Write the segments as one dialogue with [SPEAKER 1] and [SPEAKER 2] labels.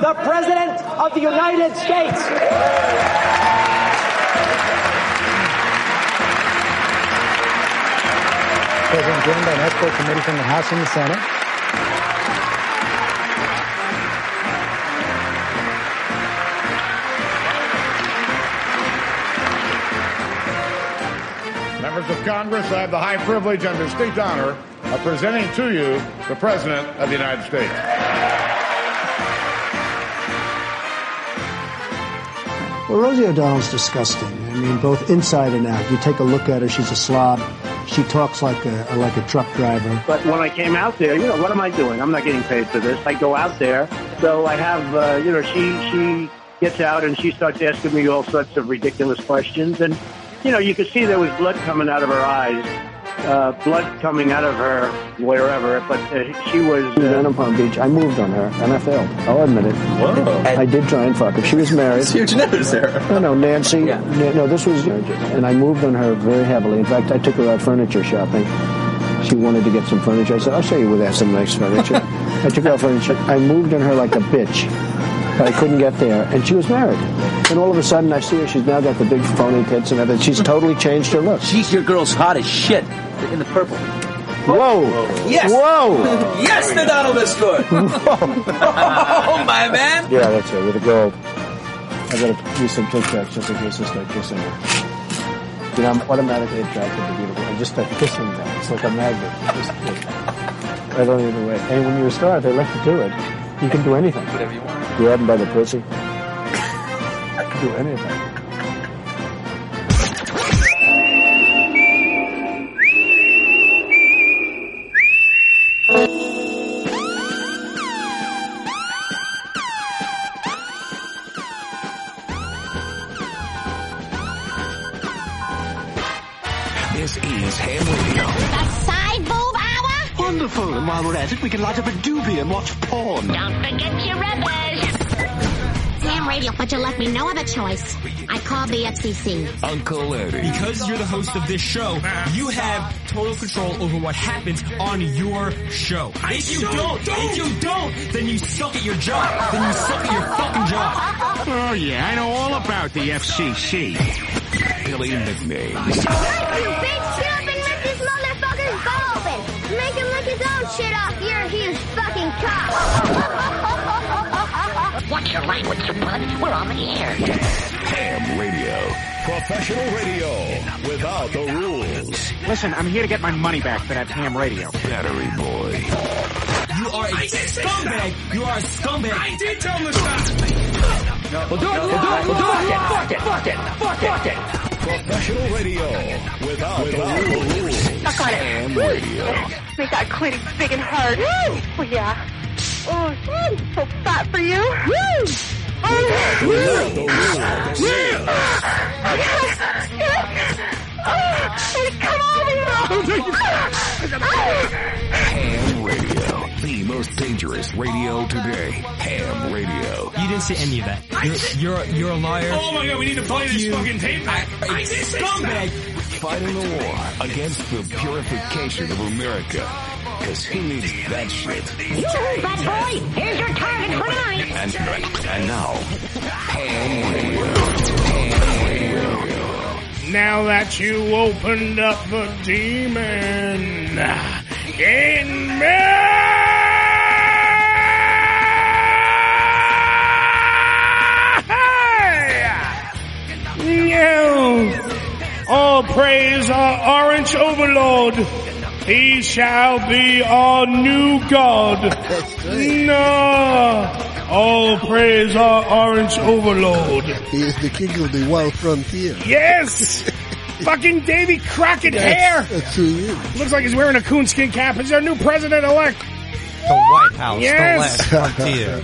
[SPEAKER 1] the President of the United States.
[SPEAKER 2] Presenting the NASCAR committee from the House and the Senate.
[SPEAKER 3] Members of Congress, I have the high privilege and distinct honor of presenting to you the President of the United States.
[SPEAKER 4] Well, Rosie O'Donnell's disgusting. I mean, both inside and out. You take a look at her; she's a slob. She talks like a like a truck driver.
[SPEAKER 5] But when I came out there, you know, what am I doing? I'm not getting paid for this. I go out there, so I have, uh, you know, she she gets out and she starts asking me all sorts of ridiculous questions, and you know, you could see there was blood coming out of her eyes, uh, blood coming out of her wherever. But uh, she was
[SPEAKER 6] She was down in Palm Beach. I moved on her, and I failed. I'll admit it.
[SPEAKER 7] Whoa.
[SPEAKER 6] I did try and fuck her. She was married.
[SPEAKER 7] It's huge news there.
[SPEAKER 6] No, no, Nancy. Na- No, this was, and I moved on her very heavily. In fact, I took her out furniture shopping. She wanted to get some furniture. I said, "I'll show you where they have some nice furniture." I took her out furniture. I moved on her like a bitch, but I couldn't get there, and she was married. And all of a sudden, I see her. She's now got the big phony tits and everything. She's totally changed her look.
[SPEAKER 8] She's your girl's hot as shit in the purple.
[SPEAKER 6] Whoa!
[SPEAKER 8] Yes.
[SPEAKER 6] Whoa!
[SPEAKER 8] Yes, the Donald scored. oh my man.
[SPEAKER 6] Yeah, that's it. With a gold. I gotta use some Tic Tacs just in case I start kissing her. You know, I'm automatically attracted to beautiful. I just start kissing them. It's like a magnet. Just, I don't even wait. And when you're a star, they let you do it. You can do anything. Whatever you want. Grab them by the pussy. I can do anything.
[SPEAKER 9] This is Ham Radio.
[SPEAKER 10] The side boob hour?
[SPEAKER 9] Wonderful. And while we're at it, we can light up a doobie and watch porn.
[SPEAKER 10] Don't forget your rubbish. Damn radio, but you left me no other choice. I called the FCC.
[SPEAKER 9] Uncle Eddie.
[SPEAKER 11] Because you're the host of this show, you have total control over what happens on your show. If you don't, if you don't, then you suck at your job. Then you suck at your fucking job.
[SPEAKER 9] Oh, yeah, I know all about the FCC. Billy McNames.
[SPEAKER 10] You big stupid, make this motherfucker's ball open. Make him lick his own shit off your huge fucking cock. Watch your language, you bud. We're on the air.
[SPEAKER 9] Ham Radio. Professional radio without the rules.
[SPEAKER 12] Listen, I'm here to get my money back for that ham radio.
[SPEAKER 9] Battery boy.
[SPEAKER 11] You are a scumbag. You are a scumbag. I did tell him to stop.
[SPEAKER 9] We'll do it. We'll do it. We'll do it. Fuck it. Fuck it. Fuck it. Fuck it. Professional radio without, the rules.
[SPEAKER 13] Suck on it.
[SPEAKER 9] Ham radio.
[SPEAKER 13] Make that clit big and hard. Woo! Oh, yeah. Oh, mm, so fat for you. Woo! Oh, woo! Woo! Oh, Yes! Yes! Oh, and come on, you Oh,
[SPEAKER 9] Ham radio. The most dangerous radio today. Ham radio.
[SPEAKER 11] You didn't say any of that. You're, you're, you're a liar.
[SPEAKER 9] Oh my God, we need to play
[SPEAKER 11] Fuck
[SPEAKER 9] this
[SPEAKER 11] you.
[SPEAKER 9] fucking tape back.
[SPEAKER 11] I- I did say
[SPEAKER 9] Scumbag. Fighting the war against the purification of America. Cause he needs that shit.
[SPEAKER 10] You, bad boy. Here's your target for tonight.
[SPEAKER 9] And, and now, Ham Radio.
[SPEAKER 14] Now that you opened up the demon in me, you all praise our orange overlord. He shall be our new god. No. All praise our orange overlord.
[SPEAKER 15] He is the king of the wild frontier.
[SPEAKER 14] Yes! Fucking Davy Crockett
[SPEAKER 15] That's-
[SPEAKER 14] hair!
[SPEAKER 15] That's who he is.
[SPEAKER 14] Looks like he's wearing a coonskin cap. He's our new president elect.
[SPEAKER 16] The White House,
[SPEAKER 14] Yes.
[SPEAKER 16] the last frontier.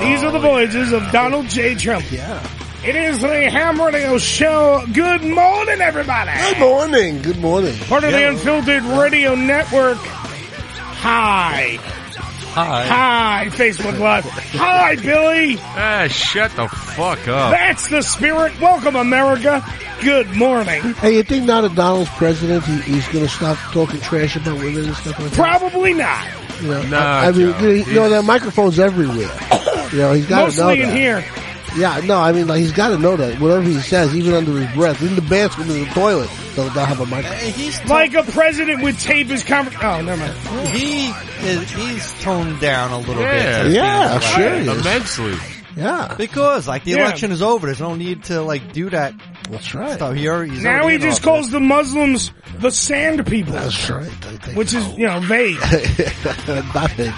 [SPEAKER 14] These are the
[SPEAKER 15] Oh,
[SPEAKER 14] voyages of Donald J. Trump. Yeah. It is the Ham Radio Show. Good morning, everybody. Good
[SPEAKER 15] morning. Good morning.
[SPEAKER 14] Part of the Unfiltered Radio Network. Hi. Hi, Facebook Live. Hi, Billy.
[SPEAKER 17] Ah, shut the fuck
[SPEAKER 15] Oh.
[SPEAKER 17] up.
[SPEAKER 14] That's the spirit. Welcome, America. Good morning.
[SPEAKER 15] Hey, you think now that Donald's president, he, he's going to stop talking trash about women and stuff like that?
[SPEAKER 14] Probably not.
[SPEAKER 15] You know,
[SPEAKER 17] No,
[SPEAKER 14] Ah,
[SPEAKER 15] I, I mean,
[SPEAKER 17] Joe,
[SPEAKER 15] you know,
[SPEAKER 17] he's-
[SPEAKER 15] there are microphones everywhere. You know, he's got to know
[SPEAKER 14] Mostly in
[SPEAKER 15] that.
[SPEAKER 14] here.
[SPEAKER 15] Yeah, no, I mean, like he's got to know that whatever he says, even under his breath, in the bathroom, in the toilet, they'll, they'll have a microphone.
[SPEAKER 14] like a president would tape his conver- Oh, never mind.
[SPEAKER 7] He is, he's toned down a little
[SPEAKER 17] Yeah.
[SPEAKER 7] bit.
[SPEAKER 17] Yeah,
[SPEAKER 7] Like,
[SPEAKER 17] sure he is. Immensely.
[SPEAKER 15] Yeah.
[SPEAKER 7] Because, like, the
[SPEAKER 14] Yeah.
[SPEAKER 7] election is over. There's no need to, like, do that.
[SPEAKER 15] That's right.
[SPEAKER 7] Stuff. He already, he's
[SPEAKER 14] Now
[SPEAKER 7] already
[SPEAKER 14] he
[SPEAKER 7] in
[SPEAKER 14] just
[SPEAKER 7] office.
[SPEAKER 14] calls the Muslims the sand people. That's
[SPEAKER 15] right.
[SPEAKER 14] Which is, you know, vague.
[SPEAKER 15] Nothing.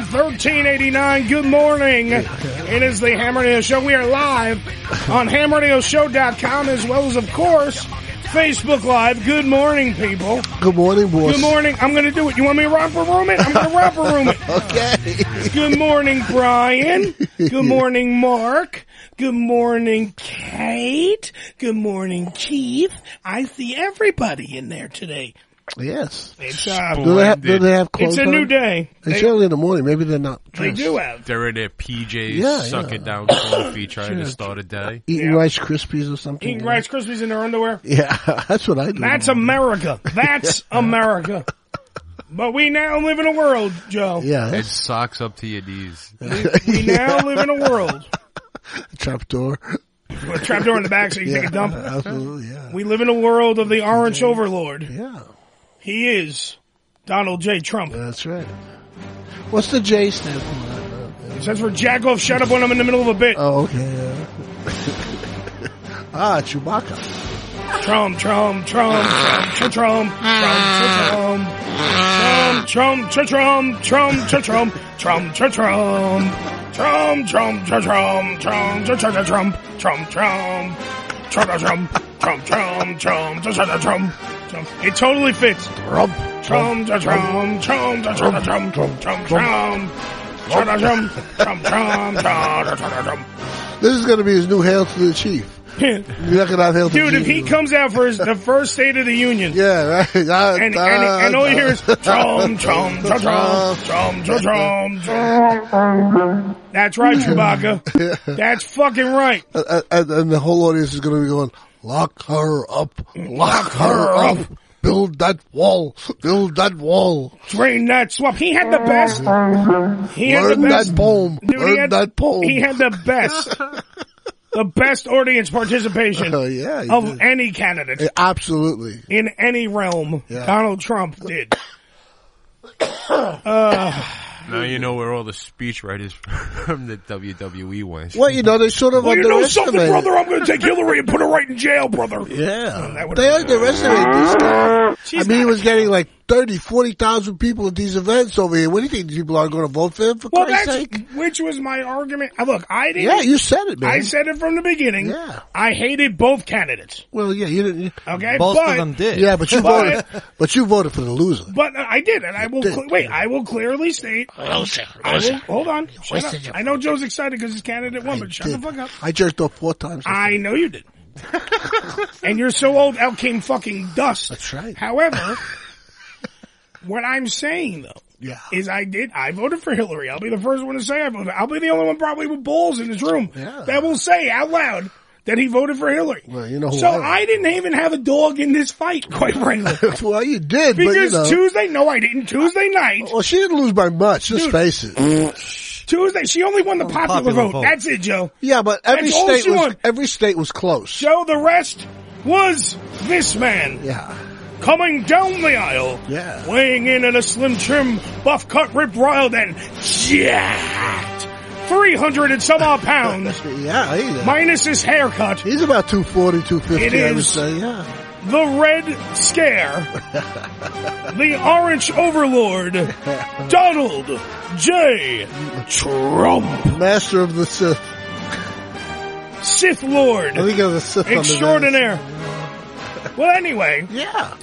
[SPEAKER 14] 718-577-1389. Good morning. It is the Ham Radio Show. We are live on hamradioshow.com as well as, of course, Facebook Live. Good morning, people.
[SPEAKER 15] Good morning, boys.
[SPEAKER 14] Good morning. I'm going to do it. You want me to romper room it? I'm going to romper room it. okay. Good morning, Brian. Good morning, Mark. Good morning, Kate. Good morning, Keith. I see everybody in there today.
[SPEAKER 15] Yes.
[SPEAKER 14] It's, uh,
[SPEAKER 15] do, they have, do they have clothes
[SPEAKER 14] It's a
[SPEAKER 15] on?
[SPEAKER 14] new day.
[SPEAKER 15] It's
[SPEAKER 14] They-
[SPEAKER 15] early in the morning. Maybe they're not
[SPEAKER 14] They
[SPEAKER 15] dressed.
[SPEAKER 14] do have.
[SPEAKER 17] They're in their PJs,
[SPEAKER 15] Yeah,
[SPEAKER 17] sucking
[SPEAKER 15] yeah.
[SPEAKER 17] down coffee, trying to start a day.
[SPEAKER 15] Eating Rice Krispies or something.
[SPEAKER 14] Eating Rice Krispies in their underwear.
[SPEAKER 15] Yeah, that's what I do.
[SPEAKER 14] That's America. That's America. But we now live in a world, Joe.
[SPEAKER 17] And socks up to your knees.
[SPEAKER 14] We now live in a world.
[SPEAKER 15] Trapdoor.
[SPEAKER 14] With a trapdoor in the back so you can
[SPEAKER 15] Yeah,
[SPEAKER 14] take a dump.
[SPEAKER 15] absolutely,
[SPEAKER 14] We live in a world of the orange overlord.
[SPEAKER 15] Yeah.
[SPEAKER 14] He is Donald J. Trump.
[SPEAKER 15] That's right. What's the J stand for?
[SPEAKER 14] It stands for jack off, shut up when I'm in the middle of a bit.
[SPEAKER 15] Oh, okay. yeah. ah, Chewbacca.
[SPEAKER 14] Trump, Trump, Trump, Trump, Trump, Trump, Trump, Trump, Trump, Trump, Trump, Trump, Trump, Trump, Trump, Trump, Trump, Trump, Trump, Trump, Trump, Trump, Trump, Trump, Trump, Trump, Trump, Trump, Trump, Trump, Trump, Trump, Trump, Trump. It totally fits. Trump, Trump, Trump, Trump, Trump, Trump, Trump, Trump, Trump, Trump. Trump, Trump, Trump, Trump, Trump, Trump, Trump.
[SPEAKER 15] This is going to be his new hail to the chief. You're not going to have hail to
[SPEAKER 14] Dude,
[SPEAKER 15] the
[SPEAKER 14] if
[SPEAKER 15] chief.
[SPEAKER 14] he comes out for his, the first State of the Union,
[SPEAKER 15] yeah, right.
[SPEAKER 14] and, and, and all you hear is chum chum chum chum chum chum chum. chum. That's right, Chewbacca. That's fucking right.
[SPEAKER 15] and, and- and the whole audience is going to be going, lock her up, lock her up, build that wall, build that wall.
[SPEAKER 14] Drain that swamp. He had the best. He had
[SPEAKER 15] Learn
[SPEAKER 14] the best.
[SPEAKER 15] that poem,
[SPEAKER 14] Dude, he
[SPEAKER 15] learn
[SPEAKER 14] had-
[SPEAKER 15] that poem.
[SPEAKER 14] He had the best. The best audience participation
[SPEAKER 15] Oh, yeah, he
[SPEAKER 14] of
[SPEAKER 15] did.
[SPEAKER 14] any candidate
[SPEAKER 15] Yeah, Absolutely.
[SPEAKER 14] in any realm.
[SPEAKER 15] Yeah.
[SPEAKER 14] Donald Trump did. Uh,
[SPEAKER 17] Now you know where all the speechwriters from the WWE went.
[SPEAKER 15] Well, you know, they sort of
[SPEAKER 14] well, you know something,
[SPEAKER 15] underestimated-
[SPEAKER 14] brother. I'm going to take Hillary and put her right in jail, brother.
[SPEAKER 15] Yeah.
[SPEAKER 14] Oh, That would-
[SPEAKER 15] They underestimate this guy. I mean, he was getting like 30, 40,000 people at these events over here. What do you think these people aren't going to vote for him, for
[SPEAKER 14] Well,
[SPEAKER 15] Christ's
[SPEAKER 14] that's
[SPEAKER 15] sake?
[SPEAKER 14] which was my argument. Uh, Look, I didn't.
[SPEAKER 15] Yeah, you said it, man.
[SPEAKER 14] I said it from the beginning.
[SPEAKER 15] Yeah.
[SPEAKER 14] I hated both candidates.
[SPEAKER 15] Well, yeah, you didn't.
[SPEAKER 14] Okay, Both of but- them did.
[SPEAKER 15] Yeah, but you
[SPEAKER 14] But-
[SPEAKER 15] voted. But you voted for the loser.
[SPEAKER 14] But uh, I did, and I will cle wait. I will clearly state.
[SPEAKER 15] Rosa,
[SPEAKER 14] I will-
[SPEAKER 15] Rosa.
[SPEAKER 14] hold on. Shut
[SPEAKER 15] wasted
[SPEAKER 14] up.
[SPEAKER 15] your-
[SPEAKER 14] I know Joe's excited because his candidate won, but shut the
[SPEAKER 15] Did.
[SPEAKER 14] fuck up.
[SPEAKER 15] I jerked off four times.
[SPEAKER 14] I know you did. and you're so old, out came fucking dust.
[SPEAKER 15] That's right.
[SPEAKER 14] However, what I'm saying though.
[SPEAKER 15] Yeah.
[SPEAKER 14] Is I did I voted for Hillary. I'll be the first one to say I voted. I'll be the only one probably with balls in this room
[SPEAKER 15] Yeah.
[SPEAKER 14] that will say out loud that he voted for Hillary.
[SPEAKER 15] Well, you know who
[SPEAKER 14] so
[SPEAKER 15] I
[SPEAKER 14] I didn't even have a dog in this fight, quite frankly.
[SPEAKER 15] well, you did,
[SPEAKER 14] because
[SPEAKER 15] but you know.
[SPEAKER 14] Tuesday, no, I didn't. Tuesday night,
[SPEAKER 15] well, she didn't lose by much. Let's face it.
[SPEAKER 14] Tuesday, she only won the popular,
[SPEAKER 15] Oh, popular
[SPEAKER 14] vote.
[SPEAKER 15] vote.
[SPEAKER 14] That's it, Joe.
[SPEAKER 15] Yeah, but every
[SPEAKER 14] That's all
[SPEAKER 15] state
[SPEAKER 14] she
[SPEAKER 15] was
[SPEAKER 14] won.
[SPEAKER 15] every state was close.
[SPEAKER 14] Joe, the rest was this man.
[SPEAKER 15] Yeah.
[SPEAKER 14] Coming down the aisle,
[SPEAKER 15] Yeah.
[SPEAKER 14] weighing in at a slim trim, buff cut, ripped, riled, and jacked, three hundred and some odd pounds.
[SPEAKER 15] Yeah, he-
[SPEAKER 14] minus his haircut,
[SPEAKER 15] he's about 240, 250,
[SPEAKER 14] It
[SPEAKER 15] I would
[SPEAKER 14] is.
[SPEAKER 15] say. Yeah.
[SPEAKER 14] the red scare, the orange overlord, Donald J. Trump,
[SPEAKER 15] Master of the Sith.
[SPEAKER 14] Sith Lord,
[SPEAKER 15] I think of the Sith. on the
[SPEAKER 14] extraordinaire. Well, anyway,
[SPEAKER 15] van. Yeah.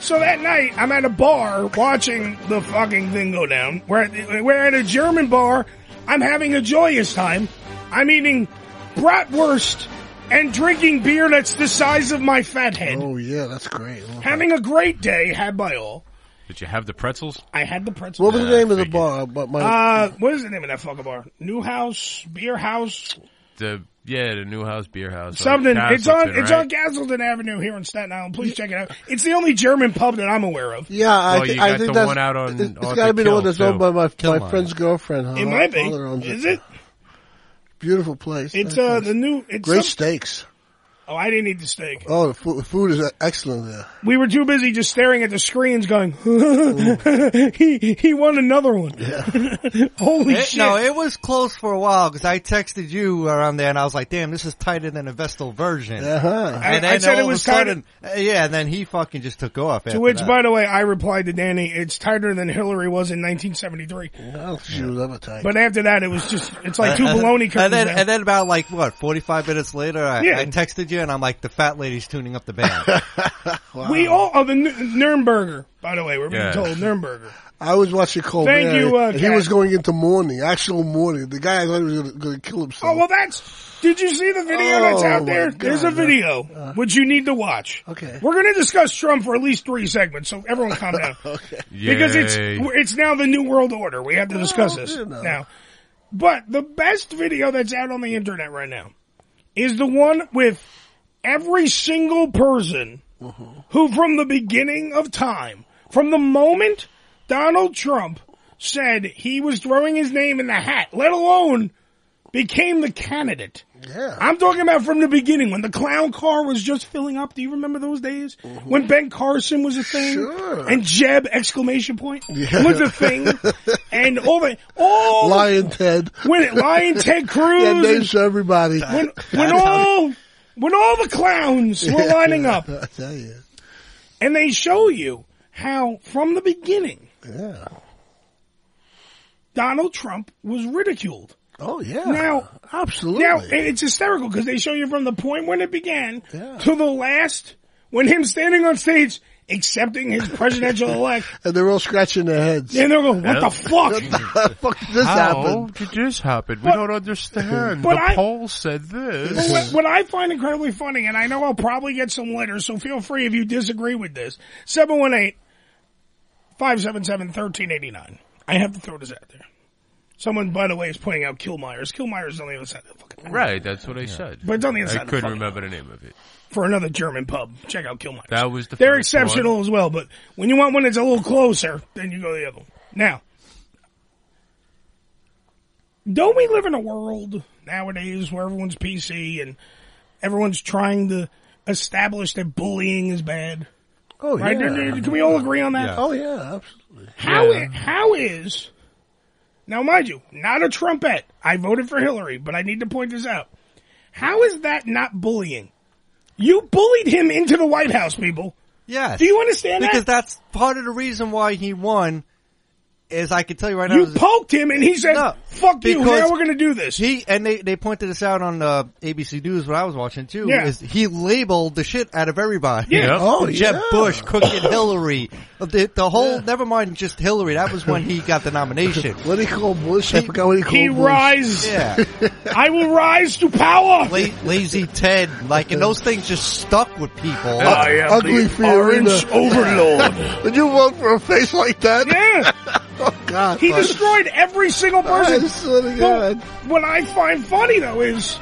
[SPEAKER 14] so that night I'm at a bar watching the fucking thing go down. We're at, we're at a German bar. I'm having a joyous time. I'm eating bratwurst and drinking beer that's the size of my fat head.
[SPEAKER 15] Oh yeah, that's great.
[SPEAKER 14] Having a great day, had by all.
[SPEAKER 17] Did you have the pretzels?
[SPEAKER 14] I had the Uh, pretzel.
[SPEAKER 15] What was the name of the bar? But my
[SPEAKER 14] Uh, what is the name of that fucking bar? New House, Beer House,
[SPEAKER 17] the yeah the Newhouse Beer House. Uh,
[SPEAKER 14] Something. It's on. It's on
[SPEAKER 17] right?
[SPEAKER 14] Castleton Avenue here in Staten Island. Please check it out. It's the only German pub that I'm aware of.
[SPEAKER 15] Yeah, I,
[SPEAKER 17] Well,
[SPEAKER 15] thi-
[SPEAKER 17] Oh, you
[SPEAKER 15] I
[SPEAKER 17] got
[SPEAKER 15] think
[SPEAKER 17] the
[SPEAKER 15] that's
[SPEAKER 17] one out on-
[SPEAKER 15] it- it's
[SPEAKER 17] off
[SPEAKER 15] got to
[SPEAKER 17] the
[SPEAKER 15] be the one
[SPEAKER 17] Kill,
[SPEAKER 15] that's
[SPEAKER 17] too.
[SPEAKER 15] owned by my,
[SPEAKER 17] Kill
[SPEAKER 15] my
[SPEAKER 17] Mile.
[SPEAKER 15] friend's girlfriend. Her
[SPEAKER 14] It might be.
[SPEAKER 15] father owns
[SPEAKER 14] Is it?
[SPEAKER 15] Beautiful place.
[SPEAKER 14] It's
[SPEAKER 15] Nice
[SPEAKER 14] uh
[SPEAKER 15] place.
[SPEAKER 14] the new. It's
[SPEAKER 15] great
[SPEAKER 14] some-
[SPEAKER 15] steaks.
[SPEAKER 14] Oh, I didn't eat the steak.
[SPEAKER 15] Oh, the food, the food is excellent there.
[SPEAKER 14] We were too busy just staring at the screens, going, "He he won another one." Holy
[SPEAKER 7] It-
[SPEAKER 14] shit!
[SPEAKER 7] No, it was close for a while because I texted you around there and I was like, damn, this is tighter than a Vestal version.
[SPEAKER 14] Uh-huh. I-
[SPEAKER 7] And then
[SPEAKER 14] I said
[SPEAKER 7] all
[SPEAKER 14] it
[SPEAKER 7] of
[SPEAKER 14] was
[SPEAKER 7] a
[SPEAKER 14] tighter-
[SPEAKER 7] sudden, uh, yeah, and then he fucking just took off.
[SPEAKER 14] to
[SPEAKER 7] after
[SPEAKER 14] which,
[SPEAKER 7] that.
[SPEAKER 14] by the way, I replied to Danny, "It's tighter than Hillary was in 1973."
[SPEAKER 15] She was ever tight.
[SPEAKER 14] But after that, it was just, it's like two
[SPEAKER 7] Uh, And-
[SPEAKER 14] baloney cookies.
[SPEAKER 7] And then,
[SPEAKER 14] now.
[SPEAKER 7] and then about like, what, 45 minutes later, I,
[SPEAKER 14] Yeah.
[SPEAKER 7] I texted you and I'm like, the fat lady's tuning up the band.
[SPEAKER 14] We all, oh, the N- Nuremberger, by the way, we're being
[SPEAKER 7] Yeah.
[SPEAKER 14] told Nuremberger.
[SPEAKER 15] I was watching Colbert.
[SPEAKER 14] Thank you, uh,
[SPEAKER 15] and he
[SPEAKER 14] Kat.
[SPEAKER 15] was going into mourning, actual mourning. The guy I thought he was going to kill himself.
[SPEAKER 14] Oh, well, that's, did you see the video
[SPEAKER 15] Oh,
[SPEAKER 14] that's out
[SPEAKER 15] my
[SPEAKER 14] there?
[SPEAKER 15] God. Uh,
[SPEAKER 14] There's a video, which you need to watch.
[SPEAKER 15] Okay.
[SPEAKER 14] We're going to discuss Trump for at least three segments, so everyone calm down. okay. Because it's,
[SPEAKER 17] Yay.
[SPEAKER 14] it's now the new world order. We have to discuss
[SPEAKER 15] Well,
[SPEAKER 14] this
[SPEAKER 15] you know.
[SPEAKER 14] now. But the best video that's out on the internet right now is the one with every single person who from the beginning of time, from the moment Donald Trump said he was throwing his name in the hat, let alone became the candidate.
[SPEAKER 15] Yeah.
[SPEAKER 14] I'm talking about from the beginning when the clown car was just filling up. Do you remember those days when Ben Carson was a thing
[SPEAKER 15] Mm-hmm. Sure.
[SPEAKER 14] and Jeb exclamation point was a thing and all the all
[SPEAKER 15] Lion Ted.
[SPEAKER 14] when it Lion Ted Cruz
[SPEAKER 15] yeah,
[SPEAKER 14] and-
[SPEAKER 15] names for everybody.
[SPEAKER 14] when when all when all the clowns were lining up
[SPEAKER 15] I tell you.
[SPEAKER 14] and they show you how from the beginning
[SPEAKER 15] Yeah.
[SPEAKER 14] Donald Trump was ridiculed.
[SPEAKER 15] Oh yeah.
[SPEAKER 14] Now,
[SPEAKER 15] absolutely.
[SPEAKER 14] Now, and it's hysterical because they show you from the point when it began to the last when him standing on stage accepting his presidential elect,
[SPEAKER 15] and they're all scratching their heads.
[SPEAKER 14] and they're going, "What the fuck?"
[SPEAKER 15] the fuck did this
[SPEAKER 17] How
[SPEAKER 15] happen?
[SPEAKER 17] did this happen?
[SPEAKER 14] But-
[SPEAKER 17] we don't understand.
[SPEAKER 14] but
[SPEAKER 17] the
[SPEAKER 14] I-
[SPEAKER 17] poll said this.
[SPEAKER 14] But what, what I find incredibly funny, and I know I'll probably get some letters, so feel free if you disagree with this. 718-577-1389. I have to throw this out there. Someone, by the way, is pointing out Killmeyer's. Killmeyer's on the other side of the fucking
[SPEAKER 17] Right, that's what I said.
[SPEAKER 14] But it's on the other
[SPEAKER 17] I
[SPEAKER 14] side of the
[SPEAKER 17] couldn't
[SPEAKER 14] fucking-
[SPEAKER 17] remember the name of it.
[SPEAKER 14] for another German pub. Check out Killmeyer's.
[SPEAKER 17] That was the
[SPEAKER 14] They're
[SPEAKER 17] first one.
[SPEAKER 14] exceptional as well, but when you want one that's a little closer, then you go to the other one. Now, don't we live in a world nowadays where everyone's PC and everyone's trying to establish that bullying is bad?
[SPEAKER 15] Oh
[SPEAKER 14] Right?
[SPEAKER 15] yeah.
[SPEAKER 14] Can we all agree on that?
[SPEAKER 15] Oh yeah. Absolutely.
[SPEAKER 14] How i- how is now, mind you, not a trumpet. I voted for Hillary, but I need to point this out. How is that not bullying? You bullied him into the White House, people.
[SPEAKER 7] Yes.
[SPEAKER 14] Do you understand
[SPEAKER 7] because
[SPEAKER 14] that?
[SPEAKER 7] that's part of the reason why he won. Is I can tell you right now.
[SPEAKER 14] You
[SPEAKER 7] is-
[SPEAKER 14] poked him, and he said,
[SPEAKER 7] No,
[SPEAKER 14] "Fuck you."
[SPEAKER 7] because
[SPEAKER 14] Now we're going to do this.
[SPEAKER 7] He and they they pointed this out on uh, ABC News when I was watching too.
[SPEAKER 14] Yeah.
[SPEAKER 7] Is he labeled the shit out of everybody?
[SPEAKER 14] Yeah. Yeah.
[SPEAKER 15] Oh,
[SPEAKER 7] Jeb
[SPEAKER 15] yeah.
[SPEAKER 7] Bush, cooking Hillary, the, the whole. Never mind just Hillary. That was when he got the nomination.
[SPEAKER 15] What do you call Bush? I forgot what he called
[SPEAKER 14] He
[SPEAKER 15] Bush.
[SPEAKER 14] rise.
[SPEAKER 7] Yeah.
[SPEAKER 14] I will rise to power.
[SPEAKER 7] La- lazy Ted, like, and those things just stuck with people.
[SPEAKER 15] I am Uh, Ugly the Fiorina. orange
[SPEAKER 14] overlord.
[SPEAKER 15] Would you vote for a face like that?
[SPEAKER 14] Yeah,
[SPEAKER 15] Oh God.
[SPEAKER 14] he
[SPEAKER 15] fuck.
[SPEAKER 14] destroyed every single
[SPEAKER 15] I
[SPEAKER 14] person.
[SPEAKER 15] swear to
[SPEAKER 14] But
[SPEAKER 15] God.
[SPEAKER 14] what I find funny though is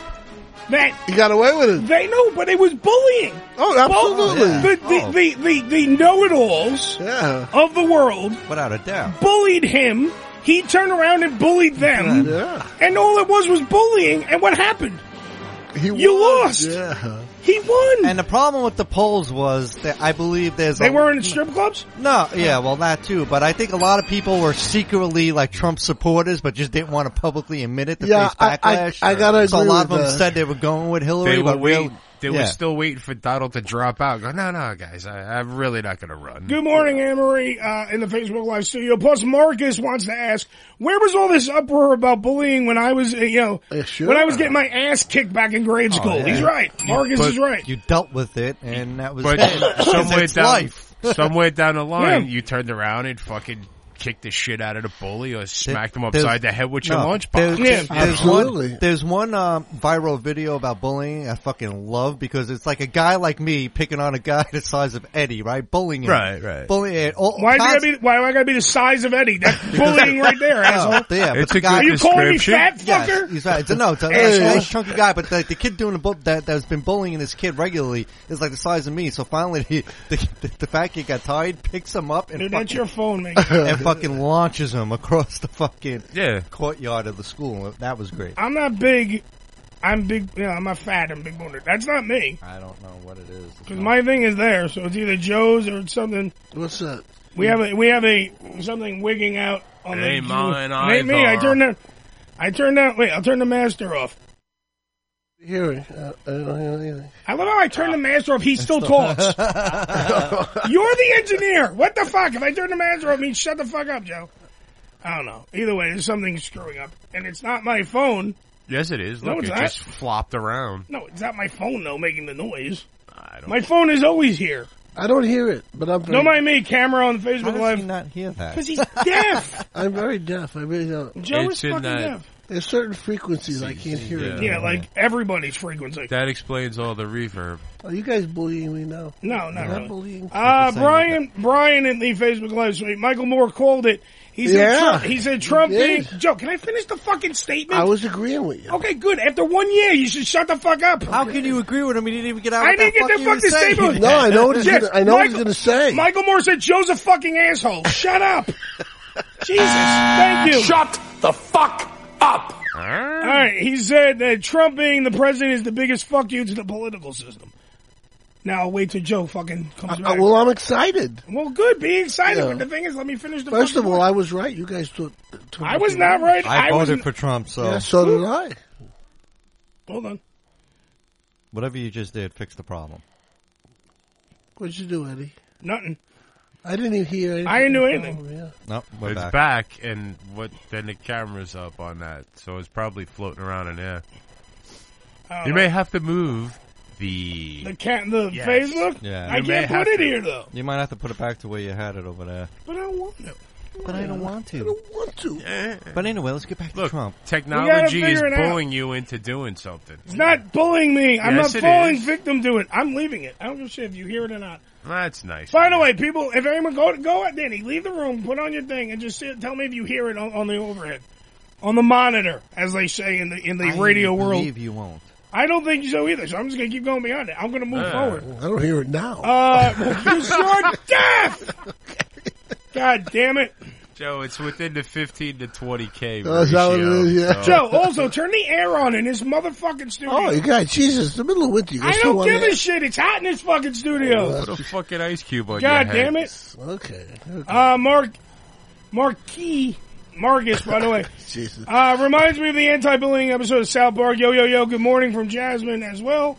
[SPEAKER 14] that
[SPEAKER 15] He got away with it.
[SPEAKER 14] They know, but it was bullying.
[SPEAKER 15] Oh, absolutely. Oh.
[SPEAKER 14] the, the, the, the, the know-it-alls
[SPEAKER 15] Yeah.
[SPEAKER 14] of the world
[SPEAKER 7] Without a doubt.
[SPEAKER 14] bullied him. He turned around and bullied them.
[SPEAKER 15] Yeah.
[SPEAKER 14] And all it was was bullying. And what happened?
[SPEAKER 15] He
[SPEAKER 14] You
[SPEAKER 15] won.
[SPEAKER 14] lost.
[SPEAKER 15] Yeah.
[SPEAKER 14] He won.
[SPEAKER 7] And the problem with the polls was that I believe there's
[SPEAKER 14] they
[SPEAKER 7] a,
[SPEAKER 14] weren't in strip clubs?
[SPEAKER 7] No, yeah, well, that too. But I think a lot of people were secretly like Trump supporters, but just didn't want to publicly admit it to
[SPEAKER 15] Yeah,
[SPEAKER 7] face
[SPEAKER 15] I- I-
[SPEAKER 7] backlash.
[SPEAKER 15] I gotta
[SPEAKER 7] so a
[SPEAKER 15] agree
[SPEAKER 7] lot of
[SPEAKER 15] with
[SPEAKER 7] them
[SPEAKER 15] that.
[SPEAKER 7] said they were going with Hillary,
[SPEAKER 17] They were
[SPEAKER 7] but
[SPEAKER 17] waiting.
[SPEAKER 7] real-
[SPEAKER 17] They
[SPEAKER 7] yeah.
[SPEAKER 17] were still waiting for Donald to drop out. Go, no, no, guys, I, I'm really not going to run.
[SPEAKER 14] Good morning, Amory, uh, in the Facebook Live studio. Plus, Marcus wants to ask, where was all this uproar about bullying when I was, uh, you know,
[SPEAKER 15] Yeah, sure.
[SPEAKER 14] when I was getting my ass kicked back in grade school?
[SPEAKER 7] Oh,
[SPEAKER 15] Oh,
[SPEAKER 7] yeah.
[SPEAKER 14] He's right. Marcus
[SPEAKER 17] But
[SPEAKER 14] is right.
[SPEAKER 7] you dealt with it, and that was
[SPEAKER 17] But
[SPEAKER 7] it.
[SPEAKER 17] somewhere
[SPEAKER 7] It's
[SPEAKER 17] down,
[SPEAKER 7] life.
[SPEAKER 17] somewhere down the line,
[SPEAKER 14] Yeah.
[SPEAKER 17] you turned around and fucking kicked the shit out of the bully or smacked him
[SPEAKER 7] There's-
[SPEAKER 17] upside the head with your
[SPEAKER 7] no,
[SPEAKER 17] lunchbox.
[SPEAKER 7] There's, there's one, there's one um, viral video about bullying I fucking love because it's like a guy like me picking on a guy the size of Eddie, right? Bullying him.
[SPEAKER 17] Right, right.
[SPEAKER 7] Bullying all,
[SPEAKER 14] Why do I be? Why do I gotta be the size of Eddie? That's bullying right there, asshole.
[SPEAKER 7] Oh, Yeah, but the guy,
[SPEAKER 14] Are you calling me fat,
[SPEAKER 7] Yes,
[SPEAKER 14] fucker?
[SPEAKER 7] he's right. It's a- no, it's a
[SPEAKER 14] Hey.
[SPEAKER 7] nice, nice chunky guy, but the, the kid doing the bu- that that's been bullying this kid regularly is like the size of me. So finally, he, the, the, the fat kid got tired, picks him up, and
[SPEAKER 14] Dude,
[SPEAKER 7] fucking,
[SPEAKER 14] that's your phone, man.
[SPEAKER 7] and fucking launches him across the fucking
[SPEAKER 17] yeah.
[SPEAKER 7] courtyard of the school. That was great.
[SPEAKER 14] I'm not big. I'm big. You know, I'm not fat. I'm big boned. That's not me.
[SPEAKER 7] I don't know what it is.
[SPEAKER 14] Because my thing is there, so it's either Joe's or it's something.
[SPEAKER 15] What's that?
[SPEAKER 14] We have a we have a something wigging out
[SPEAKER 17] It
[SPEAKER 14] on the.
[SPEAKER 17] ain't mine
[SPEAKER 14] It ain't me. I
[SPEAKER 17] either.
[SPEAKER 14] turned that. I turned that. Wait, I'll turn the master off.
[SPEAKER 15] Here, uh, I don't hear anything.
[SPEAKER 14] I love how I turned the master off. He still talks. You're the engineer. What the fuck? If I turn the master off, it means shut the fuck up, Joe. I don't know. Either way, there's something screwing up, and it's not my phone.
[SPEAKER 17] Yes, it is.
[SPEAKER 14] No,
[SPEAKER 17] Look,
[SPEAKER 14] it's
[SPEAKER 17] it
[SPEAKER 14] not.
[SPEAKER 17] just flopped around.
[SPEAKER 14] No, it's not my phone though making the noise. my phone is always here.
[SPEAKER 15] I don't hear it, but I'm.
[SPEAKER 14] Don't mind me. Camera on Facebook
[SPEAKER 7] does
[SPEAKER 14] Live.
[SPEAKER 7] he not hear that?
[SPEAKER 14] Because he's deaf.
[SPEAKER 15] I'm very deaf. I really don't.
[SPEAKER 14] Joe is fucking deaf.
[SPEAKER 15] There's certain frequencies I can't hear.
[SPEAKER 17] yeah.
[SPEAKER 15] it.
[SPEAKER 14] Yeah, like everybody's frequency.
[SPEAKER 17] That explains all the reverb.
[SPEAKER 15] Are you guys bullying me now?
[SPEAKER 14] No, not
[SPEAKER 15] Am I
[SPEAKER 14] really.
[SPEAKER 15] bullying.
[SPEAKER 14] Uh, Brian, Brian in the Facebook Live stream, Michael Moore called it. He said,
[SPEAKER 15] Yeah.
[SPEAKER 14] Trump, he said Trump
[SPEAKER 15] He
[SPEAKER 14] being,
[SPEAKER 15] did.
[SPEAKER 14] Joe, can I finish the fucking statement?
[SPEAKER 15] I was agreeing with you.
[SPEAKER 14] Okay, good. After one year, you should shut the fuck up.
[SPEAKER 7] How can you agree with him? He didn't even get out.
[SPEAKER 14] I
[SPEAKER 7] what
[SPEAKER 14] didn't
[SPEAKER 7] the
[SPEAKER 14] get
[SPEAKER 7] fuck
[SPEAKER 14] the
[SPEAKER 7] he was
[SPEAKER 14] fucking
[SPEAKER 7] saying.
[SPEAKER 14] statement.
[SPEAKER 15] No, I know what he's
[SPEAKER 14] Yes,
[SPEAKER 15] gonna, I know what he's
[SPEAKER 14] Michael-
[SPEAKER 15] going to say.
[SPEAKER 14] Michael Moore said Joe's a fucking asshole. Shut up. Jesus, thank you. Shut the fuck up. All right, he said that Trump being the president is the biggest fuck you to the political system. Now I'll wait till Joe fucking comes
[SPEAKER 15] Uh,
[SPEAKER 14] back.
[SPEAKER 15] well, I'm excited.
[SPEAKER 14] Well, good. Be excited.
[SPEAKER 15] Yeah.
[SPEAKER 14] But the thing is, let me finish the
[SPEAKER 15] First
[SPEAKER 14] fucking
[SPEAKER 15] of all, I was right. You guys thought. thought
[SPEAKER 14] I was
[SPEAKER 15] were
[SPEAKER 14] not right. I
[SPEAKER 7] I voted
[SPEAKER 14] wasn't-
[SPEAKER 7] for Trump, so
[SPEAKER 15] Yeah, so did I.
[SPEAKER 14] Hold on.
[SPEAKER 7] whatever you just did, fix the problem.
[SPEAKER 15] What'd you do, Eddie?
[SPEAKER 14] Nothing.
[SPEAKER 15] I didn't even hear anything.
[SPEAKER 14] I didn't do
[SPEAKER 15] Oh,
[SPEAKER 14] anything.
[SPEAKER 15] yeah.
[SPEAKER 7] No, we're
[SPEAKER 17] it's
[SPEAKER 7] back.
[SPEAKER 17] back. and what? Then the camera's up on that, so it's probably floating around in there.
[SPEAKER 14] I don't
[SPEAKER 17] You
[SPEAKER 14] know.
[SPEAKER 17] may have to move the.
[SPEAKER 14] the cat, the
[SPEAKER 17] Yes.
[SPEAKER 14] Facebook.
[SPEAKER 7] Yeah.
[SPEAKER 14] I
[SPEAKER 7] You
[SPEAKER 17] may
[SPEAKER 14] can't put
[SPEAKER 17] have
[SPEAKER 14] it
[SPEAKER 17] to.
[SPEAKER 14] here though.
[SPEAKER 7] You might have to put it back to where you had it over there.
[SPEAKER 14] But I don't want to.
[SPEAKER 7] But I don't want to.
[SPEAKER 15] want to.
[SPEAKER 7] But anyway, let's get back to Trump.
[SPEAKER 17] Technology is
[SPEAKER 14] figure it out.
[SPEAKER 17] bullying you into doing something.
[SPEAKER 14] It's not bullying me. I'm
[SPEAKER 17] Yes,
[SPEAKER 14] not
[SPEAKER 17] it
[SPEAKER 14] falling
[SPEAKER 17] is.
[SPEAKER 14] victim to it. I'm leaving it. I don't give a shit if you hear it or not.
[SPEAKER 17] That's nice.
[SPEAKER 14] By the way, people, if anyone go go out, Danny, leave the room, put on your thing, and just sit, tell me if you hear it on, on the overhead, on the monitor, as they say in the in the
[SPEAKER 7] I
[SPEAKER 14] radio world.
[SPEAKER 7] believe you won't.
[SPEAKER 14] I don't think so either. So I'm just gonna keep going beyond it. I'm gonna
[SPEAKER 15] Uh,
[SPEAKER 14] move forward.
[SPEAKER 15] I don't hear it now.
[SPEAKER 14] Uh, because you're deaf. God damn it,
[SPEAKER 17] Joe, it's within the fifteen to twenty k
[SPEAKER 15] Oh, is that what it
[SPEAKER 17] ratio.
[SPEAKER 15] is? Yeah.
[SPEAKER 17] so-
[SPEAKER 14] Joe. Also, turn the air on in this motherfucking studio.
[SPEAKER 15] oh, you guys, Jesus, the middle of winter. You guys
[SPEAKER 14] I
[SPEAKER 15] still
[SPEAKER 14] don't
[SPEAKER 15] want
[SPEAKER 14] give
[SPEAKER 15] to-
[SPEAKER 14] a shit. It's hot in this fucking studio.
[SPEAKER 17] Put a fucking ice cube on
[SPEAKER 14] God
[SPEAKER 17] your head.
[SPEAKER 14] damn it.
[SPEAKER 15] Oh, Okay.
[SPEAKER 14] Uh, Mark, Marquis, Marcus, by the way.
[SPEAKER 15] Jesus.
[SPEAKER 14] Uh, reminds me of the anti-bullying episode of South Park. Yo, yo, yo, good morning from Jasmine as well.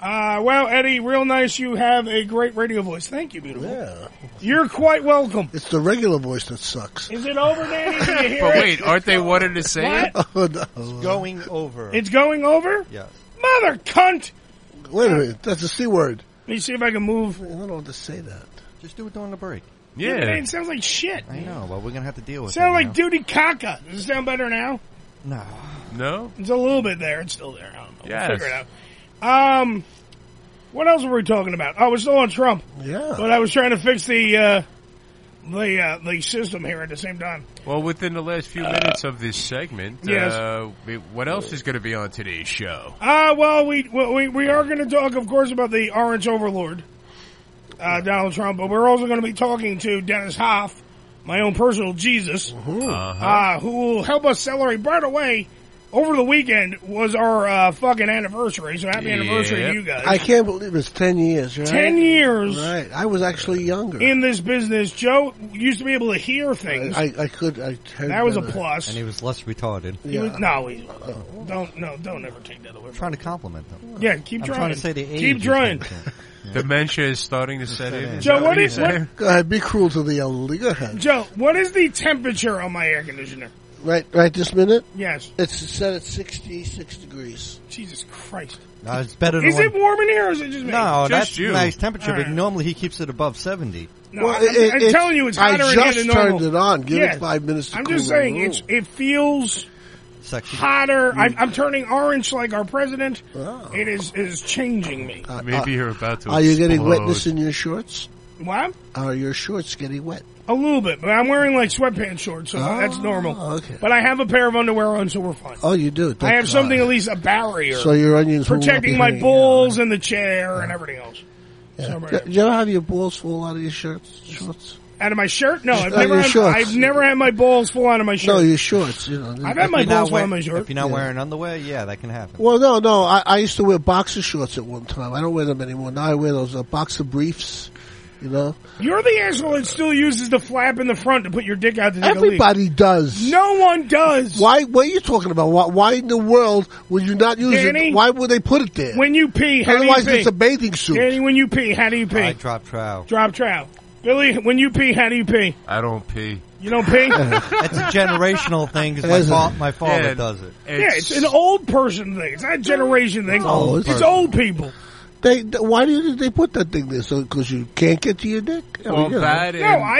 [SPEAKER 14] Uh, wow, Eddie, real nice. You have a great radio voice. Thank you, beautiful.
[SPEAKER 15] Yeah.
[SPEAKER 14] You're quite welcome.
[SPEAKER 15] It's the regular voice that sucks.
[SPEAKER 14] Is it over, Danny? Did you hear
[SPEAKER 17] But
[SPEAKER 14] it?
[SPEAKER 17] wait, aren't they one and the same?
[SPEAKER 14] What?
[SPEAKER 15] Oh, no.
[SPEAKER 7] Going over.
[SPEAKER 14] It's going over?
[SPEAKER 7] yes.
[SPEAKER 14] Mother cunt!
[SPEAKER 15] Wait a minute. That's a C word.
[SPEAKER 14] Let me see if I can move.
[SPEAKER 15] I don't want to say that.
[SPEAKER 7] Just do it during the break.
[SPEAKER 14] Man,
[SPEAKER 17] Yeah.
[SPEAKER 14] It sounds like shit.
[SPEAKER 7] I know, but we're gonna have to deal with it.
[SPEAKER 14] Sound like
[SPEAKER 7] you
[SPEAKER 14] Duty Kaka. Does it sound better now?
[SPEAKER 7] know?
[SPEAKER 17] No.
[SPEAKER 14] It's a little bit there. It's still there. I don't know.
[SPEAKER 17] Yes.
[SPEAKER 14] We'll figure it out. Um, what else were we talking about? Oh, we're still on Trump.
[SPEAKER 15] Yeah.
[SPEAKER 14] But I was trying to fix the uh, the uh, the system here at the same time.
[SPEAKER 17] Well, within the last few minutes of this segment,
[SPEAKER 14] Yes.
[SPEAKER 17] uh, we- what else is going to be on today's show?
[SPEAKER 14] Uh, well, we we, we are going to talk, of course, about the Orange Overlord, uh, Donald Trump, but we're also going to be talking to Dennis Hoff, my own personal Jesus,
[SPEAKER 17] Uh-huh.
[SPEAKER 14] uh, who will help us celebrate. By the way, over the weekend was our uh, fucking anniversary, so happy anniversary
[SPEAKER 17] Yep.
[SPEAKER 14] to you guys.
[SPEAKER 15] I can't believe it's 10 years, right?
[SPEAKER 14] 10 years.
[SPEAKER 15] Right. I was actually younger.
[SPEAKER 14] in this business, Joe used to be able to hear things.
[SPEAKER 15] I, I could. I heard
[SPEAKER 14] that was a
[SPEAKER 15] better.
[SPEAKER 14] plus.
[SPEAKER 7] And he was less retarded.
[SPEAKER 14] He was-
[SPEAKER 15] Yeah.
[SPEAKER 14] no, he- don't no, don't ever take that away.
[SPEAKER 7] I'm trying to compliment them.
[SPEAKER 14] Yeah, keep
[SPEAKER 7] I'm
[SPEAKER 14] trying.
[SPEAKER 7] trying to say the age.
[SPEAKER 14] Keep
[SPEAKER 7] is
[SPEAKER 14] trying.
[SPEAKER 7] different.
[SPEAKER 17] Dementia is starting to set in.
[SPEAKER 14] Joe, what
[SPEAKER 17] you
[SPEAKER 14] is-
[SPEAKER 17] said?
[SPEAKER 14] what-
[SPEAKER 15] Go ahead. Be cruel to the elderly. Go ahead.
[SPEAKER 14] Joe, what is the temperature on my air conditioner?
[SPEAKER 15] Right, right this minute?
[SPEAKER 14] Yes.
[SPEAKER 15] It's set at 66 degrees.
[SPEAKER 14] Jesus Christ.
[SPEAKER 7] No, it's better than
[SPEAKER 14] Is
[SPEAKER 7] one.
[SPEAKER 14] it warm in here or is it just me?
[SPEAKER 7] No,
[SPEAKER 17] Just
[SPEAKER 7] that's
[SPEAKER 17] you.
[SPEAKER 7] nice temperature,
[SPEAKER 14] All
[SPEAKER 7] but
[SPEAKER 14] right.
[SPEAKER 7] normally he keeps it above 70.
[SPEAKER 14] No, I'm, I'm telling you, it's
[SPEAKER 15] I
[SPEAKER 14] hotter in here
[SPEAKER 15] just
[SPEAKER 14] than normal.
[SPEAKER 15] turned it on. Give
[SPEAKER 14] Yeah.
[SPEAKER 15] it five minutes to
[SPEAKER 14] I'm
[SPEAKER 15] cool
[SPEAKER 14] just
[SPEAKER 15] down.
[SPEAKER 14] saying, it's,
[SPEAKER 15] Ooh.
[SPEAKER 14] it feels hotter.
[SPEAKER 7] Mm.
[SPEAKER 14] I'm, I'm turning orange like our president.
[SPEAKER 15] Oh.
[SPEAKER 14] It is is changing me.
[SPEAKER 15] Uh,
[SPEAKER 17] Maybe you're about to.
[SPEAKER 15] Are you getting
[SPEAKER 17] explode.
[SPEAKER 15] wetness in your shorts?
[SPEAKER 14] What?
[SPEAKER 15] Are your shorts getting wet?
[SPEAKER 14] A little bit, but I'm wearing like sweatpants shorts, so
[SPEAKER 15] Ah,
[SPEAKER 14] that's normal. Okay. But I have a pair of underwear on, so we're fine.
[SPEAKER 15] Oh, you do.
[SPEAKER 14] I
[SPEAKER 15] Thank
[SPEAKER 14] have
[SPEAKER 15] God.
[SPEAKER 14] something at least a barrier.
[SPEAKER 15] So your onions will not
[SPEAKER 14] protecting
[SPEAKER 15] be
[SPEAKER 14] my
[SPEAKER 15] hanging
[SPEAKER 14] balls and the chair and everything else. So I'm
[SPEAKER 15] Do
[SPEAKER 14] ready.
[SPEAKER 15] do you ever have your balls fall out of your shirts? Shorts?
[SPEAKER 14] Out of my shirt? No,
[SPEAKER 15] Out
[SPEAKER 14] I've
[SPEAKER 15] of
[SPEAKER 14] never,
[SPEAKER 15] Oh, your
[SPEAKER 14] had,
[SPEAKER 15] shorts.
[SPEAKER 14] I've never had my balls fall out of my shirt.
[SPEAKER 15] No, your shorts. You know.
[SPEAKER 14] I've had my
[SPEAKER 7] If you're not
[SPEAKER 14] balls fall out
[SPEAKER 7] wear-
[SPEAKER 14] of my shirt.
[SPEAKER 7] If you're not
[SPEAKER 15] Yeah.
[SPEAKER 7] wearing underwear, yeah, that can happen.
[SPEAKER 15] Well, no, no. I, I used to wear boxer shorts at one time. I don't wear them anymore. Now I wear those uh, boxer briefs. You know,
[SPEAKER 14] You're the asshole that still uses the flap in the front to put your dick out to take a
[SPEAKER 15] everybody
[SPEAKER 14] leak.
[SPEAKER 15] does.
[SPEAKER 14] No one does.
[SPEAKER 15] Why? What are you talking about? Why, why in the world would you not use
[SPEAKER 14] Danny?
[SPEAKER 15] it? Why would they put it there?
[SPEAKER 14] When you pee, how
[SPEAKER 15] Otherwise,
[SPEAKER 14] do you pee?
[SPEAKER 15] it's a bathing suit.
[SPEAKER 14] Danny, when you pee, how do you pee?
[SPEAKER 7] I drop trow.
[SPEAKER 14] Drop trout. Billy, when you pee, how do you pee?
[SPEAKER 17] I don't pee.
[SPEAKER 14] You don't pee?
[SPEAKER 7] It's a generational thing because
[SPEAKER 17] Is it?
[SPEAKER 7] my, fa- my father
[SPEAKER 17] Yeah,
[SPEAKER 7] does it.
[SPEAKER 14] yeah, it's an old person thing. It's not a generation thing. It's
[SPEAKER 15] old
[SPEAKER 14] old,
[SPEAKER 15] person.
[SPEAKER 14] people.
[SPEAKER 15] Oh, They th- why did they put that thing there? So because you can't get to your dick. I mean, you know.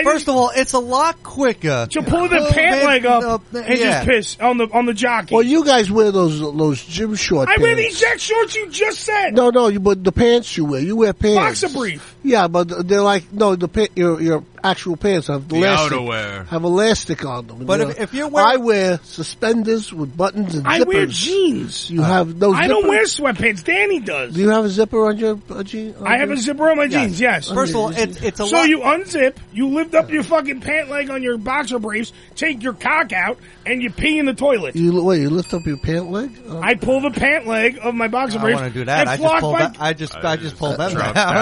[SPEAKER 7] First of all, it's a lot quicker
[SPEAKER 14] To pull the
[SPEAKER 7] Well,
[SPEAKER 14] pant
[SPEAKER 7] man,
[SPEAKER 14] leg up
[SPEAKER 7] uh,
[SPEAKER 14] and
[SPEAKER 7] yeah.
[SPEAKER 14] just piss on the on the jockey.
[SPEAKER 15] Well, you guys wear those those gym short.
[SPEAKER 14] I
[SPEAKER 15] pants.
[SPEAKER 14] wear the exact shorts you just said.
[SPEAKER 15] No, no, you but the pants you wear, you wear pants.
[SPEAKER 14] Boxer brief.
[SPEAKER 15] Yeah, but they're like no, the pa- your your actual pants have
[SPEAKER 17] The
[SPEAKER 15] elastic,
[SPEAKER 17] outerwear.
[SPEAKER 15] have elastic on them.
[SPEAKER 17] But
[SPEAKER 15] you
[SPEAKER 17] if-
[SPEAKER 15] know.
[SPEAKER 17] if you're wearing-
[SPEAKER 15] I wear suspenders with buttons and
[SPEAKER 14] I
[SPEAKER 15] zippers.
[SPEAKER 14] wear jeans.
[SPEAKER 15] You have no.
[SPEAKER 14] I don't
[SPEAKER 15] zipper?
[SPEAKER 14] wear sweatpants. Danny does.
[SPEAKER 15] Do you have a zipper on your uh, jeans?
[SPEAKER 14] I have a zipper on my jeans.
[SPEAKER 15] Oh,
[SPEAKER 14] Yes.
[SPEAKER 7] First of all, it's, it's a
[SPEAKER 14] so
[SPEAKER 7] lot.
[SPEAKER 14] you unzip, you lift up your fucking pant leg on your boxer briefs, take your cock out, and you pee in the toilet.
[SPEAKER 15] You wait. You lift up your pant leg. Oh.
[SPEAKER 14] I pull the pant leg of my boxer
[SPEAKER 7] I
[SPEAKER 14] briefs.
[SPEAKER 7] want to do that.
[SPEAKER 14] and
[SPEAKER 7] I just
[SPEAKER 14] flock
[SPEAKER 7] pulled
[SPEAKER 14] my-
[SPEAKER 7] that. I just I just
[SPEAKER 17] Uh,
[SPEAKER 7] pulled that.
[SPEAKER 15] dropped
[SPEAKER 7] out.
[SPEAKER 14] No,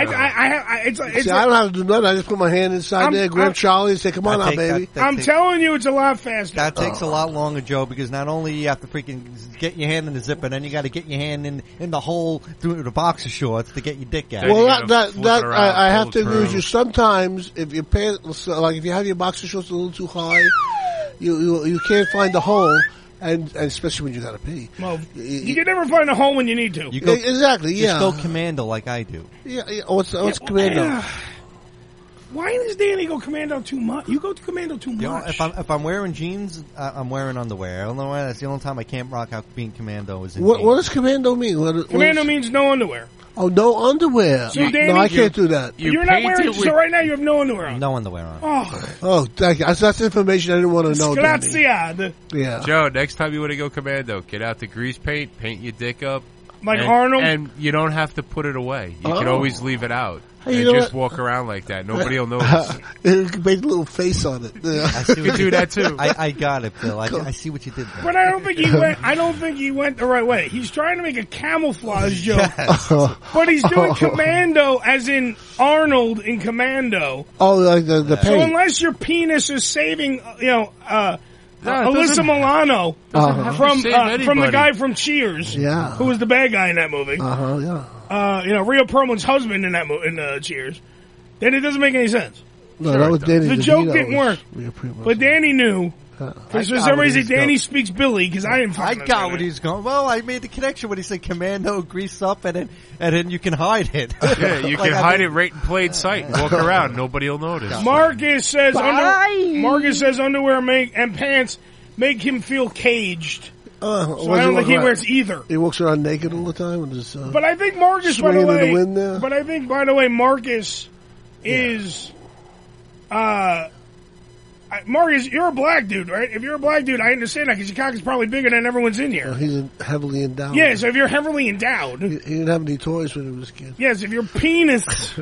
[SPEAKER 14] I, I, I, have- I, it's, it's
[SPEAKER 15] See, I don't have to do nothing. I just put my hand inside
[SPEAKER 14] I'm-
[SPEAKER 15] there, grab
[SPEAKER 14] I'm-
[SPEAKER 15] Charlie, and say, "Come on
[SPEAKER 7] I
[SPEAKER 15] out,
[SPEAKER 7] take that-
[SPEAKER 15] baby."
[SPEAKER 7] that
[SPEAKER 14] I'm
[SPEAKER 7] takes-
[SPEAKER 14] telling you, it's a lot faster.
[SPEAKER 7] That
[SPEAKER 15] Oh.
[SPEAKER 17] Oh.
[SPEAKER 7] takes a lot longer, Joe, because not only you have to freaking get your hand in the zipper, then you got to get your hand in in the hole through the boxer shorts to get your dick out.
[SPEAKER 15] Well, that that, that I, I have to agree with you. Sometimes, if your pants, so, like if you have your boxer shorts a little too high, you you, you can't find the hole, and, and especially when you got to pee.
[SPEAKER 14] Well, you can never find a hole when you need to.
[SPEAKER 7] You go,
[SPEAKER 15] exactly,
[SPEAKER 7] You
[SPEAKER 15] yeah.
[SPEAKER 7] go commando like I do.
[SPEAKER 15] Yeah, yeah. What's what's
[SPEAKER 14] Yeah,
[SPEAKER 15] commando?
[SPEAKER 14] yeah. Why does Danny go commando too much? You go to commando too much.
[SPEAKER 7] You know, if I'm if I'm wearing jeans, I, I'm wearing underwear. I don't know why. That's the only time I can't rock out being commando is in
[SPEAKER 15] What
[SPEAKER 7] jeans.
[SPEAKER 15] what does commando mean? What, what
[SPEAKER 14] commando
[SPEAKER 15] is-
[SPEAKER 14] means no underwear.
[SPEAKER 15] oh, no underwear.
[SPEAKER 14] So Danny,
[SPEAKER 15] no, I
[SPEAKER 14] you-
[SPEAKER 15] can't do that.
[SPEAKER 14] You are not wearing. so right now you have no underwear on.
[SPEAKER 7] No underwear on.
[SPEAKER 14] Oh,
[SPEAKER 15] Oh, thank you. That's, that's information I didn't want to know. Danny.
[SPEAKER 14] Gracias.
[SPEAKER 15] Yeah.
[SPEAKER 17] Joe, next time you want to go commando, get out the grease paint, paint your dick up.
[SPEAKER 14] Like
[SPEAKER 17] and,
[SPEAKER 14] Arnold?
[SPEAKER 17] And you don't have to put it away. You can
[SPEAKER 15] Oh.
[SPEAKER 17] always leave it out.
[SPEAKER 15] Hey, you
[SPEAKER 17] and
[SPEAKER 15] know
[SPEAKER 17] just
[SPEAKER 15] what?
[SPEAKER 17] walk around like that. Nobody will notice.
[SPEAKER 15] You can make a little face on it.
[SPEAKER 7] I
[SPEAKER 15] Yeah.
[SPEAKER 7] see what
[SPEAKER 17] You do that too.
[SPEAKER 7] I, I got it, Bill. I, I see what you did there.
[SPEAKER 14] But I don't think he went. I don't think he went the right way. He's trying to make a camouflage joke,
[SPEAKER 15] Oh.
[SPEAKER 14] but he's doing commando as in Arnold in Commando.
[SPEAKER 15] Oh, like the the
[SPEAKER 14] So
[SPEAKER 15] paint.
[SPEAKER 14] unless your penis is saving, uh, you know, uh,
[SPEAKER 17] No,
[SPEAKER 14] uh,
[SPEAKER 17] it
[SPEAKER 14] Alyssa
[SPEAKER 17] doesn't-
[SPEAKER 14] Milano
[SPEAKER 15] doesn't have to
[SPEAKER 14] from
[SPEAKER 17] save
[SPEAKER 14] uh, from the
[SPEAKER 17] anybody.
[SPEAKER 14] guy from Cheers,
[SPEAKER 15] Uh-huh. Yeah.
[SPEAKER 14] who was the bad guy in that movie.
[SPEAKER 15] Uh huh. Yeah.
[SPEAKER 14] Uh, you know, Rio Perlman's husband in that mo- in uh, Cheers. Then it doesn't make any sense.
[SPEAKER 15] No, that was Danny
[SPEAKER 14] The
[SPEAKER 15] DeVito.
[SPEAKER 14] joke didn't work.
[SPEAKER 15] Yeah, pretty much.
[SPEAKER 14] But Danny knew.
[SPEAKER 7] I
[SPEAKER 14] Because for
[SPEAKER 7] got
[SPEAKER 14] some
[SPEAKER 7] what
[SPEAKER 14] reason,
[SPEAKER 7] he's
[SPEAKER 14] Danny
[SPEAKER 7] going-
[SPEAKER 14] speaks Billy because I didn't.
[SPEAKER 7] I
[SPEAKER 14] fucking
[SPEAKER 7] got
[SPEAKER 14] understand
[SPEAKER 7] what
[SPEAKER 14] it.
[SPEAKER 7] he's going. Well, I made the connection when he said commando, grease up, and then and then you can hide it.
[SPEAKER 17] yeah, you
[SPEAKER 7] Like,
[SPEAKER 17] can
[SPEAKER 7] I
[SPEAKER 17] hide
[SPEAKER 7] mean-
[SPEAKER 17] it right in plain sight. and Walk around. Nobody will notice.
[SPEAKER 14] Marcus says
[SPEAKER 7] Bye.
[SPEAKER 14] under, Marcus says underwear make and pants make him feel caged.
[SPEAKER 15] Uh,
[SPEAKER 14] So
[SPEAKER 15] was
[SPEAKER 14] I don't think he
[SPEAKER 15] walking
[SPEAKER 14] wears
[SPEAKER 15] around-
[SPEAKER 14] either.
[SPEAKER 15] He walks around naked all the time. And just, uh,
[SPEAKER 14] But I think Marcus by
[SPEAKER 15] Swinging
[SPEAKER 14] the
[SPEAKER 15] in the
[SPEAKER 14] way,
[SPEAKER 15] wind there.
[SPEAKER 14] but I think by the way Marcus is uh I- Marcus, you're a black dude, right? If you're a black dude, I understand that because your cock is probably bigger than everyone's in here.
[SPEAKER 15] he's heavily endowed.
[SPEAKER 14] Yeah, so if you're heavily endowed,
[SPEAKER 15] Oh. He, he didn't have any toys when he was a kid.
[SPEAKER 14] Yes, if your penis,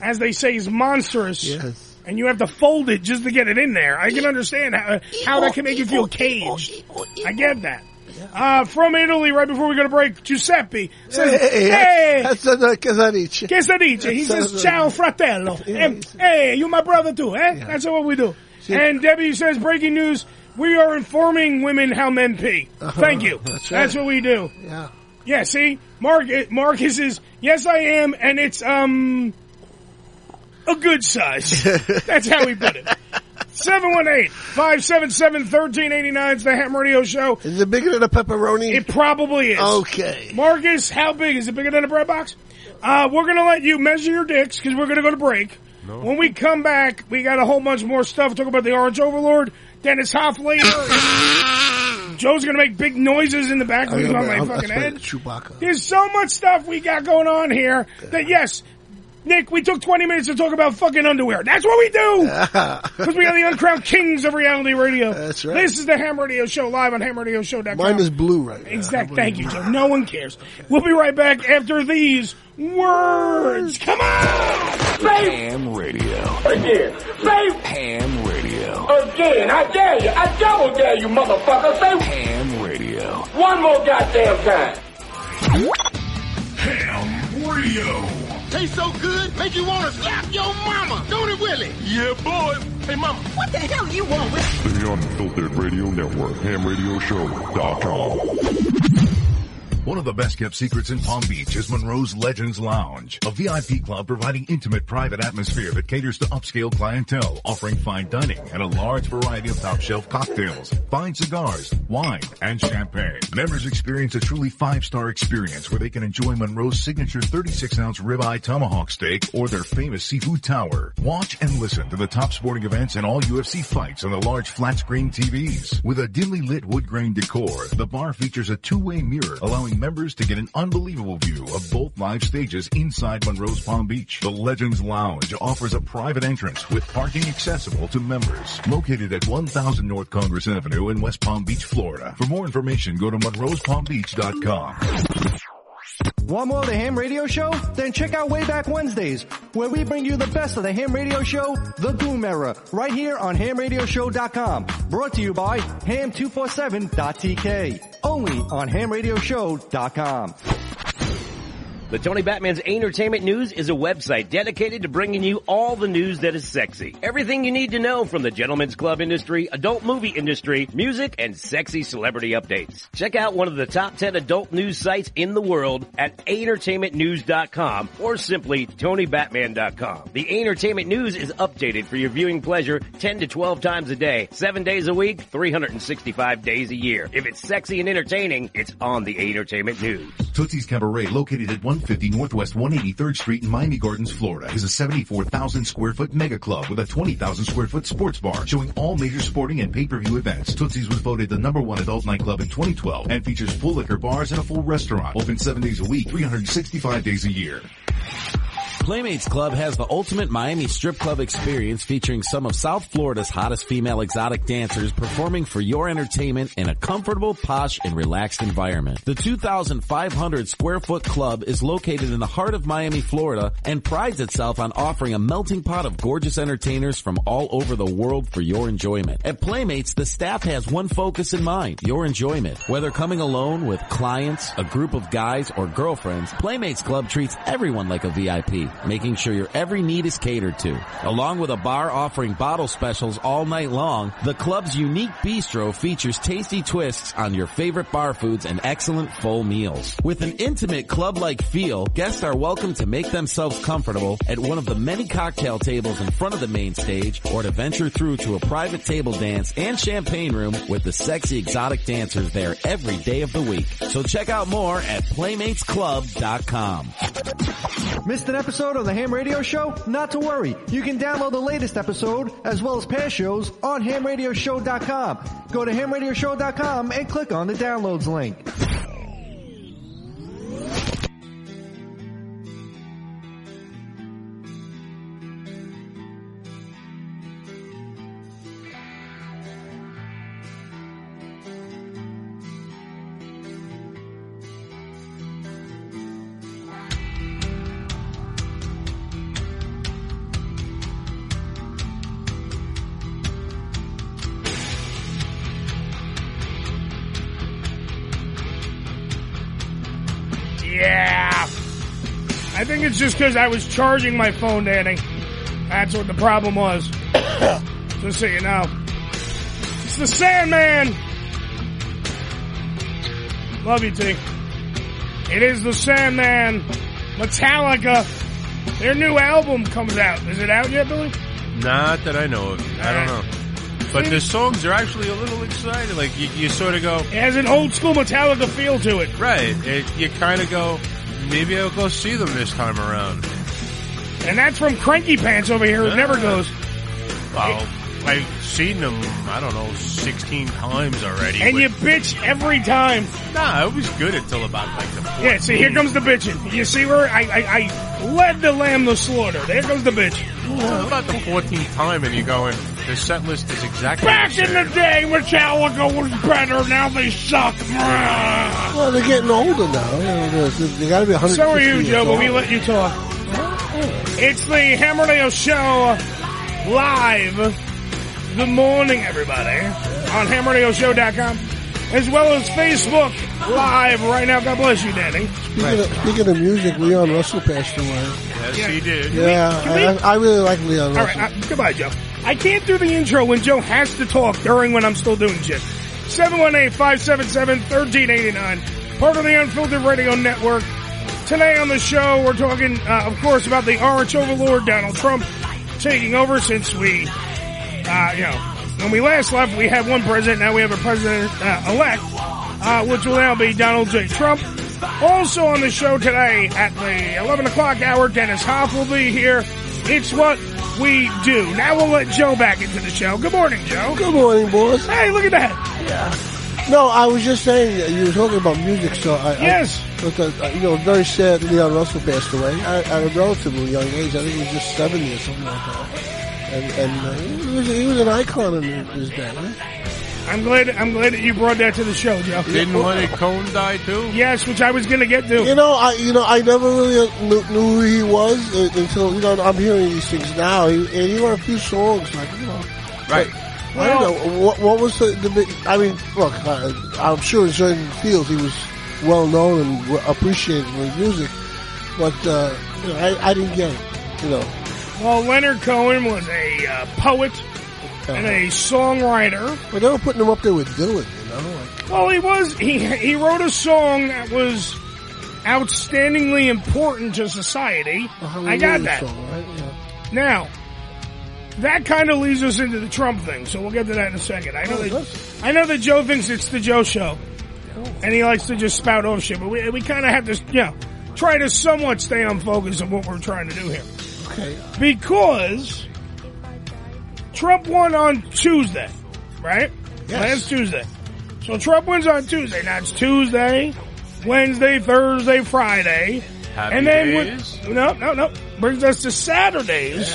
[SPEAKER 14] as they say, is monstrous,
[SPEAKER 15] Yes.
[SPEAKER 14] and you have to fold it just to get it in there, I can understand how, how that can make you feel caged. I get that. Uh, from Italy, right before we go to break, Giuseppe says,
[SPEAKER 15] Hey,
[SPEAKER 14] "Hey,
[SPEAKER 15] that's, that's not Casanic.
[SPEAKER 14] che sta dice?" He
[SPEAKER 15] That's
[SPEAKER 14] says,
[SPEAKER 15] not-
[SPEAKER 14] "Ciao, fratello."
[SPEAKER 15] Yeah,
[SPEAKER 14] Em, hey, you my brother too, eh? That's what we do. And Debbie says, "Breaking news: We are informing women how men pee." Thank you.
[SPEAKER 15] Uh-huh. That's right.
[SPEAKER 14] That's what we do.
[SPEAKER 15] Yeah.
[SPEAKER 14] Yeah, see, Mark, Marcus is yes, I am, and it's um a good size. That's how we put it. 718-577-1389 is the Ham Radio Show.
[SPEAKER 15] Is it bigger than a pepperoni?
[SPEAKER 14] It probably is.
[SPEAKER 15] Okay.
[SPEAKER 14] Marcus, how big? Is it bigger than a bread box? Uh, we're going to let you measure your dicks because we're going to go to break. When we come back, we got a whole bunch more stuff. Talk about the Orange Overlord, Dennis Hoflaber. Joe's gonna make big noises in the back
[SPEAKER 15] I
[SPEAKER 14] because
[SPEAKER 15] gotta-
[SPEAKER 14] on my
[SPEAKER 15] Oh, I'm-
[SPEAKER 14] fucking
[SPEAKER 15] that's my
[SPEAKER 14] head.
[SPEAKER 15] Chewbacca.
[SPEAKER 14] There's so much stuff we got going on here that yes, Nick, we took 20 minutes to talk about fucking underwear. That's what we do! Because we are the uncrowned kings of reality radio. That's
[SPEAKER 15] right.
[SPEAKER 14] This is the Ham Radio Show live on hamradioshow.com.
[SPEAKER 15] Mine is blue right now.
[SPEAKER 14] Exact. Thank you, Joe. No one cares. We'll be right back after these words. Come on!
[SPEAKER 18] Ham Radio.
[SPEAKER 6] Again, say
[SPEAKER 18] Ham Radio.
[SPEAKER 6] again. I dare you. I double dare you, motherfucker. Say
[SPEAKER 18] Ham Radio.
[SPEAKER 6] one more goddamn time.
[SPEAKER 18] Ham Radio.
[SPEAKER 19] Tastes so good, make you want to slap your mama. Don't it, Willie?
[SPEAKER 18] Yeah, boy. Hey, mama.
[SPEAKER 19] What the hell you want with
[SPEAKER 10] The Unfiltered Radio Network, hamradioshow.com.
[SPEAKER 9] One of the best kept secrets in Palm Beach is Monroe's Legends Lounge, a VIP club providing intimate private atmosphere that caters to upscale clientele, offering fine dining and a large variety of top shelf cocktails, fine cigars, wine, and champagne. Members experience a truly five star experience where they can enjoy Monroe's signature 36 ounce ribeye tomahawk steak or their famous seafood tower. Watch and listen to the top sporting events and all UFC fights on the large flat screen TVs. With a dimly lit wood grain decor, the bar features a two-way mirror allowing members to get an unbelievable view of both live stages inside Monroe's Palm Beach. The Legends Lounge offers a private entrance with parking accessible to members. Located at 1000 North Congress Avenue in West Palm Beach, Florida. For more information, go to monroespalmbeach.com.
[SPEAKER 7] Want more of the Ham Radio Show? Then check out Wayback Wednesdays, where we bring you the best of the Ham Radio Show, The Boom Era, right here on HamRadioshow.com. Brought to you by Ham247.tk. Only on HamRadioshow.com.
[SPEAKER 11] The Tony Batman's Entertainment News is a website dedicated to bringing you all the news that is sexy. Everything you need to know from the gentlemen's club industry, adult movie industry, music, and sexy celebrity updates. Check out one of the top 10 adult news sites in the world at entertainmentnews.com or simply tonybatman.com. The Entertainment News is updated for your viewing pleasure 10 to 12 times a day, 7 days a week, 365 days a year. If it's sexy and entertaining, it's on the Entertainment News.
[SPEAKER 9] Tootsie's Cabaret, located at 150 Northwest 183rd Street in Miami Gardens, Florida, is a 74,000 square foot mega club with a 20,000 square foot sports bar showing all major sporting and pay-per-view events. Tootsie's was voted the number one adult nightclub in 2012 and features full liquor bars and a full restaurant, open seven days a week, 365 days a year.
[SPEAKER 8] Playmates Club has the ultimate Miami strip club experience featuring some of South Florida's hottest female exotic dancers performing for your entertainment in a comfortable, posh, and relaxed environment. The 2,500 square foot club is located in the heart of Miami, Florida and prides itself on offering a melting pot of gorgeous entertainers from all over the world for your enjoyment. At Playmates, the staff has one focus in mind, your enjoyment. Whether coming alone with clients, a group of guys, or girlfriends, Playmates Club treats everyone like a VIP, making sure your every need is catered to. Along with a bar offering bottle specials all night long, the club's unique bistro features tasty twists on your favorite bar foods and excellent full meals. With an intimate club-like feel, guests are welcome to make themselves comfortable at one of the many cocktail tables in front of the main stage or to venture through to a private table dance and champagne room with the sexy exotic dancers there every day of the week. So check out more at playmatesclub.com.
[SPEAKER 7] Missed an episode of the Ham Radio Show? Not to worry. You can download the latest episode as well as past shows on hamradioshow.com. Go to hamradioshow.com and click on the downloads link.
[SPEAKER 14] Yeah. I think it's just because I was charging my phone, Danny. That's what the problem was. just so you know. It's the Sandman! Love you, T. It is the Sandman. Metallica. Their new album comes out. Is it out yet, Billy?
[SPEAKER 17] Not that I know of. I don't know. But the songs are actually a little exciting. Like you, you sort of go. It
[SPEAKER 14] has an old school Metallica feel to it.
[SPEAKER 17] Right. It, you kind of go. Maybe I'll go see them this time around.
[SPEAKER 14] And that's from Cranky Pants over here who never goes.
[SPEAKER 17] Well, I've seen them, I don't know, 16 times already.
[SPEAKER 14] And
[SPEAKER 17] but-
[SPEAKER 14] you bitch every time.
[SPEAKER 17] Nah, I was good until about like the fourth.
[SPEAKER 14] Yeah, see, here comes the bitching. You see where I, I, I led the lamb to slaughter. There goes the bitch.
[SPEAKER 17] about the 14th time and you're going, the set list is exactly
[SPEAKER 14] Back
[SPEAKER 17] the
[SPEAKER 14] in
[SPEAKER 17] same.
[SPEAKER 14] the day, Metallica was better. Now they suck.
[SPEAKER 15] Well, they're getting older now. You know, they're- They got to be 100.
[SPEAKER 14] So are you, Joe, but we let you talk. It's the Hammer Radio Show live. Good morning, everybody, on HammerRadioShow.com, as well as Facebook live right now. God bless you, Danny.
[SPEAKER 15] Speaking, of, speaking of music, Leon Russell passed away.
[SPEAKER 17] Yes, he did.
[SPEAKER 15] Yeah,
[SPEAKER 14] Can we-
[SPEAKER 15] I, I really like Leon
[SPEAKER 14] All
[SPEAKER 15] Russell.
[SPEAKER 14] right, uh, goodbye, Joe. I can't do the intro when Joe has to talk during when I'm still doing shit. 718-577-1389, part of the Unfiltered Radio Network. Today on the show, we're talking, uh, of course, about the orange overlord, Donald Trump, taking over since we, uh, you know, when we last left, we had one president, now we have a president-elect, uh, which will now be Donald J. Trump. Also on the show today at the 11 o'clock hour, Dennis Hoff will be here. It's what we do. Now we'll let Joe back into the show. Good morning, Joe.
[SPEAKER 15] Good morning, boys.
[SPEAKER 14] Hey, look at that.
[SPEAKER 15] No, I was just saying that you were talking about music, so I, I-
[SPEAKER 14] Yes.
[SPEAKER 15] but, uh, you know, very sad Leon Russell passed away at, at a relatively young age. I think he was just seventy or something like that. And, and uh, he, was, he was an icon in his day.
[SPEAKER 14] I'm glad. I'm glad that you brought that to the show, Joe.
[SPEAKER 17] Didn't Lenny Cohen die too?
[SPEAKER 14] Yes, which I was going to get to.
[SPEAKER 15] You know, I you know I never really knew, knew who he was uh, until you know I'm hearing these things now. He, and he wrote a few songs, like you know,
[SPEAKER 17] Right.
[SPEAKER 15] I don't know what, what was the, the big. I mean, look, uh, I'm sure in certain fields he was well known and w- appreciated for his music, but uh, you know, I, I didn't get it. You know,
[SPEAKER 14] Well, Leonard Cohen was a uh, poet and a songwriter.
[SPEAKER 15] but they were putting him up there with Dylan. You know, like,
[SPEAKER 14] Well, he was. He he wrote a song that was outstandingly important to society. I
[SPEAKER 15] hallelujah
[SPEAKER 14] got that.
[SPEAKER 15] song, right? Yeah.
[SPEAKER 14] Now, that kind of leads us into the Trump thing, so we'll get to that in a second. I
[SPEAKER 15] Oh,
[SPEAKER 14] know, that, I know that Joe thinks it's the Joe show,
[SPEAKER 15] Oh,
[SPEAKER 14] and he likes to just spout off shit, but we, we kind of have to, you know, try to somewhat stay on focus on what we're trying to do here.
[SPEAKER 15] Okay.
[SPEAKER 14] Because Trump won on Tuesday, right? Last Tuesday. So Trump wins on Tuesday. Now it's Tuesday, Wednesday, Thursday, Friday.
[SPEAKER 17] Happy
[SPEAKER 14] and then we-
[SPEAKER 17] days.
[SPEAKER 14] no, no, no. Brings us to Saturdays,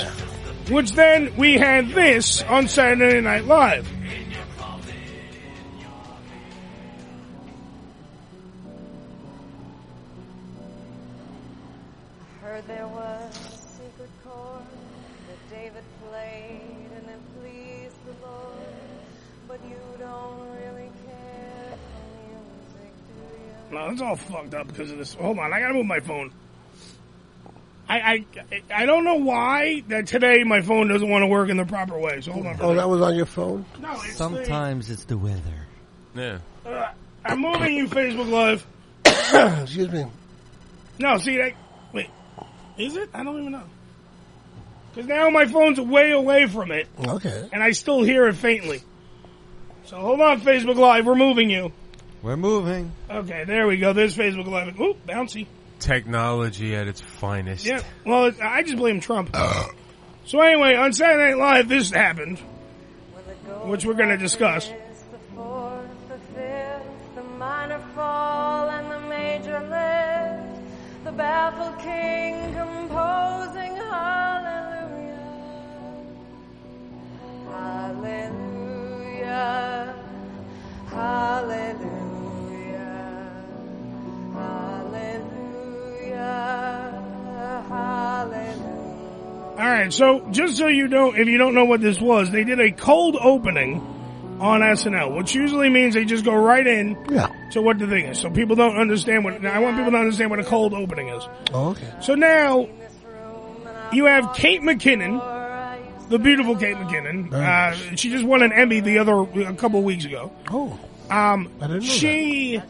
[SPEAKER 14] which then we had this on Saturday Night Live.
[SPEAKER 6] Heard there was a secret chord that David played and it pleased the Lord. But you don't really care for music, do you?
[SPEAKER 14] No, it's all fucked up because of this. Hold on, I gotta move my phone. I, I I don't know why that today my phone doesn't want to work in the proper way. So hold on. For a
[SPEAKER 15] Oh,
[SPEAKER 14] minute.
[SPEAKER 15] that was on your phone.
[SPEAKER 14] No, it's
[SPEAKER 7] Sometimes it's the weather.
[SPEAKER 17] Yeah.
[SPEAKER 14] Uh, I'm moving you, Facebook Live.
[SPEAKER 15] Excuse me.
[SPEAKER 14] No, see that. Wait, is it? I don't even know. Because now my phone's way away from it,
[SPEAKER 15] Okay.
[SPEAKER 14] and I still hear it faintly. So hold on, Facebook Live. We're moving you.
[SPEAKER 7] We're moving.
[SPEAKER 14] Okay, there we go. There's Facebook Live. Ooh, bouncy.
[SPEAKER 17] Technology at its finest.
[SPEAKER 14] Yeah. Well, it, I just blame Trump.
[SPEAKER 15] Uh.
[SPEAKER 14] so anyway, on Saturday Night Live, this happened, which we're going to discuss.
[SPEAKER 6] fourth, the fifth, the minor fall and the major lift, the baffled king composing hallelujah, hallelujah, hallelujah, hallelujah, hallelujah.
[SPEAKER 14] All right. So just so you know, if you don't know what this was, they did a cold opening on SNL, which usually means they just go right in to what the thing is. So people don't understand what. I want people to understand what a cold opening is.
[SPEAKER 15] Oh, okay.
[SPEAKER 14] So now you have Kate McKinnon, the beautiful Kate McKinnon. Uh, she just won an Emmy the other a couple weeks ago.
[SPEAKER 15] Oh,
[SPEAKER 14] um, she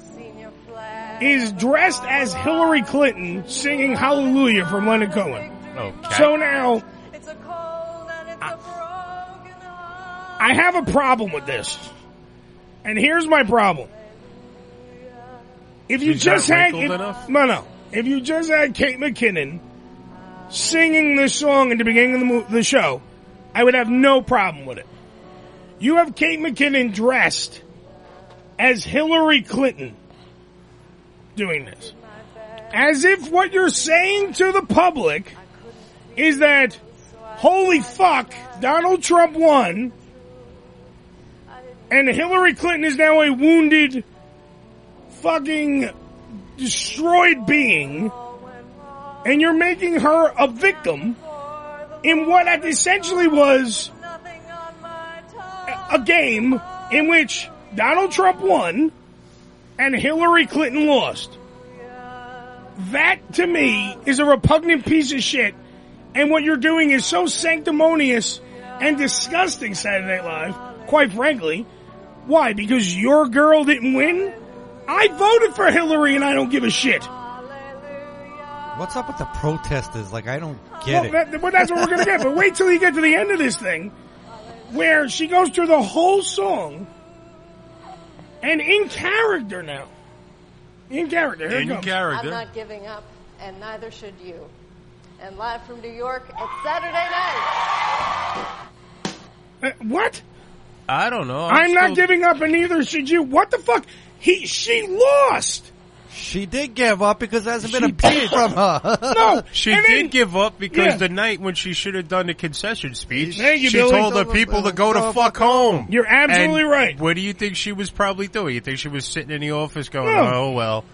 [SPEAKER 14] is dressed as Hillary Clinton singing "Hallelujah" from Leonard Cohen.
[SPEAKER 17] Okay.
[SPEAKER 14] So now, I, I have a problem with this, and here's my problem. If you
[SPEAKER 17] She's
[SPEAKER 14] just
[SPEAKER 17] not
[SPEAKER 14] had
[SPEAKER 17] wrinkled
[SPEAKER 14] if-
[SPEAKER 17] enough?
[SPEAKER 14] no no, if you just had Kate McKinnon singing this song at the beginning of the, mo- the show, I would have no problem with it. You have Kate McKinnon dressed as Hillary Clinton doing this. As if what you're saying to the public is that, holy fuck, Donald Trump won, and Hillary Clinton is now a wounded, fucking, destroyed being, and you're making her a victim in what essentially was a game in which Donald Trump won and Hillary Clinton lost. That to me is a repugnant piece of shit. And what you're doing is so sanctimonious and disgusting Saturday Night Live, quite frankly. Why? Because your girl didn't win? I voted for Hillary and I don't give a shit.
[SPEAKER 7] What's up with the protesters? Like, I don't
[SPEAKER 14] well,
[SPEAKER 7] get it.
[SPEAKER 14] that- well, that's what we're gonna get. But wait till you get to the end of this thing, where she goes through the whole song, and in character now, in character. Here it comes.
[SPEAKER 6] I'm not giving up, and neither should you. And live from New York, it's Saturday night.
[SPEAKER 14] Uh, what?
[SPEAKER 17] I don't know.
[SPEAKER 14] I'm, not
[SPEAKER 17] still-
[SPEAKER 14] giving up, and neither should you. What the fuck? He she lost.
[SPEAKER 7] She did give up because there hasn't been a beat from her.
[SPEAKER 14] No,
[SPEAKER 17] She
[SPEAKER 14] and
[SPEAKER 17] did
[SPEAKER 14] then-
[SPEAKER 17] give up because
[SPEAKER 14] Yeah.
[SPEAKER 17] the night when she should have done the concession speech,
[SPEAKER 14] Thank you,
[SPEAKER 17] she
[SPEAKER 14] Billy.
[SPEAKER 17] told the people to go to fuck home.
[SPEAKER 14] You're absolutely
[SPEAKER 17] And
[SPEAKER 14] right.
[SPEAKER 17] What do you think she was probably doing? You think she was sitting in the office going,
[SPEAKER 14] No.
[SPEAKER 17] "Oh well,"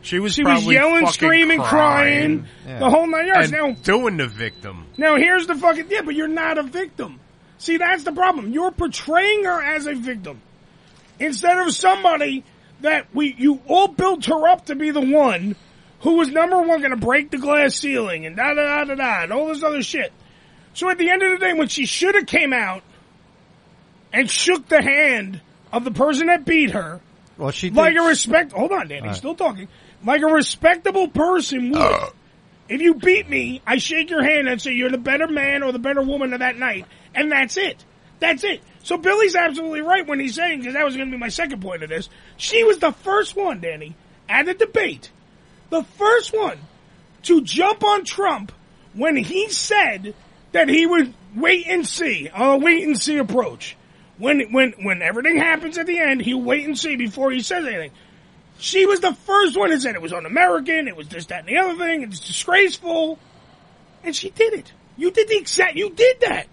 [SPEAKER 17] she was
[SPEAKER 14] She was
[SPEAKER 17] probably
[SPEAKER 14] yelling,
[SPEAKER 17] fucking
[SPEAKER 14] screaming, crying,
[SPEAKER 17] crying.
[SPEAKER 14] the whole nine yards.
[SPEAKER 17] and doing the victim.
[SPEAKER 14] Now here's the fucking yeah, but you're not a victim. See, that's the problem. You're portraying her as a victim instead of somebody that we you all built her up to be the one who was number one going to break the glass ceiling and da da da da da and all this other shit. So at the end of the day, when she should have came out and shook the hand of the person that beat her,
[SPEAKER 7] Well, she did.
[SPEAKER 14] like a respect. Hold on, Danny.
[SPEAKER 7] All right.
[SPEAKER 14] Still talking. Like a respectable person would. If you beat me, I shake your hand and say you're the better man or the better woman of that night, and that's it. That's it. So Billy's absolutely right when he's saying because that was going to be my second point of this. She was the first one, Danny, at the debate, the first one to jump on Trump when he said that he would wait and see on a wait and see approach. When when when everything happens at the end, he'll wait and see before he says anything. She was the first one that said it was un-American, it was this, that, and the other thing, it's disgraceful. And she did it. You did the exact, you did that.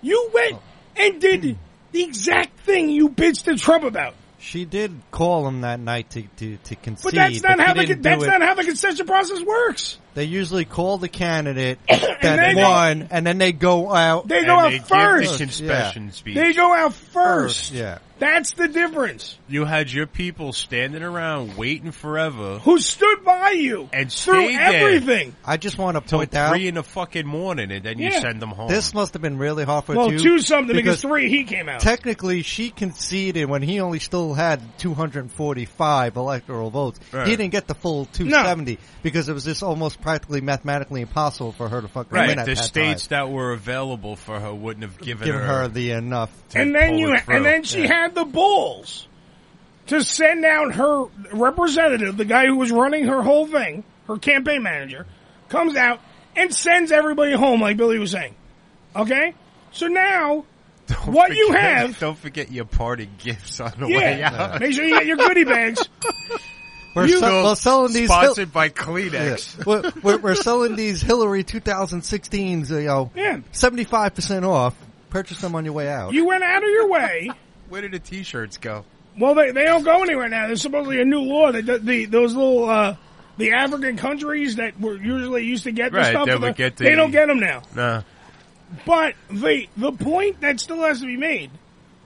[SPEAKER 14] You went and did the exact thing you bitched to Trump about.
[SPEAKER 7] She did call him that night to, to, to concede.
[SPEAKER 14] But that's not
[SPEAKER 7] he
[SPEAKER 14] how the,
[SPEAKER 7] didn't
[SPEAKER 14] that's
[SPEAKER 7] do it.
[SPEAKER 14] not how the concession process works.
[SPEAKER 7] They usually call the candidate
[SPEAKER 14] then
[SPEAKER 7] that
[SPEAKER 14] they-
[SPEAKER 7] won, and then they go out.
[SPEAKER 14] They go out first.
[SPEAKER 17] concession speech.
[SPEAKER 14] They go out first.
[SPEAKER 7] Yeah.
[SPEAKER 14] That's the difference.
[SPEAKER 17] You had your people standing around waiting forever.
[SPEAKER 14] Who stood by you
[SPEAKER 17] and
[SPEAKER 14] through
[SPEAKER 17] stayed there
[SPEAKER 14] everything?
[SPEAKER 7] I just want to
[SPEAKER 17] till
[SPEAKER 7] point out
[SPEAKER 17] three in the fucking morning, and then you
[SPEAKER 14] Yeah.
[SPEAKER 17] send them home.
[SPEAKER 7] this must have been really hard for
[SPEAKER 14] Well,
[SPEAKER 7] two.
[SPEAKER 14] two something because three he came out.
[SPEAKER 7] Technically, she conceded when he only still had 245 electoral votes.
[SPEAKER 14] Right.
[SPEAKER 7] He didn't get the full 270 because it was just almost practically mathematically impossible for her to fucking
[SPEAKER 17] Right,
[SPEAKER 7] win at
[SPEAKER 17] the
[SPEAKER 7] that
[SPEAKER 17] states that were available for her wouldn't have
[SPEAKER 7] time.
[SPEAKER 17] given,
[SPEAKER 7] Give her the enough. to
[SPEAKER 14] and then
[SPEAKER 7] pull
[SPEAKER 14] you
[SPEAKER 7] it through.
[SPEAKER 14] and then she
[SPEAKER 7] Yeah.
[SPEAKER 14] had the balls to send out her representative, the guy who was running her whole thing, her campaign manager, comes out and sends everybody home, like Billy was saying. Okay, so now what you
[SPEAKER 17] Forget-
[SPEAKER 14] have,
[SPEAKER 17] Don't forget your party gifts on the way
[SPEAKER 14] yeah,
[SPEAKER 17] out.
[SPEAKER 14] make sure you get your goodie bags.
[SPEAKER 7] We're,
[SPEAKER 14] You-
[SPEAKER 7] sell- we're selling these Hil-
[SPEAKER 17] sponsored by Kleenex.
[SPEAKER 7] Yeah. we're, we're, we're selling these Hillary 2016s, you know,
[SPEAKER 14] Yeah.
[SPEAKER 7] 75% off. Purchase them on your way out.
[SPEAKER 14] You went out of your way.
[SPEAKER 17] Where did the t-shirts go?
[SPEAKER 14] Well, they, they don't go anywhere now. There's supposedly a new law that the, the those little uh, the African countries that were usually used to get
[SPEAKER 17] Right,
[SPEAKER 14] the stuff.
[SPEAKER 17] they
[SPEAKER 14] for the-
[SPEAKER 17] would get the-
[SPEAKER 14] they don't get them now.
[SPEAKER 17] Nah.
[SPEAKER 14] But the the point that still has to be made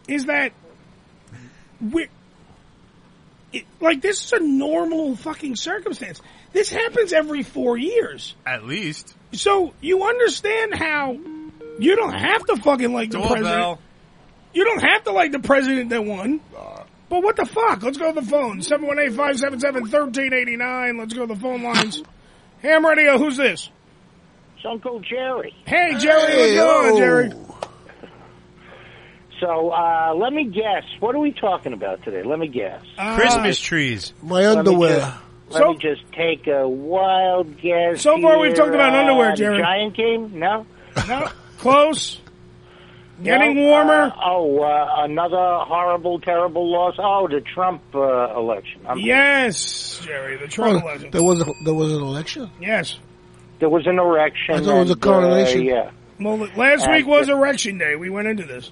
[SPEAKER 14] is that we it, like this is a normal fucking circumstance. This happens every four years.
[SPEAKER 17] At least.
[SPEAKER 14] So you understand how you don't have to fucking like the president.
[SPEAKER 17] Doorbell.
[SPEAKER 14] You don't have to like the president that won. But what the fuck? Let's go to the phone. 718-577-1389. Let's go to the phone lines. Ham Radio, Uh, who's this?
[SPEAKER 5] It's Uncle Jerry.
[SPEAKER 14] Hey, Jerry. what's going on, Jerry?
[SPEAKER 5] So uh, let
[SPEAKER 14] Ah. Uh,
[SPEAKER 5] me guess. What are we talking about today? Let me guess.
[SPEAKER 17] Christmas trees.
[SPEAKER 5] Let me guess. Let me just take a wild guess.
[SPEAKER 14] So far we've
[SPEAKER 5] here.
[SPEAKER 14] talked about
[SPEAKER 5] Uh,
[SPEAKER 14] underwear,
[SPEAKER 5] the
[SPEAKER 14] Jerry.
[SPEAKER 5] Giant game? No.
[SPEAKER 14] No. Close. Getting
[SPEAKER 5] No?
[SPEAKER 14] warmer.
[SPEAKER 5] Uh, oh, uh, another horrible, terrible loss. Oh, the Trump uh, election. I'm-
[SPEAKER 14] yes, Jerry, the Trump
[SPEAKER 15] Oh,
[SPEAKER 14] legend.
[SPEAKER 15] there was a, there was an election.
[SPEAKER 14] Yes.
[SPEAKER 5] There was an erection.
[SPEAKER 15] I thought it was a
[SPEAKER 5] and,
[SPEAKER 15] coronation.
[SPEAKER 5] Uh, yeah.
[SPEAKER 14] Well, last
[SPEAKER 5] Uh,
[SPEAKER 14] week was
[SPEAKER 5] the-
[SPEAKER 14] Erection Day. We went into this.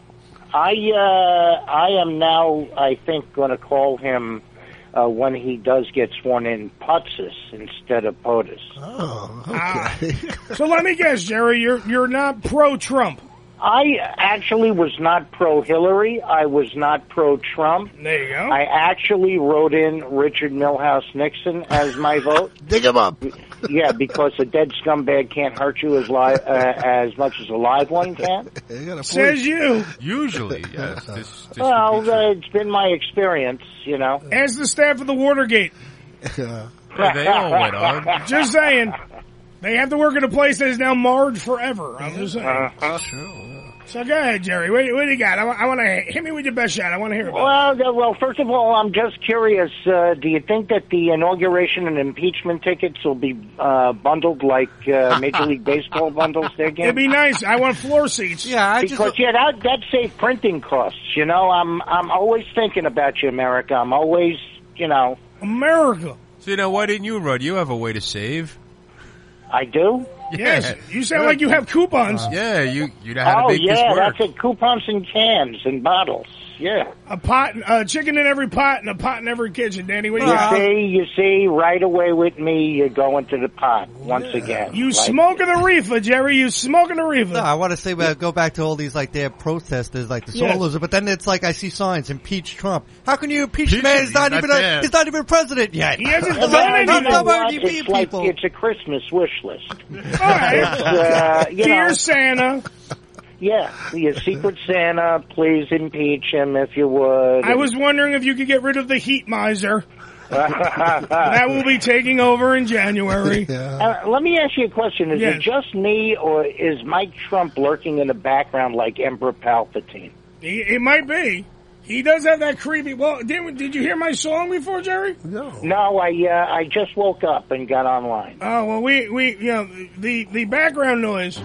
[SPEAKER 5] I uh, I am now, I think, going to call him uh, when he does get sworn in, Potsis instead of POTUS.
[SPEAKER 15] Oh,
[SPEAKER 14] okay. so let me guess, Jerry, you're you're not pro-Trump.
[SPEAKER 5] I actually was not pro Hillary. I was not pro Trump.
[SPEAKER 14] There you go.
[SPEAKER 5] I actually wrote in Richard Milhouse Nixon as my vote.
[SPEAKER 15] Dig him up.
[SPEAKER 5] yeah, because a dead scumbag can't hurt you as li- uh, as much as a live one can.
[SPEAKER 14] Says you.
[SPEAKER 17] Usually, yes. This, this
[SPEAKER 5] Well, uh, it's been my experience, you know.
[SPEAKER 14] As the staff of the Watergate.
[SPEAKER 17] Yeah, they all went on.
[SPEAKER 14] Just saying. They have to work in a place that is now marred forever. I'm just saying.
[SPEAKER 5] Uh-huh.
[SPEAKER 14] So go ahead, Jerry. What, what do you got? I, want to hit me with your best shot. I want to hear about.
[SPEAKER 5] Well, th- well. First of all, I'm just curious. Uh, do you think that the inauguration and impeachment tickets will be uh, bundled like uh, Major League Baseball bundles their
[SPEAKER 14] it.
[SPEAKER 5] game?
[SPEAKER 14] It'd be nice. I want floor seats. Yeah, I
[SPEAKER 5] because yeah, that that saves printing costs. You know, I'm I'm always thinking about you, America. I'm always, you know,
[SPEAKER 14] America.
[SPEAKER 17] So now, why didn't you run? You have a way to save.
[SPEAKER 5] I do.
[SPEAKER 14] Yes, you sound like you have coupons.
[SPEAKER 17] Uh, yeah, you you know how to
[SPEAKER 5] oh
[SPEAKER 17] make this
[SPEAKER 5] yeah,
[SPEAKER 17] work.
[SPEAKER 5] that's it. Coupons and cans and bottles. Yeah.
[SPEAKER 14] A pot, uh, chicken in every pot, and a pot in every kitchen. Danny, what do
[SPEAKER 5] You
[SPEAKER 14] you got?
[SPEAKER 5] see, you see, right away with me, you're going to the pot once again.
[SPEAKER 14] You
[SPEAKER 5] Like-
[SPEAKER 14] smoking the reefer, Jerry? You smoking the reefer?
[SPEAKER 7] No, I want to say well, go back to all these like their protesters, like the
[SPEAKER 14] Yes.
[SPEAKER 7] solos, but then it's like I see signs impeach Trump. How can you impeach
[SPEAKER 14] Impeach
[SPEAKER 7] man?
[SPEAKER 14] him,
[SPEAKER 7] He's not,
[SPEAKER 14] he's
[SPEAKER 7] even
[SPEAKER 14] not
[SPEAKER 7] a,
[SPEAKER 14] there.
[SPEAKER 7] he's not even president yet.
[SPEAKER 14] He hasn't
[SPEAKER 7] How-
[SPEAKER 14] done
[SPEAKER 7] how-
[SPEAKER 14] anything.
[SPEAKER 7] how
[SPEAKER 5] Well,
[SPEAKER 7] about you
[SPEAKER 5] it's
[SPEAKER 7] beat
[SPEAKER 5] like
[SPEAKER 7] people?
[SPEAKER 5] it's a Christmas wish list.
[SPEAKER 14] All right.
[SPEAKER 5] Uh, you
[SPEAKER 14] Dear
[SPEAKER 5] know.
[SPEAKER 14] Santa,
[SPEAKER 5] Yeah, your Secret Santa, please impeach him if you would.
[SPEAKER 14] I was wondering if you could get rid of the heat miser.
[SPEAKER 5] that
[SPEAKER 14] that will be taking over in January.
[SPEAKER 5] Uh, let me ask you a question: Is
[SPEAKER 14] Yes.
[SPEAKER 5] it just me, or is Mike Trump lurking in the background like Emperor Palpatine?
[SPEAKER 14] He- It might be. He does have that creepy. Well, did, did you hear my song before, Jerry?
[SPEAKER 15] No.
[SPEAKER 5] No, I uh, I just woke up and got online.
[SPEAKER 14] Oh well, we we you know the the background noise.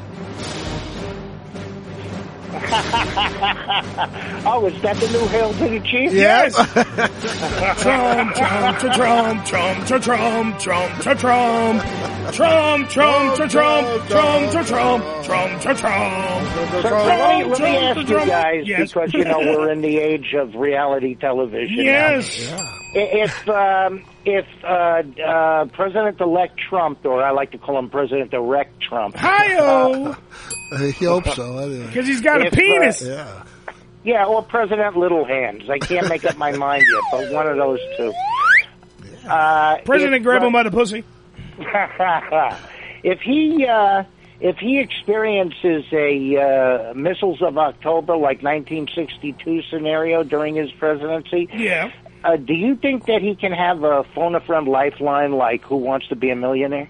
[SPEAKER 5] oh, is that the new Hail to the Chief?
[SPEAKER 14] Yes. Trump, Trump, to Trump, Trump, to Trump, Trump, to Trump, Trump, Trump, to Trump, Trump, to Trump, Trump, to Trump.
[SPEAKER 5] So, so let me, let me
[SPEAKER 14] Trump,
[SPEAKER 5] ask
[SPEAKER 14] Trump.
[SPEAKER 5] you guys,
[SPEAKER 14] Yes.
[SPEAKER 5] because you know we're in the age of reality television.
[SPEAKER 14] Yes.
[SPEAKER 5] Now. I- If um, if uh, uh, President-elect Trump, or I like to call him President-elect Trump, Uh,
[SPEAKER 14] Hi-oh,
[SPEAKER 15] I hope so. Anyway.
[SPEAKER 14] because he's got a
[SPEAKER 5] If, uh,
[SPEAKER 14] penis.
[SPEAKER 15] Yeah.
[SPEAKER 5] Yeah, or President Little Hands. I can't make up my mind yet, but one of those two. Uh,
[SPEAKER 14] President,
[SPEAKER 5] if,
[SPEAKER 14] grab
[SPEAKER 5] uh,
[SPEAKER 14] him by the pussy.
[SPEAKER 5] if he uh, if he experiences a uh, missiles of October like 1962 scenario during his presidency,
[SPEAKER 14] Yeah.
[SPEAKER 5] uh, do you think that he can have a phone a friend lifeline like Who Wants to Be a Millionaire?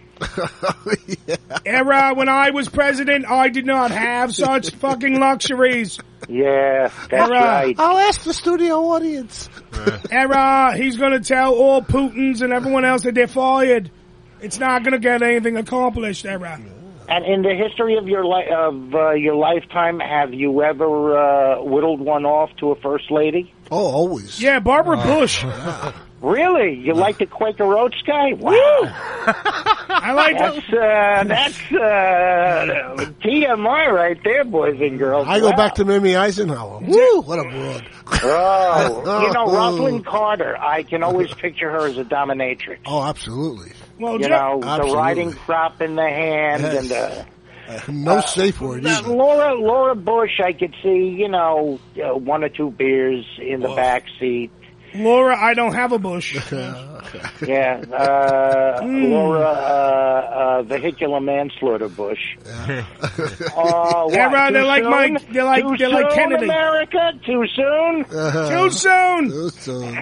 [SPEAKER 14] Era when I was president, I did not have such fucking luxuries.
[SPEAKER 5] Yeah, that's
[SPEAKER 14] Hurrah.
[SPEAKER 5] right.
[SPEAKER 15] I'll ask the studio audience.
[SPEAKER 14] Era, he's gonna tell all Putins and everyone else that they're fired. It's not gonna get anything accomplished, Era.
[SPEAKER 5] And in the history of your li- of uh, your lifetime, have you ever uh, whittled one off to a first lady?
[SPEAKER 15] Oh, always. Oh,
[SPEAKER 14] Yeah, Barbara Bush.
[SPEAKER 5] Really? You like the Quaker Oats guy? Wow.
[SPEAKER 14] I like
[SPEAKER 5] That's
[SPEAKER 14] that.
[SPEAKER 5] uh, that's uh, TMI right there, boys and girls.
[SPEAKER 15] I go
[SPEAKER 5] Wow.
[SPEAKER 15] back to Mamie Eisenhower. Woo! What a broad.
[SPEAKER 5] Oh, you know, Rosalind Carter. I can always picture her as a dominatrix.
[SPEAKER 15] Oh, absolutely.
[SPEAKER 14] Well,
[SPEAKER 5] You
[SPEAKER 14] Jer-
[SPEAKER 5] know,
[SPEAKER 15] Absolutely.
[SPEAKER 5] the riding crop in the hand
[SPEAKER 15] Yes.
[SPEAKER 5] and the. Uh,
[SPEAKER 15] No safe word
[SPEAKER 5] Now,
[SPEAKER 15] either.
[SPEAKER 5] Laura Laura Bush, I could see, you know, uh, one or two beers in
[SPEAKER 15] Oh.
[SPEAKER 5] the back seat.
[SPEAKER 14] Laura, I don't have a bush.
[SPEAKER 5] Yeah, uh,
[SPEAKER 15] Hmm.
[SPEAKER 5] Laura uh, uh, vehicular manslaughter Bush. Oh, what?
[SPEAKER 14] Everyone,
[SPEAKER 5] too
[SPEAKER 14] they're uh, like
[SPEAKER 5] soon?
[SPEAKER 14] Mike- they're like-
[SPEAKER 5] Too
[SPEAKER 14] they're like
[SPEAKER 5] soon,
[SPEAKER 14] Kennedy.
[SPEAKER 5] America, too soon.
[SPEAKER 14] Too soon.
[SPEAKER 15] Too soon.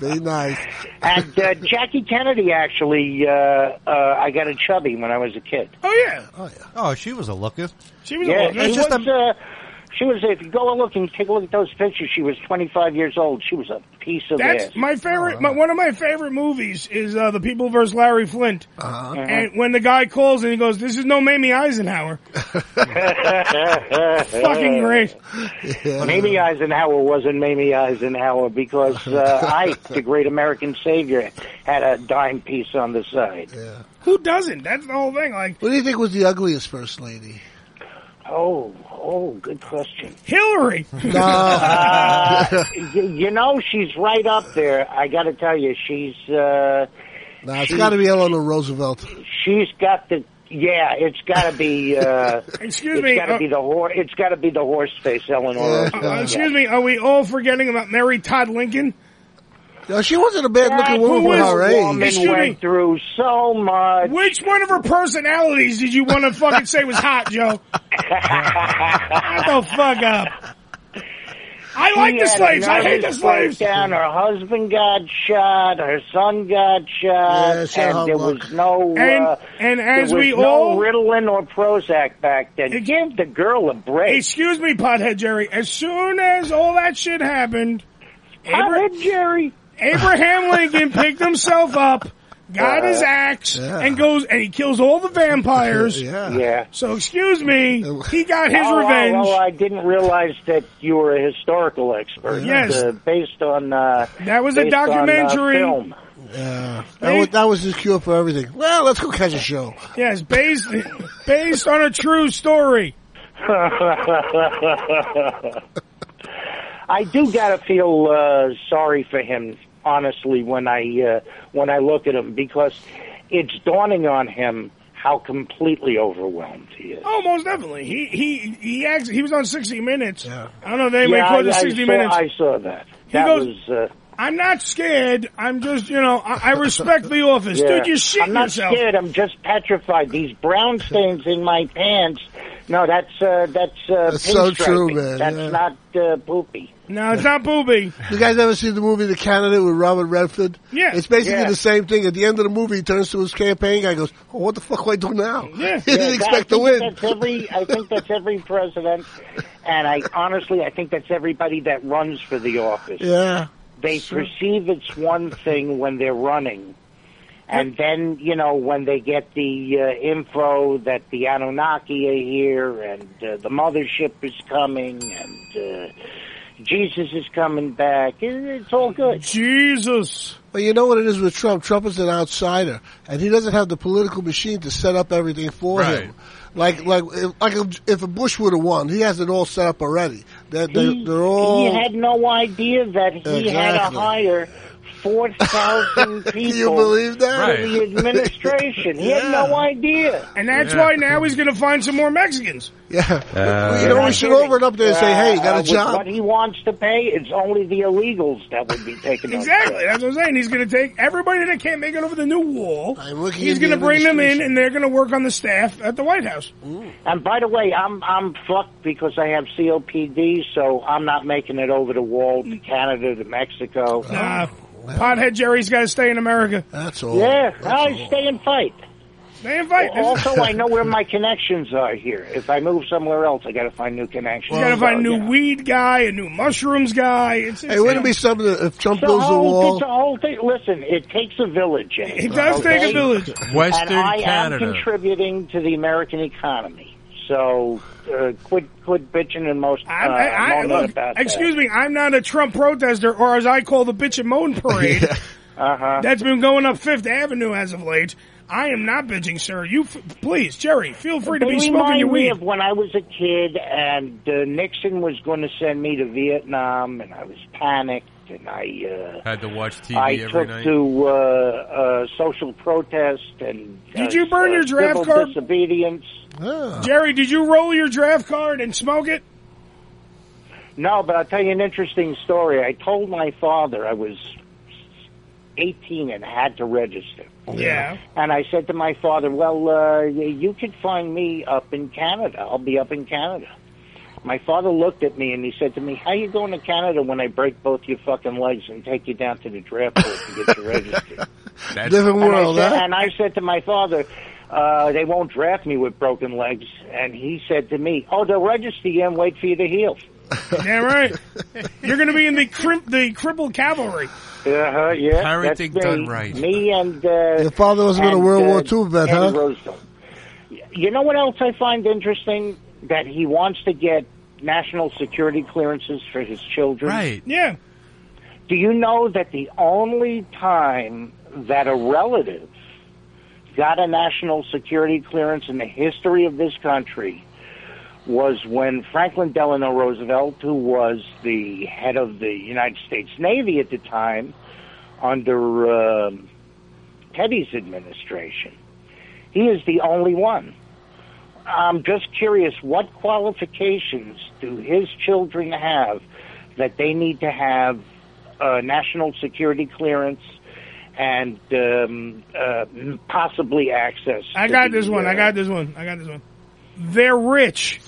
[SPEAKER 15] Be nice.
[SPEAKER 5] And uh, Jackie Kennedy, actually, uh, uh, I got a chubby when I was a kid.
[SPEAKER 14] Oh yeah,
[SPEAKER 7] Oh, she was a looker.
[SPEAKER 14] she was.
[SPEAKER 5] yeah,
[SPEAKER 14] a
[SPEAKER 5] she was. uh, She was, if you go look and take a look at those pictures, she was 25 years old. She was a piece of ass.
[SPEAKER 14] That's my favorite. My, one of my favorite movies is uh, The People vs. Larry Flint.
[SPEAKER 7] Uh-huh.
[SPEAKER 15] Uh-huh.
[SPEAKER 5] Uh-huh.
[SPEAKER 14] And when the guy calls and he goes, "This is no Mamie Eisenhower." Fucking great.
[SPEAKER 5] Mamie Eisenhower wasn't Mamie Eisenhower because uh, Ike, the great American savior, had a dime piece on the side.
[SPEAKER 14] Who doesn't? That's the whole thing. Like,
[SPEAKER 15] what do you think was the ugliest first lady?
[SPEAKER 5] Oh, oh, good question.
[SPEAKER 14] Hillary.
[SPEAKER 15] No.
[SPEAKER 5] Uh, y- you know, she's right up there. I got to tell you, she's. Uh,
[SPEAKER 15] Nah, it's
[SPEAKER 5] she-
[SPEAKER 15] got to be Eleanor Roosevelt.
[SPEAKER 5] She's got the. Yeah, it's got to be. Uh,
[SPEAKER 14] Excuse
[SPEAKER 5] it's
[SPEAKER 14] me,
[SPEAKER 5] Got to
[SPEAKER 14] uh,
[SPEAKER 5] be the horse. It's got to be the horse face, Eleanor. Roosevelt.
[SPEAKER 15] Oh,
[SPEAKER 14] Uh, excuse me, are we all forgetting about Mary Todd Lincoln?
[SPEAKER 15] No, she wasn't a bad-looking woman for her age.
[SPEAKER 14] Excuse
[SPEAKER 15] went
[SPEAKER 14] me.
[SPEAKER 5] through so much.
[SPEAKER 14] Which one of her personalities did you want to fucking say was hot, Joe? Shut the fuck up. I
[SPEAKER 5] She
[SPEAKER 14] like the
[SPEAKER 5] had a
[SPEAKER 14] slaves. I hate the
[SPEAKER 5] nervous
[SPEAKER 14] slaves.
[SPEAKER 5] breakdown. Her husband got shot. Her son got shot.
[SPEAKER 14] Yeah, she had
[SPEAKER 5] and there
[SPEAKER 14] luck.
[SPEAKER 5] was no
[SPEAKER 14] And-
[SPEAKER 5] uh,
[SPEAKER 14] and
[SPEAKER 5] there
[SPEAKER 14] as
[SPEAKER 5] was
[SPEAKER 14] we
[SPEAKER 5] no
[SPEAKER 14] all-
[SPEAKER 5] Ritalin or Prozac back then. Give the girl a break.
[SPEAKER 14] Excuse me, Pothead Jerry. As soon as all that shit happened,
[SPEAKER 5] Pothead Jerry.
[SPEAKER 14] Abraham Lincoln picked himself up, got his
[SPEAKER 15] Yeah.
[SPEAKER 14] axe,
[SPEAKER 15] Yeah.
[SPEAKER 14] and goes and he kills all the vampires.
[SPEAKER 15] Yeah.
[SPEAKER 5] Yeah.
[SPEAKER 14] So excuse me, he got his
[SPEAKER 5] oh, oh,
[SPEAKER 14] revenge.
[SPEAKER 5] Oh, I didn't realize that you were a historical expert.
[SPEAKER 14] Yes.
[SPEAKER 5] uh, based on uh,
[SPEAKER 14] That was a
[SPEAKER 5] based on, uh,
[SPEAKER 14] documentary.
[SPEAKER 5] film.
[SPEAKER 15] Yeah, that was, that was his cure for everything. Well, let's go catch a show.
[SPEAKER 14] Yes, based based on a true story.
[SPEAKER 5] I do gotta feel uh, sorry for him, honestly, when I uh, when I look at him because it's dawning on him how completely overwhelmed he is.
[SPEAKER 14] Oh, most definitely. He he he acts, he was on 60 Minutes. I don't know if anybody
[SPEAKER 5] yeah,
[SPEAKER 14] caught
[SPEAKER 5] I,
[SPEAKER 14] the
[SPEAKER 5] I
[SPEAKER 14] 60
[SPEAKER 5] saw,
[SPEAKER 14] Minutes.
[SPEAKER 5] I saw that.
[SPEAKER 14] He
[SPEAKER 5] That
[SPEAKER 14] goes-
[SPEAKER 5] was. Uh,
[SPEAKER 14] I'm not scared. I'm just, you know, I, I respect the office.
[SPEAKER 5] yeah.
[SPEAKER 14] Dude, you shit
[SPEAKER 5] I'm not
[SPEAKER 14] yourself.
[SPEAKER 5] scared. I'm just petrified. These brown stains in my pants. No, that's uh, that's, uh,
[SPEAKER 15] That's so true,
[SPEAKER 5] pinstriping.
[SPEAKER 15] man,
[SPEAKER 5] That's
[SPEAKER 15] yeah.
[SPEAKER 5] not uh, poopy.
[SPEAKER 14] No, it's not booby.
[SPEAKER 15] You guys ever seen the movie The Candidate with Robert Redford?
[SPEAKER 14] Yeah.
[SPEAKER 15] It's basically
[SPEAKER 5] Yeah.
[SPEAKER 15] the same thing. At the end of the movie, he turns to his campaign guy and goes, oh, what the fuck do I do now? he
[SPEAKER 5] Yeah,
[SPEAKER 15] didn't expect
[SPEAKER 5] I
[SPEAKER 15] to
[SPEAKER 5] think
[SPEAKER 15] win.
[SPEAKER 5] That's every, I think that's every president, and I honestly, I think that's everybody that runs for the office.
[SPEAKER 15] Yeah.
[SPEAKER 5] They perceive it's one thing when they're running, and then you know when they get the uh, info that the Anunnaki are here and uh, the mothership is coming and uh, Jesus is coming back. It, it's all good.
[SPEAKER 14] Jesus.
[SPEAKER 15] Well, you know what it is with Trump? Trump is an outsider, and he doesn't have the political machine to set up everything for
[SPEAKER 5] Right.
[SPEAKER 15] him. Like, like, if, like if- if a Bush would have won, he has it all set up already. They're, they're, they're all.
[SPEAKER 5] He had no idea that he had to
[SPEAKER 15] Oh. Exactly.
[SPEAKER 5] hire 4,000 people
[SPEAKER 15] you believe that?
[SPEAKER 5] for the administration. He had no idea.
[SPEAKER 14] And that's
[SPEAKER 5] Yeah.
[SPEAKER 14] why now he's going to find some more Mexicans.
[SPEAKER 15] Yeah.
[SPEAKER 7] Uh,
[SPEAKER 17] Uh,
[SPEAKER 15] you know, we should over it up there and say, hey, you got a
[SPEAKER 5] uh, with
[SPEAKER 15] job.
[SPEAKER 5] What he wants to pay, it's only the illegals that would be taken on
[SPEAKER 14] Exactly.
[SPEAKER 5] strike.
[SPEAKER 14] That's what I'm saying. He's going to take everybody that can't make it over the new wall.
[SPEAKER 15] looking
[SPEAKER 14] He's
[SPEAKER 15] at
[SPEAKER 14] going to
[SPEAKER 15] the
[SPEAKER 14] bring them in,
[SPEAKER 15] administration.
[SPEAKER 14] and they're going to work on the staff at the White House.
[SPEAKER 5] And by the way, I'm I'm fucked because I have COPD, so I'm not making it over the wall to Canada to Mexico.
[SPEAKER 14] Nah, Pothead Jerry's got to stay in America.
[SPEAKER 15] That's
[SPEAKER 5] yeah, I stay and fight.
[SPEAKER 14] Stay and fight.
[SPEAKER 5] Also, I know where my connections are here. If I move somewhere else, I got to find new connections.
[SPEAKER 14] you got to find a
[SPEAKER 5] So,
[SPEAKER 14] new
[SPEAKER 5] yeah.
[SPEAKER 14] weed guy, a new mushrooms guy. It's, it's,
[SPEAKER 15] Hey, wouldn't it be something that if Trump
[SPEAKER 5] It's a
[SPEAKER 15] builds a
[SPEAKER 5] whole-
[SPEAKER 15] wall?
[SPEAKER 5] It's a whole thing. Listen, it takes a village. James,
[SPEAKER 14] It does
[SPEAKER 5] okay?
[SPEAKER 14] take a village.
[SPEAKER 17] Western
[SPEAKER 5] and I am
[SPEAKER 17] Canada.
[SPEAKER 5] contributing to the American economy. So uh, quit quit bitching and most. Uh,
[SPEAKER 14] I, I, I,
[SPEAKER 5] moaning
[SPEAKER 14] look,
[SPEAKER 5] about
[SPEAKER 14] excuse me, I'm not a Trump protester, or as I call the bitch and moan parade.
[SPEAKER 5] Uh huh.
[SPEAKER 14] That's been going up Fifth Avenue as of late. I am not bitching, sir. You f- please, Jerry, feel free to be smoking
[SPEAKER 5] remind
[SPEAKER 14] your
[SPEAKER 5] me
[SPEAKER 14] weed.
[SPEAKER 5] of when I was a kid, and uh, Nixon was going to send me to Vietnam, and I was panicked, and I
[SPEAKER 17] Had to watch
[SPEAKER 5] uh,
[SPEAKER 17] TV
[SPEAKER 5] I
[SPEAKER 17] every
[SPEAKER 5] took
[SPEAKER 17] night.
[SPEAKER 5] to uh, uh, social protest and
[SPEAKER 14] Did
[SPEAKER 5] uh,
[SPEAKER 14] you burn
[SPEAKER 5] uh,
[SPEAKER 14] your draft
[SPEAKER 5] civil
[SPEAKER 14] card?
[SPEAKER 5] Disobedience.
[SPEAKER 14] Jerry, did you roll your draft card and smoke it?
[SPEAKER 5] No, but I'll tell you an interesting story. I told my father I was 18 and had to register.
[SPEAKER 14] Yeah.
[SPEAKER 5] And I said to my father, Well, uh, you can find me up in Canada. I'll be up in Canada. My father looked at me and he said to me, How you going to Canada when I break both your fucking legs and take you down to the draft board to get you registered?
[SPEAKER 15] Different
[SPEAKER 5] And I
[SPEAKER 15] world,
[SPEAKER 5] said-
[SPEAKER 15] huh?
[SPEAKER 5] And I said to my father, uh, they won't draft me with broken legs. And he said to me, oh, they'll register you and wait for you to heal.
[SPEAKER 14] Damn right. You're going to be in the crimp, the crippled cavalry.
[SPEAKER 5] Uh-huh, yeah.
[SPEAKER 14] Everything
[SPEAKER 5] that's me.
[SPEAKER 14] done right.
[SPEAKER 5] Me and... Uh,
[SPEAKER 15] Your father wasn't in a
[SPEAKER 5] and,
[SPEAKER 15] World
[SPEAKER 5] uh,
[SPEAKER 15] War II vet,
[SPEAKER 5] Teddy
[SPEAKER 15] huh?
[SPEAKER 5] Roosevelt. You know what else I find interesting? That he wants to get national security clearances for his children.
[SPEAKER 14] Right. Yeah.
[SPEAKER 5] Do you know that the only time that a relative got a national security clearance in the history of this country was when Franklin Delano Roosevelt, who was the head of the United States Navy at the time, under um Teddy's administration, he is the only one. I'm just curious what qualifications do his children have that they need to have uh, national security clearance and um, uh, possibly access.
[SPEAKER 14] I
[SPEAKER 5] to
[SPEAKER 14] got
[SPEAKER 5] the,
[SPEAKER 14] this one. I
[SPEAKER 5] uh,
[SPEAKER 14] got this one. I got this one. They're rich.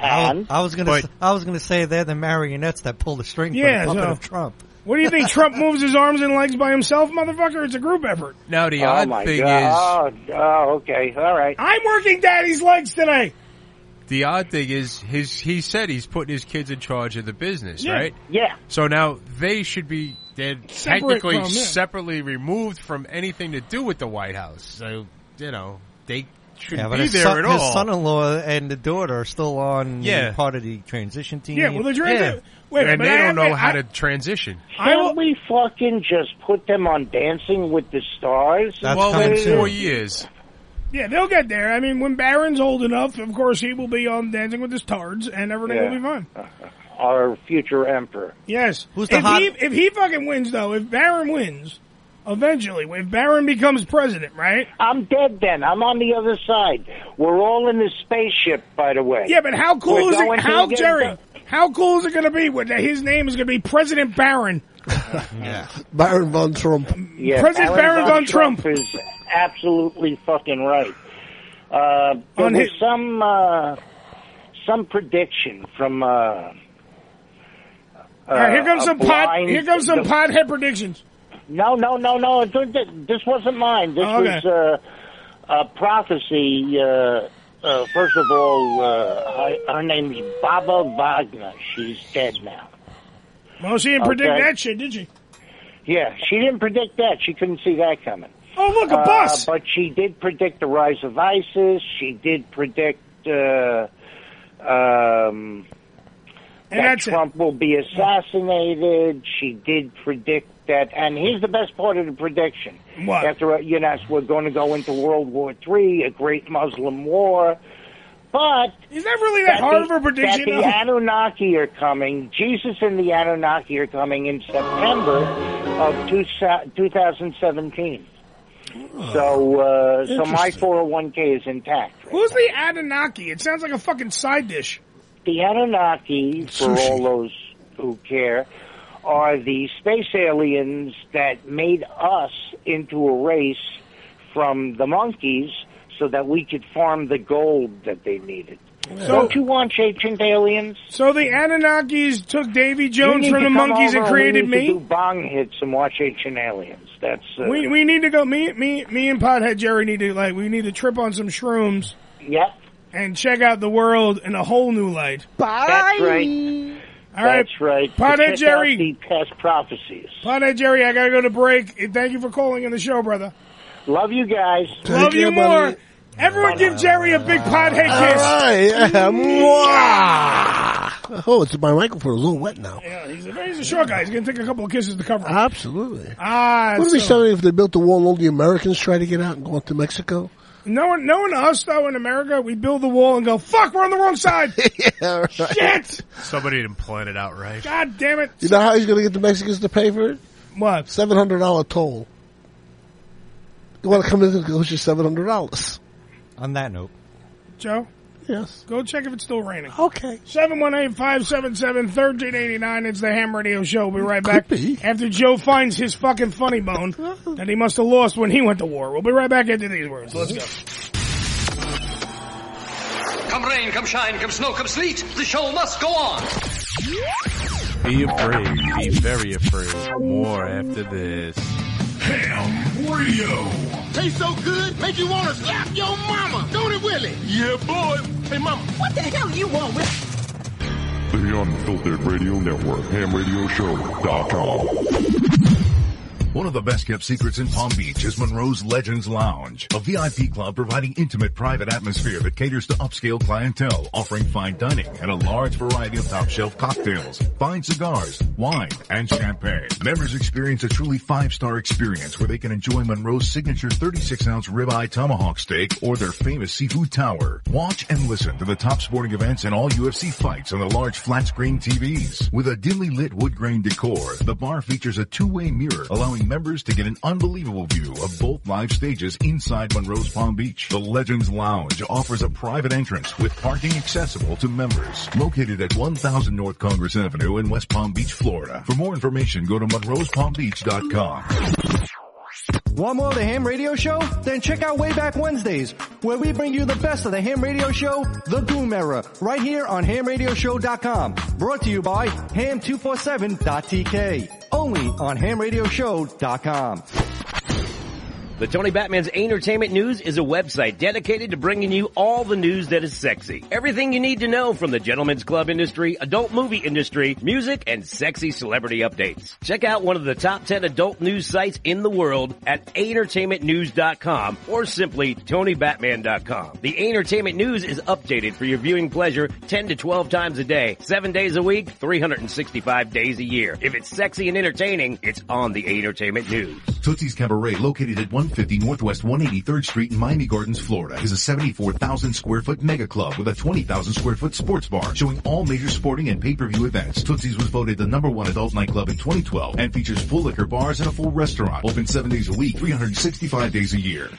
[SPEAKER 7] I, I was gonna, s I was gonna say they're the marionettes that pull the string
[SPEAKER 14] Yeah,
[SPEAKER 7] for the puppet
[SPEAKER 14] so-
[SPEAKER 7] of Trump.
[SPEAKER 14] What do you think? Trump moves his arms and legs by himself, motherfucker? It's a group effort.
[SPEAKER 17] Now the
[SPEAKER 5] oh
[SPEAKER 17] odd
[SPEAKER 5] my
[SPEAKER 17] thing
[SPEAKER 5] God. is. Oh, oh, okay. All right.
[SPEAKER 14] I'm working daddy's legs today.
[SPEAKER 17] The odd thing is his. He said he's putting his kids in charge of the business,
[SPEAKER 14] Yeah.
[SPEAKER 17] right?
[SPEAKER 5] Yeah.
[SPEAKER 17] So now they should be they're
[SPEAKER 14] Separate
[SPEAKER 17] technically
[SPEAKER 14] from, yeah.
[SPEAKER 17] separately removed from anything to do with the White House. So you know they shouldn't
[SPEAKER 7] yeah, but
[SPEAKER 17] be
[SPEAKER 7] his,
[SPEAKER 17] there
[SPEAKER 7] son,
[SPEAKER 17] at all.
[SPEAKER 7] his son-in-law and the daughter are still on
[SPEAKER 17] Yeah.
[SPEAKER 7] part of the transition team.
[SPEAKER 14] Yeah, well, the transi- Yeah. wait a minute,
[SPEAKER 17] and
[SPEAKER 14] but
[SPEAKER 17] they
[SPEAKER 14] I
[SPEAKER 17] don't know
[SPEAKER 14] haven't-
[SPEAKER 17] how
[SPEAKER 14] I-
[SPEAKER 17] to transition.
[SPEAKER 5] Can't we fucking just put them on Dancing with the Stars?
[SPEAKER 17] well, in four years.
[SPEAKER 14] Yeah, they'll get there. I mean, when Barron's old enough, of course he will be on Dancing with his Tards, and everything
[SPEAKER 5] Yeah.
[SPEAKER 14] will be fine.
[SPEAKER 5] Our future emperor.
[SPEAKER 14] Yes.
[SPEAKER 5] Who's the
[SPEAKER 14] if
[SPEAKER 5] hot-
[SPEAKER 14] he if he fucking wins though, if Barron wins, eventually, if Barron becomes president, right?
[SPEAKER 5] I'm dead then. I'm on the other side. We're all in this spaceship, by the way.
[SPEAKER 14] Yeah, but how cool
[SPEAKER 5] We're
[SPEAKER 14] is
[SPEAKER 5] going
[SPEAKER 14] it?
[SPEAKER 5] to
[SPEAKER 14] How
[SPEAKER 5] get
[SPEAKER 14] Jerry?
[SPEAKER 5] the-
[SPEAKER 14] How cool is it going to be when his name is going to be President Barron?
[SPEAKER 15] Baron von Trump.
[SPEAKER 5] Yeah,
[SPEAKER 14] President Barron von
[SPEAKER 5] Trump. is absolutely fucking right. Uh, there
[SPEAKER 14] On
[SPEAKER 5] was
[SPEAKER 14] his-
[SPEAKER 5] some uh, some prediction from. Uh,
[SPEAKER 14] All right, here
[SPEAKER 5] uh,
[SPEAKER 14] comes
[SPEAKER 5] a
[SPEAKER 14] some pot.
[SPEAKER 5] blind-
[SPEAKER 14] Here comes some
[SPEAKER 5] the-
[SPEAKER 14] pothead predictions.
[SPEAKER 5] No, no, no, no. it didn't- This wasn't mine. This
[SPEAKER 14] Oh, okay.
[SPEAKER 5] was uh, a prophecy. Uh, uh, first of all, uh, her, her name's Baba Wagner. She's dead now.
[SPEAKER 14] Well, she didn't predict
[SPEAKER 5] Okay.
[SPEAKER 14] that shit, did she?
[SPEAKER 5] Yeah, she didn't predict that. She couldn't see that coming.
[SPEAKER 14] Oh, look, a
[SPEAKER 5] Uh,
[SPEAKER 14] bus.
[SPEAKER 5] But she did predict the rise of ISIS. She did predict uh, um,
[SPEAKER 14] And
[SPEAKER 5] that
[SPEAKER 14] that's it.
[SPEAKER 5] Trump will be assassinated. She did predict that. And here's the best part of the prediction.
[SPEAKER 14] What?
[SPEAKER 5] After, uh, you know, we're going to go into World War Three, a great Muslim war. But
[SPEAKER 14] Is that really that, hard of
[SPEAKER 5] the,
[SPEAKER 14] a prediction?
[SPEAKER 5] That the Anunnaki are coming. Jesus and the Anunnaki are coming in September of two, thou- 2017. So, uh, so my
[SPEAKER 14] Interesting.
[SPEAKER 5] 401k is intact.
[SPEAKER 14] Who's the Anunnaki? It sounds like a fucking side dish.
[SPEAKER 5] The Anunnaki, for
[SPEAKER 14] Sushi.
[SPEAKER 5] all those who care, are the space aliens that made us into a race from the monkeys so that we could farm the gold that they needed. Don't you want ancient aliens?
[SPEAKER 14] So the Anunnakis took Davy
[SPEAKER 5] We
[SPEAKER 14] Jones
[SPEAKER 5] need
[SPEAKER 14] from
[SPEAKER 5] to
[SPEAKER 14] the
[SPEAKER 5] come
[SPEAKER 14] monkeys
[SPEAKER 5] over
[SPEAKER 14] and created
[SPEAKER 5] we need To do
[SPEAKER 14] me.
[SPEAKER 5] bong hits and watch Ancient Aliens. That's uh,
[SPEAKER 14] We we need to go. Me me me and Pothead Jerry need to like we need to trip on some shrooms
[SPEAKER 5] Yep.
[SPEAKER 14] and check out the world in a whole new light.
[SPEAKER 5] That's right.
[SPEAKER 14] All right,
[SPEAKER 5] That's right.
[SPEAKER 14] Pothead
[SPEAKER 5] Check out
[SPEAKER 14] Jerry.
[SPEAKER 5] The past prophecies.
[SPEAKER 14] Pothead Jerry, I gotta go to break. And Thank you for calling in the show, brother.
[SPEAKER 5] Love you guys.
[SPEAKER 14] Love you more. Everyone, give Jerry a big pothead kiss.
[SPEAKER 15] All right. Yeah. Mwah. Oh, it's my microphone. It's a little wet now.
[SPEAKER 14] Yeah, he's, a, he's a short guy. He's gonna take a couple of kisses to cover. him.
[SPEAKER 15] Absolutely.
[SPEAKER 14] Ah,
[SPEAKER 15] Wouldn't it be
[SPEAKER 14] so-
[SPEAKER 15] something if they built a wall and all the Americans try to get out and go up to Mexico?
[SPEAKER 14] Knowing, knowing us though in America, we build the wall and go, fuck, we're on the wrong side. Shit!
[SPEAKER 17] Somebody didn't plan it out right.
[SPEAKER 14] God damn it.
[SPEAKER 15] You know how he's going to get the Mexicans to pay for it?
[SPEAKER 14] What?
[SPEAKER 15] $700 toll. You want to come in and go, you $700.
[SPEAKER 7] On that note,
[SPEAKER 14] Joe?
[SPEAKER 15] Yes.
[SPEAKER 14] Go check if it's still raining.
[SPEAKER 15] Okay.
[SPEAKER 14] 718-577-1389. It's the Ham Radio Show. We'll be right back after Joe finds his fucking funny bone that he must have lost when he went to war. We'll be right back after these words. Let's go.
[SPEAKER 6] Come rain, come shine, come snow, come sleet, the show must go on.
[SPEAKER 17] Be afraid. Be very afraid. More after this.
[SPEAKER 6] Ham Radio. Tastes so good, make you want to slap your mama. Don't it, Willie?
[SPEAKER 20] Yeah, boy. Hey, mama.
[SPEAKER 6] What the hell you want with?
[SPEAKER 10] The Unfiltered Radio Network, hamradioshow.com.
[SPEAKER 9] One of the best kept secrets in Palm Beach is Monroe's Legends Lounge, a VIP club providing intimate private atmosphere that caters to upscale clientele, offering fine dining and a large variety of top shelf cocktails, fine cigars, wine, and champagne. Members experience a truly five star experience where they can enjoy Monroe's signature 36 ounce ribeye tomahawk steak or their famous seafood tower. Watch and listen to the top sporting events and all UFC fights on the large flat screen TVs. With a dimly lit wood grain decor, the bar features a two-way mirror allowing members to get an unbelievable view of both live stages inside Monroe's Palm Beach. The Legends Lounge offers a private entrance with parking accessible to members. Located at 1000 North Congress Avenue in West Palm Beach, Florida. For more information, go to monroespalmbeach.com.
[SPEAKER 7] Want more of the Ham Radio Show? Then check out Wayback Wednesdays, where we bring you the best of the Ham Radio Show, The Doom Era, right here on HamRadioshow.com. Brought to you by Ham247.tk. Only on HamRadioshow.com.
[SPEAKER 11] The Tony Batman's Entertainment News is a website dedicated to bringing you all the news that is sexy. Everything you need to know from the gentlemen's club industry, adult movie industry, music, and sexy celebrity updates. Check out one of the top 10 adult news sites in the world at entertainmentnews.com or simply tonybatman.com. The Entertainment News is updated for your viewing pleasure 10 to 12 times a day, 7 days a week, 365 days a year. If it's sexy and entertaining, it's on the Entertainment News.
[SPEAKER 9] Tootsie's Cabaret, located at 150 Northwest 183rd Street in Miami Gardens, Florida, is a 74,000 square foot mega club with a 20,000 square foot sports bar showing all major sporting and pay-per-view events. Tootsie's was voted the number one adult nightclub in 2012 and features full liquor bars and a full restaurant, open seven days a week, 365 days a year.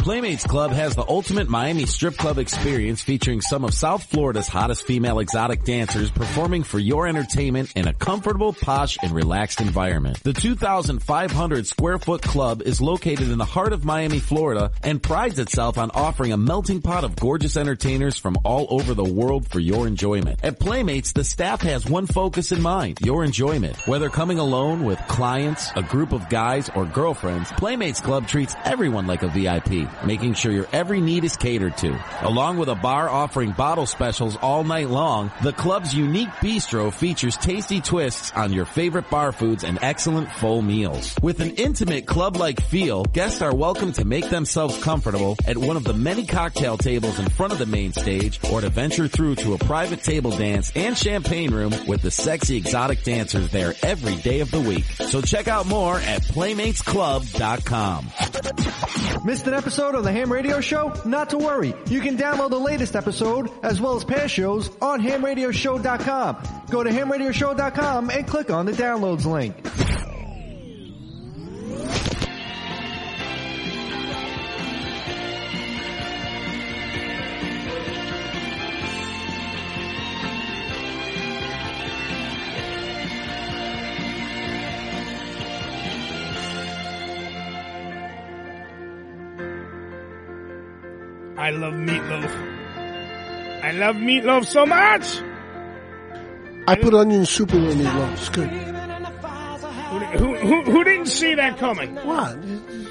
[SPEAKER 8] Playmates Club has the ultimate Miami strip club experience featuring some of South Florida's hottest female exotic dancers performing for your entertainment in a comfortable, posh, and relaxed environment. The 2,500 square foot club is located in the heart of Miami, Florida and prides itself on offering a melting pot of gorgeous entertainers from all over the world for your enjoyment. At Playmates, the staff has one focus in mind, your enjoyment. Whether coming alone with clients, a group of guys, or girlfriends, Playmates Club treats everyone like a VIP making sure your every need is catered to. Along with a bar offering bottle specials all night long, the club's unique bistro features tasty twists on your favorite bar foods and excellent full meals. With an intimate club-like feel, guests are welcome to make themselves comfortable at one of the many cocktail tables in front of the main stage or to venture through to a private table dance and champagne room with the sexy exotic dancers there every day of the week. So check out more at playmatesclub.com.
[SPEAKER 7] Missed an episode of the Ham Radio Show? Not to worry. You can download the latest episode as well as past shows on hamradioshow.com. Go to hamradioshow.com and click on the downloads link.
[SPEAKER 14] I love meatloaf. I love meatloaf so much.
[SPEAKER 15] I put onion soup in my meatloaf. It's good.
[SPEAKER 14] Who, who, who, who didn't see that coming?
[SPEAKER 15] What?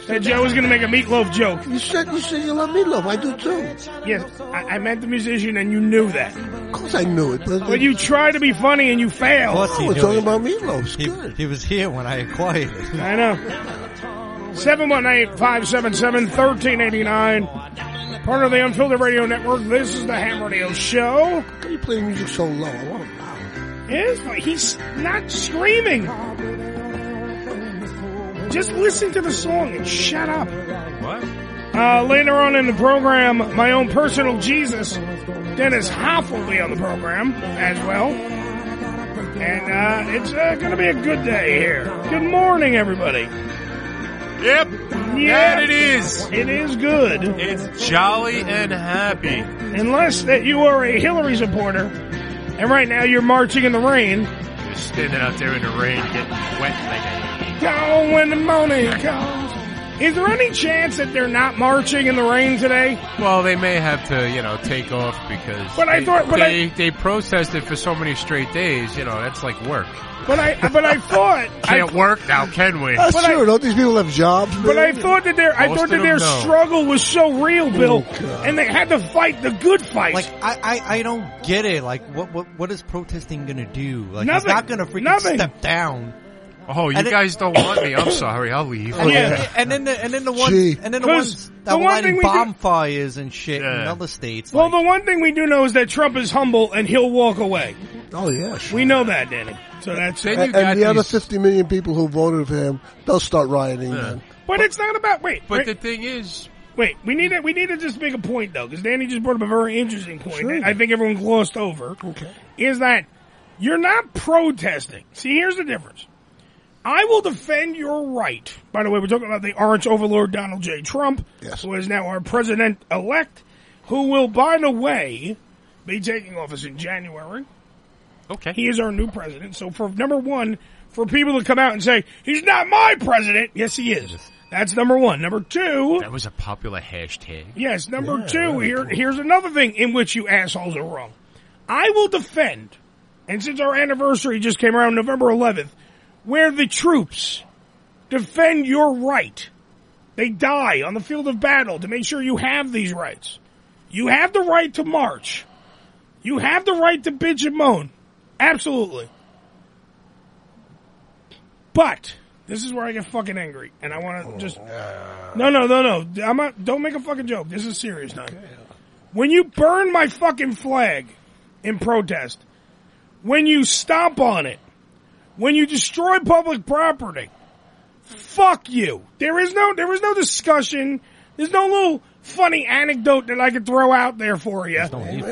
[SPEAKER 14] That Joe was going to make a meatloaf joke.
[SPEAKER 15] You said you said you love meatloaf. I do too.
[SPEAKER 14] Yes, I, I meant the musician, and you knew that. Of
[SPEAKER 15] course, I knew it. But,
[SPEAKER 14] But you tried to be funny, and you failed.
[SPEAKER 21] What's he
[SPEAKER 14] we're
[SPEAKER 21] doing?
[SPEAKER 14] talking
[SPEAKER 15] Oh, about meatloaf. It's
[SPEAKER 21] he, he was here when I acquired it.
[SPEAKER 14] I know. 718-577-1389. Part of the Unfiltered Radio Network. This is the Ham Radio Show.
[SPEAKER 15] Why are you playing music so low? I want to
[SPEAKER 14] Yes, but he's not screaming. Just listen to the song and shut up.
[SPEAKER 17] What?
[SPEAKER 14] Uh, later on in the program, my own personal Jesus, Dennis Hoff, will be on the program as well. And uh, it's uh, going to be a good day here. Good morning, everybody.
[SPEAKER 17] Yep.
[SPEAKER 14] Yeah,
[SPEAKER 17] That it is.
[SPEAKER 14] It is good.
[SPEAKER 17] It's jolly and happy.
[SPEAKER 14] Unless that you are a Hillary supporter, and right now you're marching in the rain.
[SPEAKER 17] You're standing out there in the rain, getting wet like a
[SPEAKER 14] Go when the morning comes. Is there any chance that they're not marching in the rain today?
[SPEAKER 17] Well, they may have to, you know, take off because
[SPEAKER 14] But I
[SPEAKER 17] they,
[SPEAKER 14] thought- but I-
[SPEAKER 17] they, they protested for so many straight days. You know, that's like work.
[SPEAKER 14] But I but I thought
[SPEAKER 17] Can't work now, can we?
[SPEAKER 7] Uh,
[SPEAKER 15] That's
[SPEAKER 14] But I-
[SPEAKER 15] true. Don't these people have jobs?
[SPEAKER 14] But I
[SPEAKER 15] man?
[SPEAKER 14] thought that their I
[SPEAKER 15] Most
[SPEAKER 14] thought
[SPEAKER 15] of
[SPEAKER 14] that
[SPEAKER 15] them
[SPEAKER 14] their
[SPEAKER 15] don't.
[SPEAKER 14] struggle was so real, Bill,
[SPEAKER 7] Oh, God.
[SPEAKER 14] and they had to fight the good fight.
[SPEAKER 7] Like I, I, I don't get it. Like what what what is protesting gonna do? Like it's
[SPEAKER 14] Nothing.
[SPEAKER 7] not gonna freaking
[SPEAKER 14] Nothing.
[SPEAKER 7] step down.
[SPEAKER 17] Oh, you
[SPEAKER 7] And it-
[SPEAKER 17] guys don't want me. I'm sorry. I'll leave.
[SPEAKER 7] And, then, and then the and then the ones
[SPEAKER 17] Gee.
[SPEAKER 7] and then the
[SPEAKER 14] 'Cause
[SPEAKER 7] ones
[SPEAKER 14] the
[SPEAKER 7] that were
[SPEAKER 14] one
[SPEAKER 7] lighting
[SPEAKER 14] thing we do-
[SPEAKER 7] bonfires and shit in other states.
[SPEAKER 14] well, the one thing we do know is that Trump is humble and he'll walk away.
[SPEAKER 15] Oh yeah,
[SPEAKER 14] we know that, Danny. So that's
[SPEAKER 15] A- and, the other 50 million people who voted for him, they'll start rioting then.
[SPEAKER 14] But, it's not about wait.
[SPEAKER 17] But
[SPEAKER 14] wait,
[SPEAKER 17] the thing is,
[SPEAKER 14] wait, we need to we need to just make a point though, because Danny just brought up a very interesting point. that I think everyone glossed over. Okay, is that you're not protesting? See, here's the difference. I will defend your right. By the way, we're talking about the orange overlord Donald J. Trump, who is now our president elect, who will, by the way, be taking office in January.
[SPEAKER 17] Okay.
[SPEAKER 14] He is our new president. So for number one, for people to come out and say, he's not my president. Yes, he is. That's number one. Number two.
[SPEAKER 17] That was a popular hashtag.
[SPEAKER 14] Yes, number two, here, here's another thing in which you assholes are wrong. I will defend, and since our anniversary just came around November 11th, where the troops defend your right. They die on the field of battle to make sure you have these rights. You have the right to march. You have the right to bitch and moan. Absolutely. But this is where I get fucking angry, and I want to just no, no, no, no. I'm not. Don't make a fucking joke. This is serious now. When you burn my fucking flag in protest, when you stomp on it, when you destroy public property, fuck you. There is no. There is no discussion. There's no little funny anecdote that I could throw out there for you.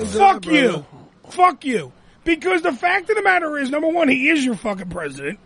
[SPEAKER 14] Fuck you. Fuck you. Because the fact of the matter is, number one, he is your fucking president.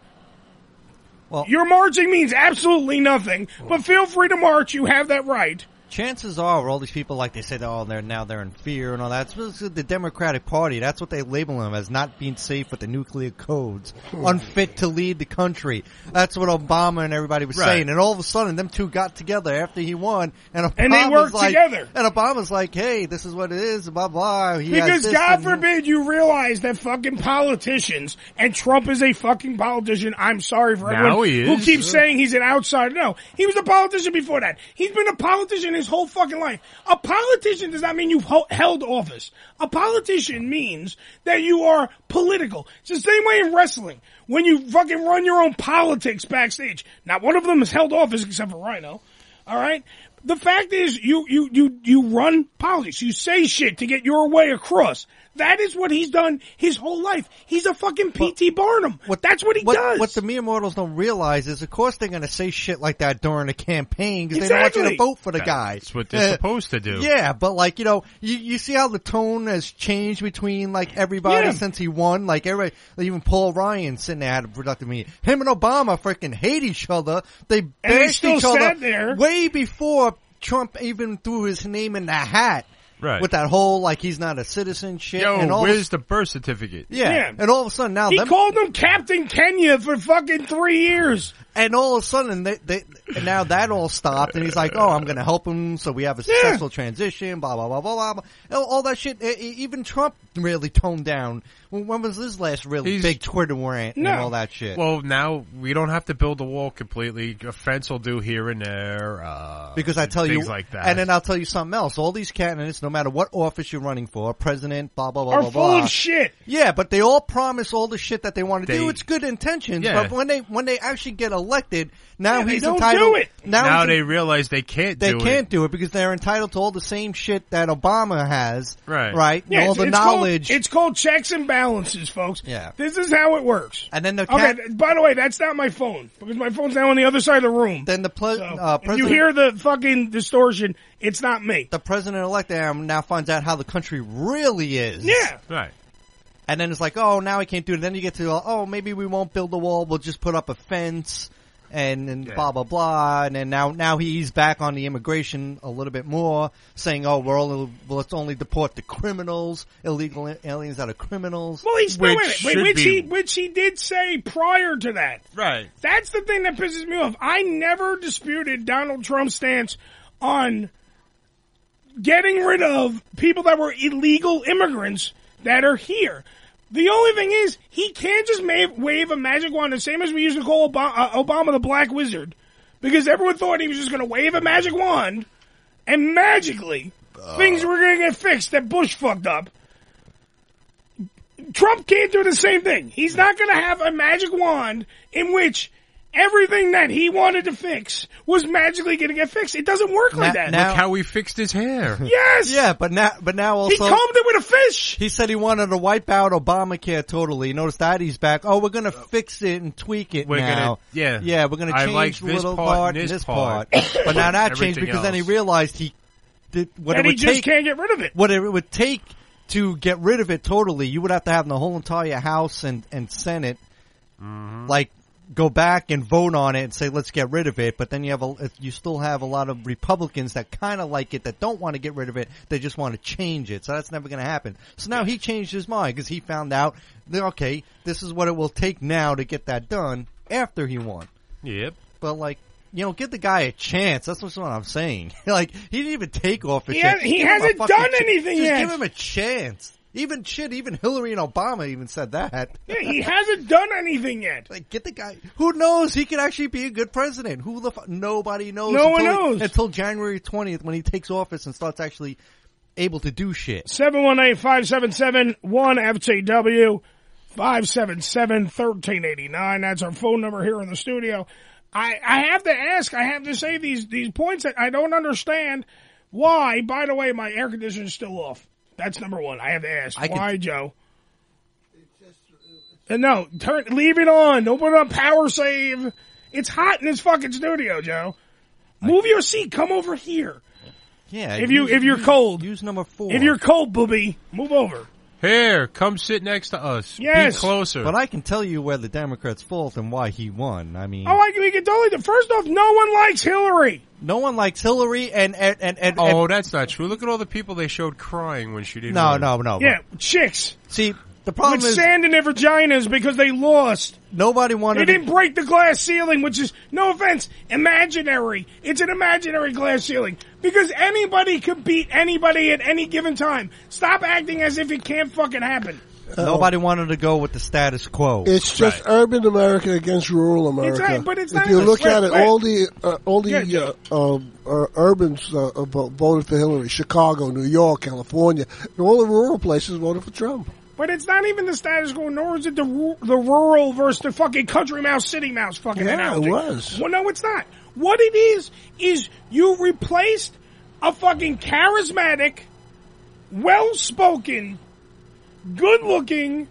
[SPEAKER 14] Your marching means absolutely nothing, but feel free to march. You have that right.
[SPEAKER 7] Chances are, all these people, like they said, oh, they're now they're in fear and all that. It's the Democratic Party. That's what they label them as, not being safe with the nuclear codes,
[SPEAKER 14] Hmm.
[SPEAKER 7] unfit to lead the country. That's what Obama and everybody was
[SPEAKER 22] Right.
[SPEAKER 7] saying. And all of a sudden, them two got together after he won, and Obama's
[SPEAKER 14] And they worked
[SPEAKER 7] like,
[SPEAKER 14] together.
[SPEAKER 7] And Obama's like, hey, this is what it is, blah blah. He has
[SPEAKER 14] because
[SPEAKER 7] this
[SPEAKER 14] God
[SPEAKER 7] and he-
[SPEAKER 14] forbid you realize that fucking politicians and Trump is a fucking politician. I'm sorry for
[SPEAKER 17] Now
[SPEAKER 14] everyone
[SPEAKER 17] he
[SPEAKER 14] who
[SPEAKER 17] is. uh,
[SPEAKER 14] keeps saying he's an outsider. No, he was a politician before that. He's been a politician his whole fucking life. A politician does not mean you've ho- held office. A politician means that you are political. It's the same way in wrestling. When you fucking run your own politics backstage, not one of them has held office except for Rhino. All right. The fact is, you you you you run politics. You say shit to get your way across. That is what he's done his whole life. He's a fucking PT Barnum. That's what he
[SPEAKER 7] what,
[SPEAKER 14] does.
[SPEAKER 7] What the mere mortals don't realize is, of course, they're going to say shit like that during a campaign because they want you
[SPEAKER 14] Exactly.
[SPEAKER 7] to vote for the guy.
[SPEAKER 17] That's what they're
[SPEAKER 7] Uh,
[SPEAKER 17] supposed to do.
[SPEAKER 7] Yeah, but like you know, you, you see how the tone has changed between like everybody
[SPEAKER 17] Yeah.
[SPEAKER 7] since he won. Like everybody, like, even Paul Ryan sitting there had a productive meeting. Him and Obama freaking hate each other. They
[SPEAKER 14] they
[SPEAKER 7] bashed
[SPEAKER 14] still
[SPEAKER 7] each other
[SPEAKER 14] sat there.
[SPEAKER 7] way before Trump even threw his name in the hat.
[SPEAKER 17] Right.
[SPEAKER 7] With that whole like he's not a citizen shit
[SPEAKER 17] Yo,
[SPEAKER 7] and all
[SPEAKER 17] where's
[SPEAKER 7] this-
[SPEAKER 17] the birth certificate?
[SPEAKER 7] yeah. and all of a sudden now
[SPEAKER 14] He
[SPEAKER 7] them-
[SPEAKER 14] called him Captain Kenya for fucking three years.
[SPEAKER 7] And all of a sudden, they, they and now that all stopped, and he's like, "Oh, I'm going to help him, so we have a successful transition." Blah blah blah blah blah. blah. And All that shit. e- e- Even Trump really toned down. When when was his last really
[SPEAKER 17] He's-
[SPEAKER 7] big Twitter rant and all that shit?
[SPEAKER 17] Well, now we don't have to build a wall completely. A fence will do here and there. Uh,
[SPEAKER 7] because I tell
[SPEAKER 17] things
[SPEAKER 7] you,
[SPEAKER 17] like that.
[SPEAKER 7] and then I'll tell you something else. All these candidates, no matter what office you're running for, president, blah blah blah
[SPEAKER 14] Are
[SPEAKER 7] blah
[SPEAKER 14] full
[SPEAKER 7] blah,
[SPEAKER 14] of shit.
[SPEAKER 7] Yeah, but they all promise all the shit that they want to
[SPEAKER 17] They-
[SPEAKER 7] do. It's good intentions,
[SPEAKER 17] Yeah.
[SPEAKER 7] but when they when they actually get elected, now
[SPEAKER 14] Yeah, they
[SPEAKER 7] he's
[SPEAKER 14] don't
[SPEAKER 7] entitled.
[SPEAKER 14] do it.
[SPEAKER 7] Now,
[SPEAKER 17] now
[SPEAKER 7] he's
[SPEAKER 17] they realize they can't
[SPEAKER 7] They
[SPEAKER 17] do
[SPEAKER 7] can't
[SPEAKER 17] it.
[SPEAKER 7] do it because they're entitled to all the same shit that Obama has.
[SPEAKER 17] Right.
[SPEAKER 7] Right?
[SPEAKER 14] Yeah,
[SPEAKER 7] all
[SPEAKER 14] it's-
[SPEAKER 7] the
[SPEAKER 14] it's called-
[SPEAKER 7] knowledge.
[SPEAKER 14] it's called checks and balances, folks.
[SPEAKER 7] Yeah.
[SPEAKER 14] This is how it works.
[SPEAKER 7] and then the
[SPEAKER 14] Okay.
[SPEAKER 7] cat,
[SPEAKER 14] th- By the way, that's not my phone because my phone's now on the other side of the room.
[SPEAKER 7] Then the ple- uh,
[SPEAKER 14] if you
[SPEAKER 7] president-
[SPEAKER 14] hear the fucking distortion, it's not me.
[SPEAKER 7] the president elect now finds out how the country really is.
[SPEAKER 14] Yeah.
[SPEAKER 17] Right.
[SPEAKER 7] And then it's like, oh, now I can't do it. Then you get to, oh, maybe we won't build a wall. We'll just put up a fence. and, and blah blah blah, and then now now he's back on the immigration a little bit more, saying, "Oh, we're only let's only deport the criminals, illegal aliens that are criminals."
[SPEAKER 14] Well, he's no, wait, a minute, which, he, which he did say prior to that.
[SPEAKER 17] Right.
[SPEAKER 14] That's the thing that pisses me off. I never disputed Donald Trump's stance on getting rid of people that were illegal immigrants that are here. The only thing is, he can't just ma- wave a magic wand, the same as we used to call Obama, uh, Obama the Black Wizard, because everyone thought he was just going to wave a magic wand, and magically
[SPEAKER 7] Uh.
[SPEAKER 14] things were going to get fixed that Bush fucked up. Trump can't do the same thing. He's not going to have a magic wand in which everything that he wanted to fix was magically going to get fixed. It doesn't work like that.
[SPEAKER 17] Look how he fixed his hair.
[SPEAKER 14] Yes.
[SPEAKER 7] Yeah, but now, but now also
[SPEAKER 14] he combed it with a fish.
[SPEAKER 7] He said he wanted to wipe out Obamacare totally. Notice that he's back. Oh, we're gonna fix it and tweak it
[SPEAKER 17] Uh, We're gonna-
[SPEAKER 7] now.
[SPEAKER 17] yeah.
[SPEAKER 7] yeah, we're gonna
[SPEAKER 17] I
[SPEAKER 7] change
[SPEAKER 17] like
[SPEAKER 7] the
[SPEAKER 17] this
[SPEAKER 7] little
[SPEAKER 17] part and
[SPEAKER 7] part
[SPEAKER 17] this
[SPEAKER 7] this
[SPEAKER 17] part.
[SPEAKER 7] part. but now that changed
[SPEAKER 17] Everything
[SPEAKER 7] because then he
[SPEAKER 17] else.
[SPEAKER 7] realized he did what
[SPEAKER 14] And
[SPEAKER 7] it
[SPEAKER 14] he
[SPEAKER 7] would
[SPEAKER 14] just
[SPEAKER 7] take,
[SPEAKER 14] can't get rid of it.
[SPEAKER 7] What it would take to get rid of it totally, you would have to have the whole entire House and and Senate Mm-hmm. like go back and vote on it and say let's get rid of it but then you have a you still have a lot of republicans that kind of like it that don't want to get rid of it they just want to change it so that's never going to happen so now he changed his mind because he found out that, okay this is what it will take now to get that done after he won
[SPEAKER 17] Yep.
[SPEAKER 7] but like you know, give the guy a chance. That's what's what I'm saying. like he didn't even take off a
[SPEAKER 14] He
[SPEAKER 7] chance.
[SPEAKER 14] has- he
[SPEAKER 7] Give him a
[SPEAKER 14] hasn't
[SPEAKER 7] fucking
[SPEAKER 14] done
[SPEAKER 7] chance.
[SPEAKER 14] anything
[SPEAKER 7] Just
[SPEAKER 14] yet.
[SPEAKER 7] give him a chance. Even shit. Even Hillary and Obama even said that.
[SPEAKER 14] Yeah, he hasn't done anything yet.
[SPEAKER 7] Like, get the guy. Who knows? He could actually be a good president. Who the fu- nobody knows.
[SPEAKER 14] No one
[SPEAKER 7] until he-
[SPEAKER 14] knows.
[SPEAKER 7] until January twentieth when he takes office and starts actually able to do shit.
[SPEAKER 14] 718-577-1FTW, 577-1389. That's our phone number here in the studio. I, I have to ask, I have to say these, these points that I don't understand why, by the way, my air conditioner's still off. That's number one. I have to ask. why, Joe? Uh, No, turn, leave it on. Don't put it on power save. It's hot in this fucking studio, Joe. Move your seat. Come over here.
[SPEAKER 7] Yeah.
[SPEAKER 14] If you
[SPEAKER 17] use-
[SPEAKER 14] if you're cold,
[SPEAKER 7] use number four.
[SPEAKER 14] If you're cold, Oh, booby, move over.
[SPEAKER 17] Here, come sit next to us. Be closer.
[SPEAKER 7] But I can tell you where the Democrats' fault and why he won. I mean,
[SPEAKER 14] Oh, I we can totally. First off, no one likes Hillary.
[SPEAKER 7] no one likes Hillary and and and, and
[SPEAKER 17] oh,
[SPEAKER 7] and-
[SPEAKER 17] that's not true. Look at all the people they showed crying when she didn't.
[SPEAKER 7] No,
[SPEAKER 17] win.
[SPEAKER 7] no, no.
[SPEAKER 14] Yeah, chicks.
[SPEAKER 7] See, the problem
[SPEAKER 14] with
[SPEAKER 7] is-
[SPEAKER 14] sand in their vaginas because they lost.
[SPEAKER 7] Nobody wanted.
[SPEAKER 14] They
[SPEAKER 7] to-
[SPEAKER 14] didn't break the glass ceiling, which is no offense, imaginary. It's an imaginary glass ceiling because anybody could beat anybody at any given time. Stop acting as if it can't fucking happen.
[SPEAKER 7] Nobody wanted to go with the status quo.
[SPEAKER 15] It's just urban America against rural America.
[SPEAKER 14] right, but it's
[SPEAKER 15] if
[SPEAKER 14] not
[SPEAKER 15] you
[SPEAKER 14] a-
[SPEAKER 15] look
[SPEAKER 14] wait,
[SPEAKER 15] at it,
[SPEAKER 14] wait.
[SPEAKER 15] all the uh, all the uh, um, uh, urbans uh, uh, vo- voted for Hillary. Chicago, New York, California, and all the rural places voted for Trump.
[SPEAKER 14] But it's not even the status quo, nor is it the ru- the rural versus the fucking country mouse, city mouse fucking
[SPEAKER 15] Yeah, it
[SPEAKER 14] analogy.
[SPEAKER 15] was.
[SPEAKER 14] Well, no, it's not. What it is is you replaced a fucking charismatic, well-spoken, good-looking,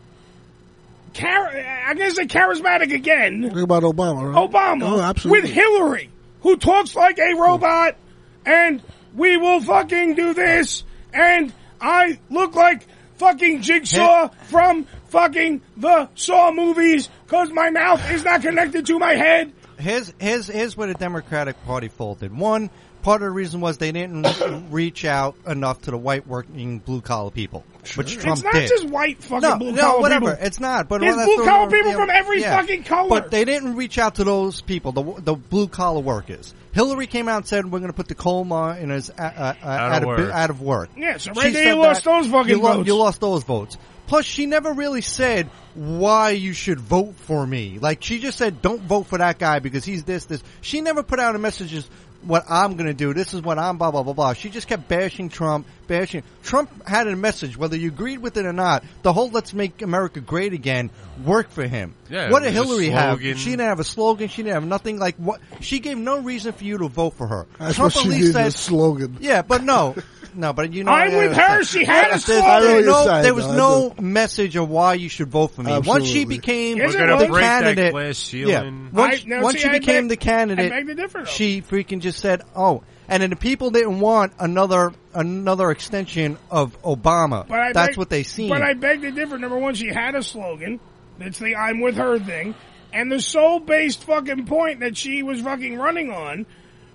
[SPEAKER 14] char- I guess a charismatic again.
[SPEAKER 15] Talk about Obama, right?
[SPEAKER 14] Obama
[SPEAKER 15] Oh, absolutely.
[SPEAKER 14] with Hillary, who talks like a robot, and we will fucking do this, and I look like fucking Jigsaw from fucking the Saw movies, cause my mouth is not connected to my head.
[SPEAKER 7] here's here's here's where the Democratic Party folded. One part of the reason was they didn't reach out enough to the white working blue collar people, which Trump
[SPEAKER 14] it's not
[SPEAKER 7] did.
[SPEAKER 14] just white fucking
[SPEAKER 7] no,
[SPEAKER 14] blue
[SPEAKER 7] no,
[SPEAKER 14] collar
[SPEAKER 7] whatever.
[SPEAKER 14] people.
[SPEAKER 7] It's not. But
[SPEAKER 14] There's
[SPEAKER 7] well, that's
[SPEAKER 14] blue
[SPEAKER 7] the-
[SPEAKER 14] collar people
[SPEAKER 7] yeah,
[SPEAKER 14] from every
[SPEAKER 7] yeah.
[SPEAKER 14] fucking color.
[SPEAKER 7] But they didn't reach out to those people, the the blue collar workers. Hillary came out and said, "We're going to put the coal miners uh, uh, uh,
[SPEAKER 17] Out of
[SPEAKER 7] out, of, bu-
[SPEAKER 17] work.
[SPEAKER 7] out of work."
[SPEAKER 14] Yeah, so
[SPEAKER 7] She
[SPEAKER 14] right there you
[SPEAKER 7] said
[SPEAKER 14] lost
[SPEAKER 7] that.
[SPEAKER 14] those fucking
[SPEAKER 7] you lo-
[SPEAKER 14] votes.
[SPEAKER 7] you lost those votes. Plus, she never really said why you should vote for me. Like she just said, "Don't vote for that guy because he's this, this." She never put out a message as what I'm going to do. This is what I'm blah blah blah blah. She just kept bashing Trump, bashing. Trump had a message, whether you agreed with it or not. The whole "Let's make America great again" worked for him.
[SPEAKER 17] Yeah,
[SPEAKER 7] what
[SPEAKER 17] it
[SPEAKER 7] did
[SPEAKER 17] was a
[SPEAKER 7] Hillary have? She
[SPEAKER 17] slogan.
[SPEAKER 7] didn't have a slogan. She didn't have nothing. Like what? She gave no reason for you to vote for her.
[SPEAKER 15] That's
[SPEAKER 7] Trump
[SPEAKER 15] what
[SPEAKER 7] at
[SPEAKER 15] she
[SPEAKER 7] least
[SPEAKER 15] used as
[SPEAKER 7] said,
[SPEAKER 15] a slogan.
[SPEAKER 7] yeah, but no, no, but you know,
[SPEAKER 14] I'm with her. She had a
[SPEAKER 7] There's-
[SPEAKER 14] slogan. I know what
[SPEAKER 7] There's
[SPEAKER 14] you're
[SPEAKER 7] no,
[SPEAKER 14] saying,
[SPEAKER 7] there was
[SPEAKER 14] though. I
[SPEAKER 7] no message of why you should vote for me. Once she
[SPEAKER 14] Absolutely.
[SPEAKER 7] became
[SPEAKER 14] Yes,
[SPEAKER 7] the
[SPEAKER 14] We're gonna break that
[SPEAKER 7] candidate,
[SPEAKER 17] glass
[SPEAKER 7] yeah,
[SPEAKER 17] ceiling.
[SPEAKER 7] once,
[SPEAKER 14] I- now,
[SPEAKER 7] once
[SPEAKER 14] see,
[SPEAKER 7] she
[SPEAKER 14] I
[SPEAKER 7] became
[SPEAKER 14] beg-
[SPEAKER 7] the candidate,
[SPEAKER 14] I beg to differ, though.
[SPEAKER 7] she freaking just said, "Oh," and then the people didn't want another another extension of Obama.
[SPEAKER 14] But I
[SPEAKER 7] That's
[SPEAKER 14] beg-
[SPEAKER 7] what they seen.
[SPEAKER 14] But I beg to differ. Number one, she had a slogan. It's the "I'm with her" thing, and the sole based fucking point that she was fucking running on,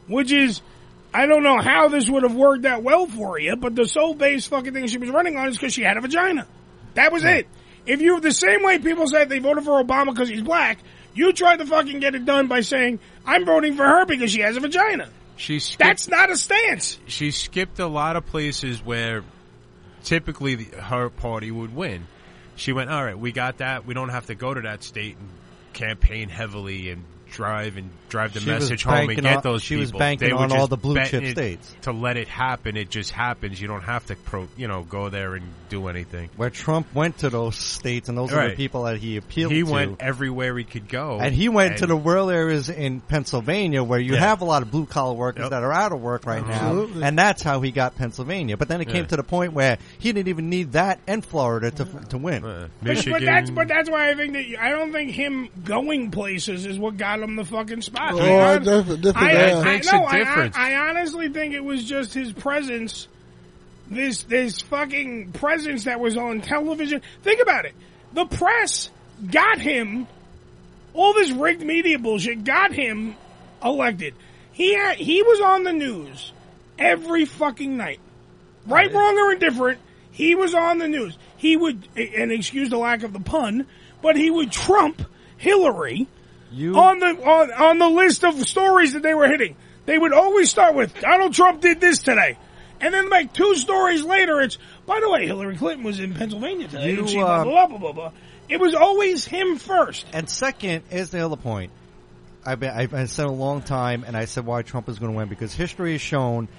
[SPEAKER 14] which is, I don't know how this would have worked that well for you, but the sole based fucking thing she was running on is because she had a vagina. That was it. If you, the same way people said they voted for Obama because he's black, you tried to fucking get it done by saying, I'm voting for her because she has a vagina.
[SPEAKER 17] She skipped,
[SPEAKER 14] That's not a stance.
[SPEAKER 17] she skipped a lot of places where typically the, her party would win. She went, all right, we got that. We don't have to go to that state and campaign heavily and drive and drive the
[SPEAKER 7] She was
[SPEAKER 17] message home and
[SPEAKER 7] banking
[SPEAKER 17] get
[SPEAKER 7] on-
[SPEAKER 17] those
[SPEAKER 7] she
[SPEAKER 17] people.
[SPEAKER 7] was banking
[SPEAKER 17] They were
[SPEAKER 7] on all
[SPEAKER 17] just
[SPEAKER 7] the blue chip
[SPEAKER 17] betting it-
[SPEAKER 7] states.
[SPEAKER 17] to let it happen. It just happens. You don't have to pro, you know, go there and do anything.
[SPEAKER 7] Where Trump went to those states and those are the
[SPEAKER 17] Right.
[SPEAKER 7] people that he appealed to.
[SPEAKER 17] he went everywhere he could go,
[SPEAKER 7] and he went to
[SPEAKER 17] and-
[SPEAKER 7] the rural areas in Pennsylvania where you
[SPEAKER 17] Yeah.
[SPEAKER 7] have a lot of blue collar workers that are out of work right
[SPEAKER 17] Absolutely.
[SPEAKER 7] now. And that's how he got Pennsylvania. But then it came
[SPEAKER 17] Yeah.
[SPEAKER 7] to the point where he didn't even need that and Florida to, to win.
[SPEAKER 17] Uh,
[SPEAKER 14] But that's but that's why I think that I don't think him going places is what got him the fucking spot.
[SPEAKER 15] Oh,
[SPEAKER 14] I, hon-
[SPEAKER 15] defi- definitely.
[SPEAKER 14] I-
[SPEAKER 15] That
[SPEAKER 14] I-
[SPEAKER 15] makes
[SPEAKER 14] no,
[SPEAKER 15] a
[SPEAKER 14] I-
[SPEAKER 15] difference.
[SPEAKER 14] I, honestly think it was just his presence. This this fucking presence that was on television. Think about it. The press got him. All this rigged media bullshit got him elected. He had, he was on the news every fucking night. Right, wrong, or indifferent, he was on the news. He would, and excuse the lack of the pun, but he would trump Hillary on the on, on the list of stories that they were hitting. They would always start with Donald Trump did this today, and then like two stories later, it's by the way Hillary Clinton was in Pennsylvania today.
[SPEAKER 7] You,
[SPEAKER 14] and she blah,
[SPEAKER 7] uh,
[SPEAKER 14] blah, blah, blah, blah. It was always him first.
[SPEAKER 7] And second is the other point. I've been, I've been said a long time, and I said why Trump is going to win because history has shown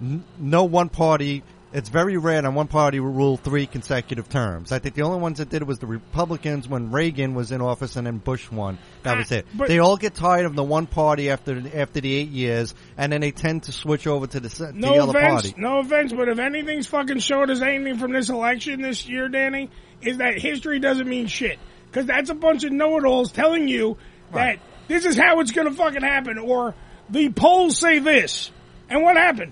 [SPEAKER 7] n- no one party. It's very rare that one party will rule three consecutive terms. I think the only ones that did it was the Republicans when Reagan was in office and then Bush won. That was it.
[SPEAKER 14] Ah, but-
[SPEAKER 7] they all get tired of the one party after after the eight years, and then they tend to switch over to the, se- the
[SPEAKER 14] No
[SPEAKER 7] other
[SPEAKER 14] offense,
[SPEAKER 7] party.
[SPEAKER 14] no offense, but if anything's fucking showed us anything from this election this year, Danny, is that history doesn't mean shit. Because that's a bunch of know-it-alls telling you that this is how it's going to fucking happen, or the polls say this, and what happened?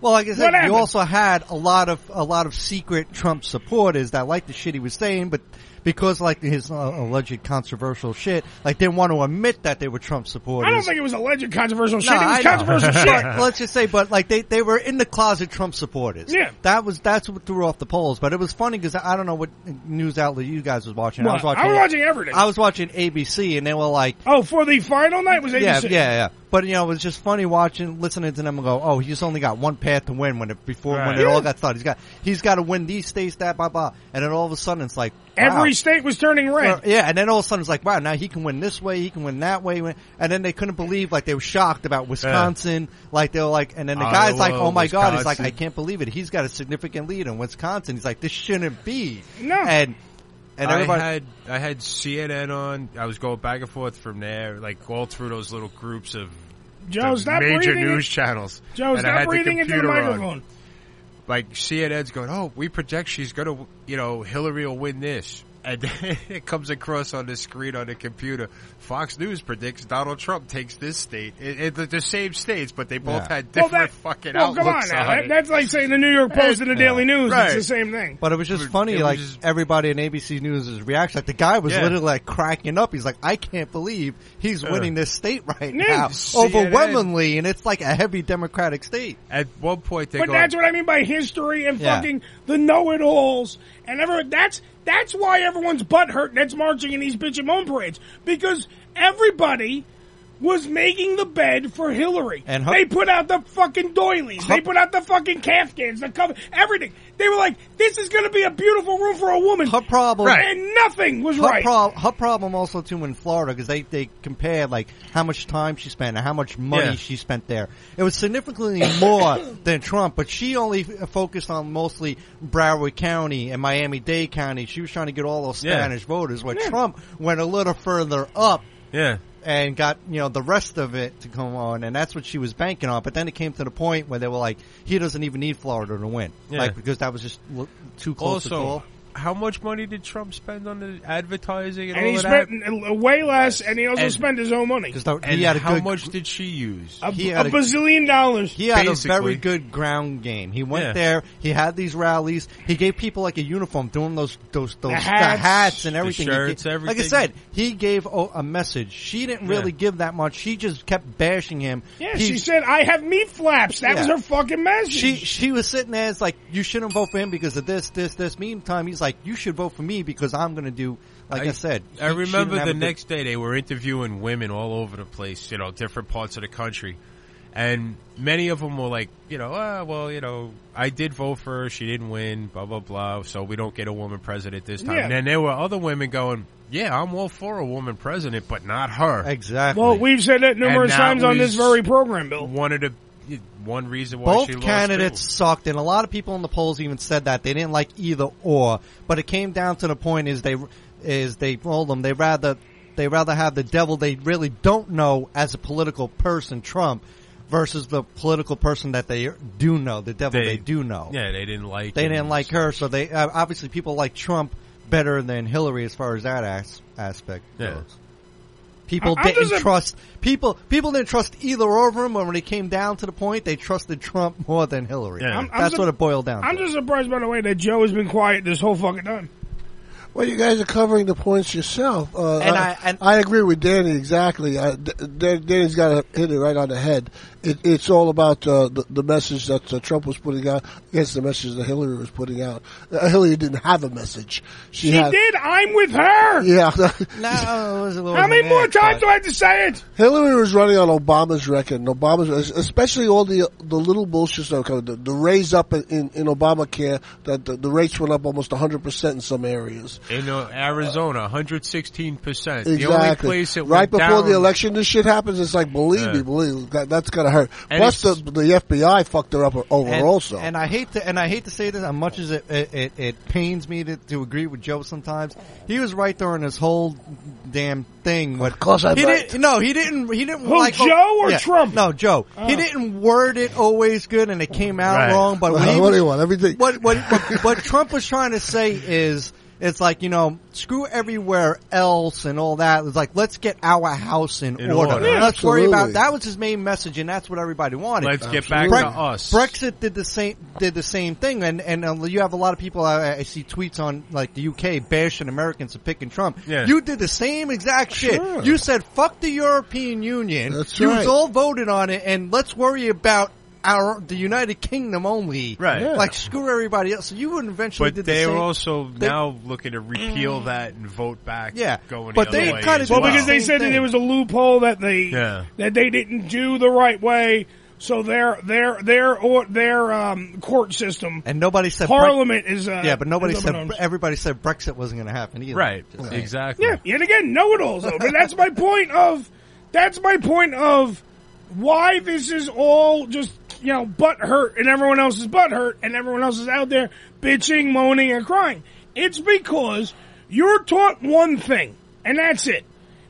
[SPEAKER 7] Well, like I
[SPEAKER 14] What
[SPEAKER 7] said,
[SPEAKER 14] happened?
[SPEAKER 7] you also had a lot of a lot of secret Trump supporters that liked the shit he was saying, but because like his uh, alleged controversial shit, like didn't want to admit that they were Trump supporters.
[SPEAKER 14] I don't think it was alleged controversial shit.
[SPEAKER 7] No,
[SPEAKER 14] It was
[SPEAKER 7] I know.
[SPEAKER 14] controversial shit.
[SPEAKER 7] But let's just say, but like they, they were in the closet Trump supporters.
[SPEAKER 14] Yeah.
[SPEAKER 7] that was that's what threw off the polls. But it was funny because I don't know what news outlet you guys was watching. I was
[SPEAKER 14] Well,
[SPEAKER 7] watching.
[SPEAKER 14] I was watching everything.
[SPEAKER 7] I was watching ABC, and they were like,
[SPEAKER 14] Oh, for the final night was 86.
[SPEAKER 7] yeah, yeah, yeah. But you know, it was just funny watching, listening to them and go, "Oh, he's only got one path to win." When it before, when
[SPEAKER 14] Right.
[SPEAKER 7] it all
[SPEAKER 14] Yeah.
[SPEAKER 7] got started, he's got he's got to win these states, that blah blah, and then all of a sudden it's like wow.
[SPEAKER 14] Every state was turning red.
[SPEAKER 7] Yeah, and then all of a sudden it's like, wow, now he can win this way, he can win that way, and then they couldn't believe, like they were shocked about Wisconsin, like they were like, and then the guy's like,
[SPEAKER 17] Iowa,
[SPEAKER 7] oh my god, he's like,
[SPEAKER 17] Wisconsin.
[SPEAKER 7] I can't believe it, he's got a significant lead in Wisconsin. He's like, this shouldn't be.
[SPEAKER 14] No,
[SPEAKER 7] and and everybody,
[SPEAKER 17] I had I had CNN on. I was going back and forth from there, like all through those little groups of
[SPEAKER 14] Joe,
[SPEAKER 17] the
[SPEAKER 14] stop
[SPEAKER 17] major
[SPEAKER 14] breathing.
[SPEAKER 17] news channels.
[SPEAKER 14] Joe,
[SPEAKER 17] and I
[SPEAKER 14] stop
[SPEAKER 17] had
[SPEAKER 14] breathing
[SPEAKER 17] the
[SPEAKER 14] into the
[SPEAKER 17] computer on.
[SPEAKER 14] microphone.
[SPEAKER 17] Like CNN's going, oh, we project she's going to, you know, Hillary will win this. And then it comes across on the screen on the computer. Fox News predicts Donald Trump takes this state. It, it, they're the same states, but they both
[SPEAKER 7] Yeah.
[SPEAKER 17] had different
[SPEAKER 14] well, that,
[SPEAKER 17] fucking
[SPEAKER 14] well,
[SPEAKER 17] outlooks
[SPEAKER 14] come on now.
[SPEAKER 17] on
[SPEAKER 14] That-
[SPEAKER 17] it.
[SPEAKER 14] that's like saying the New York Post and the
[SPEAKER 17] Yeah.
[SPEAKER 14] Daily News. It's
[SPEAKER 17] Right.
[SPEAKER 14] the same thing.
[SPEAKER 7] But it was just funny,
[SPEAKER 17] it
[SPEAKER 7] like
[SPEAKER 17] was just-
[SPEAKER 7] everybody in ABC News' reaction. Like the guy was
[SPEAKER 17] Yeah. Uh.
[SPEAKER 7] literally like cracking up. He's like, "I can't believe he's
[SPEAKER 17] Yeah.
[SPEAKER 7] winning this state right
[SPEAKER 17] Yeah,
[SPEAKER 7] now,
[SPEAKER 17] CNN.
[SPEAKER 7] overwhelmingly," and it's like a heavy Democratic state.
[SPEAKER 17] At one point, they
[SPEAKER 14] But
[SPEAKER 17] go,
[SPEAKER 14] that's what I mean by history and
[SPEAKER 7] Yeah.
[SPEAKER 14] fucking the know-it-alls and everyone. That's that's why everyone's butt hurt that's marching in these bitch and moan parades because everybody was making the bed for Hillary.
[SPEAKER 7] And
[SPEAKER 14] they put out the fucking doilies. they put out the fucking calfkins, the cover, everything. They were like, "This is going to be a beautiful room for a woman." Her
[SPEAKER 7] problem,
[SPEAKER 14] and nothing was
[SPEAKER 7] her,
[SPEAKER 14] right.
[SPEAKER 7] prob- her problem also too in Florida because they they compared like how much time she spent and how much money
[SPEAKER 17] Yeah.
[SPEAKER 7] she spent there. It was significantly more than Trump, but she only f- focused on mostly Broward County and Miami Dade County. She was trying to get all those
[SPEAKER 17] Yeah.
[SPEAKER 7] Spanish voters, where Trump went a little further up
[SPEAKER 17] yeah.
[SPEAKER 7] and got you know the rest of it to come on, and that's what she was banking on. But then it came to the point where they were like, he doesn't even need Florida to win,
[SPEAKER 17] Yeah.
[SPEAKER 7] like because that was just l- too close. to
[SPEAKER 17] also,
[SPEAKER 7] call.
[SPEAKER 17] how much money did Trump spend on the advertising and,
[SPEAKER 14] And he
[SPEAKER 17] all of that?
[SPEAKER 14] spent uh, way less, and he also
[SPEAKER 17] And-
[SPEAKER 14] spent his own money.
[SPEAKER 17] and how much did she use?
[SPEAKER 14] A- He had a a- bazillion dollars.
[SPEAKER 7] He had
[SPEAKER 14] Basically.
[SPEAKER 7] a very good ground game. He went
[SPEAKER 14] Yeah.
[SPEAKER 7] there. He had these rallies. He gave people like a uniform, doing those those those the
[SPEAKER 14] hats,
[SPEAKER 7] hats and
[SPEAKER 14] the
[SPEAKER 7] everything. He
[SPEAKER 14] shirts,
[SPEAKER 7] gave- Like I
[SPEAKER 14] everything.
[SPEAKER 7] said, he gave oh, a message. She didn't really give that much. She just kept bashing him.
[SPEAKER 14] Yeah,
[SPEAKER 7] He-
[SPEAKER 14] she said, "I have meat flaps." That was
[SPEAKER 7] Yeah.
[SPEAKER 14] her fucking message.
[SPEAKER 7] she she was sitting there. It's like you shouldn't vote for him because of this, this, this. Meantime, he's like, you should vote for me because I'm going to do. Like I, said, he-
[SPEAKER 17] I
[SPEAKER 7] she didn't
[SPEAKER 17] remember
[SPEAKER 7] have
[SPEAKER 17] the
[SPEAKER 7] a good-
[SPEAKER 17] next day they were interviewing women all over the place, you know, different parts of the country. And many of them were like, you know, ah, well, you know, I did vote for her. She didn't win, blah, blah, blah. So we don't get a woman president this time.
[SPEAKER 14] Yeah.
[SPEAKER 17] And then there were other women going, yeah, I'm all for a woman president, but not her.
[SPEAKER 7] Exactly.
[SPEAKER 14] Well, we've said that numerous
[SPEAKER 17] that
[SPEAKER 14] times on
[SPEAKER 17] was
[SPEAKER 14] this very program, Bill.
[SPEAKER 17] One of the, one reason why she
[SPEAKER 7] Both
[SPEAKER 17] lost,
[SPEAKER 7] candidates
[SPEAKER 17] too.
[SPEAKER 7] sucked, and a lot of people in the polls even said that they didn't like either or. But it came down to the point is they is they told them they rather they rather have the devil they really don't know as a political person Trump versus the political person that they do know the devil they, do know.
[SPEAKER 17] Yeah, they didn't like
[SPEAKER 7] They
[SPEAKER 17] him.
[SPEAKER 7] didn't like her, so they uh, obviously people like Trump better than Hillary as far as that as- aspect
[SPEAKER 17] Yeah.
[SPEAKER 7] goes. People
[SPEAKER 14] I- I'm
[SPEAKER 7] didn't
[SPEAKER 14] just a-
[SPEAKER 7] trust people. People didn't trust either of them. But when it came down to the point, they trusted Trump more than Hillary.
[SPEAKER 14] I'm- I'm
[SPEAKER 7] That's
[SPEAKER 14] sur-
[SPEAKER 7] what it boiled down.
[SPEAKER 14] I'm
[SPEAKER 7] to.
[SPEAKER 14] just surprised, by the way, that Joe has been quiet this whole fucking time.
[SPEAKER 15] Well, you guys are covering the points yourself. Uh,
[SPEAKER 14] And
[SPEAKER 15] I,
[SPEAKER 14] I-
[SPEAKER 15] I agree with Danny exactly. I, D- Dan- Danny's got to hit it right on the head. It, it's all about uh, the, the message that uh, Trump was putting out against the message that Hillary was putting out. Uh, Hillary didn't have a message. She,
[SPEAKER 14] She
[SPEAKER 15] had-
[SPEAKER 14] did. I'm with her.
[SPEAKER 15] Yeah.
[SPEAKER 7] no, it was a little
[SPEAKER 14] How many more times do I have to say it?
[SPEAKER 15] Hillary was running on Obama's record. And Obama's, especially all the the little bullshit stuff, coming, the, the raise up in, in, in Obamacare, that the, the rates went up almost 100% in some areas.
[SPEAKER 17] In uh, Arizona, 116%.
[SPEAKER 15] Exactly.
[SPEAKER 17] The only place it
[SPEAKER 15] right
[SPEAKER 17] went
[SPEAKER 15] before
[SPEAKER 17] down-
[SPEAKER 15] the election, this shit happens. It's like, believe me,
[SPEAKER 17] Yeah.
[SPEAKER 15] believe that, that's gonna hurt.
[SPEAKER 7] And
[SPEAKER 15] Plus, the, the FBI fucked her up over
[SPEAKER 7] and,
[SPEAKER 15] also.
[SPEAKER 7] And I hate to and I hate to say this, as much as it it, it, it pains me to, to agree with Joe sometimes. He was right during this whole damn thing. Of
[SPEAKER 15] course I'm
[SPEAKER 7] he
[SPEAKER 15] right.
[SPEAKER 7] didn't, No, he didn't. He didn't
[SPEAKER 15] Who,
[SPEAKER 7] like oh,
[SPEAKER 15] Joe or Oh.
[SPEAKER 7] Trump. No, Joe. He didn't word it always good, and it came out
[SPEAKER 15] Right.
[SPEAKER 7] wrong. But when he
[SPEAKER 15] What
[SPEAKER 7] was-
[SPEAKER 15] do you want? Everything.
[SPEAKER 7] What what what, what Trump was trying to say is. It's like, you know, screw everywhere else and all that. It's like, let's get our house in,
[SPEAKER 17] In
[SPEAKER 7] order.
[SPEAKER 17] order.
[SPEAKER 7] Let's worry about,
[SPEAKER 17] Absolutely.
[SPEAKER 7] that was his main message and that's what everybody wanted.
[SPEAKER 17] Let's get back
[SPEAKER 7] Bre-
[SPEAKER 17] to us.
[SPEAKER 7] Brexit did the same did the same thing, and and uh, you have a lot of people. I, I see tweets on like the UK bashing Americans for picking Trump.
[SPEAKER 17] Yeah.
[SPEAKER 7] You did the same exact shit.
[SPEAKER 17] Sure.
[SPEAKER 7] You said fuck the European Union.
[SPEAKER 15] That's
[SPEAKER 7] you
[SPEAKER 15] right.
[SPEAKER 7] all voted on it, and let's worry about. Our the United Kingdom only,
[SPEAKER 17] Right. Yeah.
[SPEAKER 7] Like screw everybody else. So you would eventually
[SPEAKER 17] But
[SPEAKER 7] did
[SPEAKER 17] they
[SPEAKER 7] the same.
[SPEAKER 17] were also
[SPEAKER 7] They-
[SPEAKER 17] now looking to repeal that and vote back.
[SPEAKER 7] Yeah,
[SPEAKER 17] going
[SPEAKER 7] but
[SPEAKER 17] the
[SPEAKER 7] they
[SPEAKER 17] other way
[SPEAKER 7] kinda
[SPEAKER 17] as
[SPEAKER 7] did
[SPEAKER 17] well.
[SPEAKER 7] the
[SPEAKER 14] Because they said that it was a loophole that they
[SPEAKER 17] Yeah.
[SPEAKER 14] that they didn't do the right way. So their their their or their um, court system
[SPEAKER 7] and nobody said
[SPEAKER 14] Parliament is uh,
[SPEAKER 7] yeah, but nobody
[SPEAKER 14] is
[SPEAKER 7] said
[SPEAKER 14] overrun.
[SPEAKER 7] everybody said Brexit wasn't going to happen either.
[SPEAKER 17] Right.
[SPEAKER 7] Just saying.
[SPEAKER 17] Exactly.
[SPEAKER 14] Yeah, yet again, know it alls. But that's my point of that's my point of why this is all just you know butt hurt and everyone else is butt hurt and everyone else is out there bitching, moaning, and crying. It's because you're taught one thing, and that's it.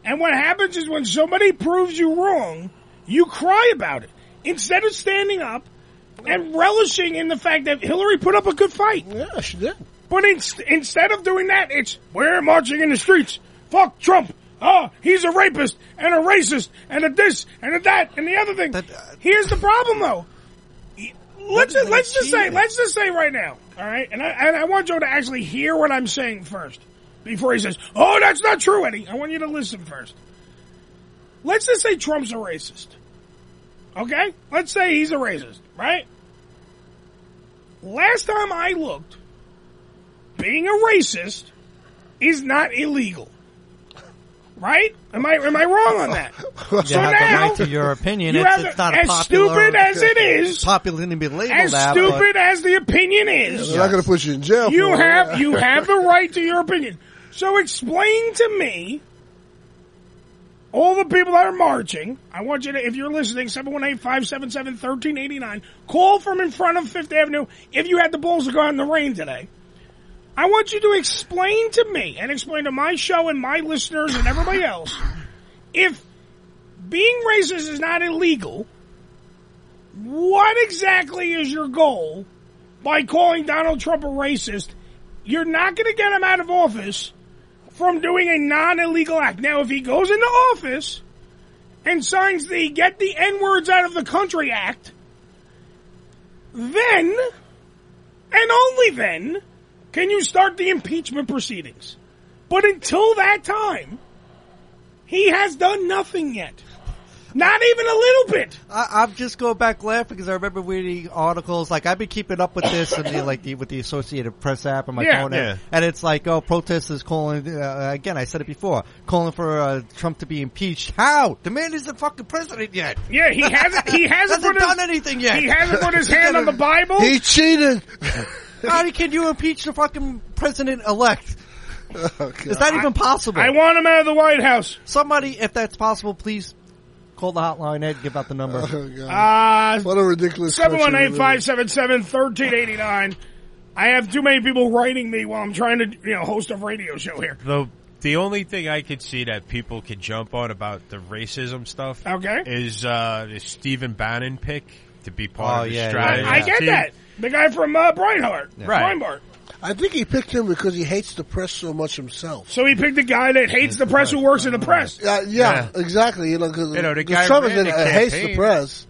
[SPEAKER 14] And what happens is when somebody proves you wrong, you cry about it instead of standing up and relishing in the fact that Hillary put up a good fight.
[SPEAKER 15] Yeah, she did.
[SPEAKER 14] But in, instead of doing that, it's we're marching in the streets. Fuck Trump. Oh, he's a rapist and a racist and a this and a that and the other thing.
[SPEAKER 15] uh,
[SPEAKER 14] Here's the problem, though. Let's
[SPEAKER 22] That is
[SPEAKER 14] let's just say
[SPEAKER 22] cheating.
[SPEAKER 14] let's just say right now, all right. And I and I want Joe to actually hear what I'm saying first before he says, "Oh, that's not true, Eddie." I want you to listen first. Let's just say Trump's a racist. Okay, let's say he's a racist, right? Last time I looked, being a racist is not illegal. Right? Am I am I wrong on that?
[SPEAKER 7] You
[SPEAKER 14] so
[SPEAKER 7] have the
[SPEAKER 14] now,
[SPEAKER 7] right to your opinion.
[SPEAKER 14] you
[SPEAKER 7] it's,
[SPEAKER 14] have-
[SPEAKER 7] it's not a
[SPEAKER 14] as
[SPEAKER 7] popular,
[SPEAKER 14] stupid as it is-
[SPEAKER 7] popular to be labeled
[SPEAKER 14] as
[SPEAKER 7] that, but-
[SPEAKER 14] stupid as the opinion is,
[SPEAKER 15] They're not gonna put you in jail.
[SPEAKER 14] you
[SPEAKER 15] for it.
[SPEAKER 14] have you have the right to your opinion. So explain to me all the people that are marching. I want you to if you're listening 718-577-1389, call from in front of 5th Avenue if you had the balls to go out in the rain today. I want you to explain to me and explain to my show and my listeners and everybody else if being racist is not illegal, what exactly is your goal by calling Donald Trump a racist You're not going to get him out of office from doing a non-illegal act. Now, if he goes into office and signs the Get the N-Words Out of the Country Act, then, and only then, can you start the impeachment proceedings. But until that time, he has done nothing yet. Not even a little bit.
[SPEAKER 7] I, I'm just going back laughing because I remember reading articles like I've been keeping up with this and the, like the, with the Associated Press app on my
[SPEAKER 14] Yeah.
[SPEAKER 7] phone,
[SPEAKER 14] Yeah.
[SPEAKER 7] And, and it's like, oh, protesters calling uh, again. I said it before, calling for uh, Trump to be impeached. How the man isn't fucking president yet.
[SPEAKER 14] Yeah, he hasn't. He hasn't
[SPEAKER 7] Hasn't
[SPEAKER 14] put his-
[SPEAKER 7] done anything yet.
[SPEAKER 14] He hasn't put his hand on the Bible.
[SPEAKER 7] He
[SPEAKER 15] cheated.
[SPEAKER 7] How can you impeach the fucking president elect?
[SPEAKER 15] Oh,
[SPEAKER 7] Is that even possible?
[SPEAKER 14] I want him out of the White House.
[SPEAKER 7] Somebody, if that's possible, please call the hotline. Ed, give out the number.
[SPEAKER 14] Uh,
[SPEAKER 15] what a Oh, ridiculous
[SPEAKER 14] Seven one eight five seven seven thirteen eighty nine. I have too many people writing me while I'm trying to, you know, host a radio show here.
[SPEAKER 17] The the only thing I could see that people could jump on about the racism stuff,
[SPEAKER 14] Okay.
[SPEAKER 17] is uh, the Stephen Bannon pick to be part
[SPEAKER 7] Oh,
[SPEAKER 17] of the
[SPEAKER 7] yeah, yeah,
[SPEAKER 17] strategy.
[SPEAKER 14] I get
[SPEAKER 17] team.
[SPEAKER 14] that. The guy from uh, Breitbart.
[SPEAKER 17] Right.
[SPEAKER 14] Breitbart.
[SPEAKER 15] I think he picked him because he hates the press so much himself.
[SPEAKER 14] So he picked a guy that hates the press who works in the press.
[SPEAKER 15] Yeah, yeah, exactly. You know, because
[SPEAKER 14] You know, the guy
[SPEAKER 15] Trump is
[SPEAKER 14] ran
[SPEAKER 15] gonna,
[SPEAKER 14] the
[SPEAKER 15] uh, hates the
[SPEAKER 14] campaign.
[SPEAKER 15] press.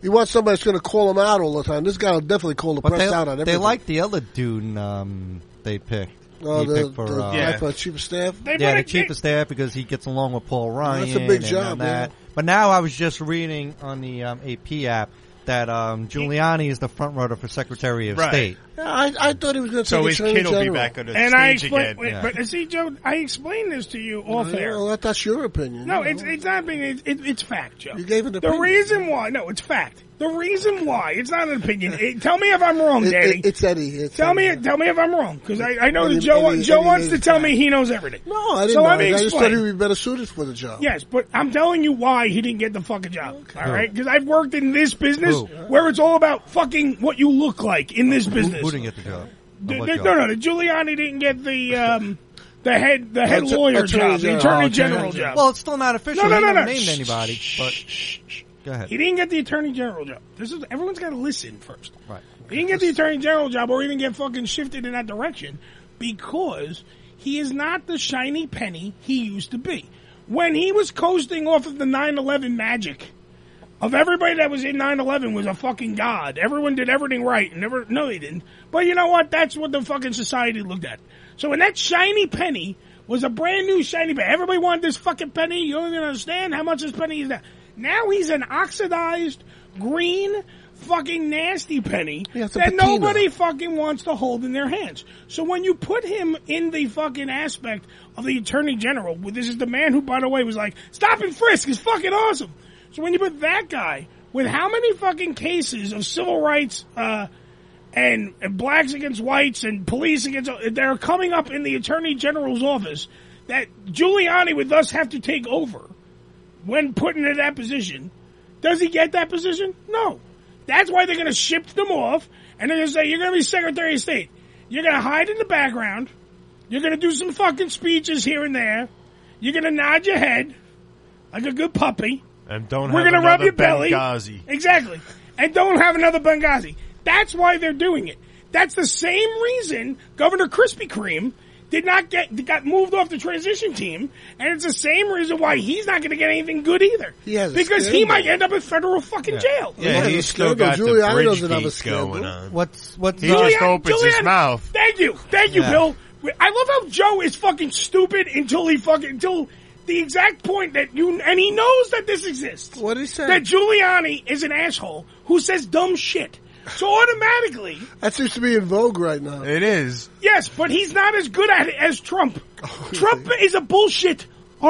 [SPEAKER 15] You want somebody that's going to call him out all the time. This guy will definitely call the
[SPEAKER 7] But
[SPEAKER 15] press
[SPEAKER 7] they,
[SPEAKER 15] out on
[SPEAKER 7] they
[SPEAKER 15] everything.
[SPEAKER 7] like the other dude um, they picked.
[SPEAKER 15] Oh,
[SPEAKER 7] he
[SPEAKER 15] the-
[SPEAKER 7] picked for,
[SPEAKER 15] the
[SPEAKER 7] uh,
[SPEAKER 15] guy Yeah. for chief of staff? They
[SPEAKER 7] yeah,
[SPEAKER 15] put
[SPEAKER 7] the
[SPEAKER 15] a-
[SPEAKER 7] chief of staff because he gets along with Paul Ryan.
[SPEAKER 15] that's a big
[SPEAKER 7] and
[SPEAKER 15] job,
[SPEAKER 7] all that. But now I was just reading on the um, AP app that um, Giuliani is the front runner for Secretary of
[SPEAKER 17] Right.
[SPEAKER 7] State.
[SPEAKER 15] Yeah, I, I thought he was going to
[SPEAKER 17] So
[SPEAKER 15] take
[SPEAKER 17] his
[SPEAKER 15] Attorney
[SPEAKER 17] kid will be
[SPEAKER 15] General.
[SPEAKER 17] back on the
[SPEAKER 14] And I explain,
[SPEAKER 17] again.
[SPEAKER 14] wait,
[SPEAKER 17] Yeah.
[SPEAKER 14] but see, Joe, I explained this to you off
[SPEAKER 15] Yeah,
[SPEAKER 14] air.
[SPEAKER 15] well, that's your opinion.
[SPEAKER 14] No, it's it's not being it, it, it's fact, Joe. You
[SPEAKER 15] gave an
[SPEAKER 14] The
[SPEAKER 15] opinion.
[SPEAKER 14] reason why, no, it's fact. The reason why it's not an opinion. It- tell me if I'm wrong,
[SPEAKER 15] It- it-
[SPEAKER 14] Daddy.
[SPEAKER 15] it's Eddie. It's
[SPEAKER 14] tell
[SPEAKER 15] Eddie.
[SPEAKER 14] me, tell me if I'm wrong, because I, I know
[SPEAKER 15] Eddie-
[SPEAKER 14] that Joe
[SPEAKER 15] Eddie-
[SPEAKER 14] Joe
[SPEAKER 15] Eddie
[SPEAKER 14] wants to
[SPEAKER 15] knows
[SPEAKER 14] tell me he knows everything.
[SPEAKER 15] No, I didn't
[SPEAKER 14] so
[SPEAKER 15] know.
[SPEAKER 14] Let me
[SPEAKER 15] I just
[SPEAKER 14] explain.
[SPEAKER 15] thought he'd be better suited for the job.
[SPEAKER 14] Yes, but I'm telling you why he didn't get the fucking job. All right, because I've worked in this business
[SPEAKER 7] Who?
[SPEAKER 14] where it's all about fucking what you look like in this business.
[SPEAKER 7] Who didn't get the job?
[SPEAKER 14] The-
[SPEAKER 7] Of what
[SPEAKER 14] the-
[SPEAKER 7] job?
[SPEAKER 14] no, no, the Giuliani didn't get the um, the head the head
[SPEAKER 7] Attor-
[SPEAKER 14] lawyer
[SPEAKER 7] attorney
[SPEAKER 14] job, the
[SPEAKER 7] general.
[SPEAKER 14] attorney
[SPEAKER 7] Oh,
[SPEAKER 14] general job.
[SPEAKER 7] Well, it's still not official.
[SPEAKER 14] No, no,
[SPEAKER 7] He
[SPEAKER 14] no,
[SPEAKER 7] never
[SPEAKER 14] no.
[SPEAKER 7] named anybody. But go ahead.
[SPEAKER 14] He didn't get the attorney general job. This is everyone's got to listen first.
[SPEAKER 7] Right.
[SPEAKER 14] He didn't get the attorney general job or even get fucking shifted in that direction because he is not the shiny penny he used to be. When he was coasting off of the 9/11 magic of everybody that was in 9/11 was a fucking god. Everyone did everything right. and Never no they didn't. But you know what? That's what the fucking society looked at. So when that shiny penny was a brand new shiny penny, everybody wanted this fucking penny. You don't even understand how much this penny is now. Now he's an oxidized green fucking nasty penny
[SPEAKER 15] it's a
[SPEAKER 14] that
[SPEAKER 15] patina.
[SPEAKER 14] nobody fucking wants to hold in their hands. So when you put him in the fucking aspect of the attorney general, well, this is the man who, by the way, was like, stop and frisk is fucking awesome. So when you put that guy with how many fucking cases of civil rights, uh, and, and blacks against whites and police against, they're coming up in the attorney general's office that Giuliani would thus have to take over when put into that position. Does he get that position? No. That's why they're going to ship them off, and they're going to say, you're going to be Secretary of State. You're going to hide in the background. You're going to do some fucking speeches here and there. You're going to nod your head like a good puppy.
[SPEAKER 17] And don't
[SPEAKER 14] We're
[SPEAKER 17] have
[SPEAKER 14] going to rub
[SPEAKER 17] another
[SPEAKER 14] your belly.
[SPEAKER 17] Benghazi.
[SPEAKER 14] Exactly. And don't have another Benghazi. That's why they're doing it. That's the same reason Governor Krispy Kreme did not get, got moved off the transition team. And it's the same reason why he's not going to get anything good either. He
[SPEAKER 15] has a
[SPEAKER 14] because he
[SPEAKER 15] scandal.
[SPEAKER 14] might end up in federal fucking jail.
[SPEAKER 17] Yeah, he's still got the
[SPEAKER 15] Giuliani
[SPEAKER 17] bridge
[SPEAKER 15] doesn't have a
[SPEAKER 17] beat
[SPEAKER 15] scandal.
[SPEAKER 17] going on.
[SPEAKER 7] What's what's
[SPEAKER 17] He just opens his mouth.
[SPEAKER 14] Thank you, thank you,
[SPEAKER 17] Yeah.
[SPEAKER 14] Bill. I love how Joe is fucking stupid until he fucking until the exact point that you and he knows that this exists. What
[SPEAKER 15] he say?
[SPEAKER 14] That Giuliani is an asshole who says dumb shit. So automatically,
[SPEAKER 15] That seems to be in vogue right now.
[SPEAKER 17] It is.
[SPEAKER 14] yes, but he's not as good at it as Trump.
[SPEAKER 15] Oh,
[SPEAKER 14] Trump is a bullshit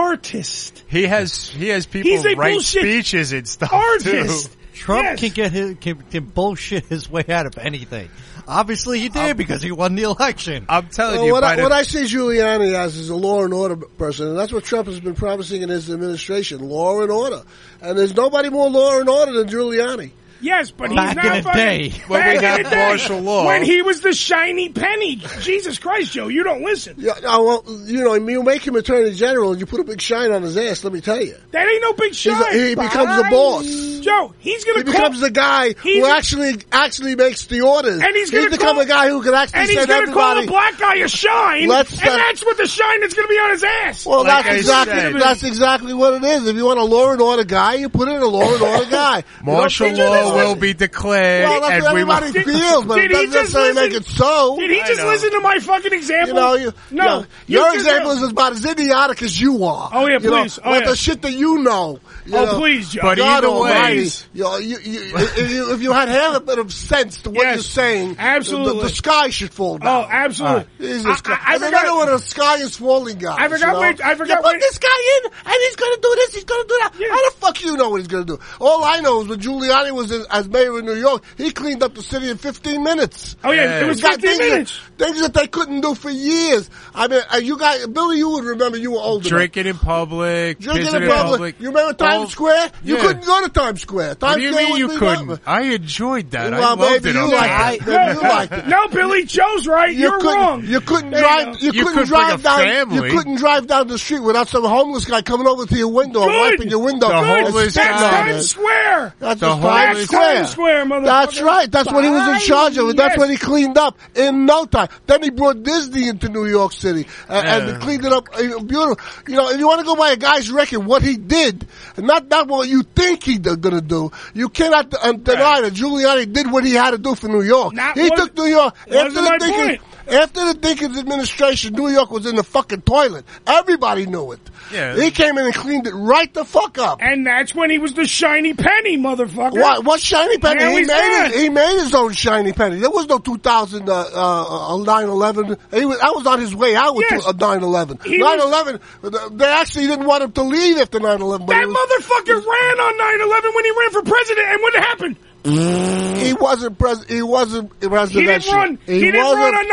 [SPEAKER 14] artist.
[SPEAKER 17] He has he has people
[SPEAKER 14] He's a
[SPEAKER 17] write
[SPEAKER 14] bullshit
[SPEAKER 17] speeches and stuff
[SPEAKER 14] artist.
[SPEAKER 17] too.
[SPEAKER 7] Trump
[SPEAKER 14] Yes.
[SPEAKER 7] can get his, can, can bullshit his way out of anything. Obviously, he did because he won the election.
[SPEAKER 17] I'm telling
[SPEAKER 15] Well, what, I, what I see Giuliani as is a law and order person, and that's what Trump has been promising in his administration: law and order. And there's nobody more law and order than Giuliani.
[SPEAKER 14] Yes, but he's
[SPEAKER 7] Back
[SPEAKER 14] not
[SPEAKER 7] in the
[SPEAKER 14] fucking-
[SPEAKER 7] day. When
[SPEAKER 14] back
[SPEAKER 7] we
[SPEAKER 14] in
[SPEAKER 7] had
[SPEAKER 14] the day,
[SPEAKER 7] martial law.
[SPEAKER 14] When he was the shiny penny. Jesus Christ, Joe, you don't listen.
[SPEAKER 15] Yeah, no, well, you know, you make him attorney general and you put a big shine on his ass. Let me tell you,
[SPEAKER 14] That ain't no big shine.
[SPEAKER 15] He's a- he becomes the boss.
[SPEAKER 14] Joe, he's gonna
[SPEAKER 15] he
[SPEAKER 14] call-
[SPEAKER 15] becomes the guy
[SPEAKER 14] he's-
[SPEAKER 15] who actually actually makes the orders,
[SPEAKER 14] And he's gonna
[SPEAKER 15] become
[SPEAKER 14] call-
[SPEAKER 15] a guy who can actually
[SPEAKER 14] and he's
[SPEAKER 15] send
[SPEAKER 14] gonna
[SPEAKER 15] everybody.
[SPEAKER 14] call a black guy a shine,
[SPEAKER 15] Let's,
[SPEAKER 14] and
[SPEAKER 15] uh,
[SPEAKER 14] that's what the shine that's gonna be on his ass.
[SPEAKER 15] Well, that's exactly that's exactly what it is. If you want a law and order guy, you put in a law and order guy. You don't
[SPEAKER 17] Martial
[SPEAKER 15] put in
[SPEAKER 17] law
[SPEAKER 15] a-
[SPEAKER 17] will be declared,
[SPEAKER 15] Well, that's
[SPEAKER 17] and
[SPEAKER 15] what
[SPEAKER 17] we will-
[SPEAKER 15] everybody feels, but it
[SPEAKER 14] did he
[SPEAKER 15] doesn't
[SPEAKER 14] just
[SPEAKER 15] necessarily
[SPEAKER 14] listen-
[SPEAKER 15] make it so.
[SPEAKER 14] Did he
[SPEAKER 15] I
[SPEAKER 14] just
[SPEAKER 15] know.
[SPEAKER 14] listen to my fucking example?
[SPEAKER 15] You know, you, you
[SPEAKER 14] no.
[SPEAKER 15] know, your
[SPEAKER 14] just-
[SPEAKER 15] example is about as idiotic as you are.
[SPEAKER 14] Oh, yeah,
[SPEAKER 15] You know,
[SPEAKER 14] please. Oh,
[SPEAKER 15] with
[SPEAKER 14] yeah.
[SPEAKER 15] the shit that you know. you
[SPEAKER 14] Oh,
[SPEAKER 15] know.
[SPEAKER 14] please, Joe. But
[SPEAKER 15] God
[SPEAKER 14] either way-
[SPEAKER 15] Almighty, you know, you- you- if, you, if you had half a bit of sense to what you're saying, the,
[SPEAKER 14] absolutely.
[SPEAKER 15] the sky should fall down.
[SPEAKER 14] Oh, absolutely.
[SPEAKER 15] Jesus
[SPEAKER 14] I- I-
[SPEAKER 15] Christ!
[SPEAKER 14] I
[SPEAKER 15] And they
[SPEAKER 14] forgot-
[SPEAKER 15] don't know what a sky is falling, guys.
[SPEAKER 14] I forgot
[SPEAKER 15] You know?
[SPEAKER 14] where- I forgot
[SPEAKER 15] You put
[SPEAKER 14] where-
[SPEAKER 15] this guy in, and he's going to do this. He's going to do that. How the fuck you know what he's going to do? All I know is when Giuliani was in, as mayor of New York, he cleaned up the city in 15 minutes.
[SPEAKER 14] Oh, yeah, it was
[SPEAKER 15] Got
[SPEAKER 14] 15
[SPEAKER 15] things that-
[SPEAKER 14] minutes.
[SPEAKER 15] things that they couldn't do for years. I mean, uh, you guys, Billy, you would remember you were older.
[SPEAKER 17] drinking in public,
[SPEAKER 15] Drinking
[SPEAKER 17] pissing
[SPEAKER 15] in public. You remember Times
[SPEAKER 17] all-
[SPEAKER 15] Square? You
[SPEAKER 17] Yeah.
[SPEAKER 15] couldn't go to Times Square. Times
[SPEAKER 17] What do you
[SPEAKER 15] Square
[SPEAKER 17] mean
[SPEAKER 15] was
[SPEAKER 17] you
[SPEAKER 15] beat
[SPEAKER 17] couldn't?
[SPEAKER 15] up.
[SPEAKER 17] I enjoyed that. I
[SPEAKER 15] Well,
[SPEAKER 17] loved
[SPEAKER 15] baby,
[SPEAKER 17] it.
[SPEAKER 15] you
[SPEAKER 17] on
[SPEAKER 15] liked it.
[SPEAKER 17] that.
[SPEAKER 15] Baby, you liked it.
[SPEAKER 14] No, Billy, Joe's right.
[SPEAKER 15] You
[SPEAKER 14] You're
[SPEAKER 15] couldn't-
[SPEAKER 14] wrong.
[SPEAKER 15] You couldn't
[SPEAKER 14] There you
[SPEAKER 15] drive.
[SPEAKER 14] go.
[SPEAKER 15] You,
[SPEAKER 14] You
[SPEAKER 15] couldn't
[SPEAKER 14] could bring a
[SPEAKER 15] drive down.
[SPEAKER 14] family.
[SPEAKER 15] You couldn't drive down the street without some homeless guy coming over to your window and
[SPEAKER 14] Good.
[SPEAKER 15] wiping your window.
[SPEAKER 17] The
[SPEAKER 15] and
[SPEAKER 17] homeless
[SPEAKER 15] spitting
[SPEAKER 17] guy.
[SPEAKER 15] on
[SPEAKER 17] Times
[SPEAKER 15] it.
[SPEAKER 14] Square.
[SPEAKER 15] That's
[SPEAKER 17] The
[SPEAKER 15] the
[SPEAKER 17] homeless-
[SPEAKER 15] Times Square.
[SPEAKER 17] Times
[SPEAKER 14] Square,
[SPEAKER 15] That's right. That's what he was in charge of. And that's
[SPEAKER 14] Yes.
[SPEAKER 15] what he cleaned up in no time. Then he brought Disney into New York City and, and
[SPEAKER 17] Yeah.
[SPEAKER 15] he cleaned it up uh, beautiful. You know, if you want to go by a guy's record, what he did, not not what you think he's going to do. You cannot uh, deny that Giuliani did what he had to do for New York.
[SPEAKER 14] Not
[SPEAKER 15] he
[SPEAKER 14] what-
[SPEAKER 15] took New York
[SPEAKER 14] wasn't
[SPEAKER 15] after
[SPEAKER 14] my
[SPEAKER 15] the Dinkins,
[SPEAKER 14] point.
[SPEAKER 15] after the Dinkins administration. New York was in the fucking toilet. Everybody knew it.
[SPEAKER 14] Yeah.
[SPEAKER 15] He came in and cleaned it right the fuck up.
[SPEAKER 14] And that's when he was the shiny penny, motherfucker.
[SPEAKER 15] What, what shiny penny?
[SPEAKER 14] Now
[SPEAKER 15] he,
[SPEAKER 14] he's
[SPEAKER 15] made
[SPEAKER 14] not.
[SPEAKER 15] his, he made his own shiny penny. There was no 2000, uh, uh, uh, 9-11. He was, I was on his way out with
[SPEAKER 14] Yes.
[SPEAKER 15] two, uh, 9-11.
[SPEAKER 14] He
[SPEAKER 15] 9-11, uh, they actually didn't want him to leave after 9-11. But
[SPEAKER 14] That
[SPEAKER 15] he, was,
[SPEAKER 14] motherfucker ran on 9-11 when he ran for president, and what happened?
[SPEAKER 15] he wasn't pres, he wasn't presidential.
[SPEAKER 14] run. He didn't run on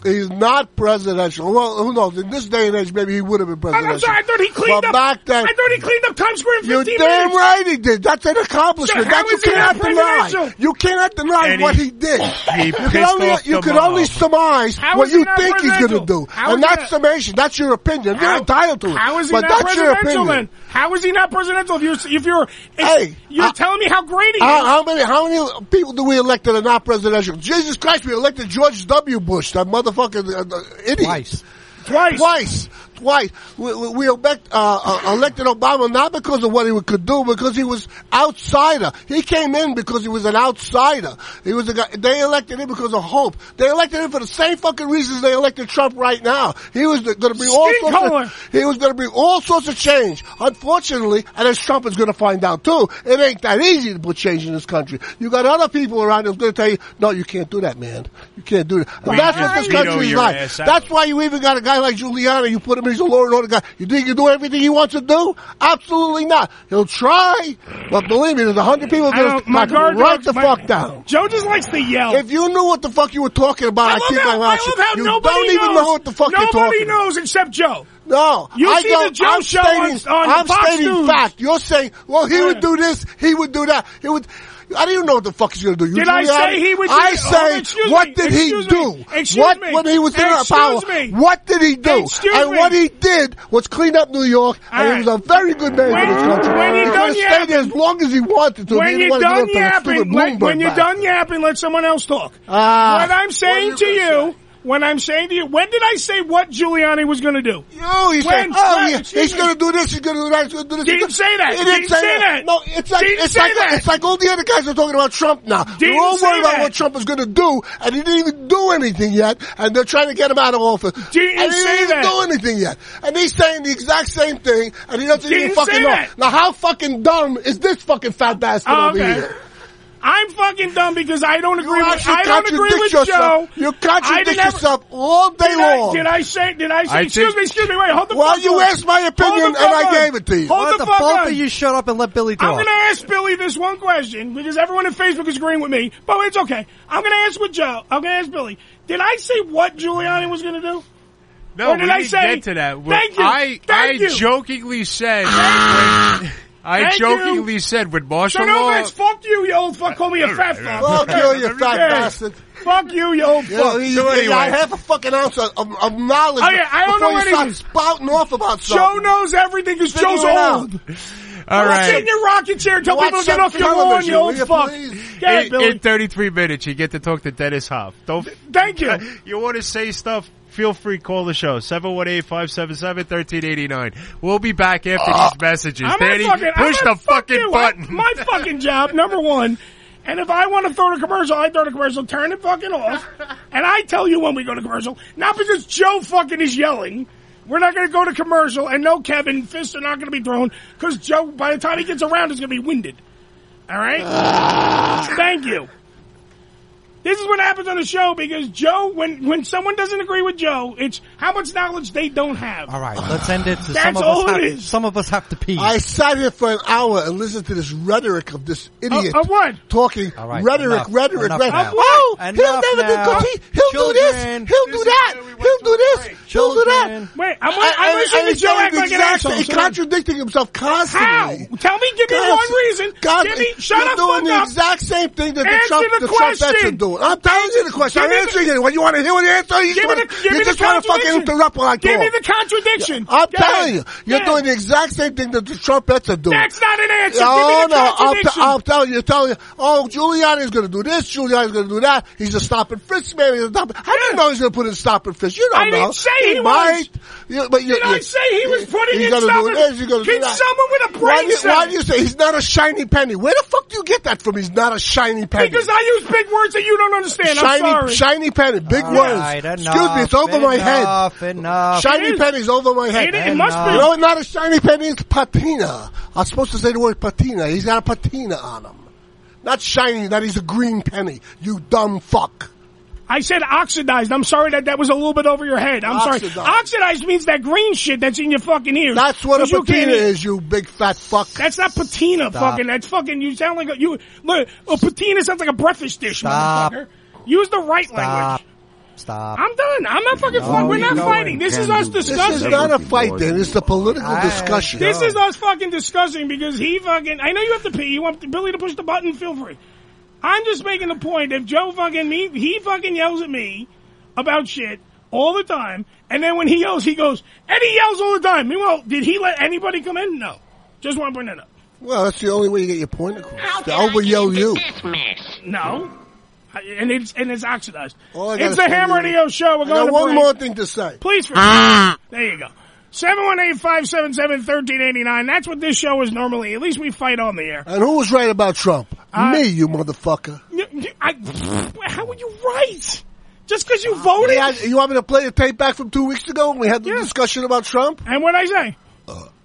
[SPEAKER 14] 9/11.
[SPEAKER 15] He's, he's not presidential. Well, who knows? In this day and age, maybe he would have been
[SPEAKER 14] I'm,
[SPEAKER 15] presidential.
[SPEAKER 14] I'm sorry, I thought he cleaned
[SPEAKER 15] but
[SPEAKER 14] up.
[SPEAKER 15] back then,
[SPEAKER 14] I thought he cleaned up Times Square in 15
[SPEAKER 15] You're
[SPEAKER 14] minutes.
[SPEAKER 15] damn right he did. That's an accomplishment.
[SPEAKER 14] So how
[SPEAKER 15] That you
[SPEAKER 14] is he not
[SPEAKER 15] cannot deny.
[SPEAKER 14] presidential?
[SPEAKER 15] You cannot deny
[SPEAKER 17] And
[SPEAKER 15] what
[SPEAKER 17] he-
[SPEAKER 15] he did.
[SPEAKER 17] he
[SPEAKER 15] you
[SPEAKER 17] pissed
[SPEAKER 15] can only
[SPEAKER 17] off
[SPEAKER 15] you
[SPEAKER 17] the
[SPEAKER 15] can
[SPEAKER 17] mob.
[SPEAKER 15] only surmise
[SPEAKER 14] How
[SPEAKER 15] what
[SPEAKER 14] is he
[SPEAKER 15] you
[SPEAKER 14] not
[SPEAKER 15] think he's going to do,
[SPEAKER 14] presidential? How
[SPEAKER 15] and
[SPEAKER 14] is he
[SPEAKER 15] that's
[SPEAKER 14] not-
[SPEAKER 15] summation. That's your opinion. You're entitled to it.
[SPEAKER 14] How is he
[SPEAKER 15] but
[SPEAKER 14] not
[SPEAKER 15] that's your
[SPEAKER 14] presidential
[SPEAKER 15] opinion.
[SPEAKER 14] then? How is he not presidential if you're, if you're, if
[SPEAKER 15] Hey,
[SPEAKER 14] you're
[SPEAKER 15] I-
[SPEAKER 14] telling me how great he
[SPEAKER 15] How,
[SPEAKER 14] is?
[SPEAKER 15] how many how many people do we elect that are not presidential? Jesus Christ, we elected George W. Bush, that motherfucking uh, uh, idiot. Twice,
[SPEAKER 14] twice,
[SPEAKER 15] twice, twice. We, we- we elect, uh, uh, elected Obama not because of what he could do, because he was outsider. He came in because he was an outsider. He was a guy. They elected him because of hope. They elected him for the same fucking reasons they elected Trump right now. He was going to bring all
[SPEAKER 14] Skin
[SPEAKER 15] sorts
[SPEAKER 14] color.
[SPEAKER 15] of he was going to bring all sorts of change. Unfortunately, and as Trump is going to find out too, it ain't that easy to put change in this country. You got other people around that's going to tell you, no, you can't do that, man. You can't do that. And
[SPEAKER 17] We
[SPEAKER 15] that's
[SPEAKER 17] just
[SPEAKER 15] what this
[SPEAKER 17] veto
[SPEAKER 15] country is
[SPEAKER 17] your
[SPEAKER 15] like.
[SPEAKER 17] ass out.
[SPEAKER 15] That's why you even got a guy like Giuliani. You put him as a law and order guy. You think you do everything he wants to do? Absolutely not. He'll try, but believe me, there's a hundred people
[SPEAKER 14] I
[SPEAKER 15] going
[SPEAKER 14] don't- my
[SPEAKER 15] to
[SPEAKER 14] guard
[SPEAKER 15] right
[SPEAKER 14] dog-
[SPEAKER 15] the
[SPEAKER 14] my-
[SPEAKER 15] fuck down.
[SPEAKER 14] Joe just likes to yell.
[SPEAKER 15] If you knew what the fuck you were talking about,
[SPEAKER 14] I
[SPEAKER 15] I,
[SPEAKER 14] love
[SPEAKER 15] keep
[SPEAKER 14] how,
[SPEAKER 15] my
[SPEAKER 14] I
[SPEAKER 15] mouth
[SPEAKER 14] love
[SPEAKER 15] shut.
[SPEAKER 14] how
[SPEAKER 15] You
[SPEAKER 14] nobody
[SPEAKER 15] don't even
[SPEAKER 14] knows.
[SPEAKER 15] know what the fuck
[SPEAKER 14] nobody
[SPEAKER 15] you're talking about.
[SPEAKER 14] knows except Joe.
[SPEAKER 15] No,
[SPEAKER 14] You
[SPEAKER 15] I
[SPEAKER 14] see
[SPEAKER 15] don't-
[SPEAKER 14] the Joe
[SPEAKER 15] I'm
[SPEAKER 14] show on-
[SPEAKER 15] stating,
[SPEAKER 14] on
[SPEAKER 15] I'm
[SPEAKER 14] Fox
[SPEAKER 15] stating
[SPEAKER 14] News.
[SPEAKER 15] fact. You're saying, well, he
[SPEAKER 14] Yeah.
[SPEAKER 15] would do this, he would do that. He would. I don't even know what the fuck he's going to do. You
[SPEAKER 14] Did I
[SPEAKER 15] Giuliani?
[SPEAKER 14] say he would do-
[SPEAKER 15] I
[SPEAKER 14] oh,
[SPEAKER 15] say,
[SPEAKER 14] excuse
[SPEAKER 15] what
[SPEAKER 14] me,
[SPEAKER 15] did he
[SPEAKER 14] excuse me,
[SPEAKER 15] do?
[SPEAKER 14] excuse
[SPEAKER 15] What
[SPEAKER 14] me,
[SPEAKER 15] when he was in our
[SPEAKER 14] excuse
[SPEAKER 15] power?
[SPEAKER 14] me.
[SPEAKER 15] What did he do?
[SPEAKER 14] Excuse
[SPEAKER 15] and
[SPEAKER 14] me.
[SPEAKER 15] what he did was clean up New York,
[SPEAKER 14] All
[SPEAKER 15] and
[SPEAKER 14] right.
[SPEAKER 15] he was a very good man
[SPEAKER 14] When-
[SPEAKER 15] for this country.
[SPEAKER 14] when you're
[SPEAKER 15] he
[SPEAKER 14] done
[SPEAKER 15] could have stayed there as long as he wanted to. He
[SPEAKER 14] when
[SPEAKER 15] didn't
[SPEAKER 14] you're
[SPEAKER 15] want to
[SPEAKER 14] done
[SPEAKER 15] go to that stupid
[SPEAKER 14] yapping, when,
[SPEAKER 15] Bloomberg
[SPEAKER 14] when you're
[SPEAKER 15] back.
[SPEAKER 14] done yapping, let someone else talk.
[SPEAKER 15] Ah.
[SPEAKER 14] what I'm saying
[SPEAKER 15] What
[SPEAKER 14] to
[SPEAKER 15] are you
[SPEAKER 14] you, when I'm saying to you, when did I say what Giuliani was going to do?
[SPEAKER 15] No, he said,
[SPEAKER 14] When-
[SPEAKER 15] oh,
[SPEAKER 14] when-
[SPEAKER 15] yeah,
[SPEAKER 14] excuse
[SPEAKER 15] he's
[SPEAKER 14] me.
[SPEAKER 15] going to do this, he's going to do that, he's going to do this.
[SPEAKER 14] Didn't
[SPEAKER 15] he's gonna-
[SPEAKER 14] say that.
[SPEAKER 15] He
[SPEAKER 14] Didn't say that.
[SPEAKER 15] No, it's like,
[SPEAKER 14] Didn't
[SPEAKER 15] it's
[SPEAKER 14] say
[SPEAKER 15] like,
[SPEAKER 14] that.
[SPEAKER 15] it's like all the other guys are talking about Trump now.
[SPEAKER 14] Didn't
[SPEAKER 15] they're all
[SPEAKER 14] say
[SPEAKER 15] worried
[SPEAKER 14] that.
[SPEAKER 15] about what Trump is going to do, and he didn't even do anything yet, and they're trying to get him out of office.
[SPEAKER 14] Didn't
[SPEAKER 15] and he
[SPEAKER 14] say
[SPEAKER 15] didn't even
[SPEAKER 14] that.
[SPEAKER 15] do anything yet. And he's saying the exact same thing, and he doesn't
[SPEAKER 14] Didn't
[SPEAKER 15] even fucking
[SPEAKER 14] say
[SPEAKER 15] know.
[SPEAKER 14] that.
[SPEAKER 15] Now, how fucking dumb is this fucking fat bastard
[SPEAKER 14] Oh,
[SPEAKER 15] over
[SPEAKER 14] okay.
[SPEAKER 15] here?
[SPEAKER 14] I'm fucking dumb because I don't agree
[SPEAKER 15] You
[SPEAKER 14] with
[SPEAKER 15] actually
[SPEAKER 14] I don't agree
[SPEAKER 15] contradict
[SPEAKER 14] with
[SPEAKER 15] yourself.
[SPEAKER 14] Joe.
[SPEAKER 15] You
[SPEAKER 14] I
[SPEAKER 15] contradict
[SPEAKER 14] didn't ever-
[SPEAKER 15] yourself all day
[SPEAKER 14] Did I,
[SPEAKER 15] long.
[SPEAKER 14] did I say? Did I say?
[SPEAKER 17] I
[SPEAKER 14] excuse
[SPEAKER 17] think-
[SPEAKER 14] me, excuse me. Wait, hold the.
[SPEAKER 15] well,
[SPEAKER 14] fuck
[SPEAKER 15] you
[SPEAKER 14] on.
[SPEAKER 15] asked my
[SPEAKER 14] Hold the
[SPEAKER 15] opinion, and
[SPEAKER 14] fuck
[SPEAKER 15] I
[SPEAKER 14] on.
[SPEAKER 15] gave it to you.
[SPEAKER 14] Hold
[SPEAKER 7] Why
[SPEAKER 14] the,
[SPEAKER 7] the
[SPEAKER 14] fuck
[SPEAKER 7] both
[SPEAKER 14] on.
[SPEAKER 7] of you shut up and let Billy
[SPEAKER 14] I'm
[SPEAKER 7] talk?
[SPEAKER 14] going to ask Billy this one question because everyone in Facebook is agreeing with me, but it's okay. I'm going to ask with Joe. I'm going to ask Billy. Did I say what Giuliani was going to do?
[SPEAKER 17] No,
[SPEAKER 14] Or did
[SPEAKER 17] we
[SPEAKER 14] I
[SPEAKER 17] didn't
[SPEAKER 14] say-
[SPEAKER 17] get to that.
[SPEAKER 14] Thank you.
[SPEAKER 17] I,
[SPEAKER 14] Thank
[SPEAKER 17] I
[SPEAKER 14] you.
[SPEAKER 17] jokingly said I
[SPEAKER 14] Thank
[SPEAKER 17] jokingly
[SPEAKER 14] you.
[SPEAKER 17] said with martial
[SPEAKER 14] so no
[SPEAKER 17] law.
[SPEAKER 14] offense, fuck you, you old fuck. Call me a fat fuck.
[SPEAKER 15] Fuck you, you fat
[SPEAKER 14] Yeah.
[SPEAKER 15] bastard.
[SPEAKER 14] Fuck you, you old
[SPEAKER 15] Yeah,
[SPEAKER 14] fuck.
[SPEAKER 15] you, you got half a fucking ounce of, of, of knowledge
[SPEAKER 14] Oh, yeah, I don't
[SPEAKER 15] before
[SPEAKER 14] know
[SPEAKER 15] you
[SPEAKER 14] anything.
[SPEAKER 15] start spouting off about
[SPEAKER 14] Joe
[SPEAKER 15] something.
[SPEAKER 14] knows everything because
[SPEAKER 15] Figure
[SPEAKER 14] Joe's
[SPEAKER 15] it out.
[SPEAKER 14] old.
[SPEAKER 17] All
[SPEAKER 14] Well, Sit
[SPEAKER 17] right.
[SPEAKER 14] in your rocking chair and tell
[SPEAKER 15] Watch
[SPEAKER 14] people to get
[SPEAKER 15] some
[SPEAKER 14] off your lawn,
[SPEAKER 15] television,
[SPEAKER 14] you old
[SPEAKER 15] will you
[SPEAKER 14] fuck.
[SPEAKER 15] please?
[SPEAKER 14] Yeah,
[SPEAKER 17] in,
[SPEAKER 14] Billy.
[SPEAKER 17] in 33 minutes, you get to talk to Dennis Hoff. Don't.
[SPEAKER 14] Thank you.
[SPEAKER 17] you want to say stuff? Feel free. Call the show 718-577-1389. We'll be back after these messages.
[SPEAKER 14] Uh, I'm gonna
[SPEAKER 17] Danny,
[SPEAKER 14] fucking, I'm
[SPEAKER 17] push
[SPEAKER 14] gonna
[SPEAKER 17] the
[SPEAKER 14] fuck
[SPEAKER 17] fucking
[SPEAKER 14] you. I-
[SPEAKER 17] button.
[SPEAKER 14] my fucking job, number one. And if I want to throw to commercial, I throw to commercial. Turn it fucking off. And I tell you when we go to commercial, not because Joe fucking is yelling. We're not going to go to commercial, and no, Kevin fists are not going to be thrown because Joe, by the time he gets around, is going to be winded. All right. Thank you. This is what happens on the show because Joe, when when someone doesn't agree with Joe, it's how much knowledge they don't have.
[SPEAKER 7] All right, let's end it. So
[SPEAKER 14] That's
[SPEAKER 7] some of
[SPEAKER 14] all
[SPEAKER 7] us
[SPEAKER 14] it
[SPEAKER 7] have,
[SPEAKER 14] is.
[SPEAKER 7] Some of us have to pee.
[SPEAKER 15] I sat here for an hour and listened to this rhetoric of this idiot
[SPEAKER 14] Uh, of what?
[SPEAKER 15] talking
[SPEAKER 7] All right,
[SPEAKER 15] rhetoric,
[SPEAKER 7] enough,
[SPEAKER 15] rhetoric,
[SPEAKER 7] enough
[SPEAKER 15] rhetoric.
[SPEAKER 7] now.
[SPEAKER 15] Oh,
[SPEAKER 7] Enough
[SPEAKER 15] he'll never
[SPEAKER 7] now.
[SPEAKER 15] do good. He, he'll do this.
[SPEAKER 7] Children.
[SPEAKER 15] He'll do that. He'll do this. He'll do that.
[SPEAKER 7] Children.
[SPEAKER 14] Wait, I'm, I, am listening to
[SPEAKER 15] he's
[SPEAKER 14] Joe
[SPEAKER 15] doing
[SPEAKER 14] act
[SPEAKER 15] the
[SPEAKER 14] like an
[SPEAKER 15] exact
[SPEAKER 14] asshole.
[SPEAKER 15] same- He's
[SPEAKER 14] so then-
[SPEAKER 15] contradicting himself constantly.
[SPEAKER 14] How? Tell me, give me
[SPEAKER 15] God,
[SPEAKER 14] one reason.
[SPEAKER 15] God,
[SPEAKER 14] Give me,
[SPEAKER 15] you're
[SPEAKER 14] shut up,
[SPEAKER 15] doing
[SPEAKER 14] fuck
[SPEAKER 15] the
[SPEAKER 14] up.
[SPEAKER 15] exact same thing that the
[SPEAKER 14] Answer
[SPEAKER 15] Trump,
[SPEAKER 14] the
[SPEAKER 15] the Trump
[SPEAKER 14] question.
[SPEAKER 15] vets are doing. I'm telling you the question.
[SPEAKER 14] Give
[SPEAKER 15] I'm
[SPEAKER 14] me the-
[SPEAKER 15] answering it. What you want to hear? What the answer? You
[SPEAKER 14] Give
[SPEAKER 15] just
[SPEAKER 14] me
[SPEAKER 15] want
[SPEAKER 14] the-
[SPEAKER 15] to
[SPEAKER 14] give me
[SPEAKER 15] you
[SPEAKER 14] the
[SPEAKER 15] just want to fucking
[SPEAKER 14] contradiction.
[SPEAKER 15] interrupt when I talk.
[SPEAKER 14] Give me the contradiction.
[SPEAKER 15] I'm
[SPEAKER 14] Go ahead.
[SPEAKER 15] telling you, you're
[SPEAKER 14] Yeah.
[SPEAKER 15] doing the exact same thing that the Trumpets are doing.
[SPEAKER 14] That's not an answer.
[SPEAKER 15] Oh
[SPEAKER 14] Give me the
[SPEAKER 15] no, I'm,
[SPEAKER 14] contradiction.
[SPEAKER 15] I'm telling you, telling you. Oh, Giuliani's going to do this. Giuliani's going to do that. He's a stopping frisk man. He's a stopping. How do you know he's going to put in stopping frisk? You don't
[SPEAKER 14] I
[SPEAKER 15] know.
[SPEAKER 14] didn't say he was.
[SPEAKER 15] might. You, but you,
[SPEAKER 14] Did I
[SPEAKER 15] you-
[SPEAKER 14] say he was putting
[SPEAKER 15] he's
[SPEAKER 14] in
[SPEAKER 15] gonna
[SPEAKER 14] stopping-
[SPEAKER 15] Do this, he's gonna do
[SPEAKER 14] Can
[SPEAKER 15] that.
[SPEAKER 14] someone with a
[SPEAKER 15] why
[SPEAKER 14] brain
[SPEAKER 15] do you,
[SPEAKER 14] cell-
[SPEAKER 15] Why do you say he's not a shiny penny? Where the fuck do you get that from? He's not a shiny penny.
[SPEAKER 14] Because I use big words that you don't understand.
[SPEAKER 15] shiny,
[SPEAKER 14] I'm sorry.
[SPEAKER 15] shiny penny, big
[SPEAKER 7] All
[SPEAKER 15] words.
[SPEAKER 7] right,
[SPEAKER 15] Excuse me, it's over
[SPEAKER 7] enough,
[SPEAKER 15] my head.
[SPEAKER 7] Enough, enough.
[SPEAKER 15] Shiny
[SPEAKER 14] is.
[SPEAKER 15] penny's over my head.
[SPEAKER 14] Uh, It is- it must be.
[SPEAKER 15] You know, it's not a shiny penny, it's patina. I was supposed to say the word patina. He's got a patina on him. Not shiny, that he's a green penny. You dumb fuck.
[SPEAKER 14] I said oxidized. I'm sorry that that was a little bit over your head. I'm
[SPEAKER 15] Oxidized.
[SPEAKER 14] sorry. Oxidized means that green shit that's in your fucking ears.
[SPEAKER 15] That's what a
[SPEAKER 14] 'Cause you can't
[SPEAKER 15] patina
[SPEAKER 14] eat-
[SPEAKER 15] is, you big fat fuck.
[SPEAKER 14] That's not patina,
[SPEAKER 7] Stop.
[SPEAKER 14] fucking. That's fucking. You sound like a, you. Look, a patina sounds like a breakfast dish,
[SPEAKER 7] Stop.
[SPEAKER 14] motherfucker. Use the right
[SPEAKER 7] Stop.
[SPEAKER 14] language.
[SPEAKER 7] Stop.
[SPEAKER 14] I'm done. I'm not fucking.
[SPEAKER 7] No,
[SPEAKER 14] fuck- We're
[SPEAKER 7] you
[SPEAKER 14] not
[SPEAKER 7] don't
[SPEAKER 14] fighting. This is
[SPEAKER 7] intend
[SPEAKER 14] us
[SPEAKER 7] to.
[SPEAKER 15] This is
[SPEAKER 14] discussing.
[SPEAKER 15] not a fight then, it's a political
[SPEAKER 7] I-
[SPEAKER 15] discussion.
[SPEAKER 14] This is us fucking discussing because he fucking. I know you have to pee. You want Billy to push the button? Feel free. I'm just making the point. If Joe fucking me, he fucking yells at me about shit all the time, and then when he yells, he goes and he yells all the time. Meanwhile, did he let anybody come in? No. Just want to bring that up.
[SPEAKER 15] Well, that's the only way you get your point across. They
[SPEAKER 23] can I
[SPEAKER 15] over yell
[SPEAKER 23] get into
[SPEAKER 15] you.
[SPEAKER 23] This mess.
[SPEAKER 14] No. I- And it's and it's oxidized.
[SPEAKER 15] All I gotta
[SPEAKER 14] it's the
[SPEAKER 15] say
[SPEAKER 14] Ham
[SPEAKER 15] is-
[SPEAKER 14] Radio Show. We're
[SPEAKER 15] I
[SPEAKER 14] going
[SPEAKER 15] got
[SPEAKER 14] to
[SPEAKER 15] one
[SPEAKER 14] break.
[SPEAKER 15] more thing to say.
[SPEAKER 14] Please, for- there you go. 718-577-1389. That's what this show is normally. At least we fight on the air.
[SPEAKER 15] And who was right about Trump?
[SPEAKER 14] Uh,
[SPEAKER 15] Me, you motherfucker.
[SPEAKER 14] You- you- I- how were you right? Just because you voted?
[SPEAKER 15] Yeah, you want me to play the tape back from two weeks ago when we had the
[SPEAKER 14] Yeah.
[SPEAKER 15] discussion about Trump? Uh.
[SPEAKER 14] And what I say?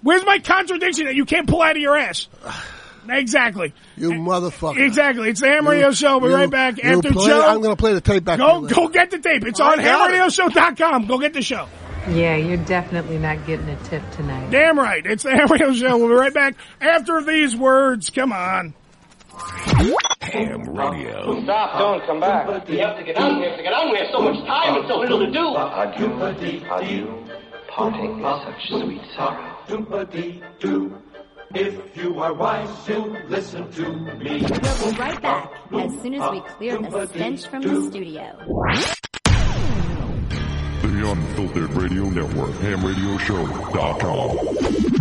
[SPEAKER 14] Where's my contradiction that you can't pull out of your ass? Exactly.
[SPEAKER 15] You motherfucker.
[SPEAKER 14] Exactly. It's the Ham Radio Show. We'll be
[SPEAKER 15] You-
[SPEAKER 14] right back
[SPEAKER 15] you
[SPEAKER 14] after
[SPEAKER 15] play-
[SPEAKER 14] Joe.
[SPEAKER 15] I'm going to play the tape back.
[SPEAKER 14] go
[SPEAKER 15] from you. Oh,
[SPEAKER 14] go get the tape. It's
[SPEAKER 15] I
[SPEAKER 14] on
[SPEAKER 15] got it.
[SPEAKER 14] hamradioshow.com. Go get the show.
[SPEAKER 24] Yeah, you're definitely not getting a tip tonight.
[SPEAKER 14] Damn right. It's the Ham Radio Show. We'll be right back after these words. Come on.
[SPEAKER 25] Ham Radio.
[SPEAKER 23] Stop, don't come back. We have to get out, we have to get out, we have so much time and so little to do.
[SPEAKER 26] Are you parting with such sweet sorrow? do If you are wise, do listen to me.
[SPEAKER 27] We'll be right back as soon as we clear the stench from the studio.
[SPEAKER 10] The Unfiltered Radio Network, hamradioshow.com.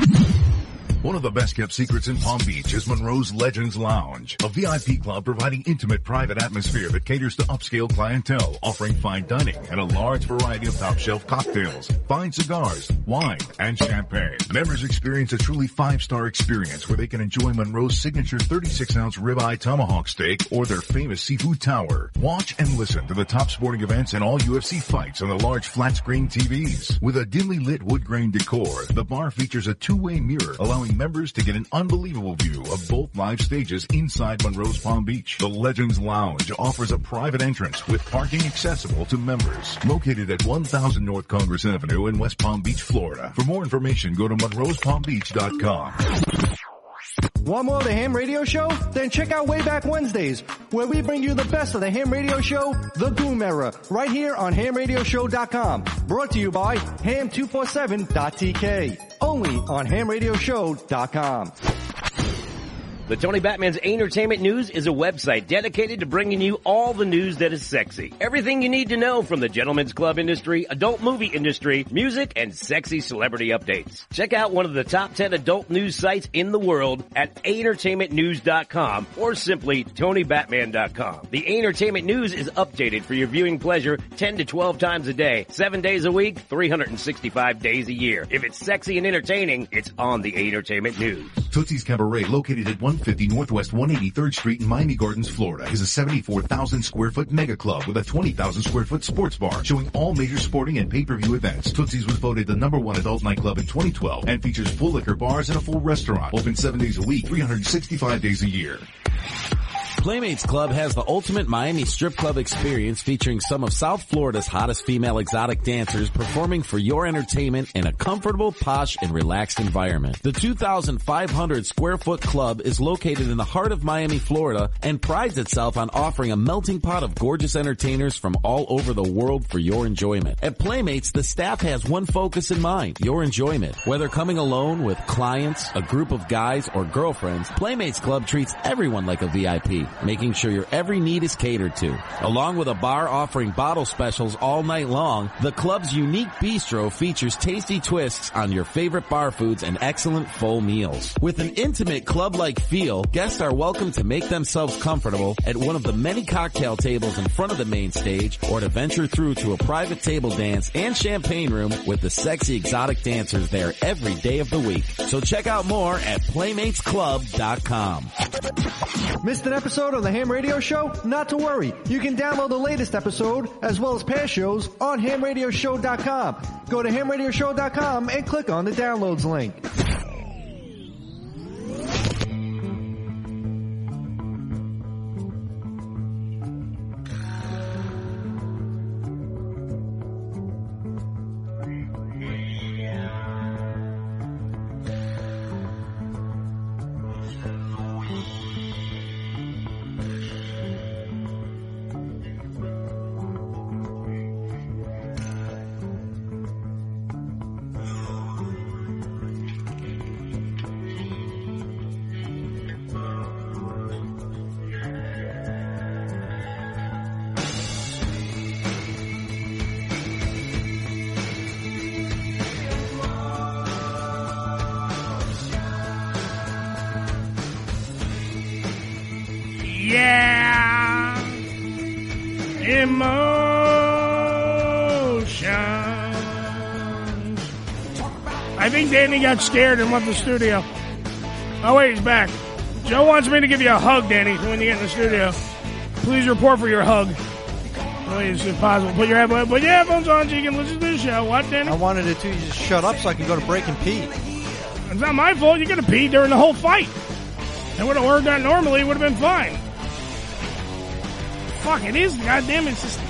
[SPEAKER 9] One of the best kept secrets in Palm Beach is Monroe's Legends Lounge, a VIP club providing intimate private atmosphere that caters to upscale clientele, offering fine dining and a large variety of top shelf cocktails, fine cigars, wine, and champagne. Members experience a truly five star experience where they can enjoy Monroe's signature 36 ounce ribeye tomahawk steak or their famous seafood tower. Watch and listen to the top sporting events and all UFC fights on the large flat screen TVs. With a dimly lit wood grain decor, the bar features a two-way mirror allowing members to get an unbelievable view of both live stages inside Monroe's Palm Beach. The Legends Lounge offers a private entrance with parking accessible to members. Located at 1000 North Congress Avenue in West Palm Beach, Florida. For more information, go to monroespalmbeach.com.
[SPEAKER 16] Want more of the Ham Radio Show? Then check out Wayback Wednesdays, where we bring you the best of the Ham Radio Show, The Boom Era, right here on HamRadioshow.com. Brought to you by Ham247.tk, only on HamRadioshow.com.
[SPEAKER 11] The Tony Batman's Entertainment News is a website dedicated to bringing you all the news that is sexy. Everything you need to know from the gentlemen's club industry, adult movie industry, music, and sexy celebrity updates. Check out one of the top 10 adult news sites in the world at entertainmentnews.com or simply tonybatman.com. The Entertainment News is updated for your viewing pleasure 10 to 12 times a day, 7 days a week, 365 days a year. If it's sexy and entertaining, it's on the Entertainment News.
[SPEAKER 9] Tootsie's Cabaret, located at 150 Northwest 183rd Street in Miami Gardens, Florida, is a 74,000 square foot mega club with a 20,000 square foot sports bar showing all major sporting and pay-per-view events. Tootsie's was voted the number one adult nightclub in 2012 and features full liquor bars and a full restaurant, open seven days a week, 365 days a year.
[SPEAKER 8] Playmates Club has the ultimate Miami strip club experience featuring some of South Florida's hottest female exotic dancers performing for your entertainment in a comfortable, posh, and relaxed environment. The 2,500 square foot club is located in the heart of Miami, Florida and prides itself on offering a melting pot of gorgeous entertainers from all over the world for your enjoyment. At Playmates, the staff has one focus in mind, your enjoyment. Whether coming alone with clients, a group of guys, or girlfriends, Playmates Club treats everyone like a VIP, making sure your every need is catered to. Along with a bar offering bottle specials all night long, the club's unique bistro features tasty twists on your favorite bar foods and excellent full meals. With an intimate club-like feel, guests are welcome to make themselves comfortable at one of the many cocktail tables in front of the main stage or to venture through to a private table dance and champagne room with the sexy exotic dancers there every day of the week. So check out more at playmatesclub.com.
[SPEAKER 16] Missed an episode on the Ham Radio Show? Not to worry. You can download the latest episode as well as past shows on hamradioshow.com. Go to hamradioshow.com and click on the downloads link.
[SPEAKER 14] Yeah. Emotions. I think Danny got scared and left the studio. Oh, wait, he's back. Joe wants me to give you a hug, Danny, when you get in the studio. Please report for your hug. Please, if possible. Put your, headphones, put your headphones on so you can listen to the show. What, Danny? I
[SPEAKER 7] wanted it to. You just shut up so I can go to break and pee.
[SPEAKER 14] It's not my fault. You're going to pee during the whole fight. It would have worked out normally. It would have been fine. Fuck, it is. Goddamn, it's just.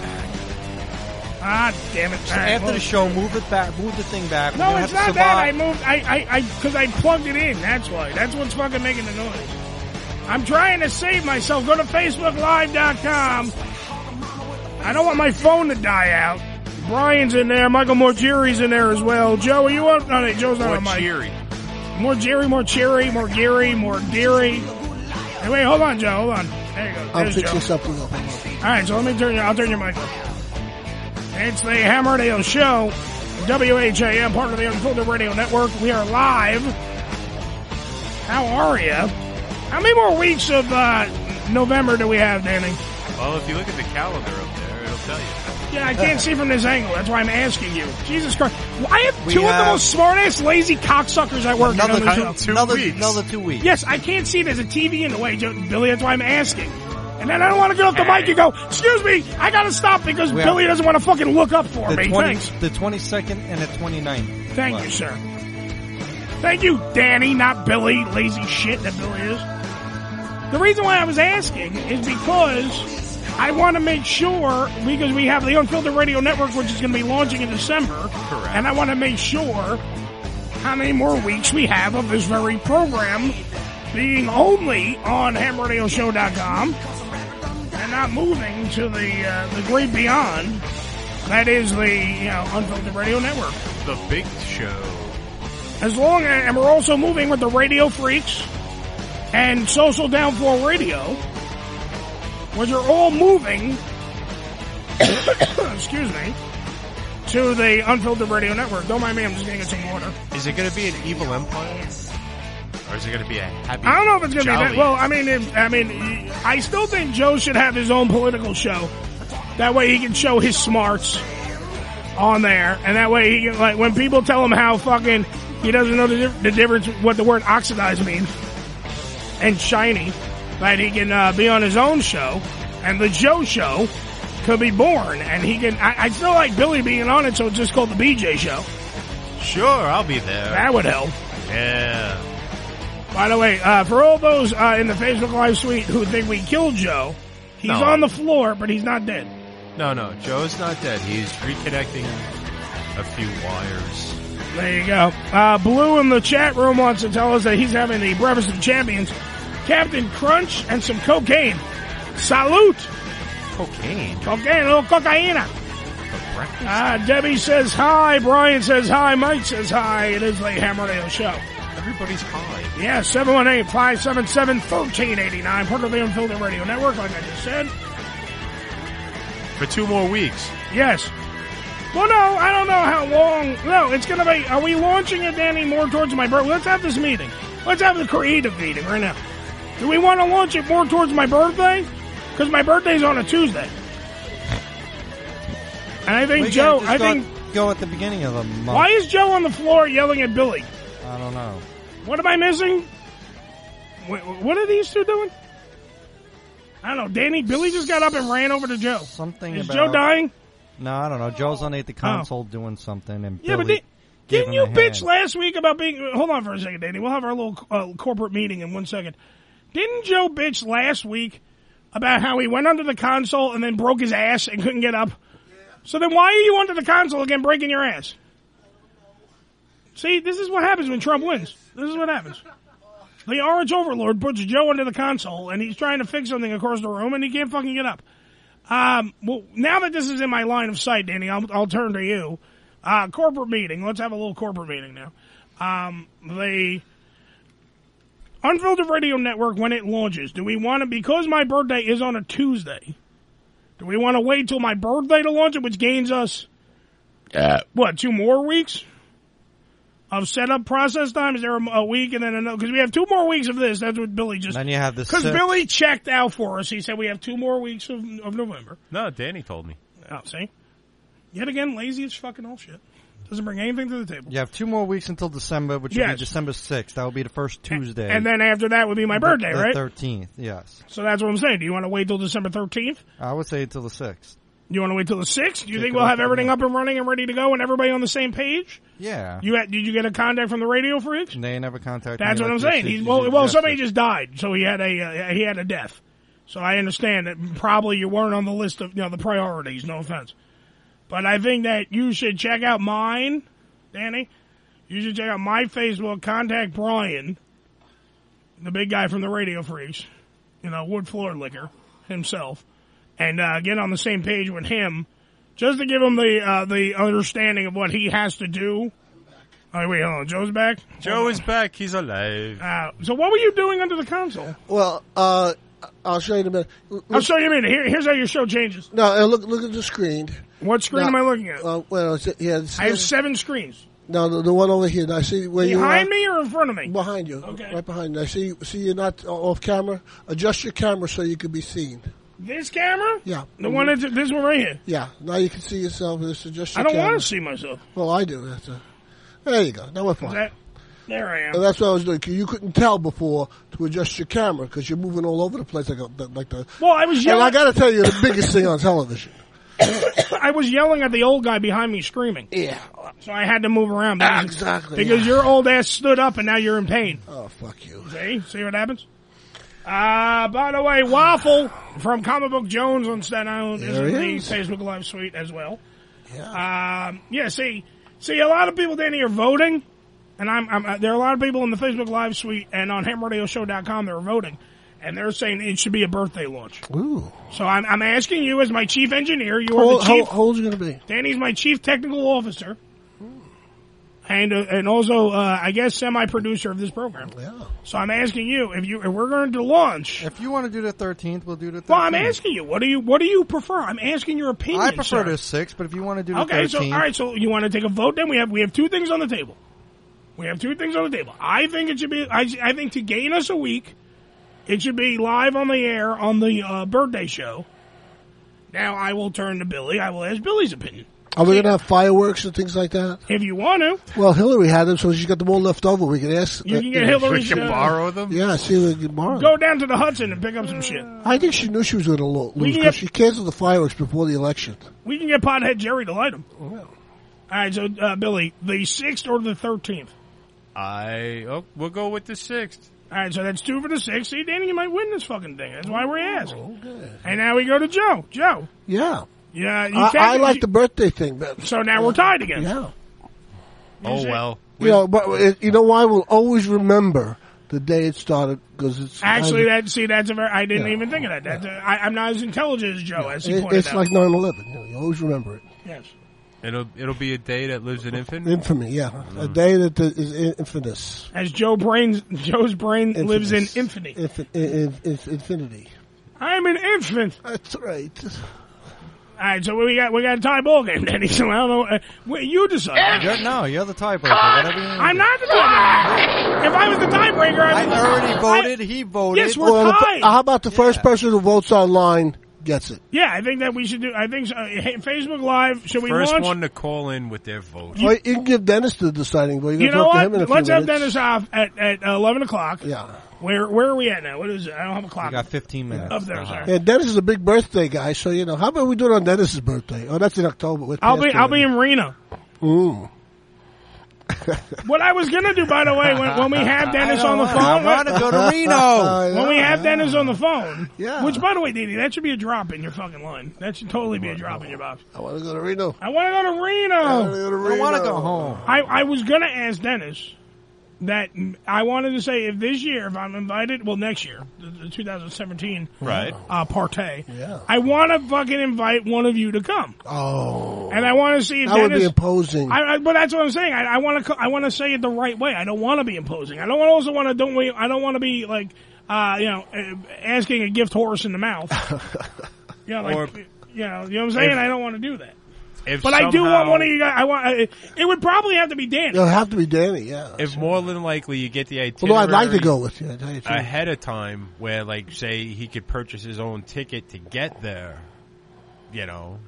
[SPEAKER 14] Ah, damn it.
[SPEAKER 7] So
[SPEAKER 14] All right,
[SPEAKER 7] after
[SPEAKER 14] well-
[SPEAKER 7] the show, move it back, move the thing back. We're
[SPEAKER 14] No,
[SPEAKER 7] gonna
[SPEAKER 14] it's
[SPEAKER 7] have
[SPEAKER 14] not
[SPEAKER 7] to
[SPEAKER 14] that. I
[SPEAKER 7] survive.
[SPEAKER 14] moved. I, I, I, because I plugged it in. That's why. That's what's fucking making the noise. I'm trying to save myself. Go to FacebookLive.com. I don't want my phone to die out. Brian's in there. Michael Morgieri's in there as well. Joe, are you up? No, no, Joe's not on mic. More Jerry, more Cherry, more Geary, more Deary. Hey, wait, hold on, Joe. Hold on. There you go.
[SPEAKER 15] I'm
[SPEAKER 14] There's
[SPEAKER 15] fixing
[SPEAKER 14] Joe.
[SPEAKER 15] something up.
[SPEAKER 14] All right, so let me turn your. I'll turn your mic. off. It's the Ham Radio Show, WHAM, part of the Unfiltered Radio Network. We are live. How are you? How many more weeks of uh, November do we have, Danny?
[SPEAKER 22] Well, if you look at the calendar up there, it'll tell you.
[SPEAKER 14] Yeah, I can't see from this angle. That's why I'm asking you. Jesus Christ! Well, I have
[SPEAKER 22] We
[SPEAKER 14] two of
[SPEAKER 22] have-
[SPEAKER 14] the most smart-ass, lazy cocksuckers I work
[SPEAKER 7] Another
[SPEAKER 14] with on the
[SPEAKER 7] two-
[SPEAKER 14] show.
[SPEAKER 7] another- another two weeks.
[SPEAKER 14] Yes, I can't see it as a TV in the way, Joe, Billy. That's why I'm asking. And then I don't want to get off the mic and go, "Excuse me, I gotta stop because
[SPEAKER 7] We
[SPEAKER 14] Billy
[SPEAKER 7] have-
[SPEAKER 14] doesn't want to fucking look up for
[SPEAKER 7] the
[SPEAKER 14] me."
[SPEAKER 7] 20
[SPEAKER 14] Thanks.
[SPEAKER 7] the 22nd and the 29th.
[SPEAKER 14] Thank you, sir. Thank you, Danny, not Billy, lazy shit that Billy is. The reason why I was asking is because I want to make sure, because we have the Unfiltered Radio Network, which is going to be launching in December. Correct. And I want to make sure how many more weeks we have of this very program being only on hamradioshow.com and not moving to the, uh, the great beyond. That is the, you know, Unfiltered Radio Network.
[SPEAKER 22] The big show.
[SPEAKER 14] As long as, and we're also moving with the Radio Freaks and Social Downfall Radio, was you're all moving, excuse me, to the Unfiltered Radio Network. Don't mind me, I'm just getting some water.
[SPEAKER 17] Is it going to be an evil empire? Or is it going to be a happy?
[SPEAKER 14] I don't know if it's going to be that.
[SPEAKER 17] jolly-
[SPEAKER 14] Well, I mean, if, I mean, I still think Joe should have his own political show. That way he can show his smarts on there, and that way he can, like when people tell him how fucking he doesn't know the, dif- the difference what the word oxidized means and shiny, that he can uh, be on his own show, and the Joe show could be born, and he can. I, I still like Billy being on it, so it's just called the BJ show.
[SPEAKER 17] Sure, I'll be there.
[SPEAKER 14] That would help.
[SPEAKER 17] Yeah.
[SPEAKER 14] By the way, uh, for all those uh, in the Facebook Live suite who think we killed Joe, he's
[SPEAKER 17] No.
[SPEAKER 14] on the floor, but he's not dead.
[SPEAKER 17] No, no, Joe's not dead. He's reconnecting a few wires.
[SPEAKER 14] There you go. Uh, Blue in the chat room wants to tell us that he's having the Breakfast of Champions, Captain Crunch, and some cocaine. Salute!
[SPEAKER 17] Cocaine?
[SPEAKER 14] Cocaine, a little cocaina. Uh, Debbie says hi, Brian says hi, Mike says hi. It is the Hammer Radio Show.
[SPEAKER 17] Everybody's high.
[SPEAKER 14] Yeah, 718-577-1389, part of the Unfiltered Radio Network, like I just said.
[SPEAKER 17] For two more weeks.
[SPEAKER 14] Yes. Well, no, I don't know how long. No, it's going to be. Are we launching it, Danny, more towards my birthday? Let's have this meeting. Let's have the creative meeting right now. Do we want to launch it more towards my birthday? Because my birthday's on a Tuesday. And I think
[SPEAKER 7] We
[SPEAKER 14] Joe.
[SPEAKER 7] gotta
[SPEAKER 14] I
[SPEAKER 7] just
[SPEAKER 14] think.
[SPEAKER 7] start- go at the beginning of the month.
[SPEAKER 14] Why is Joe on the floor yelling at Billy?
[SPEAKER 7] I don't know.
[SPEAKER 14] What am I missing? Wh- wh- What are these two doing? I don't know. Danny, Billy just got up and ran over to Joe.
[SPEAKER 7] Something
[SPEAKER 14] Is
[SPEAKER 7] about-
[SPEAKER 14] Joe dying? Oh.
[SPEAKER 7] No, I don't know. Joe's on at the console doing something, and
[SPEAKER 14] Yeah, but
[SPEAKER 7] Billy
[SPEAKER 14] di-
[SPEAKER 7] gave
[SPEAKER 14] Didn't
[SPEAKER 7] him
[SPEAKER 14] you
[SPEAKER 7] a
[SPEAKER 14] bitch
[SPEAKER 7] hand.
[SPEAKER 14] last week about being? Hold on for a second, Danny. We'll have our little uh, corporate meeting in one second. Didn't Joe bitch last week about how he went under the console and then broke his ass and couldn't get up? So then why are you under the console again, breaking your ass? See, this is what happens when Trump wins. This is what happens. The orange overlord puts Joe under the console, and he's trying to fix something across the room, and he can't fucking get up. Um, well, now that this is in my line of sight, Danny, I'll, I'll turn to you. Uh, corporate meeting. Let's have a little corporate meeting now. Um, the Unfiltered Radio Network, when it launches, do we want to, because my birthday is on a Tuesday, do we want to wait till my birthday to launch it, which gains us, what, two more weeks of setup process time? Is there a, a week and then another? Because we have two more weeks of this. That's what Billy just.
[SPEAKER 7] Then you have the
[SPEAKER 14] Because
[SPEAKER 7] sixth.
[SPEAKER 14] Billy checked out for us. He said we have two more weeks of, of November.
[SPEAKER 17] No, Danny told me.
[SPEAKER 14] Oh, see? Yet again, lazy as fucking all shit. Doesn't bring anything to the table.
[SPEAKER 7] You have two more weeks until December, which will
[SPEAKER 14] Yes.
[SPEAKER 7] be December sixth. That will be the first Tuesday,
[SPEAKER 14] And then after that would be my birthday, right?
[SPEAKER 7] Thirteenth, yes.
[SPEAKER 14] So that's what I'm saying. Do you want to wait till December 13th?
[SPEAKER 7] I would say until the sixth.
[SPEAKER 14] You want to wait till the 6th? Do you
[SPEAKER 7] Take
[SPEAKER 14] think
[SPEAKER 7] it
[SPEAKER 14] we'll
[SPEAKER 7] off
[SPEAKER 14] have
[SPEAKER 7] the
[SPEAKER 14] everything up and running and ready to go and everybody on the same page?
[SPEAKER 7] Yeah,
[SPEAKER 14] You had, did you get a contact from the radio freak?
[SPEAKER 7] they never contacted.
[SPEAKER 14] That's
[SPEAKER 7] me
[SPEAKER 14] what I'm
[SPEAKER 7] like
[SPEAKER 14] saying.
[SPEAKER 7] this.
[SPEAKER 14] He's,
[SPEAKER 7] You
[SPEAKER 14] well,
[SPEAKER 7] just
[SPEAKER 14] well,
[SPEAKER 7] guessed
[SPEAKER 14] somebody
[SPEAKER 7] it.
[SPEAKER 14] just died, so he had a uh, he had a death. So I understand that probably you weren't on the list of you know the priorities. No offense, but I think that you should check out mine, Danny. You should check out my Facebook. Contact Brian, the big guy from the Radio Freaks, you know wood floor licker himself, and uh, get on the same page with him, just to give him the uh, the understanding of what he has to do. All right, wait, hold on. Joe's back.
[SPEAKER 17] Joe is back. He's alive.
[SPEAKER 14] Uh, so what were you doing under the console?
[SPEAKER 15] Well, uh, I'll show you in a minute.
[SPEAKER 14] I'll show you in a minute. Here, here's how your show changes.
[SPEAKER 15] No, uh, look look at the screen.
[SPEAKER 14] What screen am I looking at?
[SPEAKER 15] Uh, well, it's, yeah, it's,
[SPEAKER 14] I have seven screens.
[SPEAKER 15] no, the, the one over here. I see where you
[SPEAKER 14] Behind
[SPEAKER 15] are.
[SPEAKER 14] me or in front of me?
[SPEAKER 15] Behind you.
[SPEAKER 14] Okay.
[SPEAKER 15] Right behind you. I see. See, you're not uh, off camera. Adjust your camera so you can be seen.
[SPEAKER 14] This camera?
[SPEAKER 15] Yeah.
[SPEAKER 14] The one that's this one right here.
[SPEAKER 15] Yeah. Now you can see yourself. This is just.
[SPEAKER 14] I
[SPEAKER 15] Your
[SPEAKER 14] don't
[SPEAKER 15] camera.
[SPEAKER 14] want to see myself.
[SPEAKER 15] Well, I do. That's a, there you go. Now we're fine.
[SPEAKER 14] That- there I am.
[SPEAKER 15] And that's what I was doing. You couldn't tell before to adjust your camera because you're moving all over the place like a, like the.
[SPEAKER 14] Well, I was
[SPEAKER 15] And I
[SPEAKER 14] yelling.
[SPEAKER 15] got to tell you, the biggest thing on television.
[SPEAKER 14] I was yelling at the old guy behind me screaming.
[SPEAKER 15] Yeah.
[SPEAKER 14] So I had to move around. Because,
[SPEAKER 15] exactly,
[SPEAKER 14] Because
[SPEAKER 15] yeah.
[SPEAKER 14] your old ass stood up and now you're in pain.
[SPEAKER 15] Oh fuck you.
[SPEAKER 14] See? See what happens? Uh, by the way, Waffle from Comic Book Jones on Staten Island
[SPEAKER 15] There
[SPEAKER 14] is in
[SPEAKER 15] he
[SPEAKER 14] the
[SPEAKER 15] is.
[SPEAKER 14] Facebook Live suite as well. Yeah. Um, yeah, see, see, a lot of people down here are voting, and I'm, I'm uh, there are a lot of people in the Facebook Live suite and on hamradioshow.com that are voting, and they're saying it should be a birthday launch.
[SPEAKER 15] Ooh.
[SPEAKER 14] So I'm, I'm asking you as my chief engineer, you
[SPEAKER 15] How
[SPEAKER 14] are
[SPEAKER 15] old,
[SPEAKER 14] the chief.
[SPEAKER 15] how, how old you going to be?
[SPEAKER 14] Danny's my chief technical officer. and uh, and also uh, I guess semi producer of this program. So I'm asking you if you if we're going to launch.
[SPEAKER 7] If you want to do the 13th, we'll do the 13th.
[SPEAKER 14] Well, I'm asking you. What do you what do you prefer? I'm asking your opinion.
[SPEAKER 7] I prefer
[SPEAKER 14] sir.
[SPEAKER 7] to six, but if you want to do the
[SPEAKER 14] Okay,
[SPEAKER 7] 13th,
[SPEAKER 14] so all right, so you want to take a vote? Then we have we have two things on the table. We have two things on the table. I think it should be. I, I think to gain us a week, it should be live on the air on the uh, birthday show. Now I will turn to Billy. I will ask Billy's opinion
[SPEAKER 15] Are we going to have fireworks and things like that?
[SPEAKER 14] if you want to.
[SPEAKER 15] Well, Hillary had them, so she's got them all left over. We can ask.
[SPEAKER 14] You can get Hillary's, We can uh, borrow
[SPEAKER 15] them. Yeah, see if we can borrow. them.
[SPEAKER 14] Go down to the Hudson and pick up some shit.
[SPEAKER 15] I think she knew she was going to lose
[SPEAKER 14] We can
[SPEAKER 15] because
[SPEAKER 14] get-
[SPEAKER 15] she canceled the fireworks before the election.
[SPEAKER 14] We can get Pothead Jerry to light them.
[SPEAKER 15] Oh,
[SPEAKER 14] All right, so uh, Billy, the sixth or the thirteenth.
[SPEAKER 17] I oh, we'll go with the sixth.
[SPEAKER 14] All right, so that's two for the six. See, Danny, you might win this fucking thing. That's why we're asking. And now we go to Joe. Joe.
[SPEAKER 15] Oh, Yeah,
[SPEAKER 14] Yeah, you
[SPEAKER 15] I,
[SPEAKER 14] can't.
[SPEAKER 15] I like the birthday thing, but
[SPEAKER 14] So now we're tied again.
[SPEAKER 15] Yeah.
[SPEAKER 17] Oh well.
[SPEAKER 15] you know, but it, you know why? We'll always remember the day it started because it's
[SPEAKER 14] Actually, that see, that's a very. I didn't even think of that. That I, I'm not as intelligent as Joe, as he
[SPEAKER 15] it,
[SPEAKER 14] pointed
[SPEAKER 15] it's
[SPEAKER 14] out.
[SPEAKER 15] like 9-11. You, know, you always remember it.
[SPEAKER 14] yes.
[SPEAKER 17] It'll it'll be a day that lives in infamy.
[SPEAKER 15] Infamy, yeah, a day that is in- infamous.
[SPEAKER 14] Mm-hmm. As Joe brains, Joe's brain lives in
[SPEAKER 15] Infamous.
[SPEAKER 14] infamy.
[SPEAKER 15] Infi- in- in- infinity.
[SPEAKER 14] I'm an infant.
[SPEAKER 15] That's right.
[SPEAKER 14] All right, so we got we got a tie ball game, Danny. So I don't know. Uh, wait, you decide.
[SPEAKER 7] You're- no, you're the tiebreaker. Whatever you
[SPEAKER 14] I'm not the tiebreaker. If I was the tiebreaker, I,
[SPEAKER 7] I already voted. he voted.
[SPEAKER 14] Yes, we're
[SPEAKER 15] Well, the-
[SPEAKER 14] tied.
[SPEAKER 15] how about the first person who votes online gets it?
[SPEAKER 14] yeah, I think that we should do. I think so. uh, hey, Facebook Live. Should we
[SPEAKER 17] First
[SPEAKER 14] launch?
[SPEAKER 17] one to call in with their vote.
[SPEAKER 15] Oh, You, you can give Dennis the deciding vote.
[SPEAKER 14] you
[SPEAKER 15] can
[SPEAKER 14] know
[SPEAKER 15] talk To
[SPEAKER 14] what?
[SPEAKER 15] him in a few
[SPEAKER 14] Let's have
[SPEAKER 15] minutes.
[SPEAKER 14] Dennis off at at uh, eleven o'clock.
[SPEAKER 15] Yeah.
[SPEAKER 14] Where where are we at now? What is it? I don't have a clock.
[SPEAKER 7] got 15 minutes.
[SPEAKER 14] Up there, sorry.
[SPEAKER 15] Yeah, Dennis is a big birthday guy, so you know. How about we do it on Dennis's birthday? Oh, that's in October. We're
[SPEAKER 14] I'll be
[SPEAKER 15] past Mm.
[SPEAKER 14] I'll be
[SPEAKER 15] it.
[SPEAKER 14] in Reno.
[SPEAKER 15] Ooh.
[SPEAKER 14] What I was gonna do, by the way, when, when we have Dennis
[SPEAKER 7] I
[SPEAKER 14] on the
[SPEAKER 7] don't
[SPEAKER 14] phone,
[SPEAKER 7] wanna- I wanna go to
[SPEAKER 15] Oh,
[SPEAKER 7] Reno.
[SPEAKER 14] When we have Dennis on the phone,
[SPEAKER 15] Yeah.
[SPEAKER 14] Which, by the way, Didi, that should be a drop in your fucking line. That should totally be a drop in your box.
[SPEAKER 15] I want to go to Reno.
[SPEAKER 14] I want to go
[SPEAKER 15] wanna
[SPEAKER 14] to
[SPEAKER 15] go to
[SPEAKER 14] Reno.
[SPEAKER 15] Reno. I wanna go
[SPEAKER 7] home.
[SPEAKER 14] I I was gonna ask Dennis that I wanted to say if this year, if I'm invited, well, next year, the- the 2017,
[SPEAKER 28] Right.
[SPEAKER 14] uh, partay.
[SPEAKER 15] Yeah.
[SPEAKER 14] I want to fucking invite one of you to come,
[SPEAKER 15] Oh,
[SPEAKER 14] and I want to see if
[SPEAKER 15] that would
[SPEAKER 14] Dennis-
[SPEAKER 15] be imposing.
[SPEAKER 14] I, I, but that's what I'm saying. I want to. I want to say it the right way. I don't want to be imposing. I don't want also want to. Don't we? I don't want to be like, uh, you know, uh, asking a gift horse in the mouth. you know, like,
[SPEAKER 17] Or-
[SPEAKER 14] you know, you know what I'm saying.
[SPEAKER 17] If-
[SPEAKER 14] I don't want to do that.
[SPEAKER 17] If
[SPEAKER 14] But I do want
[SPEAKER 17] somehow-
[SPEAKER 14] one of you guys. I want. I, it would probably have to be Danny.
[SPEAKER 15] It'll have to be Danny. Yeah.
[SPEAKER 17] If more than likely you get the itinerary,
[SPEAKER 15] Although I'd like to go with you. I tell you the truth.
[SPEAKER 17] ahead of time, where like say he could purchase his own ticket to get there, you know.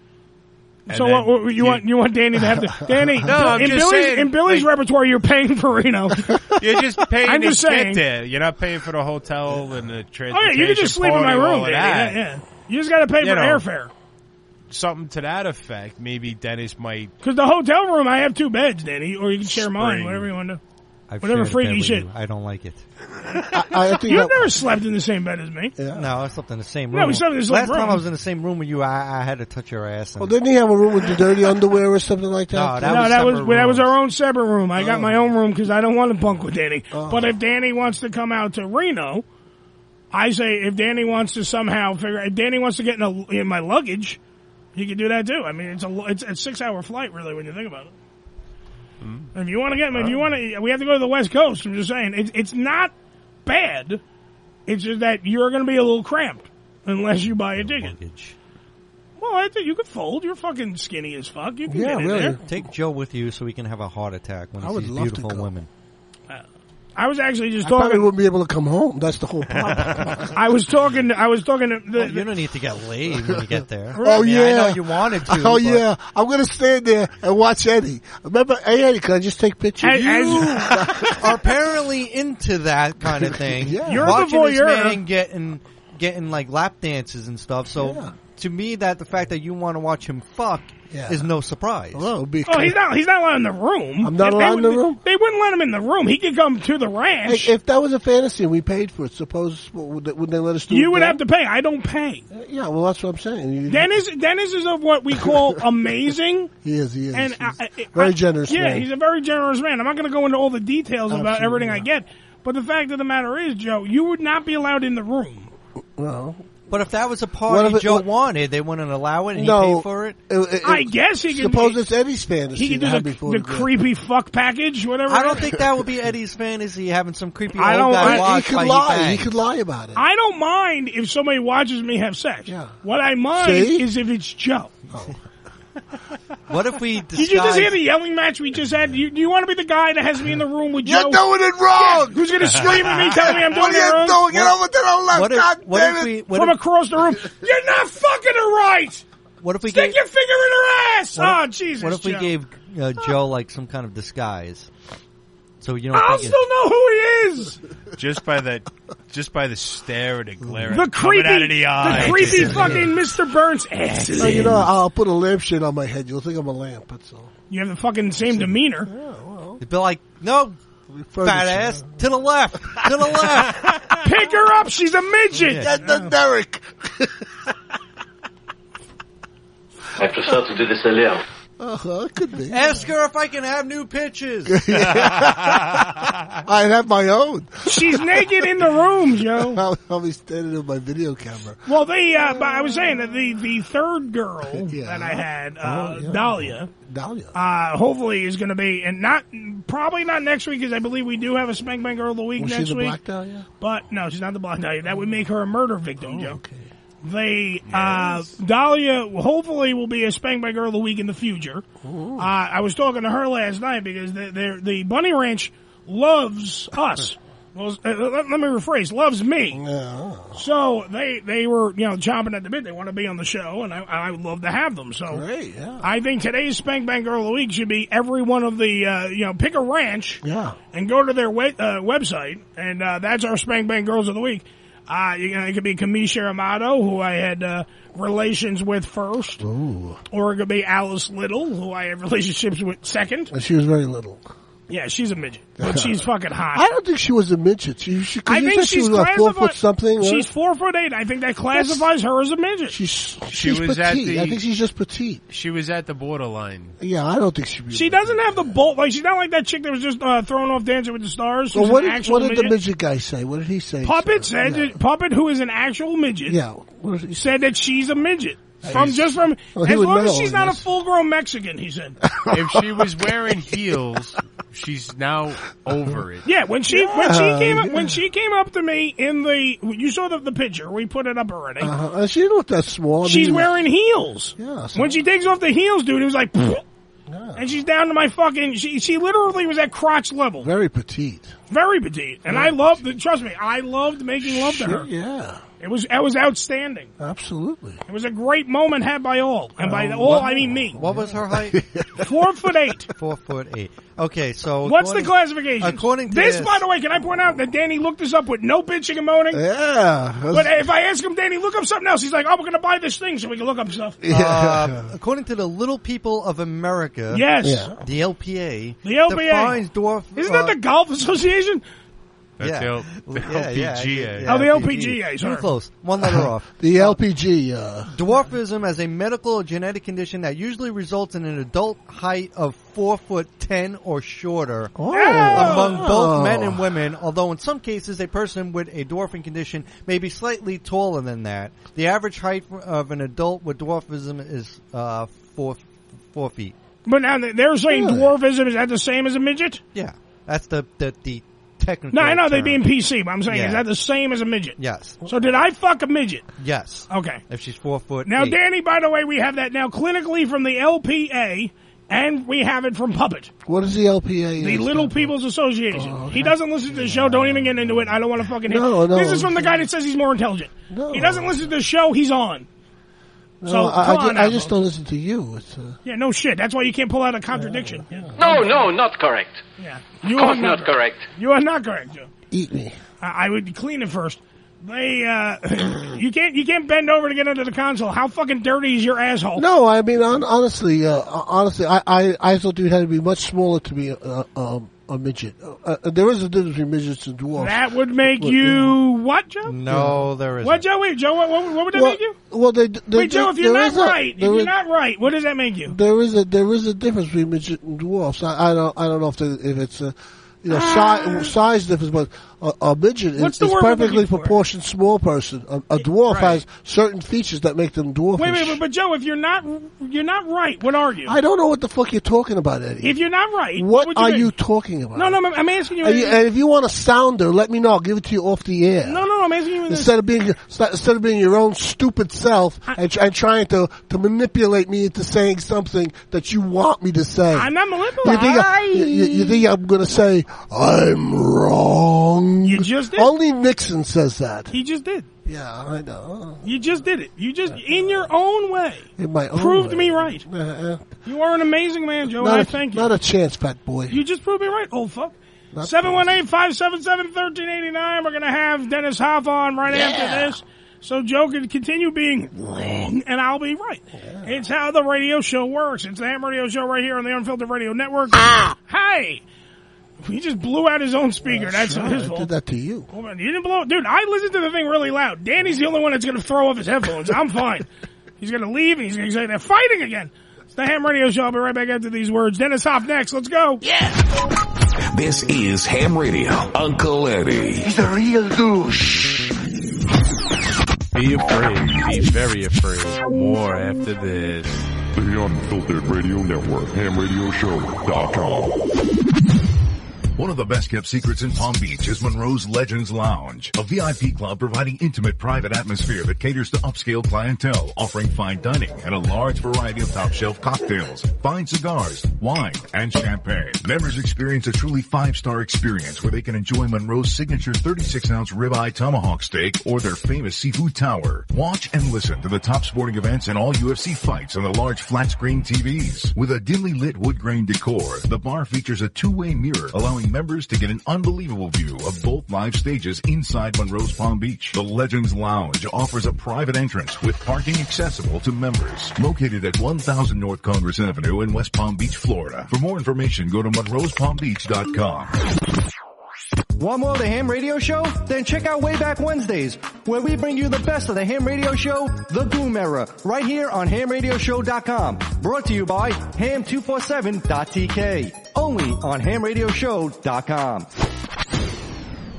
[SPEAKER 17] And
[SPEAKER 14] so
[SPEAKER 17] then
[SPEAKER 14] what, what- you want you want Danny to have to Danny
[SPEAKER 17] No, I'm
[SPEAKER 14] in
[SPEAKER 17] just
[SPEAKER 14] Billy's
[SPEAKER 17] saying,
[SPEAKER 14] in Billy's repertoire you're paying for Reno. oh
[SPEAKER 17] You're just paying
[SPEAKER 14] I'm
[SPEAKER 17] to
[SPEAKER 14] just
[SPEAKER 17] get
[SPEAKER 14] saying. Oh,
[SPEAKER 17] there. You're not paying for the hotel and the
[SPEAKER 14] yeah,
[SPEAKER 17] transportation.
[SPEAKER 14] you can just sleep in
[SPEAKER 17] party,
[SPEAKER 14] my
[SPEAKER 17] all
[SPEAKER 14] room.
[SPEAKER 17] of
[SPEAKER 14] Danny.
[SPEAKER 17] that.
[SPEAKER 14] Yeah, yeah. You just got to pay
[SPEAKER 17] You
[SPEAKER 14] for
[SPEAKER 17] know.
[SPEAKER 14] airfare
[SPEAKER 17] Something to that effect. Maybe Dennis might.
[SPEAKER 14] because the hotel room I have two beds, Danny, or you can share mine,
[SPEAKER 17] Spring.
[SPEAKER 14] whatever you want to.
[SPEAKER 7] I've
[SPEAKER 14] Whatever
[SPEAKER 7] shared a
[SPEAKER 14] freaky
[SPEAKER 7] bed with
[SPEAKER 14] shit.
[SPEAKER 7] you. I don't like it.
[SPEAKER 15] I, I think
[SPEAKER 14] You've
[SPEAKER 15] that-
[SPEAKER 14] never slept in the same bed as me.
[SPEAKER 15] Yeah.
[SPEAKER 7] No, I slept in the same room.
[SPEAKER 14] No, we slept in the same
[SPEAKER 7] Last
[SPEAKER 14] room.
[SPEAKER 7] time I was in the same room with you, I, I had to touch your ass. And,
[SPEAKER 15] Well, didn't he have a room with the dirty underwear or something like that?
[SPEAKER 7] No, that
[SPEAKER 14] no,
[SPEAKER 7] was
[SPEAKER 14] that was
[SPEAKER 7] separate
[SPEAKER 14] well, that was
[SPEAKER 7] rooms.
[SPEAKER 14] our own separate room. I got my own room because I don't want to bunk with Danny.
[SPEAKER 7] Oh.
[SPEAKER 15] Oh.
[SPEAKER 14] But if Danny wants to come out to Reno, I say if Danny wants to somehow figure, if Danny wants to get in, a, in my luggage, he can do that too. I mean, it's a lo- it's a six hour flight really when you think about it.
[SPEAKER 15] Mm-hmm.
[SPEAKER 14] If you want to get, if
[SPEAKER 15] Oh.
[SPEAKER 14] you want to, we have to go to the West Coast. I'm just saying, it's it's not bad. It's just that you're going to be a little cramped unless you buy a ticket.
[SPEAKER 7] Luggage.
[SPEAKER 14] Well, I think you can fold. You're fucking skinny as fuck. You can
[SPEAKER 15] Yeah,
[SPEAKER 14] get in
[SPEAKER 15] really.
[SPEAKER 14] there.
[SPEAKER 7] Take Joe with you so he can have a heart attack when
[SPEAKER 15] I
[SPEAKER 7] he
[SPEAKER 15] would
[SPEAKER 7] sees
[SPEAKER 15] love to
[SPEAKER 7] beautiful
[SPEAKER 15] go.
[SPEAKER 7] women.
[SPEAKER 14] I was actually just
[SPEAKER 15] I probably
[SPEAKER 14] talking.
[SPEAKER 15] wouldn't be able to come home. That's the whole problem.
[SPEAKER 14] I was talking. To, I was talking to. The,
[SPEAKER 7] Well, Oh, you don't need to get laid when you get there.
[SPEAKER 15] Oh,
[SPEAKER 7] I mean, I
[SPEAKER 15] yeah.
[SPEAKER 7] know you wanted to.
[SPEAKER 15] oh
[SPEAKER 7] but-
[SPEAKER 15] yeah, I'm gonna stand there and watch Eddie. Remember, hey Eddie, can I just take pictures?
[SPEAKER 14] as, as-
[SPEAKER 7] are apparently into that kind of thing.
[SPEAKER 15] Yeah.
[SPEAKER 14] You're the
[SPEAKER 7] Watching this
[SPEAKER 14] voyeur.
[SPEAKER 7] man getting getting like lap dances and stuff. So
[SPEAKER 15] Yeah.
[SPEAKER 7] to me, that the fact that you want to watch him fuck
[SPEAKER 15] Yeah.
[SPEAKER 7] is no surprise.
[SPEAKER 15] Hello, it'd be
[SPEAKER 14] oh, he's not. He's not allowed in the room.
[SPEAKER 15] I'm not
[SPEAKER 14] They-
[SPEAKER 15] allowed
[SPEAKER 14] they
[SPEAKER 15] in the
[SPEAKER 14] wouldn't-
[SPEAKER 15] room?
[SPEAKER 14] They wouldn't let him in the room. He could come to the ranch.
[SPEAKER 15] Hey, if that was a fantasy and we paid for it, suppose would they, would they let us do?
[SPEAKER 14] you
[SPEAKER 15] it
[SPEAKER 14] would
[SPEAKER 15] now?
[SPEAKER 14] have to pay. I don't pay.
[SPEAKER 15] Yeah, well, that's what I'm saying. You-
[SPEAKER 14] Dennis. Dennis is of what we call amazing.
[SPEAKER 15] he is. He is.
[SPEAKER 14] and
[SPEAKER 15] He's
[SPEAKER 14] I, I-
[SPEAKER 15] very
[SPEAKER 14] I-
[SPEAKER 15] generous.
[SPEAKER 14] Yeah,
[SPEAKER 15] man.
[SPEAKER 14] he's a very generous man. I'm not going to go into all the details about
[SPEAKER 15] Absolutely
[SPEAKER 14] everything I
[SPEAKER 15] not.
[SPEAKER 14] get, but the fact of the matter is, Joe, you would not be allowed in the room.
[SPEAKER 15] well,
[SPEAKER 7] But if that was a party
[SPEAKER 15] if it-
[SPEAKER 7] Joe
[SPEAKER 15] what-
[SPEAKER 7] wanted, they wouldn't allow it and he
[SPEAKER 15] No,
[SPEAKER 7] paid for it?
[SPEAKER 14] I guess he could.
[SPEAKER 15] Suppose it's Eddie's fantasy.
[SPEAKER 14] He could
[SPEAKER 15] to
[SPEAKER 14] do the,
[SPEAKER 15] have before
[SPEAKER 14] the
[SPEAKER 15] bed.
[SPEAKER 14] creepy fuck package, whatever.
[SPEAKER 7] I don't think that would be Eddie's fantasy, having some creepy
[SPEAKER 14] I
[SPEAKER 7] old
[SPEAKER 14] don't- I-
[SPEAKER 7] guy
[SPEAKER 14] he
[SPEAKER 7] watch
[SPEAKER 14] could
[SPEAKER 7] by
[SPEAKER 14] lie.
[SPEAKER 7] banged.
[SPEAKER 14] He could
[SPEAKER 15] lie about it.
[SPEAKER 14] I don't mind if somebody watches me have sex. What I mind
[SPEAKER 7] See?
[SPEAKER 14] is if it's Joe.
[SPEAKER 7] What if we disguise...
[SPEAKER 14] Did you just hear the yelling match we just had? You, do you want to be the guy that has me in the room with
[SPEAKER 7] You're
[SPEAKER 14] Joe?
[SPEAKER 7] doing it wrong!
[SPEAKER 14] Yeah, Who's going to scream at me telling me I'm doing
[SPEAKER 7] What are
[SPEAKER 14] it
[SPEAKER 7] you
[SPEAKER 14] wrong?
[SPEAKER 7] doing? Get over to the left, What if- God what damn if it. we- what
[SPEAKER 14] From
[SPEAKER 7] if-
[SPEAKER 14] across the room. You're not fucking the right!
[SPEAKER 7] What if we
[SPEAKER 14] Stick
[SPEAKER 7] gave-
[SPEAKER 14] your finger in her ass!
[SPEAKER 7] What
[SPEAKER 14] oh,
[SPEAKER 7] if-
[SPEAKER 14] Jesus,
[SPEAKER 7] What if we
[SPEAKER 14] Joe.
[SPEAKER 7] gave uh, Joe, like, some kind of disguise? So you don't
[SPEAKER 14] I'll
[SPEAKER 7] think it-
[SPEAKER 14] still know who he is!
[SPEAKER 17] Just by the, just by the stare and the glare, coming
[SPEAKER 14] The creepy,
[SPEAKER 17] out of the eye,
[SPEAKER 14] the creepy fucking Mr. Burns ass.
[SPEAKER 15] No, you know, I'll put a lampshade on my head. You'll think I'm a lamp. That's all.
[SPEAKER 14] You have the fucking same demeanor.
[SPEAKER 7] It'd be like, no, fat ass, to the left, to the left.
[SPEAKER 14] Pick her up, she's a midget.
[SPEAKER 7] That's
[SPEAKER 15] the Derek.
[SPEAKER 6] I prefer to do this alone.
[SPEAKER 15] Uh-huh, it could be.
[SPEAKER 7] Ask her if I can have new pitches.
[SPEAKER 15] I'd have my own.
[SPEAKER 14] She's naked in the room, Joe.
[SPEAKER 15] I'll, I'll be standing with my video camera.
[SPEAKER 14] Well, the uh, but I was saying that the the third girl that I
[SPEAKER 15] Oh,
[SPEAKER 14] had, uh, Dahlia,
[SPEAKER 15] Dahlia,
[SPEAKER 14] uh, hopefully is going to be, and not probably not next week because I believe we do have a spank bang girl of the week
[SPEAKER 15] Was she
[SPEAKER 14] next
[SPEAKER 15] the
[SPEAKER 14] week.
[SPEAKER 15] black Dahlia? Oh,
[SPEAKER 14] But no, she's not the black Dahlia. That would make her a murder victim, Joe. They uh, Dahlia hopefully will be a spank bang girl of the week in the future. Uh, I was talking to her last night because the the, the Bunny Ranch loves us. Loves- uh, let, let me rephrase. Loves me. So they they were you know chomping at the bit. They want to be on the show, and I, I would love to have them. So
[SPEAKER 15] Great, yeah.
[SPEAKER 14] I think today's Spank Bang Girl of the Week should be every one of the uh, you know pick a ranch,
[SPEAKER 15] yeah,
[SPEAKER 14] and go to their we- uh, website, and uh, that's our Spank Bang Girls of the Week. Uh, you know, it could be Kamisha Amato, who I had uh, relations with first,
[SPEAKER 15] Ooh.
[SPEAKER 14] or it could be Alice Little, who I had relationships with second.
[SPEAKER 15] And she was very little.
[SPEAKER 14] Yeah, she's a midget, but she's fucking hot.
[SPEAKER 15] I don't think she was a midget. She, she, 'cause
[SPEAKER 14] I
[SPEAKER 15] you
[SPEAKER 14] think
[SPEAKER 15] said she
[SPEAKER 14] she's
[SPEAKER 15] was like four
[SPEAKER 14] classified-
[SPEAKER 15] foot something. right?
[SPEAKER 14] She's four foot eight. I think that classifies her as a midget.
[SPEAKER 15] She's
[SPEAKER 17] She
[SPEAKER 15] She's
[SPEAKER 17] was at
[SPEAKER 15] petite.
[SPEAKER 17] the.
[SPEAKER 15] I think she's just petite.
[SPEAKER 17] She was at the borderline.
[SPEAKER 15] Yeah, I don't think she. Was.
[SPEAKER 14] She doesn't have the bolt. Like she's not like that chick that was just uh, thrown off Dancing with the Stars.
[SPEAKER 15] Well,
[SPEAKER 14] who's
[SPEAKER 15] what
[SPEAKER 14] an
[SPEAKER 15] did,
[SPEAKER 14] actual
[SPEAKER 15] what did the
[SPEAKER 14] midget.
[SPEAKER 15] midget guy say? What did he say?
[SPEAKER 14] Puppet said Puppet, who is an actual midget,
[SPEAKER 15] Yeah.
[SPEAKER 14] said that she's a midget.
[SPEAKER 15] Hey,
[SPEAKER 14] From
[SPEAKER 15] he's-
[SPEAKER 14] just from
[SPEAKER 15] Well, he
[SPEAKER 14] as
[SPEAKER 15] would
[SPEAKER 14] long as
[SPEAKER 15] meddle
[SPEAKER 14] she's
[SPEAKER 15] in
[SPEAKER 14] not a
[SPEAKER 15] this.
[SPEAKER 14] full grown Mexican, he said.
[SPEAKER 17] If she was wearing heels, she's now over it.
[SPEAKER 14] Yeah, when she when
[SPEAKER 17] Yeah,
[SPEAKER 14] she came up
[SPEAKER 17] yeah.
[SPEAKER 14] when she came up to me in the you saw the, the picture we put it up already.
[SPEAKER 15] Uh-huh. Uh, She looked that small. I
[SPEAKER 14] She's
[SPEAKER 15] mean, uh,
[SPEAKER 14] wearing heels.
[SPEAKER 15] Yeah, so-
[SPEAKER 14] when she takes off the heels, dude, it was like, and she's down to my fucking. She she literally was at crotch level.
[SPEAKER 15] very petite.
[SPEAKER 14] Very petite, and I loved. it. Trust me, I loved making love to
[SPEAKER 15] Sure,
[SPEAKER 14] her.
[SPEAKER 15] yeah.
[SPEAKER 14] it was it was outstanding.
[SPEAKER 15] Absolutely. Uh,
[SPEAKER 14] It was a great moment had by all, and by
[SPEAKER 7] Um,
[SPEAKER 14] all
[SPEAKER 7] what-
[SPEAKER 14] I mean me.
[SPEAKER 7] What was her height?
[SPEAKER 14] Four foot eight.
[SPEAKER 7] Four foot eight. Okay, so
[SPEAKER 14] What's the
[SPEAKER 7] according-
[SPEAKER 14] classification?
[SPEAKER 7] According to
[SPEAKER 14] this,
[SPEAKER 7] this-
[SPEAKER 14] by the way, can I point out that Danny looked this up with no bitching and moaning?
[SPEAKER 15] Yeah.
[SPEAKER 14] But if I ask him, Danny, look up something else, he's like, "Oh, we're gonna buy this thing so we can look up stuff."
[SPEAKER 7] Uh, according to the Little People of America,
[SPEAKER 14] Yes. Yeah.
[SPEAKER 7] the LPA,
[SPEAKER 14] the LPA
[SPEAKER 7] defines dwarf. uh,
[SPEAKER 14] Isn't that the Golf Association?
[SPEAKER 17] That's
[SPEAKER 7] yeah.
[SPEAKER 17] L- the
[SPEAKER 7] yeah, yeah,
[SPEAKER 17] LPGA.
[SPEAKER 7] yeah,
[SPEAKER 14] Oh, the
[SPEAKER 7] yeah,
[SPEAKER 14] LPGA,
[SPEAKER 7] Too
[SPEAKER 14] sorry.
[SPEAKER 7] close. One letter off.
[SPEAKER 15] The LPG. Uh,
[SPEAKER 7] Dwarfism as a medical or genetic condition that usually results in an adult height of four foot ten or shorter
[SPEAKER 14] Oh.
[SPEAKER 7] among both men and women. Although in some cases, a person with a dwarfing condition may be slightly taller than that. The average height of an adult with dwarfism is uh, four four feet.
[SPEAKER 14] But now they- they're saying dwarfism is that the same as a midget?
[SPEAKER 7] Yeah, that's the the, the technical.
[SPEAKER 14] No, I know they
[SPEAKER 7] term.
[SPEAKER 14] being PC, but I'm saying
[SPEAKER 7] Yeah.
[SPEAKER 14] is that the same as a midget?
[SPEAKER 7] Yes.
[SPEAKER 14] So did I fuck a midget?
[SPEAKER 7] Yes.
[SPEAKER 14] Okay.
[SPEAKER 7] If she's four foot.
[SPEAKER 14] Now,
[SPEAKER 7] eight.
[SPEAKER 14] Danny, by the way, we have that now clinically from the LPA, and we have it from Puppet,
[SPEAKER 15] what is the LPA?
[SPEAKER 14] the Little People's Association. He doesn't listen to the show. Don't even get into it. I don't want to fucking hear.
[SPEAKER 15] No, no.
[SPEAKER 14] This is from the guy that says he's more intelligent. He doesn't listen to the show. He's on.
[SPEAKER 15] No,
[SPEAKER 14] so
[SPEAKER 15] I, I,
[SPEAKER 14] come
[SPEAKER 15] ju-
[SPEAKER 14] on,
[SPEAKER 15] I
[SPEAKER 14] Apple.
[SPEAKER 15] just don't listen to you. It's, uh,
[SPEAKER 14] Yeah, no shit. That's why you can't pull out a contradiction. Yeah.
[SPEAKER 6] No, no, not correct.
[SPEAKER 14] Yeah.
[SPEAKER 6] of
[SPEAKER 14] are
[SPEAKER 6] course not correct.
[SPEAKER 14] You are not correct, Joe.
[SPEAKER 15] Eat me.
[SPEAKER 14] I, I would clean it first. They, uh, you can't, you can't bend over to get under the console. How fucking dirty is your asshole?
[SPEAKER 15] No, I mean hon- honestly, uh, honestly, I, I I thought you had to be much smaller to be a, um a midget. Uh, uh, there is a difference between midgets and dwarfs.
[SPEAKER 14] That would make
[SPEAKER 15] What-
[SPEAKER 14] you what, Joe?
[SPEAKER 7] No, there isn't.
[SPEAKER 14] What, Joe? Wait, Joe. What, what, what would that
[SPEAKER 15] Well,
[SPEAKER 14] make you?
[SPEAKER 15] Well, they, they,
[SPEAKER 14] Wait, Joe. If you're
[SPEAKER 15] there
[SPEAKER 14] not
[SPEAKER 15] is a-
[SPEAKER 14] right, if
[SPEAKER 15] there
[SPEAKER 14] you're
[SPEAKER 15] is-
[SPEAKER 14] not right, what does that make you?
[SPEAKER 15] There is a there is a difference between midget and dwarfs. I, I don't I don't know if the, if it's a you know size, size difference, but A, a midget
[SPEAKER 14] Ah. What's
[SPEAKER 15] is,
[SPEAKER 14] the
[SPEAKER 15] is
[SPEAKER 14] word we're
[SPEAKER 15] properly
[SPEAKER 14] looking for?
[SPEAKER 15] proportioned small person. A, a dwarf
[SPEAKER 14] Right.
[SPEAKER 15] has certain features that make them dwarfish.
[SPEAKER 14] Wait, wait, wait, but Joe, if you're not you're not right, what are you?
[SPEAKER 15] I don't know what the fuck you're talking about, Eddie.
[SPEAKER 14] If you're not right,
[SPEAKER 15] what
[SPEAKER 14] would
[SPEAKER 15] are
[SPEAKER 14] be?
[SPEAKER 15] you talking about?
[SPEAKER 14] No, no, I'm, I'm asking you.
[SPEAKER 15] And, you- and if you want a sounder, let me know. I'll give it to you off the air.
[SPEAKER 14] no, no, no, I'm asking you. This.
[SPEAKER 15] Instead of being instead of being your own stupid self and, tr- and trying to, to manipulate me into saying something that you want me to say,
[SPEAKER 14] I'm not manipulating.
[SPEAKER 15] You think, I, you, you- you think I'm going to say I'm wrong? You
[SPEAKER 14] just did.
[SPEAKER 15] only Nixon says that
[SPEAKER 14] He just did.
[SPEAKER 15] Yeah, I know.
[SPEAKER 14] You just did it. You just, in your own way,
[SPEAKER 15] in my own
[SPEAKER 14] proved
[SPEAKER 15] way.
[SPEAKER 14] me right. You are an amazing man, Joe, and
[SPEAKER 15] Not
[SPEAKER 14] I
[SPEAKER 15] a-
[SPEAKER 14] thank you.
[SPEAKER 15] Not a chance, fat boy.
[SPEAKER 14] You just proved me right, old fuck.
[SPEAKER 15] Not
[SPEAKER 14] 718 577 1389. We're going to have Dennis Hoff on right after this. So Joe can continue being wrong, and I'll be right. It's how the radio show works. It's the Ham Radio Show right here on the Unfiltered Radio Network.
[SPEAKER 15] Ah.
[SPEAKER 14] Hey! He just blew out his own speaker. That's,
[SPEAKER 15] right.
[SPEAKER 14] his
[SPEAKER 15] I
[SPEAKER 14] fault.
[SPEAKER 15] did that to you.
[SPEAKER 14] Hold on, you didn't blow, dude. I listened to the thing really loud. Danny's the only one that's going to throw off his headphones. I'm fine. He's going to leave, and he's going to say they're fighting again. It's the Ham Radio Show. I'll be right back after these words. Dennis Hoff next. Let's go. Yeah.
[SPEAKER 29] This is Ham Radio. Uncle Eddie. He's a real douche.
[SPEAKER 17] Be afraid. Be very afraid. More after this.
[SPEAKER 10] The Unfiltered Radio Network, hamradioshow.com.
[SPEAKER 9] One of the best kept secrets in Palm Beach is Monroe's Legends Lounge, a VIP club providing intimate private atmosphere that caters to upscale clientele, offering fine dining and a large variety of top shelf cocktails, fine cigars, wine, and champagne. Members experience a truly five star experience where they can enjoy Monroe's signature 36 ounce ribeye tomahawk steak or their famous seafood tower. Watch and listen to the top sporting events and all UFC fights on the large flat screen TVs. With a dimly lit wood grain decor, the bar features a two-way mirror allowing members to get an unbelievable view of both live stages inside Monroe's Palm Beach. The Legends Lounge offers a private entrance with parking accessible to members. Located at 1000 North Congress Avenue in West Palm Beach, Florida. For more information, go to monroespalmbeach.com.
[SPEAKER 16] Want more of the Ham Radio Show? Then check out Wayback Wednesdays, where we bring you the best of the Ham Radio Show, The Boom Era, right here on HamRadioshow.com. Brought to you by Ham247.tk. Only on HamRadioshow.com.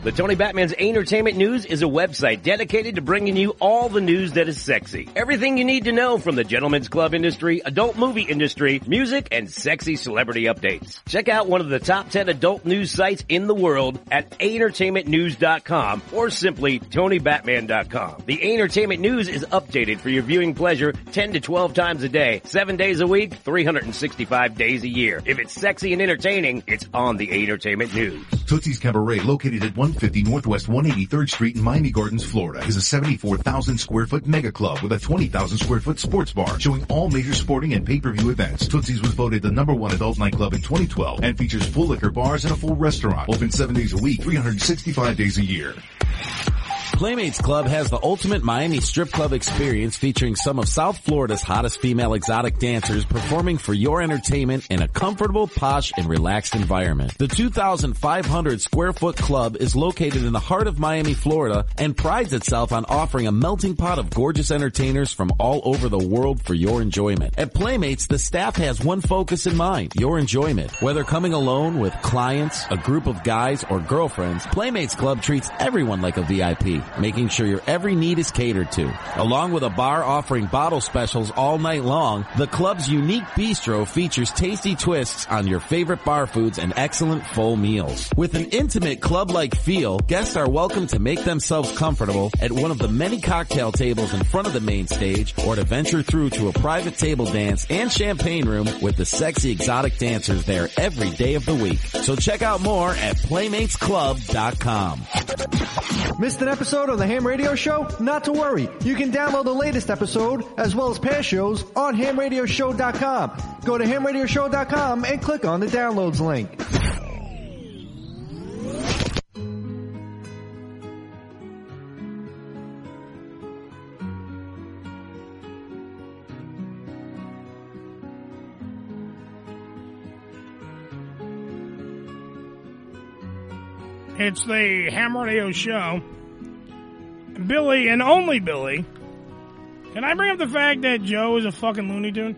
[SPEAKER 11] The Tony Batman's Entertainment News is a website dedicated to bringing you all the news that is sexy. Everything you need to know from the gentlemen's club industry, adult movie industry, music, and sexy celebrity updates. Check out one of the top 10 adult news sites in the world at entertainmentnews.com or simply tonybatman.com. The Entertainment News is updated for your viewing pleasure 10 to 12 times a day, 7 days a week, 365 days a year. If it's sexy and entertaining, it's on the Entertainment News.
[SPEAKER 9] Tootsie's Cabaret, located at 150 Northwest 183rd Street in Miami Gardens, Florida, is a 74,000 square foot mega club with a 20,000 square foot sports bar showing all major sporting and pay-per-view events. Tootsie's was voted the number one adult nightclub in 2012 and features full liquor bars and a full restaurant, open seven days a week, 365 days a year.
[SPEAKER 8] Playmates Club has the ultimate Miami strip club experience featuring some of South Florida's hottest female exotic dancers performing for your entertainment in a comfortable, posh, and relaxed environment. The 2,500 square foot club is located in the heart of Miami, Florida and prides itself on offering a melting pot of gorgeous entertainers from all over the world for your enjoyment. At Playmates, the staff has one focus in mind, your enjoyment. Whether coming alone with clients, a group of guys, or girlfriends, Playmates Club treats everyone like a VIP, making sure your every need is catered to. Along with a bar offering bottle specials all night long, the club's unique bistro features tasty twists on your favorite bar foods and excellent full meals. With an intimate club-like feel, guests are welcome to make themselves comfortable at one of the many cocktail tables in front of the main stage or to venture through to a private table dance and champagne room with the sexy exotic dancers there every day of the week. So check out more at playmatesclub.com.
[SPEAKER 16] Missed an episode of the Ham Radio Show? Not to worry. You can download the latest episode as well as past shows on hamradioshow.com. Go to hamradioshow.com and click on the downloads link.
[SPEAKER 14] It's the Ham Radio Show. Billy and only Billy. Can I bring up the fact that Joe is a fucking Looney Tune?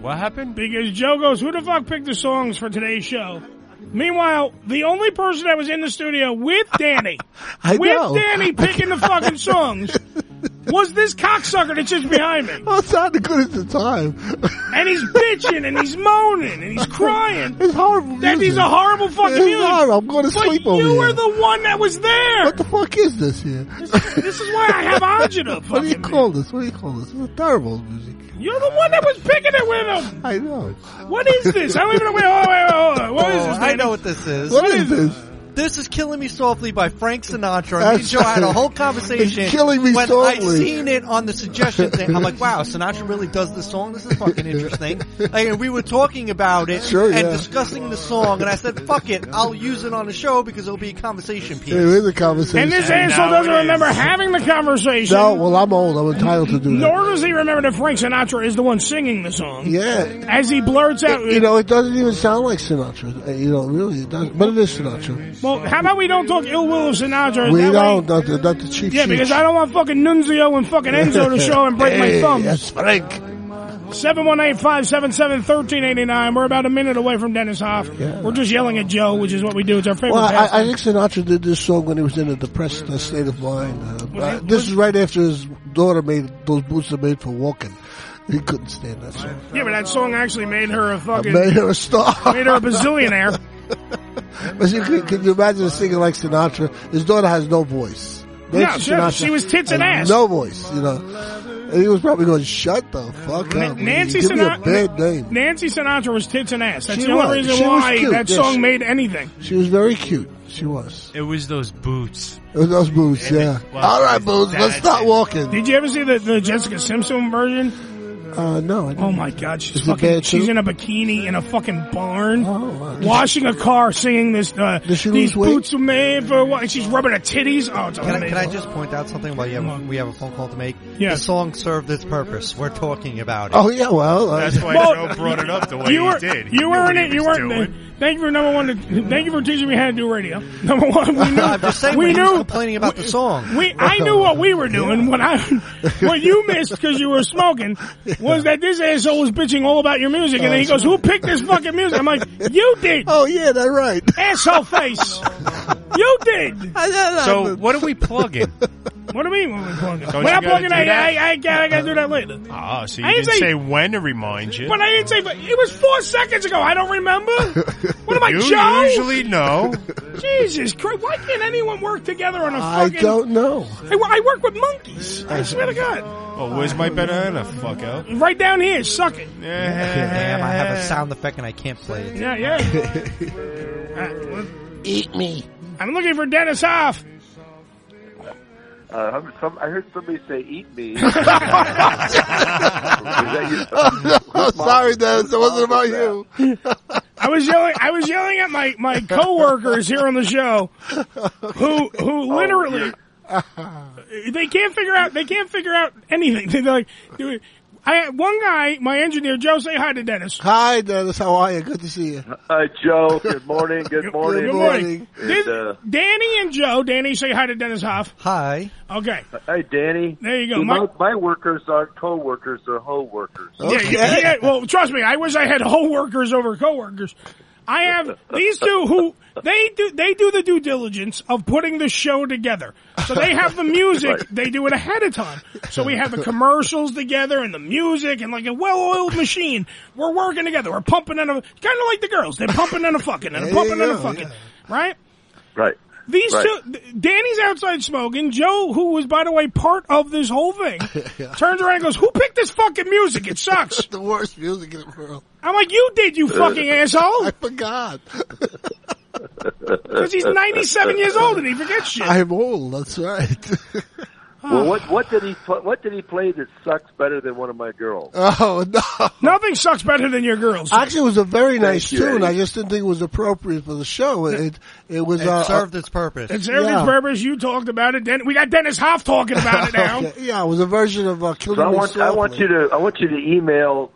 [SPEAKER 17] What happened?
[SPEAKER 14] Because Joe goes, who the fuck picked the songs for today's show? Meanwhile, the only person that was in the studio with Danny,
[SPEAKER 15] I
[SPEAKER 14] with
[SPEAKER 15] know.
[SPEAKER 14] Danny picking the fucking songs, was this cocksucker that's just behind me.
[SPEAKER 15] Well, it's not good at the time.
[SPEAKER 14] And he's bitching and he's moaning and he's crying.
[SPEAKER 15] It's horrible.
[SPEAKER 14] That
[SPEAKER 15] music.
[SPEAKER 14] he's a horrible fucking
[SPEAKER 15] It's
[SPEAKER 14] music.
[SPEAKER 15] horrible. I'm going to
[SPEAKER 14] But
[SPEAKER 15] sleep over
[SPEAKER 14] you
[SPEAKER 15] here.
[SPEAKER 14] were the one that was there.
[SPEAKER 15] What the fuck is this here?
[SPEAKER 14] This is why I have agita.
[SPEAKER 15] What do you
[SPEAKER 14] fucking-
[SPEAKER 15] call this? What do you call this? It's terrible music.
[SPEAKER 14] You're the one that was picking it with him.
[SPEAKER 15] I know.
[SPEAKER 14] What is this? I don't even know. Wait,
[SPEAKER 15] Oh,
[SPEAKER 14] hold on, wait, hold on. What is
[SPEAKER 7] Oh,
[SPEAKER 14] this?
[SPEAKER 7] I
[SPEAKER 14] Danny?
[SPEAKER 7] know what this is.
[SPEAKER 15] What is this?
[SPEAKER 7] This is Killing Me Softly by Frank Sinatra. Me
[SPEAKER 15] That's
[SPEAKER 7] and Joe had a whole
[SPEAKER 15] right.
[SPEAKER 7] conversation.
[SPEAKER 15] It's Killing Me
[SPEAKER 7] when I
[SPEAKER 15] Softly.
[SPEAKER 7] seen it on the suggestion thing, I'm like, wow, Sinatra really does this song. This is fucking interesting. Like, and we were talking about it
[SPEAKER 15] Sure,
[SPEAKER 7] and
[SPEAKER 15] yeah.
[SPEAKER 7] discussing the song, and I said, fuck it, I'll use it on the show because it'll be a conversation piece.
[SPEAKER 15] It is a conversation.
[SPEAKER 14] And this asshole doesn't remember having the conversation.
[SPEAKER 15] No, well, I'm old. I'm entitled to do that.
[SPEAKER 14] Nor does he remember that Frank Sinatra is the one singing the song.
[SPEAKER 15] Yeah.
[SPEAKER 14] As he blurts out,
[SPEAKER 15] You know, it doesn't even sound like Sinatra. Uh, You know, really, it doesn't. But it is Sinatra.
[SPEAKER 14] well, how about we don't talk ill will of Sinatra?
[SPEAKER 15] We
[SPEAKER 14] Uh, that way-
[SPEAKER 15] don't. Not the, not the cheap
[SPEAKER 14] Yeah,
[SPEAKER 15] sheets.
[SPEAKER 14] because I don't want fucking Nunzio and fucking Enzo to show and break my
[SPEAKER 15] Hey,
[SPEAKER 14] thumbs.
[SPEAKER 15] that's Frank.
[SPEAKER 14] 718-577-1389. We're about a minute away from Dennis Hoff. We're just yelling at Joe, which is what we do. It's our favorite
[SPEAKER 15] Well, I, I
[SPEAKER 14] pastime.
[SPEAKER 15] think Sinatra did this song when he was in a depressed uh, state of mind. Uh, uh, this is right after his daughter made those boots are made for walking. He couldn't stand that song.
[SPEAKER 14] Yeah, but that song actually made her a fucking...
[SPEAKER 15] made her a star.
[SPEAKER 14] made her a bazillionaire.
[SPEAKER 15] But see, can, can you imagine a singer like Sinatra? His daughter has no voice.
[SPEAKER 14] Yeah,
[SPEAKER 15] Nancy
[SPEAKER 14] sure. She was tits and
[SPEAKER 15] has
[SPEAKER 14] ass.
[SPEAKER 15] No voice, you know. And he was probably going, "Shut the fuck
[SPEAKER 14] Na-
[SPEAKER 15] up."
[SPEAKER 14] Nancy
[SPEAKER 15] Give me a bad
[SPEAKER 14] Sinatra.
[SPEAKER 15] name.
[SPEAKER 14] Nancy Sinatra was tits and ass. That's
[SPEAKER 15] She
[SPEAKER 14] the only
[SPEAKER 15] was.
[SPEAKER 14] reason
[SPEAKER 15] She was
[SPEAKER 14] why
[SPEAKER 15] cute,
[SPEAKER 14] that
[SPEAKER 15] yes.
[SPEAKER 14] song made anything.
[SPEAKER 15] She was very cute. She was.
[SPEAKER 17] It was those boots.
[SPEAKER 15] It was those boots, yeah.
[SPEAKER 17] well,
[SPEAKER 15] All right,
[SPEAKER 17] it's
[SPEAKER 15] boots, let's
[SPEAKER 17] that-
[SPEAKER 15] start walking.
[SPEAKER 14] Did you ever see the, the Jessica Simpson version?
[SPEAKER 15] Uh, no. I didn't.
[SPEAKER 14] Oh my god, she's
[SPEAKER 15] Is it
[SPEAKER 14] fucking.
[SPEAKER 15] bad, too? Oh,
[SPEAKER 14] She's in a bikini in a fucking barn, washing a car, singing this. Uh,
[SPEAKER 15] Does she
[SPEAKER 14] these
[SPEAKER 15] lose weight?
[SPEAKER 14] boots are made for what? and She's rubbing her titties. Oh, it's
[SPEAKER 7] Can I, can I
[SPEAKER 14] amazing.
[SPEAKER 7] just point out something while you have, we have a phone call to make?
[SPEAKER 14] Yeah.
[SPEAKER 7] The song served its purpose. We're talking about it.
[SPEAKER 15] Oh yeah, well, uh,
[SPEAKER 17] That's why
[SPEAKER 14] Well,
[SPEAKER 17] Joe brought it up the way
[SPEAKER 14] you were,
[SPEAKER 17] he did. He
[SPEAKER 14] You
[SPEAKER 17] knew
[SPEAKER 14] were
[SPEAKER 17] what
[SPEAKER 14] in
[SPEAKER 17] he
[SPEAKER 14] it. You
[SPEAKER 17] was
[SPEAKER 14] were.
[SPEAKER 17] doing.
[SPEAKER 14] Thank you for number one. to- Thank you for teaching me how to do radio. Number one, we knew.
[SPEAKER 7] I'm just saying
[SPEAKER 14] we
[SPEAKER 7] when he was
[SPEAKER 14] knew.
[SPEAKER 7] complaining about the song.
[SPEAKER 14] We, I knew what we were doing when I, what you missed because you were smoking was that this asshole was bitching all about your music and then
[SPEAKER 7] Oh,
[SPEAKER 14] he goes, who picked this fucking music? I'm like, you did,
[SPEAKER 15] oh yeah, that's right.
[SPEAKER 14] asshole face. You did.
[SPEAKER 17] So what are we plugging?
[SPEAKER 14] What do you mean when we plug it?
[SPEAKER 17] Don't
[SPEAKER 14] When
[SPEAKER 17] you
[SPEAKER 14] I plug
[SPEAKER 17] gotta
[SPEAKER 14] it,
[SPEAKER 17] do
[SPEAKER 14] I, I,
[SPEAKER 17] that?
[SPEAKER 14] I, gotta, I gotta do that later.
[SPEAKER 17] Ah, so you
[SPEAKER 14] I
[SPEAKER 17] didn't
[SPEAKER 14] say-
[SPEAKER 17] say when to remind you.
[SPEAKER 14] But I didn't say, but it was four seconds ago. I don't remember. What am I,
[SPEAKER 17] you
[SPEAKER 14] Joe?
[SPEAKER 17] usually know.
[SPEAKER 14] Jesus Christ. Why can't anyone work together on a
[SPEAKER 15] I
[SPEAKER 14] fucking...
[SPEAKER 15] don't know.
[SPEAKER 14] I, wo- I work with monkeys. I swear to God.
[SPEAKER 17] Well, Oh, where's my banana? Fuck out.
[SPEAKER 14] Right down here. Suck it.
[SPEAKER 7] Damn, I have a sound effect and I can't play it.
[SPEAKER 14] Yeah, yeah. Eat me. I'm looking for Dennis Hoff.
[SPEAKER 3] Uh, I'm- some, I heard somebody say, "Eat me." Is that you?
[SPEAKER 15] Oh, sorry, Dennis, it wasn't about you.
[SPEAKER 14] I was yelling. I was yelling at my my coworkers here on the show, who who literally they can't figure out. They can't figure out anything. They're like, dude, I one guy, my engineer Joe, say hi to Dennis.
[SPEAKER 15] Hi, Dennis, how are you? Good to see you.
[SPEAKER 3] Hi, Joe. Good morning. Good morning.
[SPEAKER 14] Good morning.
[SPEAKER 3] And, uh,
[SPEAKER 14] Danny and Joe. Danny, say hi to Dennis Hoff.
[SPEAKER 7] Hi.
[SPEAKER 14] Okay.
[SPEAKER 3] hi, Danny.
[SPEAKER 14] There you go.
[SPEAKER 3] See,
[SPEAKER 14] My- Oh.
[SPEAKER 3] My, my workers aren't co-workers; they're hoe workers.
[SPEAKER 15] Okay.
[SPEAKER 14] Yeah, yeah, yeah. Well, trust me. I wish I had whole workers over coworkers. I have these two who they do they do the due diligence of putting the show together. So they have the music. They do it ahead of time. So we have the commercials together and the music and like a well-oiled machine. We're working together. We're pumping in a kind of like the girls. They're pumping in a fucking and a
[SPEAKER 15] There
[SPEAKER 14] pumping
[SPEAKER 15] you
[SPEAKER 14] in a
[SPEAKER 15] go,
[SPEAKER 14] fucking right.
[SPEAKER 3] Right.
[SPEAKER 14] These
[SPEAKER 3] Right.
[SPEAKER 14] two, Danny's outside smoking. Joe, who was by the way part of this whole thing, turns around and goes, "Who picked this fucking music? It sucks."
[SPEAKER 15] The worst music in the world.
[SPEAKER 14] I'm like, you did, you fucking asshole.
[SPEAKER 15] I forgot.
[SPEAKER 14] Because he's 97 years old and he forgets shit.
[SPEAKER 15] I'm old. That's right.
[SPEAKER 14] Ah.
[SPEAKER 3] Well, what what did he pl- what did he play that sucks better than one of my girls?
[SPEAKER 15] Oh no!
[SPEAKER 14] Nothing sucks better than your girls.
[SPEAKER 15] Actually, it was a very nice
[SPEAKER 3] you,
[SPEAKER 15] tune.
[SPEAKER 3] Eddie.
[SPEAKER 15] I just didn't think it was appropriate for the show. It it, it was
[SPEAKER 7] It
[SPEAKER 15] uh,
[SPEAKER 7] served its purpose.
[SPEAKER 14] It's every
[SPEAKER 15] yeah.
[SPEAKER 14] purpose. You talked about it. Then we got Dennis Hoff talking about it now.
[SPEAKER 15] okay, yeah, it was a version of uh, Killing
[SPEAKER 3] So I
[SPEAKER 15] Me
[SPEAKER 3] want I want
[SPEAKER 15] Softly.
[SPEAKER 3] you to I want you to email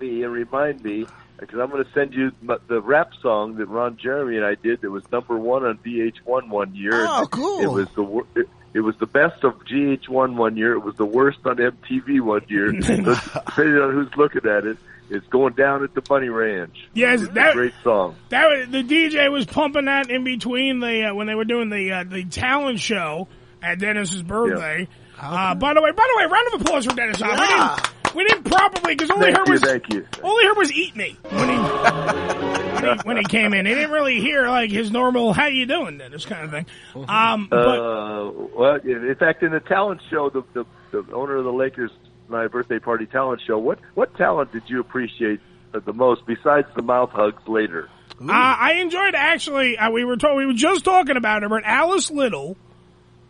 [SPEAKER 3] me and remind me because I'm going to send you m- the rap song that Ron Jeremy and I did that was number one on VH1 one year.
[SPEAKER 15] Oh,
[SPEAKER 3] And
[SPEAKER 15] cool.
[SPEAKER 3] It was the wor- it, It was the best of GH1 one year. It was the worst on MTV one year. so depending on who's looking at it, it's going down at the Bunny Ranch.
[SPEAKER 14] Yes,
[SPEAKER 3] It's
[SPEAKER 14] that-
[SPEAKER 3] a great song.
[SPEAKER 14] That was, the DJ was pumping that in between the uh, when they were doing the uh, the talent show at Dennis's birthday. Uh, by the way, by the way, round of applause for Dennis. Hopper. We, didn't, we didn't properly because all we
[SPEAKER 3] Thank
[SPEAKER 14] heard
[SPEAKER 3] you,
[SPEAKER 14] was
[SPEAKER 3] thank you.
[SPEAKER 14] all he heard was "eat me" when he, when he when he came in. He didn't really hear like his normal "How you doing, Dennis?" kind of thing. Um, but
[SPEAKER 3] Uh, well, in in fact, in the talent show, the, the the owner of the Lakers my birthday party talent show. What what talent did you appreciate the most besides the mouth hugs later?
[SPEAKER 14] Uh, I enjoyed actually. Uh, we were told we were just talking about it, but Alice Little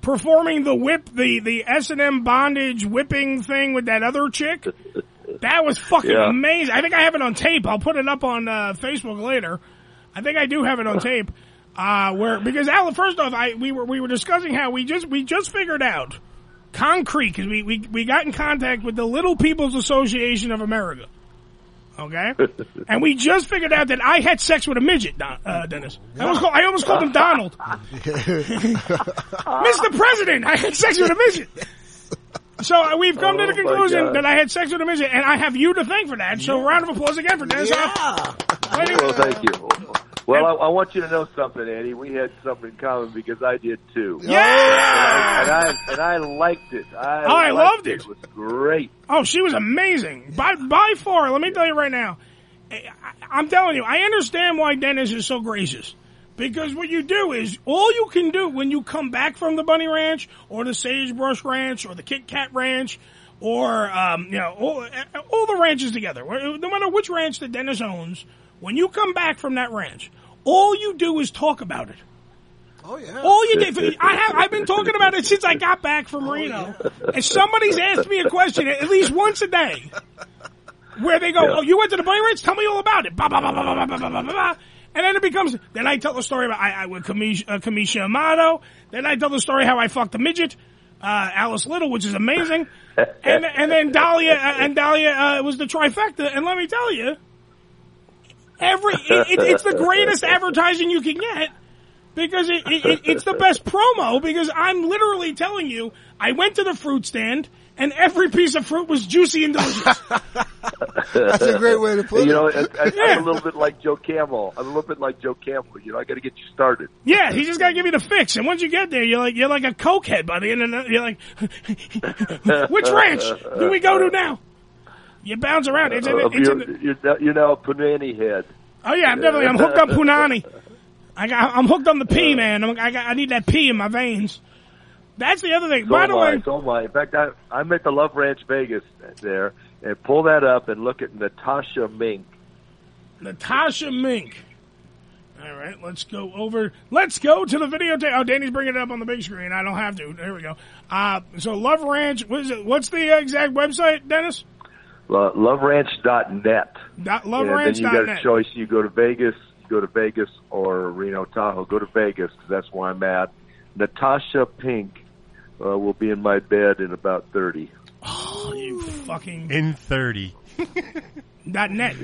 [SPEAKER 14] performing the whip, the the S and M bondage whipping thing with that other chick. That was fucking
[SPEAKER 3] Yeah.
[SPEAKER 14] amazing. I think I have it on tape. I'll put it up on uh, Facebook later. I think I do have it on tape. Uh, where because Alice, first off, I we were we were discussing how we just we just figured out concrete because we, we we got in contact with the Little People's Association of America. Okay. And we just figured out that I had sex with a midget, Don, uh, Dennis. I almost, call, I almost called him Donald. Mr. President, I had sex with a midget. So uh, we've come to the
[SPEAKER 22] Oh my
[SPEAKER 14] conclusion
[SPEAKER 22] God.
[SPEAKER 14] that I had sex with a midget, and I have you to thank for that. So round of applause again for Uh, Dennis. Hopper.
[SPEAKER 3] Well, thank you. Well, I, I want you to know something, Andy. We had something in common because I did too.
[SPEAKER 14] Yeah!
[SPEAKER 3] And I and I, and I liked it. I,
[SPEAKER 14] Oh, I
[SPEAKER 3] liked
[SPEAKER 14] loved it.
[SPEAKER 3] It was great.
[SPEAKER 14] Oh, she was amazing. By, by far, let me tell you right now. I, I- I'm telling you, I understand why Dennis is so gracious. Because what you do is, all you can do when you come back from the Bunny Ranch, or the Sagebrush Ranch, or the Kit Kat Ranch, or, um, you know, all, all the ranches together, eh, no matter which ranch that Dennis owns, when you come back from that ranch, all you do is talk about it.
[SPEAKER 15] Oh yeah.
[SPEAKER 14] All you did, I have, I've been talking about it since I got back from Reno. And somebody's asked me a question at least once a day, where they go,
[SPEAKER 22] Yeah.
[SPEAKER 14] "Oh, you went to the Bunny Ranch? Tell me all about it." Ba ba ba ba ba ba ba ba ba ba. ba. And then it becomes. Then I tell the story about I, I with Kamisha, uh, Kamisha Amato. Then I tell the story how I fucked a midget, uh, Alice Little, which is amazing. And and then Dahlia uh, and Dahlia uh, was the trifecta. And let me tell you, every it, it, it's the greatest advertising you can get because it, it, it, it's the best promo because I'm literally telling you, I went to the fruit stand and every piece of fruit was juicy and delicious.
[SPEAKER 3] That's
[SPEAKER 14] a great way to put
[SPEAKER 3] you know,
[SPEAKER 14] it.
[SPEAKER 3] I, I,
[SPEAKER 14] Yeah.
[SPEAKER 3] I'm a little bit like Joe Camel. I'm a little bit like Joe Camel. You know, I got to get you started.
[SPEAKER 14] yeah, he just gotta give you the fix. And once you get there, you're like, you're like a cokehead by the end of the, you're like, which ranch do we go to now? You bounce around. It's, in,
[SPEAKER 3] Uh,
[SPEAKER 14] it's in,
[SPEAKER 3] you're, you're, now- you're now a punani head.
[SPEAKER 14] oh yeah, I'm definitely, I'm hooked on punani. I got, I'm hooked on the pee, man. I'm, I got, I need that pee in my veins. That's the other thing.
[SPEAKER 3] So
[SPEAKER 14] By
[SPEAKER 3] am
[SPEAKER 14] the
[SPEAKER 3] I,
[SPEAKER 14] way,
[SPEAKER 3] so am I. In fact, I, I'm at the Love Ranch Vegas there, and pull that up and look at Natasha Mink.
[SPEAKER 14] Natasha Mink. All right, let's go over. Let's go to the videotape. Oh, Danny's bringing it up on the big screen. I don't have to. There we go. Uh, so Love Ranch. What is it? What's the uh, exact website, Dennis?
[SPEAKER 3] Lo- LoveRanch.net.
[SPEAKER 14] Dot
[SPEAKER 3] and then you got a
[SPEAKER 14] LoveRanch.net.
[SPEAKER 3] choice. You go to Vegas, you go to Vegas or Reno Tahoe. Go to Vegas 'cause that's where I'm at. Natasha Pink uh, will be in my bed in about thirty.
[SPEAKER 14] Oh, you fucking
[SPEAKER 17] In 30.
[SPEAKER 14] dot net.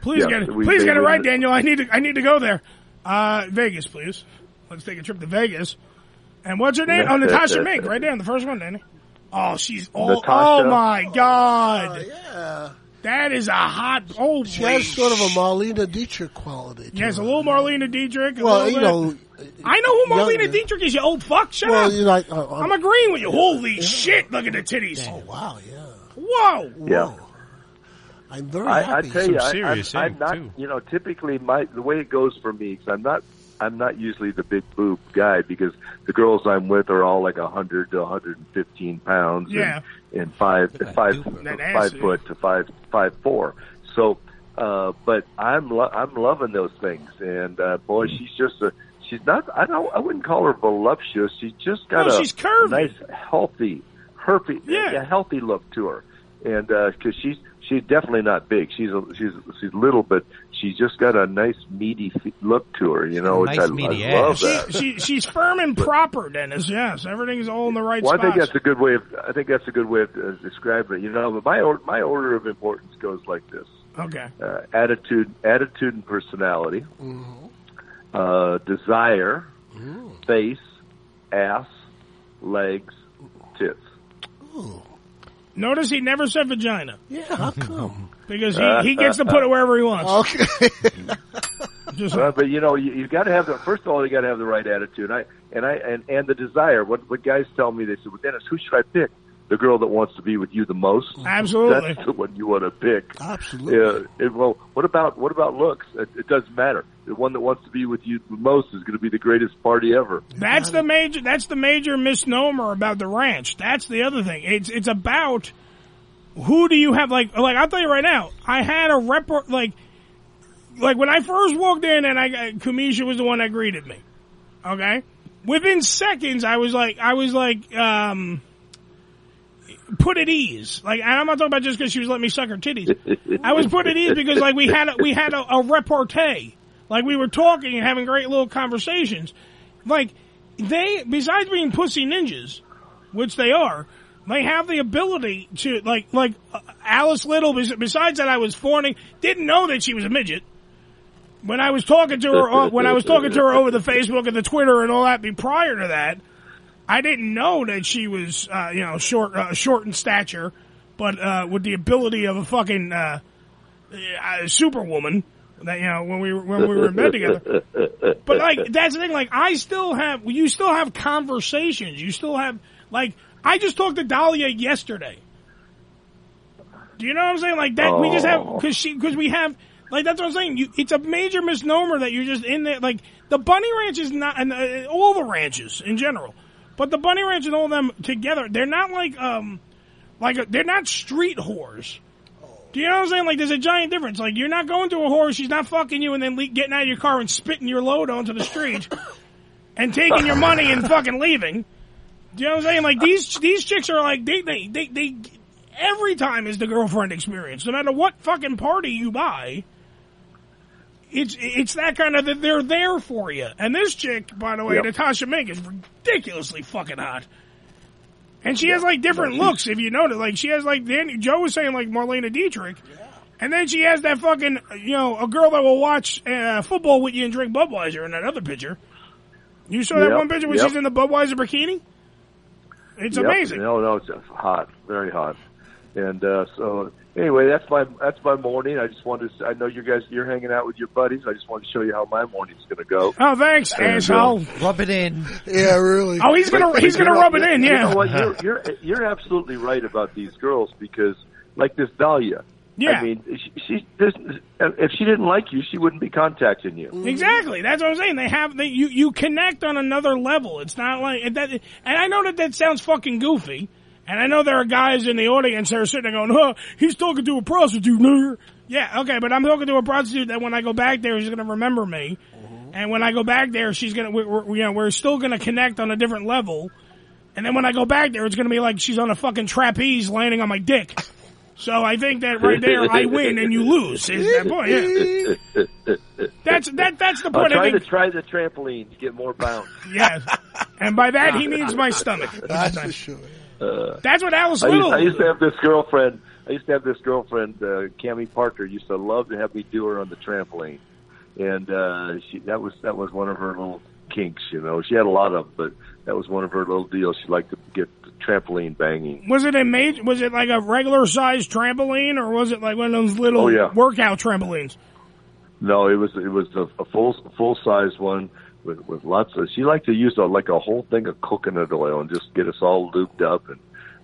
[SPEAKER 14] Please
[SPEAKER 3] Yeah,
[SPEAKER 14] get it.
[SPEAKER 3] we-
[SPEAKER 14] Please
[SPEAKER 3] they
[SPEAKER 14] get it
[SPEAKER 3] would-
[SPEAKER 14] right, Daniel. I need to. I need to go there. Uh, Vegas, please. Let's take a trip to Vegas. And what's her name? Oh, Natasha Mink. Right there, on the first one, Danny. Oh, she's all.
[SPEAKER 15] Natasha.
[SPEAKER 14] Oh my god. That is a hot. Oh,
[SPEAKER 15] She has sort of a Marlena Dietrich quality. to
[SPEAKER 14] Yes,
[SPEAKER 15] her.
[SPEAKER 14] a little Marlena Dietrich. a
[SPEAKER 15] Well,
[SPEAKER 14] little
[SPEAKER 15] you
[SPEAKER 14] bit-
[SPEAKER 15] know,
[SPEAKER 14] I know who Marlena
[SPEAKER 15] younger.
[SPEAKER 14] Dietrich is. You old fuck. Shut
[SPEAKER 15] Well,
[SPEAKER 14] up.
[SPEAKER 15] you know, I- I-
[SPEAKER 14] I'm, agreeing with you. Holy shit! Look at the titties. Oh
[SPEAKER 15] wow, yeah.
[SPEAKER 14] Whoa.
[SPEAKER 3] Yeah.
[SPEAKER 15] I'm very
[SPEAKER 3] I, I
[SPEAKER 15] happy.
[SPEAKER 3] tell you, I, I'm, I'm not. You know, typically my the way it goes for me because I'm not. I'm not usually the big boob guy because the girls I'm with are all like 100 to 115 pounds
[SPEAKER 14] Yeah.
[SPEAKER 3] and, and five five
[SPEAKER 14] That
[SPEAKER 3] five
[SPEAKER 14] ass,
[SPEAKER 3] foot to five five four. So, uh, but I'm lo- I'm loving those things, and uh, boy,
[SPEAKER 14] Mm-hmm.
[SPEAKER 3] she's just a she's not. I don't. I wouldn't call her voluptuous. She's just got
[SPEAKER 14] No,
[SPEAKER 3] a
[SPEAKER 14] she's curvy.
[SPEAKER 3] nice, healthy, herpy, a healthy look to her, and because she's she's definitely not big. She's a, she's she's little, but she's just got a nice meaty fe- look to her. You know,
[SPEAKER 7] Nice
[SPEAKER 3] which I,
[SPEAKER 7] meaty
[SPEAKER 3] I love
[SPEAKER 7] ass.
[SPEAKER 3] that.
[SPEAKER 14] She, she's firm and proper, Dennis. Yes, everything's all in the right
[SPEAKER 3] Well, I
[SPEAKER 14] spot.
[SPEAKER 3] think that's a good way of I think that's a good way of uh, describing it. You know, but my or, my order of importance goes like this:
[SPEAKER 14] okay.
[SPEAKER 3] uh, attitude, attitude and personality, uh, desire, face, ass, legs, tits.
[SPEAKER 14] Notice he never said vagina.
[SPEAKER 15] Yeah, how come?
[SPEAKER 14] Because he, he gets to put it wherever he wants.
[SPEAKER 15] Okay.
[SPEAKER 3] Uh, but you know, you, you got to have the first of all, you got to have the right attitude. I and I and, and the desire. What what guys tell me, they said, "Well, Dennis, who should I pick? The girl that wants to be with you the most.
[SPEAKER 14] Absolutely. Ah,
[SPEAKER 3] that's the one you want to pick.
[SPEAKER 15] Absolutely.
[SPEAKER 3] Yeah. and, well, what about what about looks? It, it doesn't matter. The one that wants to be with you the most is going to be the greatest party ever.
[SPEAKER 14] That's the major. That's the major misnomer about the ranch. That's the other thing. It's it's about who do you have? Like like I'll tell you right now. I had a rep like like when I first walked in and I uh, Kamisha was the one that greeted me. Okay, within seconds I was like I was like um put at ease. Like and I'm not talking about just because she was letting me suck her titties. I was put at ease because like we had a, we had a, a repartee, like we were talking and having great little conversations. Like they, besides being pussy ninjas, which they are, they have the ability to like like uh, Alice Little. bes- Besides that, I was fawning, didn't know that she was a midget. When I was talking to her, o- when I was talking to her over the Facebook and the Twitter and all that, be prior to that, I didn't know that she was, uh, you know, short, uh, short in stature, but uh, with the ability of a fucking uh, uh, superwoman. That you know, when we were, when we were in bed together. But like that's the thing. Like I still have, you still have conversations. You still have like I just talked to Dahlia yesterday. Do you know what I'm saying? Like that we just have because she because we have like that's what I'm saying. You, it's a major misnomer that you're just in there. Like the Bunny Ranch is not, and uh, all the ranches in general, but the Bunny Ranch and all them together, they're not like um like a, they're not street whores. Do you know what I'm saying? Like, there's a giant difference. Like, you're not going to a whore, she's not fucking you, and then le- getting out of your car and spitting your load onto the street, and taking your money and fucking leaving. Do you know what I'm saying? Like, these these chicks are like, they, they, they, they, every time is the girlfriend experience. No matter what fucking party you buy, it's it's that kind of, they're there for you. And this chick, by the way,
[SPEAKER 22] Yep.
[SPEAKER 14] Natasha Mink, is ridiculously fucking hot. And she has like different looks, if you notice. Like she has like Dan, Joe was saying like Marlena Dietrich, and then she has that fucking you know a girl that will watch uh, football with you and drink Budweiser in that other picture. You saw that
[SPEAKER 3] Yep,
[SPEAKER 14] one picture when
[SPEAKER 3] yep.
[SPEAKER 14] she's in the Budweiser bikini. It's
[SPEAKER 3] Yep.
[SPEAKER 14] amazing.
[SPEAKER 3] No, no, it's just hot, very hot. And uh, so, anyway, that's my that's my morning. I just wanted to. I know you guys, you're hanging out with your buddies. I just wanted to show you how my morning's going to go.
[SPEAKER 14] Oh, thanks,
[SPEAKER 3] And, uh,
[SPEAKER 14] asshole. Rub it in.
[SPEAKER 15] Yeah, really.
[SPEAKER 14] Oh, he's gonna
[SPEAKER 3] But-
[SPEAKER 14] he's
[SPEAKER 3] but
[SPEAKER 14] gonna
[SPEAKER 3] you know-
[SPEAKER 14] rub it in.
[SPEAKER 3] you
[SPEAKER 14] Yeah.
[SPEAKER 3] know what? You're, you're you're absolutely right about these girls because, like this Dahlia.
[SPEAKER 14] Yeah.
[SPEAKER 3] I mean, she, she this if she didn't like you, she wouldn't be contacting you.
[SPEAKER 14] Exactly. That's what I'm saying. They have they you you connect on another level. It's not like and that. And I know that that sounds fucking goofy. And I know there are guys in the audience that are sitting there going, "Huh, he's talking to a prostitute." nigger." Yeah, okay, but I'm talking to a prostitute that when I go back there, she's gonna remember me. And when I go back there, she's gonna we're, we're, you know we're still gonna connect on a different level. And then when I go back there, it's gonna be like she's on a fucking trapeze landing on my dick. So I think that right there, I win and you lose. Is that point? Yeah. That's that. That's the
[SPEAKER 3] I'm
[SPEAKER 14] point. I
[SPEAKER 3] trying
[SPEAKER 14] think.
[SPEAKER 3] to try the trampoline to get more bounce.
[SPEAKER 14] Yes. And by that, he means my stomach. That's for
[SPEAKER 15] sure.
[SPEAKER 3] Uh,
[SPEAKER 14] That's what Alice
[SPEAKER 3] I used,
[SPEAKER 14] Little-
[SPEAKER 3] I used to have this girlfriend. I used to have this girlfriend, uh, Cammy Parker. Used to love to have me do her on the trampoline, and uh, she that was that was one of her little kinks. You know, she had a lot of, 'em, but that was one of her little deals. She liked to get the trampoline banging.
[SPEAKER 14] Was it a major? Was it like a regular sized trampoline, or was it like one of those little
[SPEAKER 3] Oh, yeah.
[SPEAKER 14] workout trampolines?
[SPEAKER 3] No, it was it was a, a full full size one with with lots of. She liked to use a, like a whole thing of coconut oil and just get us all lubed up and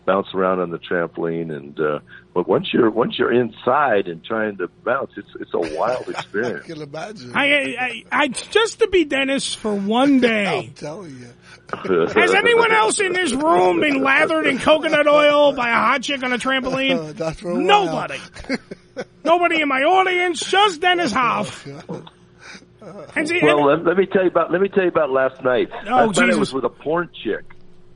[SPEAKER 3] bounce around on the trampoline. And uh, but once you're once you're inside and trying to bounce, it's it's a wild experience.
[SPEAKER 15] can imagine.
[SPEAKER 14] I, I, I just to be Dennis for one day.
[SPEAKER 15] telling you.
[SPEAKER 14] Has anyone else in this room been lathered in coconut oil by a hot chick on a trampoline? Nobody. Nobody in my audience. Just Dennis Hoff. And see,
[SPEAKER 3] Well, let, let me tell you about let me tell you about last night.
[SPEAKER 14] Oh,
[SPEAKER 3] last night
[SPEAKER 14] Jesus.
[SPEAKER 3] I was with a porn chick,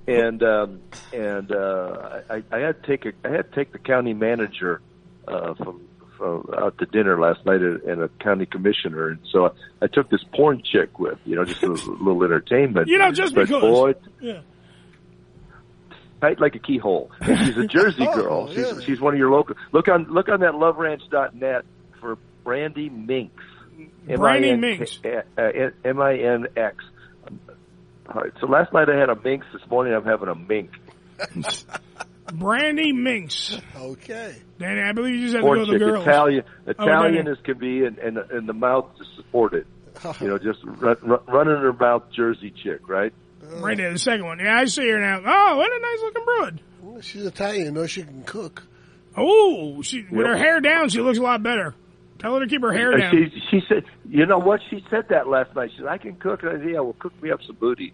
[SPEAKER 3] and um, and uh, I, I had to take a, I had to take the county manager uh, from, from out to dinner last night, and and a county commissioner, and so I, I took this porn chick with, you know, just a little entertainment.
[SPEAKER 14] you know, just
[SPEAKER 3] but
[SPEAKER 14] because.
[SPEAKER 3] boy,
[SPEAKER 14] yeah.
[SPEAKER 3] tight like a keyhole. And she's a Jersey
[SPEAKER 14] Oh,
[SPEAKER 3] girl. she's, she's one of your local. Look on look on that loveranch.net for Brandy Minx.
[SPEAKER 14] Brandy
[SPEAKER 3] M I N-
[SPEAKER 14] Minx.
[SPEAKER 3] uh, uh, M I N X. All right. So last night I had a minx. This morning I'm having a mink.
[SPEAKER 14] Brandy Minx.
[SPEAKER 15] Okay.
[SPEAKER 14] Then I believe you just had to
[SPEAKER 3] Or
[SPEAKER 14] go to the
[SPEAKER 3] chick,
[SPEAKER 14] girls. Oh,
[SPEAKER 3] Italian, Italian
[SPEAKER 14] is
[SPEAKER 3] as can be, and, and and the mouth to support it.
[SPEAKER 14] Oh.
[SPEAKER 3] You know, just run, run, running her mouth, Jersey chick, right?
[SPEAKER 14] right there, the second one. Yeah, I see her now. Oh, what a nice looking brood.
[SPEAKER 15] She's Italian. No, she can cook.
[SPEAKER 14] Oh, she with her
[SPEAKER 3] Yeah.
[SPEAKER 14] hair down, she looks a lot better. Tell her to keep her hair
[SPEAKER 3] And
[SPEAKER 14] down.
[SPEAKER 3] She she said, you know what? She said that last night. She said, I can cook. And I said, yeah, well, cook me up some booty.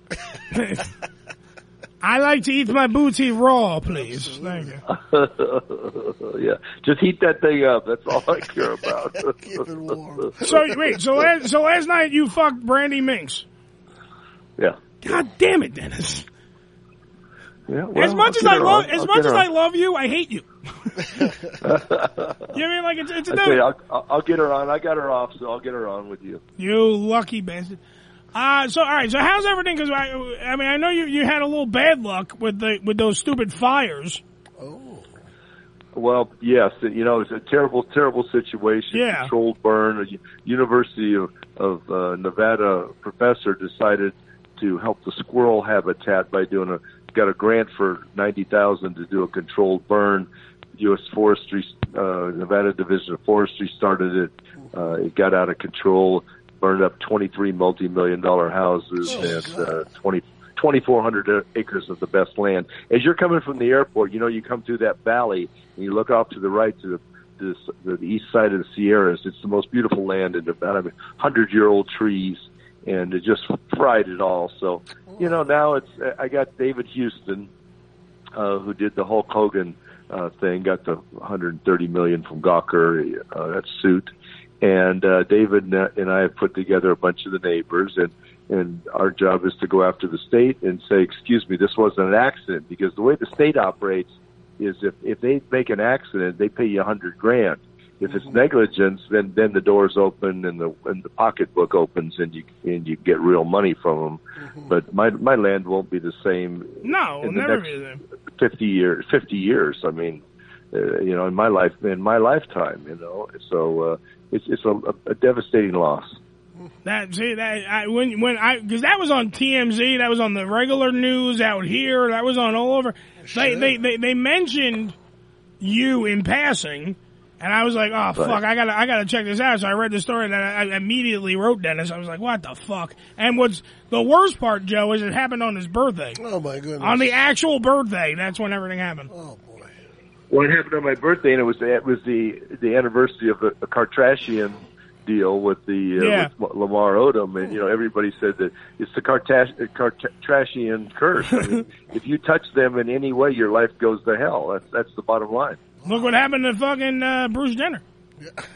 [SPEAKER 14] I like to eat my booty raw, please. Thank you.
[SPEAKER 3] yeah, just heat that thing up. That's all I care about.
[SPEAKER 14] So wait, so last, so last night you fucked Brandy Minx.
[SPEAKER 3] Yeah.
[SPEAKER 14] God damn it, Dennis.
[SPEAKER 3] Yeah, well,
[SPEAKER 14] as much
[SPEAKER 3] I'll
[SPEAKER 14] as
[SPEAKER 3] get
[SPEAKER 14] I
[SPEAKER 3] her
[SPEAKER 14] love,
[SPEAKER 3] on.
[SPEAKER 14] as
[SPEAKER 3] I'll
[SPEAKER 14] much
[SPEAKER 3] get
[SPEAKER 14] as
[SPEAKER 3] her
[SPEAKER 14] I
[SPEAKER 3] on.
[SPEAKER 14] love you, I hate you. You know what I mean? Like it's it's
[SPEAKER 3] I
[SPEAKER 14] a
[SPEAKER 3] tell you, I'll, I'll- I'll get her on. I got her off, so I'll get her on with you.
[SPEAKER 14] You lucky bastard. Uh, so all right. So how's everything? Because I, I mean, I know you, you had a little bad luck with the with those stupid fires.
[SPEAKER 3] Well, yes, you know it's a terrible, terrible situation.
[SPEAKER 14] Yeah.
[SPEAKER 3] Controlled burn. A U- University of, of uh, Nevada professor decided to help the squirrel habitat by doing a got a grant for ninety thousand to do a controlled burn. U.S. Forestry, uh, Nevada Division of Forestry started it. Uh, it got out of control, burned up 23 multi-million dollar houses and uh, 20, 2,400 acres of the best land. As you're coming from the airport, you know you come through that valley and you look off to the right to the to the, to the east side of the Sierras. It's the most beautiful land in Nevada. Hundred-year-old trees, and it just fried it all. So, you know, now it's I got David Houston, uh, who did the Hulk Hogan uh, thing, got the 130 million from Gawker, uh, that suit, and uh, David and- and I have put together a bunch of the neighbors, and and our job is to go after the state and say, excuse me, this wasn't an accident, because the way the state operates is if if they make an accident, they pay you a hundred grand. If it's negligence, then then the doors open and the and the pocketbook opens and you and you get real money from them. But my my land won't be the same
[SPEAKER 14] No,
[SPEAKER 3] In the
[SPEAKER 14] never
[SPEAKER 3] next-
[SPEAKER 14] be there.
[SPEAKER 3] 50 years 50 years i mean uh, you know in my life in my lifetime you know so uh, it's it's a, a devastating loss
[SPEAKER 14] That see that I, when when I because that was on TMZ, that was on the regular news out here, that was on all over. They they, they they mentioned you in passing, and I was like, oh fuck, I gotta I gotta check this out. So I read the story and then I, I immediately wrote Dennis. I was like, what the fuck? And what's the worst part, Joe, is it happened on his birthday.
[SPEAKER 15] Oh my goodness! Oh,
[SPEAKER 14] On the actual birthday, that's when everything happened.
[SPEAKER 3] well it happened on my birthday and it was it was the the anniversary of the the Kardashian deal with the uh,
[SPEAKER 14] Yeah.
[SPEAKER 3] with Lamar Odom and you know everybody said that it's the Kartash- Kardashian curse I mean, if you touch them in any way your life goes to hell that's that's the bottom line
[SPEAKER 14] Look what happened to fucking uh, Bruce Jenner.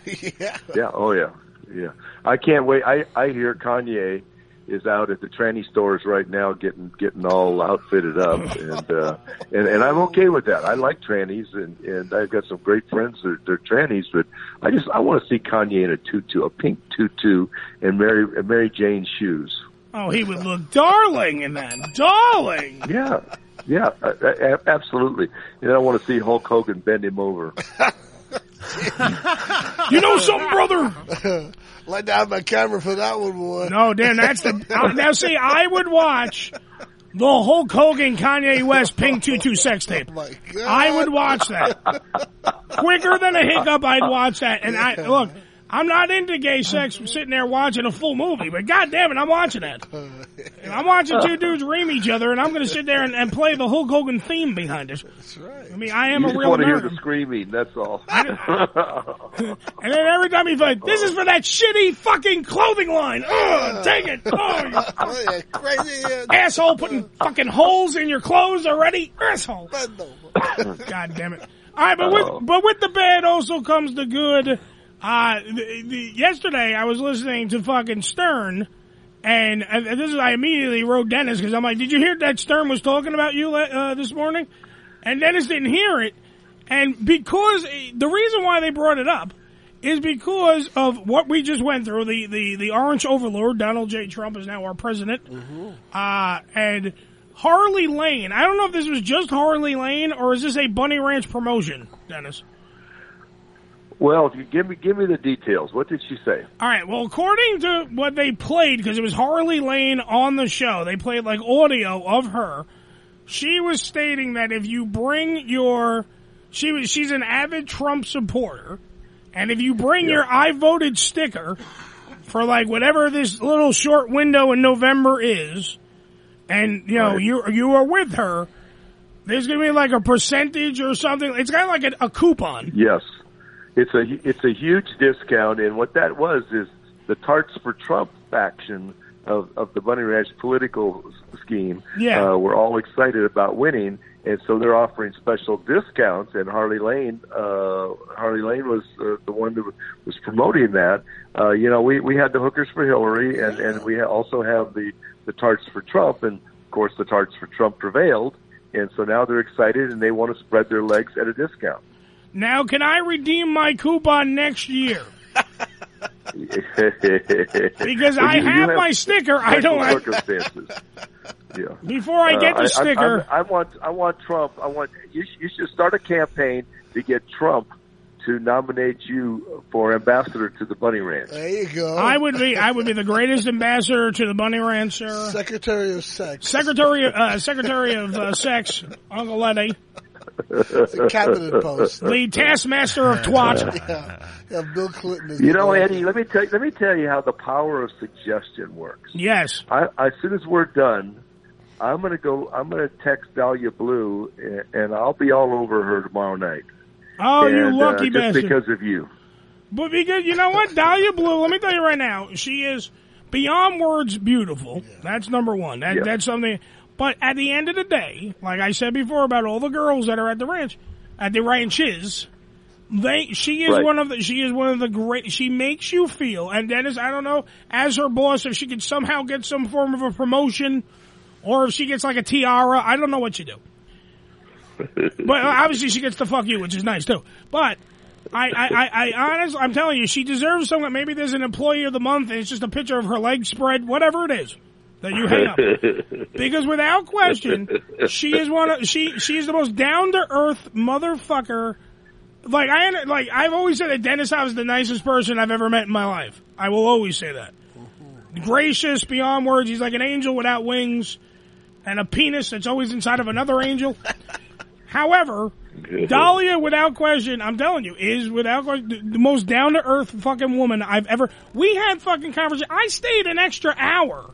[SPEAKER 14] yeah.
[SPEAKER 3] Yeah. Oh yeah. Yeah. I can't wait. I I hear Kanye is out at the tranny stores right now getting getting all outfitted up and uh and and I'm okay with that. I like trannies and and I've got some great friends that they're trannies but I just I want to see Kanye in a tutu, a pink tutu and Mary and Mary Jane shoes.
[SPEAKER 14] Oh, he would look darling in that. Darling.
[SPEAKER 3] Yeah. Yeah, uh, uh, absolutely. And I want to see Hulk Hogan bend him over.
[SPEAKER 14] You know something, brother?
[SPEAKER 15] Like to have my camera for that one, boy.
[SPEAKER 14] No, Dan, that's the. I- now, see, I would watch the Hulk Hogan Kanye West Pink Tutu sex tape.
[SPEAKER 15] Oh,
[SPEAKER 14] I would watch that. Quicker than a hiccup, I'd watch that. And I look, I'm not into gay sex sitting there watching a full movie, but God damn it, I'm watching that. I'm watching two dudes ream each other, and I'm going to sit there and, and play the Hulk Hogan theme behind it. That's right. I mean, I am
[SPEAKER 3] you
[SPEAKER 14] a
[SPEAKER 3] just
[SPEAKER 14] real
[SPEAKER 3] want to hear
[SPEAKER 14] nerd.
[SPEAKER 3] the screaming, that's all.
[SPEAKER 14] And then every time he's like, this is for that shitty fucking clothing line. Ugh, take it. Oh, you
[SPEAKER 15] crazy
[SPEAKER 14] asshole putting fucking holes in your clothes already. Asshole. God damn it. All right, but
[SPEAKER 22] Oh.
[SPEAKER 14] with, but with the bad also comes the good. Uh, the, the, yesterday I was listening to fucking Stern and uh, this is, I immediately wrote Dennis because I'm like, did you hear that Stern was talking about you uh, this morning? And Dennis didn't hear it. And because the reason why they brought it up is because of what we just went through. The, the, the orange overlord, Donald J. Trump is now our president.
[SPEAKER 6] Mm-hmm.
[SPEAKER 14] Uh, and Harley Lane. I don't know if this was just Harley Lane or is this a Bunny Ranch promotion, Dennis?
[SPEAKER 3] Well, if you give me give me the details. What did she say?
[SPEAKER 14] All right. Well, according to what they played, because it was Harley Lane on the show, they played like audio of her. She was stating that if you bring your, she was she's an avid Trump supporter, and if you bring your "I voted" sticker for like whatever this little short window in November is, and you know you you are with her, there's gonna be like a percentage or something. It's kind of like a, a coupon.
[SPEAKER 3] Yes, it's a it's a huge discount, and what that was is the Tarts for Trump faction of of the Bunny Ranch political s- scheme.
[SPEAKER 14] Yeah.
[SPEAKER 3] uh, were all excited about winning, and so they're offering special discounts. And Harley Lane, uh, Harley Lane was uh, the one that was promoting that. Uh, you know, we we had the hookers for Hillary, and and we also have the the Tarts for Trump, and of course the Tarts for Trump prevailed. And so now they're excited and they want to spread their legs at a discount.
[SPEAKER 14] Now, can I redeem my coupon next year?
[SPEAKER 3] because
[SPEAKER 14] Because I have, my sticker. I don't. Have,
[SPEAKER 3] circumstances. yeah.
[SPEAKER 14] Before I get
[SPEAKER 3] Uh,
[SPEAKER 14] the sticker,
[SPEAKER 3] I, I, I want. I want Trump. I want. You, sh- you should start a campaign to get Trump to nominate you for ambassador to the Bunny Ranch.
[SPEAKER 15] There you go.
[SPEAKER 14] I would be. I would be the greatest ambassador to the Bunny Ranch, sir.
[SPEAKER 15] Secretary of Sex.
[SPEAKER 14] Secretary, uh, Secretary of uh, Sex, Uncle Letty.
[SPEAKER 15] The Cabinet Post.
[SPEAKER 14] The Taskmaster of Twat.
[SPEAKER 15] Yeah. yeah, Bill Clinton is.
[SPEAKER 3] You know, Eddie. Let me tell. You, let me tell you how the power of suggestion works.
[SPEAKER 14] Yes.
[SPEAKER 3] I, as soon as we're done, I'm gonna go. I'm gonna text Dahlia Blue, and, and I'll be all over her tomorrow night.
[SPEAKER 14] Oh, you
[SPEAKER 3] And, uh,
[SPEAKER 14] lucky
[SPEAKER 3] just
[SPEAKER 14] bastard.
[SPEAKER 3] because of you.
[SPEAKER 14] But because you know what, Dahlia Blue, let me tell you right now, she is beyond words beautiful. That's number one. That
[SPEAKER 3] Yeah.
[SPEAKER 14] that's something. But at the end of the day, like I said before about all the girls that are at the ranch, at the ranches, they she is
[SPEAKER 5] Right.
[SPEAKER 14] one of the she is one of the great. She makes you feel. And Dennis, I don't know, as her boss, if she could somehow get some form of a promotion, or if she gets like a tiara, I don't know what you do. But obviously she gets to fuck you, which is nice too. But I, I, I, I honestly, I'm telling you, she deserves something. Maybe there's an employee of the month, and it's just a picture of her legs spread, whatever it is that you hang up. Because without question, she is one of she she is the most down to earth motherfucker. Like I under- like I've always said that Dennis Howe is the nicest person I've ever met in my life. I will always say that. Gracious beyond words. He's like an angel without wings and a penis that's always inside of another angel. However, Dahlia, without question, I'm telling you, is without question the- the most down to earth fucking woman I've ever. We had fucking conversation. I stayed an extra hour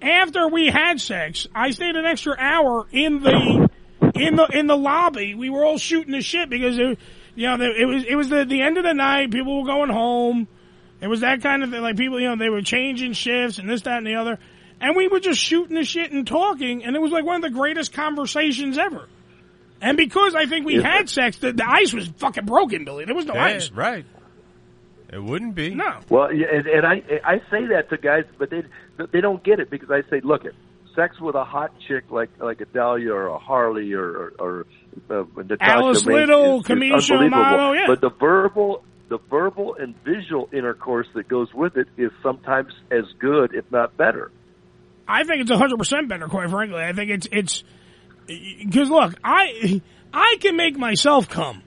[SPEAKER 14] after we had sex, I stayed an extra hour in the in the in the lobby. We were all shooting the shit because it, you know it was it was the, the end of the night. People were going home. It was that kind of thing. Like people, you know, they were changing shifts and this, that, and the other. And we were just shooting the shit and talking, and it was like one of the greatest conversations ever. And because I think we
[SPEAKER 17] Yeah.
[SPEAKER 14] had sex, the, the ice was fucking broken, Billy. There was no
[SPEAKER 17] Yeah,
[SPEAKER 14] ice.
[SPEAKER 17] right? It wouldn't be.
[SPEAKER 14] No.
[SPEAKER 3] Well, yeah, and, and I I say that to guys, but they they don't get it because I say, look, it sex with a hot chick like like a Dahlia or a Harley or or, or uh, Natasha
[SPEAKER 14] Alice
[SPEAKER 3] Mace
[SPEAKER 14] Little,
[SPEAKER 3] is, is
[SPEAKER 14] Camisha
[SPEAKER 3] unbelievable.
[SPEAKER 14] Amato, yeah.
[SPEAKER 3] But the verbal the verbal and visual intercourse that goes with it is sometimes as good, if not better.
[SPEAKER 14] I think it's hundred percent better. Quite frankly, I think it's it's because look, I I can make myself come.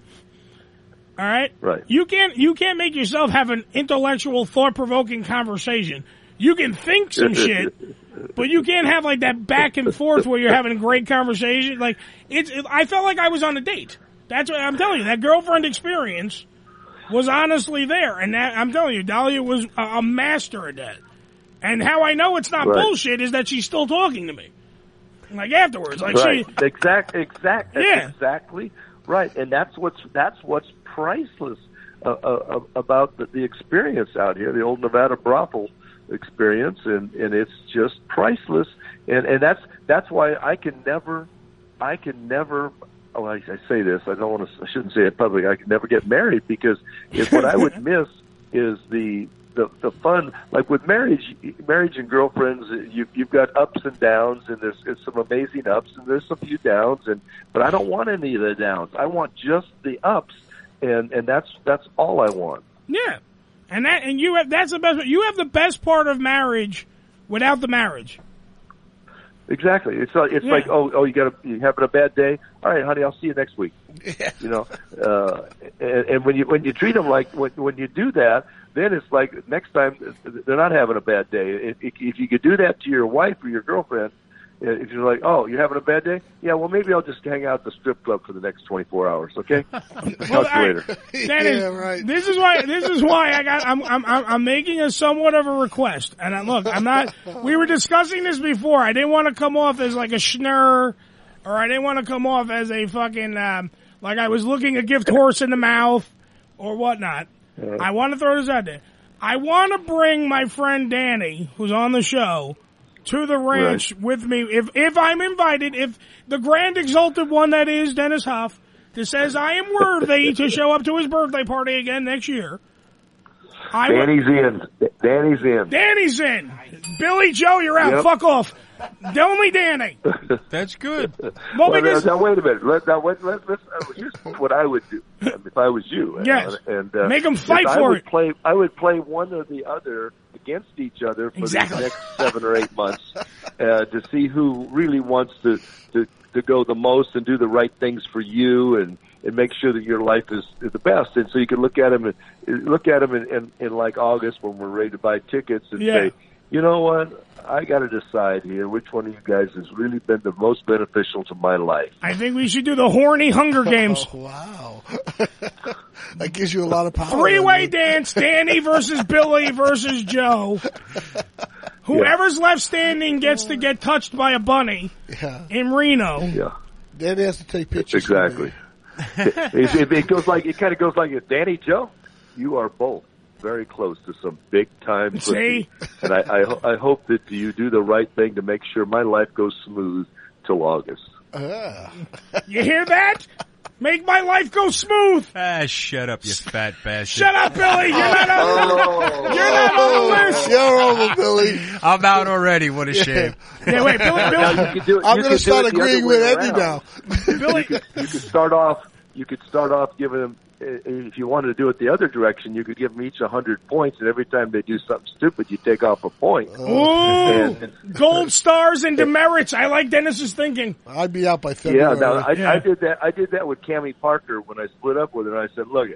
[SPEAKER 14] All right,
[SPEAKER 3] Right.
[SPEAKER 14] You can't you can't make yourself have an intellectual, thought provoking conversation. You can think some shit, but you can't have like that back and forth where you're having a great conversation. Like it's, it, I felt like I was on a date. That's what I'm telling you. That girlfriend experience was honestly there, and that I'm telling you, Dahlia was a, a master at that. And how I know it's not
[SPEAKER 3] Right.
[SPEAKER 14] bullshit is that she's still talking to me, like afterwards. Like
[SPEAKER 3] right.
[SPEAKER 14] she,
[SPEAKER 3] exact, exact, that's
[SPEAKER 14] Yeah.
[SPEAKER 3] exactly right. And that's what's that's what's priceless uh, uh, about the, the experience out here, the old Nevada brothel experience, and and it's just priceless. And and that's that's why I can never, I can never. Oh, I, I say this. I don't want to. I shouldn't say it publicly. I can never get married because if what I would miss is the the, the fun like with marriage marriage and girlfriends you you've got ups and downs and there's, there's some amazing ups and there's a few downs and but I don't want any of the downs I want just the ups and and that's that's all I want
[SPEAKER 14] Yeah, and that and you have that's the best. You have the best part of marriage without the marriage.
[SPEAKER 3] Exactly. It's like it's like oh oh you got a, you having a bad day. All right, honey, I'll see you next week. You know, uh, and, and when you when you treat them like when when you do that, then it's like next time they're not having a bad day. If if if you could do that to your wife or your girlfriend, uh, if you're like oh you're having a bad day, yeah, well maybe I'll just hang out at the strip club for the next 24 hours. Okay,
[SPEAKER 14] Well,
[SPEAKER 3] talk to you
[SPEAKER 14] I-
[SPEAKER 3] later.
[SPEAKER 14] that is- This is why. This is why I got. I'm. I'm. I'm I'm making a somewhat of a request. And I, look, I'm not. We were discussing this before. I didn't want to come off as like a schnurr, or I didn't want to come off as a fucking um, like I was looking a gift horse in the mouth or whatnot. I want to throw this out there. I want to bring my friend Danny, who's on the show, to the ranch with me if if I'm invited. If the grand exalted one that is Dennis Huff, that says I am worthy to show up to his birthday party again next year. I would-
[SPEAKER 3] Danny's in. Danny's in.
[SPEAKER 14] Danny's in. Billy Joe, you're out.
[SPEAKER 3] Yep.
[SPEAKER 14] Fuck off. Only Danny.
[SPEAKER 17] That's good.
[SPEAKER 14] Well,
[SPEAKER 3] now-
[SPEAKER 14] because-
[SPEAKER 3] now, wait a minute. Let, now, wait, let, let's, uh, here's what I would do um, if I was you. And-
[SPEAKER 14] Yes.
[SPEAKER 3] And, uh,
[SPEAKER 14] Make 'em
[SPEAKER 3] is
[SPEAKER 14] fight
[SPEAKER 3] I
[SPEAKER 14] for
[SPEAKER 3] would
[SPEAKER 14] it.
[SPEAKER 3] Play, I would play one or the other against each other for
[SPEAKER 14] Exactly.
[SPEAKER 3] the next seven or eight months uh, to see who really wants to, to, to go the most and do the right things for you and, and make sure that your life is, is the best. And so you can look at them and look at them in, in, in like August when we're ready to buy tickets and
[SPEAKER 14] Yeah.
[SPEAKER 3] say, you know what? I got to decide here which one of you guys has really been the most beneficial to my life.
[SPEAKER 14] I think we should do the horny Hunger Games.
[SPEAKER 15] Oh, wow. that gives you a lot of power.
[SPEAKER 14] Three way dance, Danny versus Billy versus Joe. Whoever's left standing gets to get touched by a bunny
[SPEAKER 15] Yeah.
[SPEAKER 14] in Reno.
[SPEAKER 3] Yeah.
[SPEAKER 15] Then he has to take pictures.
[SPEAKER 3] Exactly. it, it, it goes like it kind of goes like this. Danny Joe, you are both very close to some big time pussy,
[SPEAKER 14] See?
[SPEAKER 3] and I, I ho- I hope that you do the right thing to make sure my life goes smooth till August.
[SPEAKER 14] You hear that? Make my life go smooth.
[SPEAKER 17] Ah, shut up, you fat bastard.
[SPEAKER 14] Shut up, Billy. You're not on
[SPEAKER 17] Oh.
[SPEAKER 14] the, you're not on the list.
[SPEAKER 15] You're over, Billy.
[SPEAKER 17] I'm out already. What a shame.
[SPEAKER 14] Yeah, wait, Billy, Billy.
[SPEAKER 3] Now, you could do it-
[SPEAKER 15] I'm
[SPEAKER 3] you
[SPEAKER 15] going to
[SPEAKER 3] could do
[SPEAKER 15] start
[SPEAKER 3] it the other
[SPEAKER 15] agreeing
[SPEAKER 3] way
[SPEAKER 15] with Eddie
[SPEAKER 3] around.
[SPEAKER 15] now.
[SPEAKER 14] Billy,
[SPEAKER 3] You could start off. You could start off giving them. If you wanted to do it the other direction, you could give them each a hundred points, and every time they do something stupid, you take off a point.
[SPEAKER 15] Oh,
[SPEAKER 14] Ooh,
[SPEAKER 3] And-
[SPEAKER 14] gold stars and demerits. I like Dennis's thinking.
[SPEAKER 15] I'd be out by
[SPEAKER 3] Yeah,
[SPEAKER 15] February.
[SPEAKER 3] no, I, I did that. I did that with Cammy Parker when I split up with her. And I said, "Look,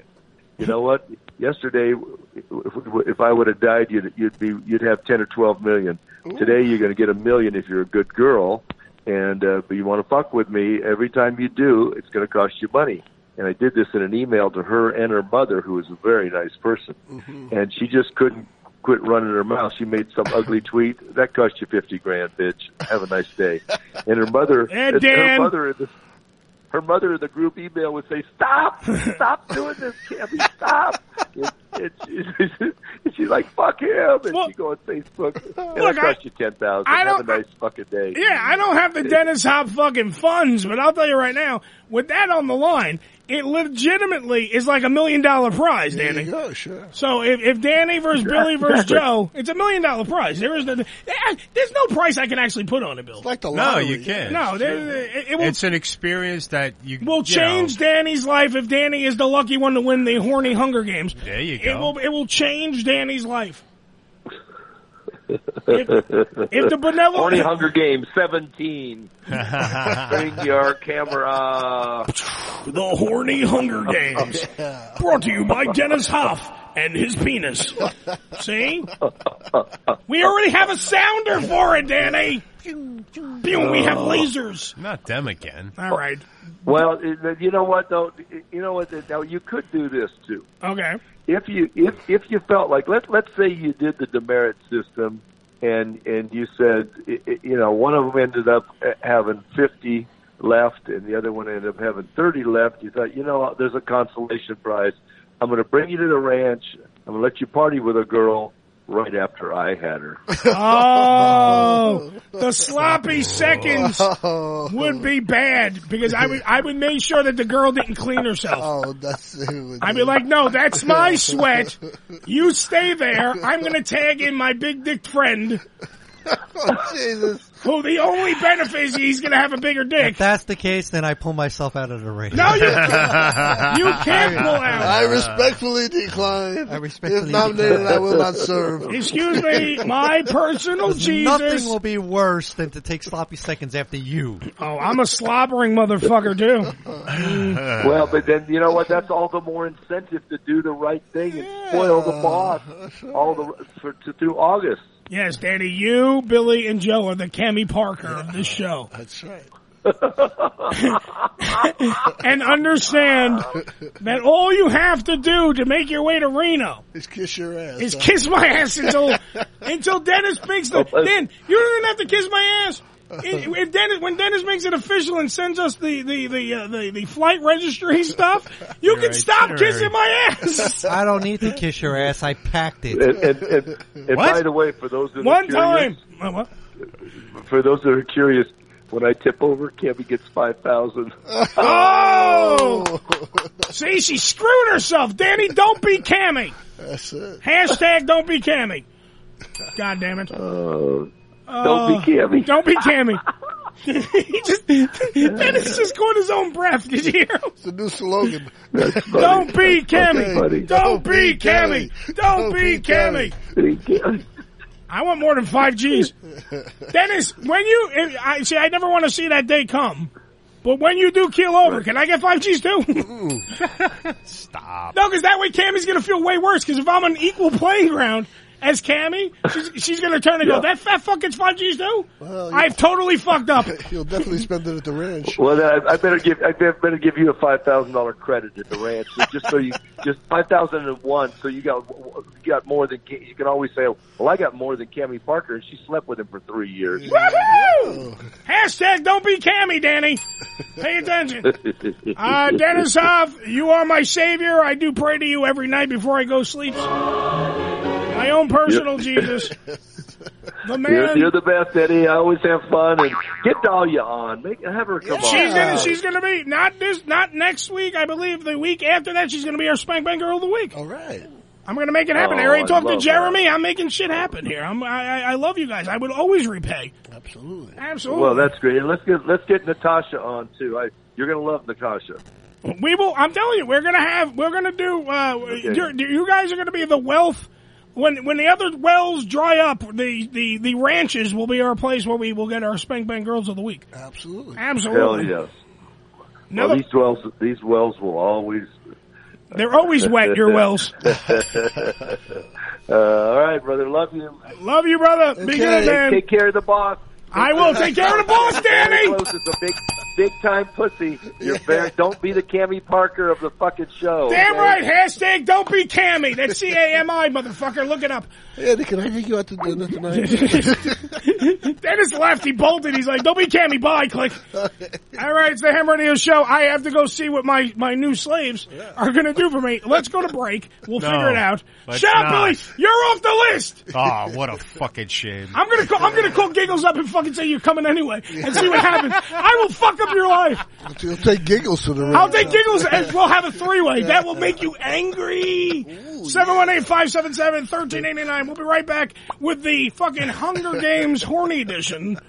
[SPEAKER 3] you know what? Yesterday, if, if I would have died, you'd, you'd be you'd have ten or twelve million. Today, you're going to get a million if you're a good girl, and uh, but you want to fuck with me. Every time you do, it's going to cost you money." And I did this in an email to her and her mother, who is a very nice person, and she just couldn't quit running her mouth. She made some ugly tweet that cost you fifty grand, bitch. Have a nice day. And her mother,
[SPEAKER 14] Eh,
[SPEAKER 3] and her
[SPEAKER 14] Dan.
[SPEAKER 3] mother, in the, her mother in the group email would say, "Stop, stop doing this, Cammy, stop." And, and, she, and she's like, "Fuck him," and
[SPEAKER 14] Well-
[SPEAKER 3] she go on Facebook. And
[SPEAKER 14] Look,
[SPEAKER 3] that
[SPEAKER 14] I-
[SPEAKER 3] cost you ten thousand.
[SPEAKER 14] I
[SPEAKER 3] Have a
[SPEAKER 14] don't-
[SPEAKER 3] nice fucking day.
[SPEAKER 14] Yeah, I don't have the Dennis Hop fucking funds, but I'll tell you right now, with that on the line, it legitimately is like a million dollar prize,
[SPEAKER 15] There
[SPEAKER 14] Danny.
[SPEAKER 15] you go, sure.
[SPEAKER 14] So if, if Danny versus Billy versus
[SPEAKER 3] exactly.
[SPEAKER 14] Joe, it's a million dollar prize. There is no, eh, there's no price I can actually put on it, Bill.
[SPEAKER 15] Like the
[SPEAKER 17] No,
[SPEAKER 15] lottery.
[SPEAKER 17] you can't.
[SPEAKER 14] no, there, it, it will
[SPEAKER 17] It's an experience that you you know,
[SPEAKER 14] will change Danny's life if Danny is the lucky one to win the horny Hunger Games.
[SPEAKER 17] There you
[SPEAKER 14] It
[SPEAKER 17] go.
[SPEAKER 14] will it will change Danny's life. if, if the benevolent
[SPEAKER 3] Horny Hunger Games seventeen. Bring your camera.
[SPEAKER 14] The Horny Hunger Games. Brought to you by Dennis Hoff and his penis. See?
[SPEAKER 3] Uh,
[SPEAKER 14] We already have a sounder for it, Danny. Pew, We have lasers.
[SPEAKER 17] Not them again.
[SPEAKER 14] All right.
[SPEAKER 3] Oh, Well, it- you know what though? You know what? Now you could do this too.
[SPEAKER 14] Okay.
[SPEAKER 3] if you if if you felt like let let's say you did the demerit system and and you said i i you know one of them ended up uh, having 50 left and the other one ended up having 30 left you thought you know there's a consolation prize i'm going to bring you to the ranch i'm going to let you party with a girl right after i had her
[SPEAKER 14] Oh, the sloppy seconds
[SPEAKER 15] Oh.
[SPEAKER 14] would be bad because I would I would make sure that the girl didn't clean herself.
[SPEAKER 15] Oh, that's.
[SPEAKER 14] I'd be like, no, that's my sweat. You stay there. I'm gonna tag in my big dick friend.
[SPEAKER 15] oh, Jesus.
[SPEAKER 14] who the only benefit is he's going to have a bigger dick.
[SPEAKER 7] If that's the case, then I pull myself out of the ring.
[SPEAKER 14] No, you can't. You can't pull out.
[SPEAKER 15] I respectfully decline. I respectfully If nominated, I will not serve.
[SPEAKER 14] Excuse me, my personal Jesus.
[SPEAKER 7] Nothing will be worse than to take sloppy seconds after you.
[SPEAKER 14] Oh, I'm a slobbering motherfucker too.
[SPEAKER 3] well, but then you know what? That's all the more incentive to do the right thing and spoil the boss all the for, to, through August.
[SPEAKER 14] Yes, Danny, you, Billy, and Joe are the Cammy Parker of this show.
[SPEAKER 15] That's right.
[SPEAKER 14] and understand that all you have to do to make your way to Reno
[SPEAKER 15] Just kiss your ass.
[SPEAKER 14] is
[SPEAKER 15] huh?
[SPEAKER 14] kiss my ass until until Dennis makes the. Then you don't even have to kiss my ass. If if Dennis, when Dennis makes it official and sends us the the the uh, the, the flight registry stuff, you can stop kissing my ass.
[SPEAKER 7] I don't need to kiss your ass. I packed it.
[SPEAKER 3] And, and, and, and by the way, for those that are
[SPEAKER 14] One
[SPEAKER 3] curious,
[SPEAKER 14] time. Uh, what?
[SPEAKER 3] for those that are curious, when I tip over, Cammy gets five thousand.
[SPEAKER 14] Oh! See, she screwed herself. Danny, don't be Cammy.
[SPEAKER 15] That's it.
[SPEAKER 14] Hashtag don't be Cammy. God damn it.
[SPEAKER 3] Uh, don't be Cammy.
[SPEAKER 14] Don't be Cammy. he just, Dennis just caught his own breath. Did you hear him?
[SPEAKER 15] It's a new slogan.
[SPEAKER 3] That's funny.
[SPEAKER 14] Don't be
[SPEAKER 3] That's funny.
[SPEAKER 14] Cammy. Don't be Cammy. Don't be Cammy. I want more than five G's. Dennis, when you, if- I see, I never want to see that day come. But when you do keel over, can I get five G's too?
[SPEAKER 17] Stop.
[SPEAKER 14] No, because that way Cammy's going to feel way worse. Because if I'm on equal playing ground as Cammy, she's, she's going to turn and go,
[SPEAKER 3] Yeah.
[SPEAKER 14] "That fat fuck gets five G's too."
[SPEAKER 15] Well, you-
[SPEAKER 14] I've totally fucked up.
[SPEAKER 15] You'll definitely spend it at the ranch.
[SPEAKER 3] Well, then I, I better give I better give you a five thousand dollar credit at the ranch, just so you just five thousand and one. So you got you got more than Ca- you can always say. Well, I got more than Cammy Parker, and she slept with him for three years.
[SPEAKER 14] Woohoo! Hashtag don't be Cammy, Danny. Pay attention. Uh, Dennis Hoff, you are my savior. I do pray to you every night before I go sleep. My own personal Jesus. The man.
[SPEAKER 3] You're, you're the best, Eddie. I always have fun and get Dahlia on. Make have her come
[SPEAKER 14] She's
[SPEAKER 3] on.
[SPEAKER 14] gonna she's gonna be not this not next week. I believe the week after that she's gonna be our Spank Bang Girl of the Week.
[SPEAKER 15] All right.
[SPEAKER 14] I'm gonna make it happen. I
[SPEAKER 3] Oh,
[SPEAKER 14] already
[SPEAKER 3] I
[SPEAKER 14] talked to
[SPEAKER 3] love
[SPEAKER 14] Jeremy. I'm making shit happen here. I'm I, I I love you guys. I would always repay.
[SPEAKER 15] Absolutely.
[SPEAKER 14] Absolutely.
[SPEAKER 3] Well, that's great. And Let's get let's get Natasha on too. I, you're gonna love Natasha.
[SPEAKER 14] we will. I'm telling you, we're gonna have we're gonna do. Uh, you're- you guys are gonna be the wealth. When when the other wells dry up, the the the ranches will be our place where we will get our Spank Bang Girls of the Week.
[SPEAKER 15] Absolutely.
[SPEAKER 3] Hell
[SPEAKER 14] Absolutely.
[SPEAKER 3] yes.
[SPEAKER 14] No,
[SPEAKER 3] well, these wells these wells will always
[SPEAKER 14] they're always wet. Your wells.
[SPEAKER 3] Uh, all right, brother. Love you.
[SPEAKER 14] Love you, brother. Be good, man.
[SPEAKER 3] Take care of the boss.
[SPEAKER 14] I will take care of the boss,
[SPEAKER 3] Very
[SPEAKER 14] Danny.
[SPEAKER 3] Close is a big, big time pussy. You're very, don't be the Cammy Parker of the fucking show.
[SPEAKER 14] Damn
[SPEAKER 3] Oh, okay?
[SPEAKER 14] right. Hashtag don't be Cammy. That's C A M I, motherfucker. Look it up.
[SPEAKER 15] Eddie, can I take you out to dinner tonight?
[SPEAKER 14] Dennis left. He bolted. He's like, don't be Cammy. Bye. Click. All right. It's the Ham Radio Show. I have to go see what my, my new slaves are going to do for me. Let's go to break. We'll
[SPEAKER 17] No,
[SPEAKER 14] figure it out.
[SPEAKER 17] let's
[SPEAKER 14] Shut up,
[SPEAKER 17] not.
[SPEAKER 14] Billy. You're off the list.
[SPEAKER 17] Oh, what a fucking shame.
[SPEAKER 14] I'm gonna call, I'm gonna call Giggles up and fucking say you're coming anyway and see what happens. I will fuck up your life.
[SPEAKER 15] You'll take giggles to the ranch.
[SPEAKER 14] I'll take giggles and we'll have a three way. That will make you angry. 718-577-1389. We'll be right back with the fucking Hunger Games Horny Edition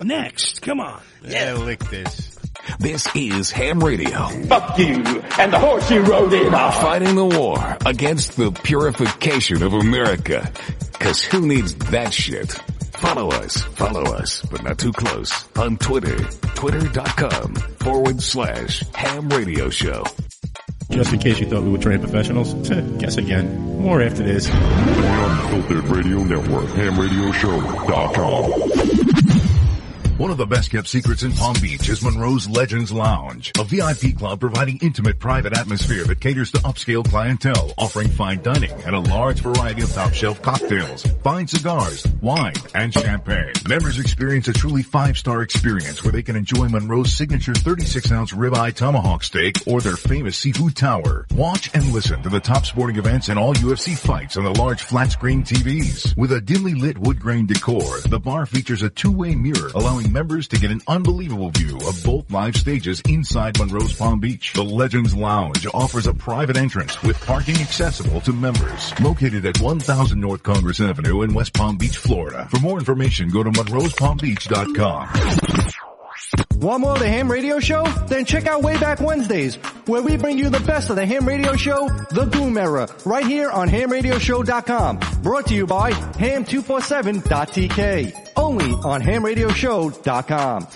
[SPEAKER 14] next. Come on.
[SPEAKER 17] Yeah, lick this.
[SPEAKER 29] This is Ham Radio.
[SPEAKER 30] Fuck you and the horse you rode in on.
[SPEAKER 29] Fighting the war against the purification of America. Cause who needs that shit? Follow us, follow us, but not too close on Twitter, twitter.com forward slash ham radio show.
[SPEAKER 5] Just in case you thought we were trained professionals, guess again. More after this.
[SPEAKER 10] The Unfiltered Radio Network. HamRadioshow.com.
[SPEAKER 9] One of the best kept secrets in Palm Beach is Monroe's Legends Lounge, a VIP club providing intimate private atmosphere that caters to upscale clientele, offering fine dining and a large variety of top shelf cocktails, fine cigars, wine, and champagne. Members experience a truly five star experience where they can enjoy Monroe's signature 36 ounce ribeye tomahawk steak or their famous seafood tower. Watch and listen to the top sporting events and all UFC fights on the large flat screen TVs. With a dimly lit wood grain decor, the bar features a two-way mirror allowing allowing members to get an unbelievable view of both live stages inside Monroe's Palm Beach. The Legends Lounge offers a private entrance with parking accessible to members. Located at 1000 North Congress Avenue in West Palm Beach, Florida. For more information, go to monroespalmbeach.com.
[SPEAKER 16] Want more of the Ham Radio Show? Then check out Wayback Wednesdays, where we bring you the best of the Ham Radio Show, The Boom Era, right here on HamRadioshow.com. Brought to you by Ham247.tk. Only on HamRadioshow.com.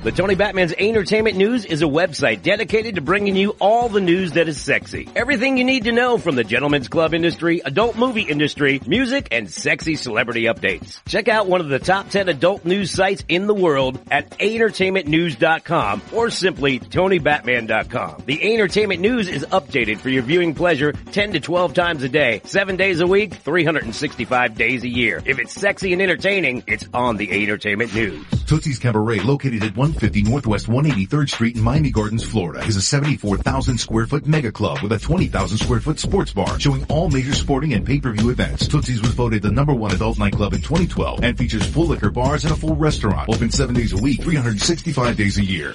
[SPEAKER 11] The Tony Batman's Entertainment News is a website dedicated to bringing you all the news that is sexy. Everything you need to know from the gentlemen's club industry, adult movie industry, music, and sexy celebrity updates. Check out one of the top 10 adult news sites in the world at entertainmentnews.com or simply tonybatman.com. The Entertainment News is updated for your viewing pleasure 10 to 12 times a day, 7 days a week, 365 days a year. If it's sexy and entertaining, it's on the Entertainment News.
[SPEAKER 9] Tootsie's Cabaret, located at 150 Northwest 183rd Street in Miami Gardens, Florida, is a 74,000 square foot mega club with a 20,000 square foot sports bar showing all major sporting and pay-per-view events. Tootsie's was voted the number one adult nightclub in 2012 and features full liquor bars and a full restaurant, open seven days a week, 365 days a year.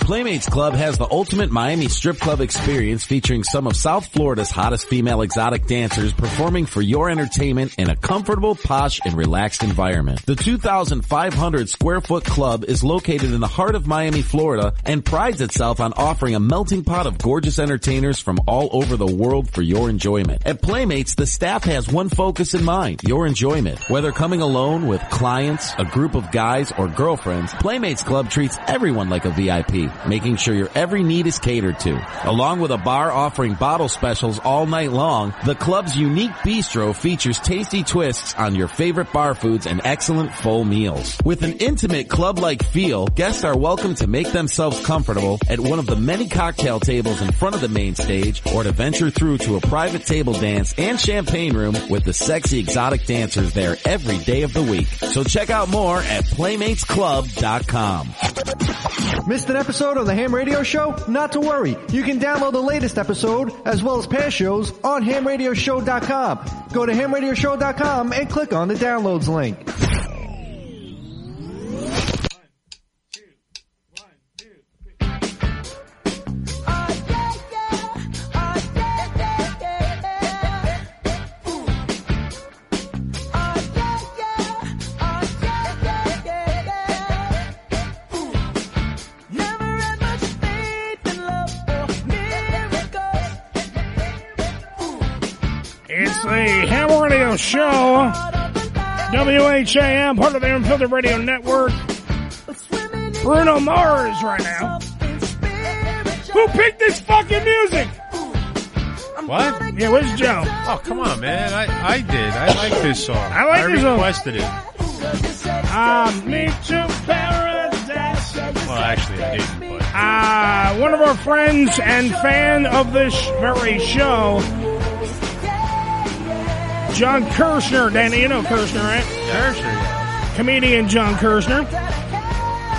[SPEAKER 8] Playmates Club has the ultimate Miami strip club experience featuring some of South Florida's hottest female exotic dancers performing for your entertainment in a comfortable, posh, and relaxed environment. The 2,500 square foot club is located in the heart of Miami, Florida and prides itself on offering a melting pot of gorgeous entertainers from all over the world for your enjoyment. At Playmates, the staff has one focus in mind, your enjoyment. Whether coming alone with clients, a group of guys, or girlfriends, Playmates Club treats everyone like a VIP, making sure your every need is catered to. Along with a bar offering bottle specials all night long, the club's unique bistro features tasty twists on your favorite bar foods and excellent full meals. With an intimate club-like feel, guests are welcome to make themselves comfortable at one of the many cocktail tables in front of the main stage or to venture through to a private table dance and champagne room with the sexy exotic dancers there every day of the week. So check out more at playmatesclub.com.
[SPEAKER 16] Missed an episode of the Ham Radio Show? Not to worry. You can download the latest episode as well as past shows on hamradioshow.com. Go to hamradioshow.com and click on the downloads link.
[SPEAKER 14] It's the Ham Radio Show. WHAM, part of the Unfiltered Radio Network. Bruno Mars right now. Who picked this fucking music?
[SPEAKER 17] What?
[SPEAKER 14] Yeah, where's Joe?
[SPEAKER 17] Oh, come on, man. I, I did. I like this song.
[SPEAKER 14] I like this song.
[SPEAKER 17] requested it.
[SPEAKER 14] I meet you Ah, paradise.
[SPEAKER 17] Well, actually, I didn't. But
[SPEAKER 14] Uh, one of our friends and fan of this very show, John Kirshner. Danny, you know Kirshner, right? Kirshner, Comedian John Kirshner.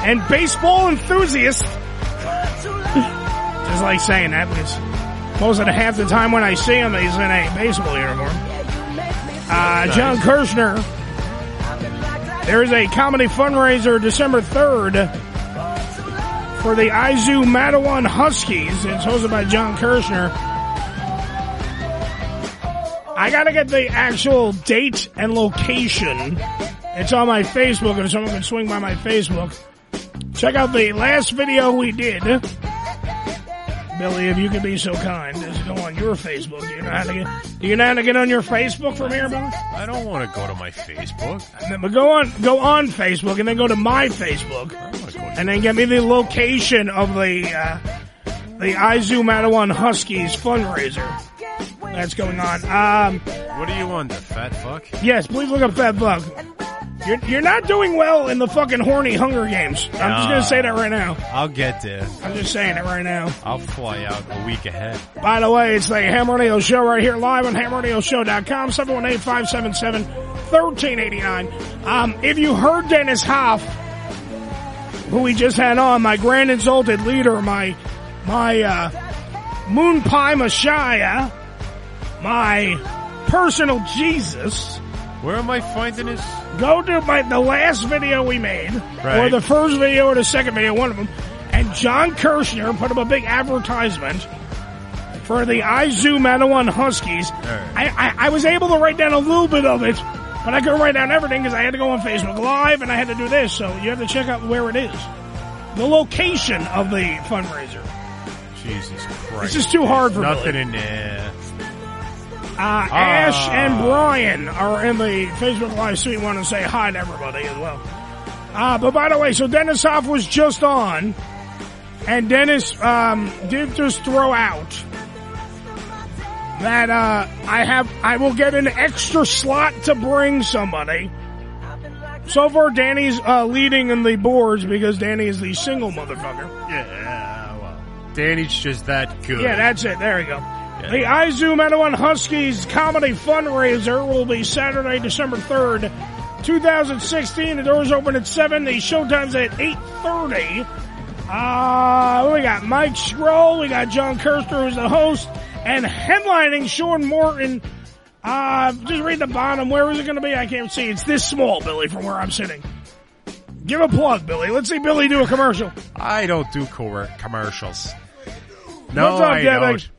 [SPEAKER 14] And baseball enthusiast. Just like saying that because most of the half the time when I see him, he's in a baseball uniform. Uh, John Kirshner. There is a comedy fundraiser December 3rd for the Izu Mattawan Huskies. It's hosted by John Kirshner. I gotta get the actual date and location. It's on my Facebook, and someone can swing by my Facebook. Check out the last video we did. Billy, if you could be so kind as to go on your Facebook. Do you know how to get? Do you know how to get on your Facebook from here, Billy?
[SPEAKER 17] I don't want to go to my Facebook.
[SPEAKER 14] And then go on, go on Facebook, and then go to my Facebook, and then get me the location of the uh, the Izu Mattawan Huskies fundraiser that's going on. Um,
[SPEAKER 17] What are you on, the fat fuck?
[SPEAKER 14] yes, please look up that bug. You're, you're not doing well in the fucking horny Hunger Games. I'm just gonna say that right now.
[SPEAKER 17] I'll get there.
[SPEAKER 14] I'm just saying it right now.
[SPEAKER 17] I'll fly out a week ahead.
[SPEAKER 14] By the way, it's the Ham Radio Show right here live on hamradioshow.com, 718-577-1389. Um, if you heard Dennis Hoff, who we just had on, my grand insulted leader, my, my, uh, moon pie messiah, my personal Jesus,
[SPEAKER 17] Where am I finding this?
[SPEAKER 14] Go to my the last video we made, or
[SPEAKER 17] Right.
[SPEAKER 14] the first video or the second video, one of them, and John Kirshner put up a big advertisement for the iZoom Manawan Huskies. I, I, I was able to write down a little bit of it, but I couldn't write down everything because I had to go on Facebook Live and I had to do this, so you have to check out where it is. The location of the fundraiser.
[SPEAKER 17] Jesus Christ.
[SPEAKER 14] This is too hard for
[SPEAKER 17] Nothing
[SPEAKER 14] Billy.
[SPEAKER 17] in there.
[SPEAKER 14] Uh, Ash and Brian are in the Facebook Live, so you want to say hi to everybody as well. Uh, but by the way, so Dennis Hoff was just on, and Dennis um, did just throw out that uh, I have I will get an extra slot to bring somebody. So far, Danny's uh, leading in the boards because Danny is the single motherfucker.
[SPEAKER 17] Yeah, well, Danny's just that good.
[SPEAKER 14] Yeah, that's it. There you go. The iZoom N1 Huskies comedy fundraiser will be Saturday, December 3rd, 2016. The doors open at 7. The showtime's at 8.30. Uh, we got Mike Schroll. We got John Kirster, who's the host. And headlining Sean Morton. Uh, just read the bottom. Where is it going to be? I can't see. It's this small, Billy, from where I'm sitting. Give a plug, Billy. Let's see Billy do a commercial.
[SPEAKER 17] I don't do co- commercials. No,
[SPEAKER 14] What's up,
[SPEAKER 17] I
[SPEAKER 14] Devin?
[SPEAKER 17] don't.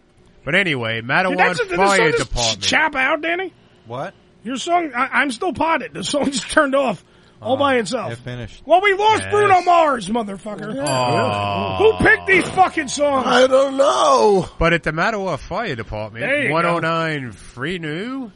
[SPEAKER 17] But anyway, Matawan
[SPEAKER 14] Dude, that's- did the
[SPEAKER 17] Fire
[SPEAKER 14] song just
[SPEAKER 17] Department.
[SPEAKER 14] Chop out, Danny.
[SPEAKER 7] What?
[SPEAKER 14] Your song, I, I'm still potted. The song just turned off all by itself.
[SPEAKER 7] It Ah, finished.
[SPEAKER 14] Well, we lost
[SPEAKER 7] Yes.
[SPEAKER 14] Bruno Mars, motherfucker.
[SPEAKER 17] Aw.
[SPEAKER 14] Who picked these fucking songs?
[SPEAKER 17] know. But at the Mattawa Fire
[SPEAKER 14] There you
[SPEAKER 17] Department,
[SPEAKER 14] go.
[SPEAKER 17] 109 Frenew,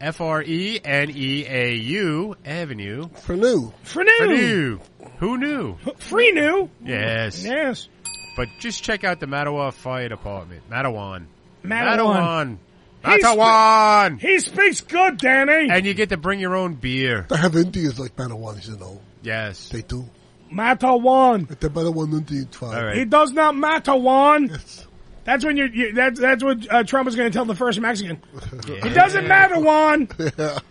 [SPEAKER 17] F R E N E A U Avenue.
[SPEAKER 15] Frenew.
[SPEAKER 14] Frenew.
[SPEAKER 17] Frenew. Who knew?
[SPEAKER 14] Free new.
[SPEAKER 17] Yes.
[SPEAKER 14] Yes.
[SPEAKER 17] But just check out the Mattawa Fire Department. Mattawan.
[SPEAKER 14] Mattawan. He spe-
[SPEAKER 17] Mattawan.
[SPEAKER 14] He speaks good, Danny.
[SPEAKER 17] And you get to bring your own beer.
[SPEAKER 15] They have Indians like Manawans, you know.
[SPEAKER 17] Yes.
[SPEAKER 15] They do.
[SPEAKER 14] Mata one.
[SPEAKER 15] They're better one Indian tribe.
[SPEAKER 14] It does not matter, Juan. That's when you, you that's that's what uh, Trump is going to tell the first Mexican. It doesn't matter, Juan.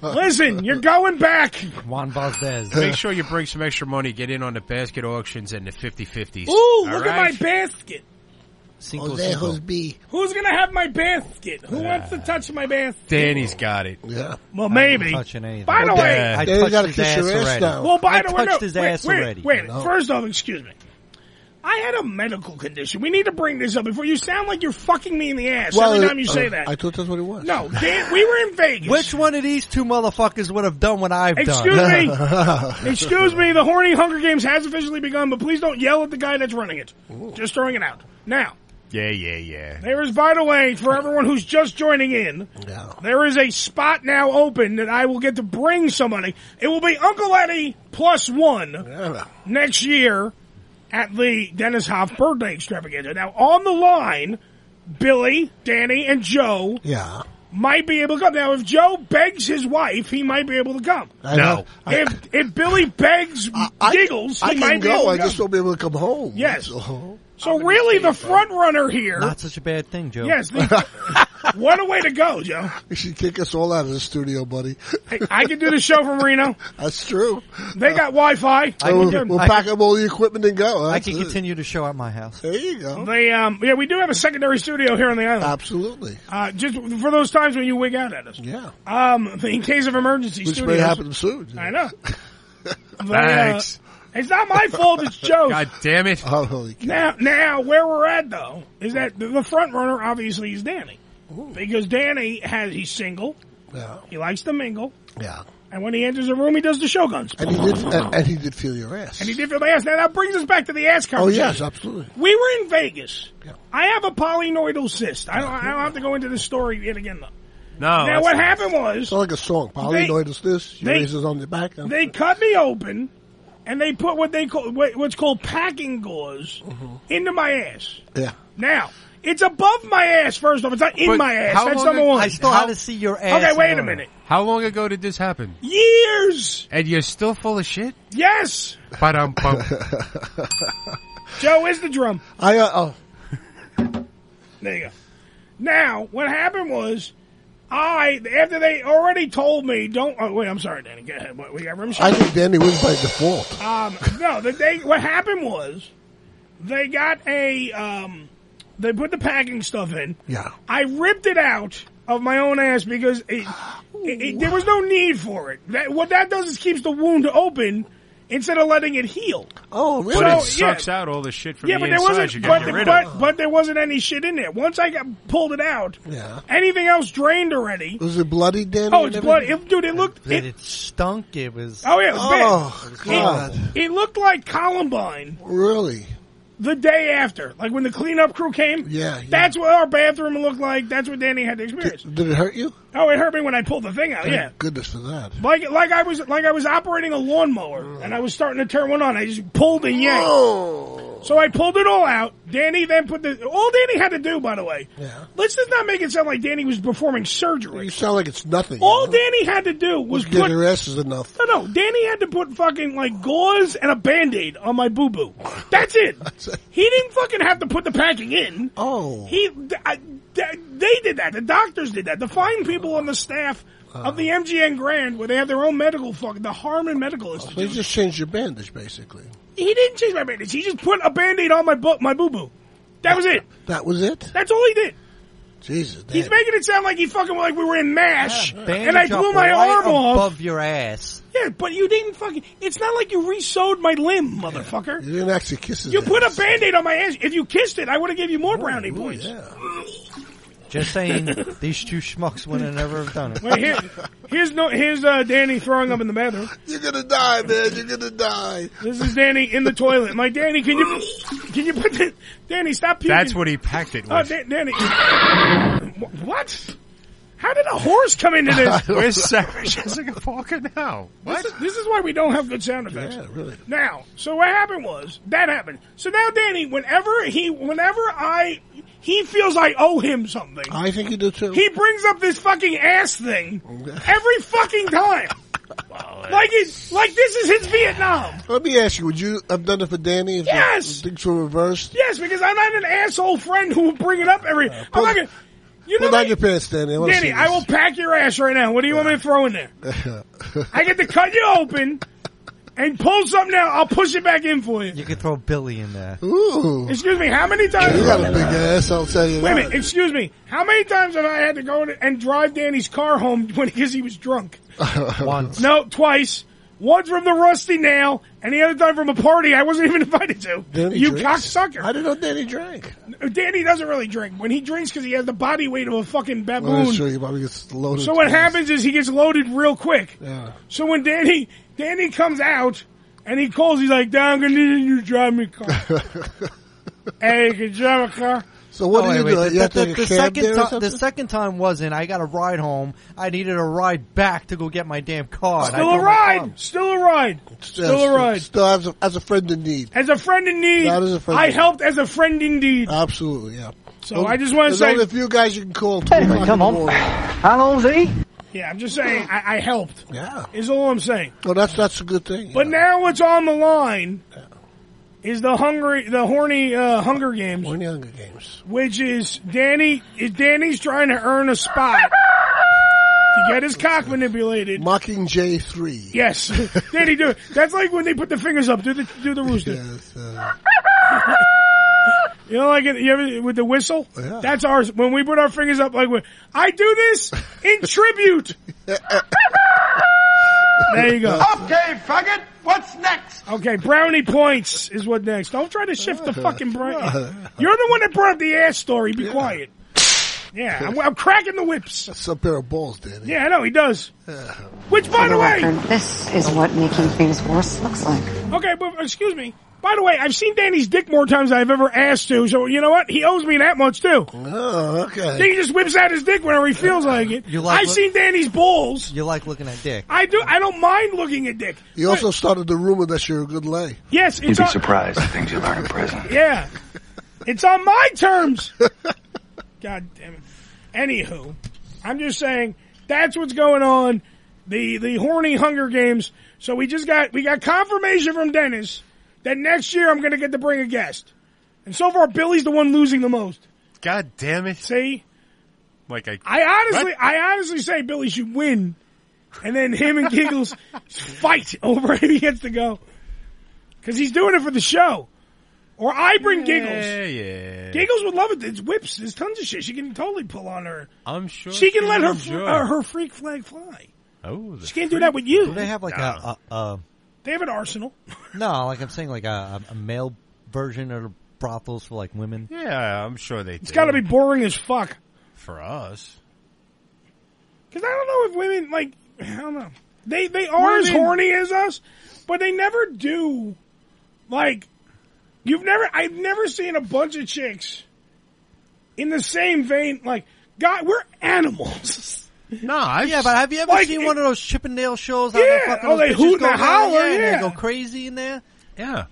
[SPEAKER 14] Listen, you're going back.
[SPEAKER 7] Juan Valdez.
[SPEAKER 17] Make sure you bring some extra money. Get in on the basket auctions and the 50-50s.
[SPEAKER 14] Ooh,
[SPEAKER 17] All
[SPEAKER 14] look
[SPEAKER 17] right?
[SPEAKER 14] at my basket. Who's gonna have my basket?
[SPEAKER 7] Ah.
[SPEAKER 14] Who wants to touch my basket?
[SPEAKER 17] Danny's got it.
[SPEAKER 15] Yeah.
[SPEAKER 14] Well, maybe. By the way,
[SPEAKER 17] Yeah.
[SPEAKER 14] Well, by the way, no, wait, wait, Wait,
[SPEAKER 17] No.
[SPEAKER 14] first off, excuse me. I had a medical condition. We need to bring this up before you sound like you're fucking me in the ass every time you say
[SPEAKER 15] uh,
[SPEAKER 14] that.
[SPEAKER 15] I thought that's what it was.
[SPEAKER 14] no, Dan, we were in Vegas.
[SPEAKER 7] Which one of these two motherfuckers would have done what I've
[SPEAKER 14] Excuse
[SPEAKER 7] done?
[SPEAKER 14] me. Excuse me. The horny Hunger Games has officially begun, but please don't yell at the guy that's running it. Just throwing it out. Now,
[SPEAKER 17] Yeah, yeah, yeah.
[SPEAKER 14] there is, by the way, for everyone who's just joining in, there is a spot now open that I will get to bring somebody. It will be Uncle Eddie plus one next year at the Dennis Hoff birthday extravaganza. Now, on the line, Billy, Danny, and Joe
[SPEAKER 15] Yeah.
[SPEAKER 14] might be able to come. Now, if Joe begs his wife, he might be able to come.
[SPEAKER 15] I know. No.
[SPEAKER 14] If, if Billy begs giggles,
[SPEAKER 15] I
[SPEAKER 14] he might
[SPEAKER 15] can
[SPEAKER 14] be able
[SPEAKER 15] go.
[SPEAKER 14] to
[SPEAKER 15] I
[SPEAKER 14] come.
[SPEAKER 15] just won't be able to come home.
[SPEAKER 14] Yes.
[SPEAKER 15] So,
[SPEAKER 14] so really, the front runner here.
[SPEAKER 7] Not such a bad thing, Joe.
[SPEAKER 14] Yes. the- what a way to go, Joe.
[SPEAKER 15] you should kick us all out of the studio, buddy.
[SPEAKER 14] Hey, I can do the show from Reno.
[SPEAKER 15] That's true.
[SPEAKER 14] They got Wi-Fi.
[SPEAKER 15] we'll we'll pack up all the equipment and go.
[SPEAKER 7] I
[SPEAKER 15] That's
[SPEAKER 7] can
[SPEAKER 15] it.
[SPEAKER 7] continue to show at my house.
[SPEAKER 15] There you go.
[SPEAKER 14] They, um, yeah, we do have a secondary studio here on the island.
[SPEAKER 15] Absolutely.
[SPEAKER 14] Uh, just for those times when you wig out at us.
[SPEAKER 15] Yeah.
[SPEAKER 14] Um, in case of emergency,
[SPEAKER 15] Which may
[SPEAKER 14] studios-
[SPEAKER 15] happen soon.
[SPEAKER 14] I know. But, uh,
[SPEAKER 17] Thanks.
[SPEAKER 14] it's not my fault. It's Joe's.
[SPEAKER 17] God damn it.
[SPEAKER 15] Oh, holy
[SPEAKER 14] Now, now, where we're at though is that the- the front runner obviously is Danny, because Danny has he's single.
[SPEAKER 15] Yeah.
[SPEAKER 14] He likes to mingle,
[SPEAKER 15] Yeah.
[SPEAKER 14] and when he enters a room, he does the shoguns.
[SPEAKER 15] And he did. And, and he did feel your ass.
[SPEAKER 14] And he did feel my ass. Now that brings us back to the ass
[SPEAKER 15] Oh
[SPEAKER 14] conversation.
[SPEAKER 15] yes, absolutely.
[SPEAKER 14] We were in Vegas. I have a polynoidal cyst. I don't. I don't have to go into this story yet again though.
[SPEAKER 17] No.
[SPEAKER 14] now what happened was
[SPEAKER 15] Sound like a song. Polynoid is this. Your
[SPEAKER 14] they-
[SPEAKER 15] ass is on the back. and-
[SPEAKER 14] they cut me open, and they put what they call what, what's called packing gauze into my ass.
[SPEAKER 15] Yeah.
[SPEAKER 14] Now, it's above my ass, first off. It's not in
[SPEAKER 17] But
[SPEAKER 14] my ass.
[SPEAKER 17] how
[SPEAKER 14] That's
[SPEAKER 17] long
[SPEAKER 14] number
[SPEAKER 17] ag-
[SPEAKER 14] one.
[SPEAKER 17] I still had to
[SPEAKER 7] see your
[SPEAKER 14] Okay, wait a minute.
[SPEAKER 17] How long ago did this happen?
[SPEAKER 14] Years!
[SPEAKER 17] And you're still full of shit?
[SPEAKER 14] Yes!
[SPEAKER 17] Ba-dum, bum.
[SPEAKER 14] Joe is the drum.
[SPEAKER 15] I uh, oh,
[SPEAKER 14] There you go. Now, what happened was, I, after they already told me, don't, oh, wait, I'm sorry, Danny. Go ahead. What- We got room
[SPEAKER 15] I
[SPEAKER 14] service?
[SPEAKER 15] think Danny wins by default.
[SPEAKER 14] Um, no, the, they, what happened was, they got a, um, they put the packing stuff in.
[SPEAKER 15] Yeah.
[SPEAKER 14] I ripped it out of my own ass because it, It- it- there was no need for it. That, what that does is keeps the wound open instead of letting it heal.
[SPEAKER 15] Oh,
[SPEAKER 17] But it sucks out all the shit from
[SPEAKER 14] yeah,
[SPEAKER 17] the
[SPEAKER 14] but there
[SPEAKER 17] inside.
[SPEAKER 14] wasn't.
[SPEAKER 17] you
[SPEAKER 14] But,
[SPEAKER 17] gotta
[SPEAKER 14] the-
[SPEAKER 17] get rid
[SPEAKER 14] but,
[SPEAKER 17] of.
[SPEAKER 14] but there wasn't any shit in there. Once I got pulled it out,
[SPEAKER 15] Yeah.
[SPEAKER 14] anything else drained already.
[SPEAKER 15] Was it bloody, Danny?
[SPEAKER 14] Oh,
[SPEAKER 15] and
[SPEAKER 14] it's blood.
[SPEAKER 15] everything?
[SPEAKER 14] It, dude, it looked.
[SPEAKER 7] That
[SPEAKER 14] It,
[SPEAKER 7] it stunk. It was.
[SPEAKER 14] oh yeah, it was
[SPEAKER 15] Oh,
[SPEAKER 14] bad. It-
[SPEAKER 15] God.
[SPEAKER 14] It, looked like Columbine.
[SPEAKER 15] Really?
[SPEAKER 14] The day after, like when the cleanup crew came.
[SPEAKER 15] Yeah, yeah.
[SPEAKER 14] That's what our bathroom looked like. That's what Danny had to experience.
[SPEAKER 15] Did it hurt you?
[SPEAKER 14] oh, it hurt me when I pulled the thing out.
[SPEAKER 15] Thank
[SPEAKER 14] Oh, Yeah.
[SPEAKER 15] Goodness for that.
[SPEAKER 14] Like like I was like I was operating a lawnmower
[SPEAKER 15] Mm.
[SPEAKER 14] and I was starting to turn one on. I just pulled and yanked. So I pulled it all out. Danny then put the all Danny had to do, by the way.
[SPEAKER 15] Yeah.
[SPEAKER 14] Let's just not make it sound like Danny was performing surgery.
[SPEAKER 15] You sound like it's nothing.
[SPEAKER 14] All Danny had to do was
[SPEAKER 15] Get
[SPEAKER 14] put
[SPEAKER 15] your asses enough.
[SPEAKER 14] no no. Danny had to put fucking like gauze and a band aid on my boo boo. That's it. he didn't fucking have to put the packing in.
[SPEAKER 15] Oh.
[SPEAKER 14] He th- I- th- they did that. The doctors did that. The fine people on the staff. Of the MGN Grand, where they have their own medical fucking the Harmon Medical Institute.
[SPEAKER 15] So you Oh, just changed your bandage, basically.
[SPEAKER 14] He didn't change my bandage. He just put a band-aid on my bu- my boo boo. That was it.
[SPEAKER 15] That was it.
[SPEAKER 14] That's all he did.
[SPEAKER 15] Jesus.
[SPEAKER 14] He's making it sound like he fucking like we were in Mash,
[SPEAKER 7] Bandage
[SPEAKER 14] and I
[SPEAKER 7] up
[SPEAKER 14] blew my
[SPEAKER 7] right
[SPEAKER 14] arm off.
[SPEAKER 7] above your ass.
[SPEAKER 14] Yeah, but you didn't fucking. It's not like you re-sewed my limb, motherfucker.
[SPEAKER 15] You didn't actually kiss his
[SPEAKER 14] You
[SPEAKER 15] ass. Oh,
[SPEAKER 14] put a band-aid on my ass. If you kissed it, I would have given you more brownie points.
[SPEAKER 7] Just saying, these two schmucks would have never have done it.
[SPEAKER 14] Wait, here, here's no, here's uh, Danny throwing up in the bathroom.
[SPEAKER 15] You're gonna die, man. You're gonna die.
[SPEAKER 14] This is Danny in the toilet. My Danny, can you can you put the, Danny stop puking?
[SPEAKER 17] That's what he packed it
[SPEAKER 14] Oh,
[SPEAKER 17] with.
[SPEAKER 14] Dan- Danny. Wh- what? How did a horse come into this?
[SPEAKER 17] Where's Sarah Jessica Parker now?
[SPEAKER 14] This is, this is why we don't have good sound effects.
[SPEAKER 17] Yeah, really.
[SPEAKER 14] Now, so what happened was that happened. So now, Danny, whenever he, whenever I, he feels I owe him something.
[SPEAKER 15] I think you do too.
[SPEAKER 14] He brings up this fucking ass thing every fucking time. like it, like this is his Vietnam.
[SPEAKER 15] Let me ask you: Would you have done it for Danny if the-
[SPEAKER 14] Yes!
[SPEAKER 15] the things were reversed?
[SPEAKER 14] Yes, because I'm not an asshole friend who will bring it up every. I'm not gonna. You know
[SPEAKER 15] Pull
[SPEAKER 14] that,
[SPEAKER 15] down your pants, Uh, Danny. I want
[SPEAKER 14] Danny, I will pack your ass right now. What do you want me to throw in there? I get to cut you open and pull something out. I'll push it back in for you.
[SPEAKER 7] You could throw Billy in there.
[SPEAKER 15] Ooh.
[SPEAKER 14] Excuse me, how many times?
[SPEAKER 15] You got a big ass. I'll tell you.
[SPEAKER 14] Wait
[SPEAKER 15] that.
[SPEAKER 14] a minute, excuse me. How many times have I had to go to- and drive Danny's car home because he was drunk?
[SPEAKER 7] Once.
[SPEAKER 14] No, twice. One from the rusty nail, and the other time from a party I wasn't even invited to.
[SPEAKER 15] Danny
[SPEAKER 14] you
[SPEAKER 15] drinks?
[SPEAKER 14] cocksucker!
[SPEAKER 15] I didn't know Danny drank.
[SPEAKER 14] Danny doesn't really drink. When he drinks, because he has the body weight of a fucking
[SPEAKER 15] Well, that's
[SPEAKER 14] baboon.
[SPEAKER 15] true. You probably gets loaded.
[SPEAKER 14] So what happens is he gets loaded real quick.
[SPEAKER 15] Yeah.
[SPEAKER 14] So when Danny Danny comes out and he calls, he's like, "Down, I'm gonna need you to drive me a car. hey, can you drive a car?"
[SPEAKER 15] So
[SPEAKER 7] Oh,
[SPEAKER 15] what do
[SPEAKER 7] wait,
[SPEAKER 15] you
[SPEAKER 7] wait,
[SPEAKER 15] do?
[SPEAKER 7] the-
[SPEAKER 15] you have
[SPEAKER 7] the-
[SPEAKER 15] to take
[SPEAKER 7] the
[SPEAKER 15] a cab
[SPEAKER 7] second
[SPEAKER 15] there or
[SPEAKER 7] ti-
[SPEAKER 15] something?
[SPEAKER 7] the second time wasn't. I got a ride home. I needed a ride back to go get my damn car. and I
[SPEAKER 14] Still a
[SPEAKER 7] drove my car.
[SPEAKER 14] ride. Still a ride. Still a ride.
[SPEAKER 15] Still as a, as a friend in need.
[SPEAKER 14] As a friend in need,
[SPEAKER 15] Not as a friend
[SPEAKER 14] I
[SPEAKER 15] in need.
[SPEAKER 14] helped as a friend indeed.
[SPEAKER 15] Absolutely, yeah.
[SPEAKER 14] So I just wanna
[SPEAKER 15] There's
[SPEAKER 14] say-
[SPEAKER 15] only a few guys you can call. Come on.
[SPEAKER 14] How long is he? Yeah, I'm just saying I, I helped.
[SPEAKER 15] Yeah.
[SPEAKER 14] Is all I'm saying.
[SPEAKER 15] Well, that's that's a good thing.
[SPEAKER 14] But now what's on the line is the hungry, the horny uh, Hunger Games,
[SPEAKER 15] Horny Hunger Games.
[SPEAKER 14] which is Danny. Is Danny's trying to earn a spot to get his cock manipulated?
[SPEAKER 15] Mocking J three.
[SPEAKER 14] Yes, Danny, do it. That's like when they put the fingers up. Do the do the rooster.
[SPEAKER 15] uh,
[SPEAKER 14] You know, like it- you ever, with the whistle. That's ours. When we put our fingers up, like when, I do this in tribute. there you go.
[SPEAKER 30] Okay, faggot, what's next?
[SPEAKER 14] Okay, brownie points is what next. Don't try to shift the fucking brain. You're the one that brought up the ass story. Be quiet. Yeah, I'm, I'm cracking the whips.
[SPEAKER 15] That's a pair of balls, Danny.
[SPEAKER 14] Yeah, I know he does. Which, by the way,
[SPEAKER 24] this is what making things worse looks like.
[SPEAKER 14] okay, but excuse me. By the way, I've seen Danny's dick more times than I've ever asked to. So you know what? He owes me that much too.
[SPEAKER 15] Oh, okay.
[SPEAKER 14] Then he just whips out his dick whenever he feels like it.
[SPEAKER 7] You like
[SPEAKER 14] I've
[SPEAKER 7] what-
[SPEAKER 14] seen Danny's balls.
[SPEAKER 7] You like looking at dick.
[SPEAKER 14] I do. I don't mind looking at dick.
[SPEAKER 15] You also started the rumor that you're a good lay.
[SPEAKER 14] Yes, it's on,
[SPEAKER 15] surprised the things you learn in prison.
[SPEAKER 14] Yeah. It's on my terms. God damn it. Anywho, I'm just saying that's what's going on. The the horny Hunger Games. So we just got we got confirmation from Dennis that next year I'm gonna get to bring a guest. And so far Billy's the one losing the most.
[SPEAKER 17] God damn it.
[SPEAKER 14] See?
[SPEAKER 17] Like I,
[SPEAKER 14] I honestly
[SPEAKER 17] What?
[SPEAKER 14] I honestly say Billy should win. And then him and Giggles fight over who he gets to go. Cause he's doing it for the show. Or I bring giggles.
[SPEAKER 17] Yeah, yeah.
[SPEAKER 14] Giggles would love it. It's whips. There's tons of shit. She can totally pull on her.
[SPEAKER 17] I'm sure
[SPEAKER 14] she can let
[SPEAKER 17] would
[SPEAKER 14] her fl-
[SPEAKER 17] enjoy.
[SPEAKER 14] uh, her freak flag fly.
[SPEAKER 17] Oh, the
[SPEAKER 14] She can't do that with you.
[SPEAKER 7] Do they have like a, a, a
[SPEAKER 14] They have an arsenal.
[SPEAKER 7] no? Like I'm saying, like a, a male version of the brothels for like women.
[SPEAKER 17] Yeah, I'm sure they.
[SPEAKER 14] It's got to be boring as fuck.
[SPEAKER 17] for us.
[SPEAKER 14] Because I don't know if women like I don't know. They they are as
[SPEAKER 17] Women-
[SPEAKER 14] horny as us, but they never do. Like you've never I've never seen a bunch of chicks in the same vein. Like God, we're animals.
[SPEAKER 17] No, I've
[SPEAKER 7] yeah, but have you ever seen one of those Chippendale shows? How
[SPEAKER 14] Yeah,
[SPEAKER 7] fucking
[SPEAKER 14] oh,
[SPEAKER 7] those
[SPEAKER 14] they
[SPEAKER 7] bitches
[SPEAKER 14] hoot and
[SPEAKER 7] go
[SPEAKER 14] they
[SPEAKER 7] down,
[SPEAKER 14] holler,
[SPEAKER 7] and
[SPEAKER 14] Oh, yeah.
[SPEAKER 7] they go crazy in there.
[SPEAKER 17] Yeah,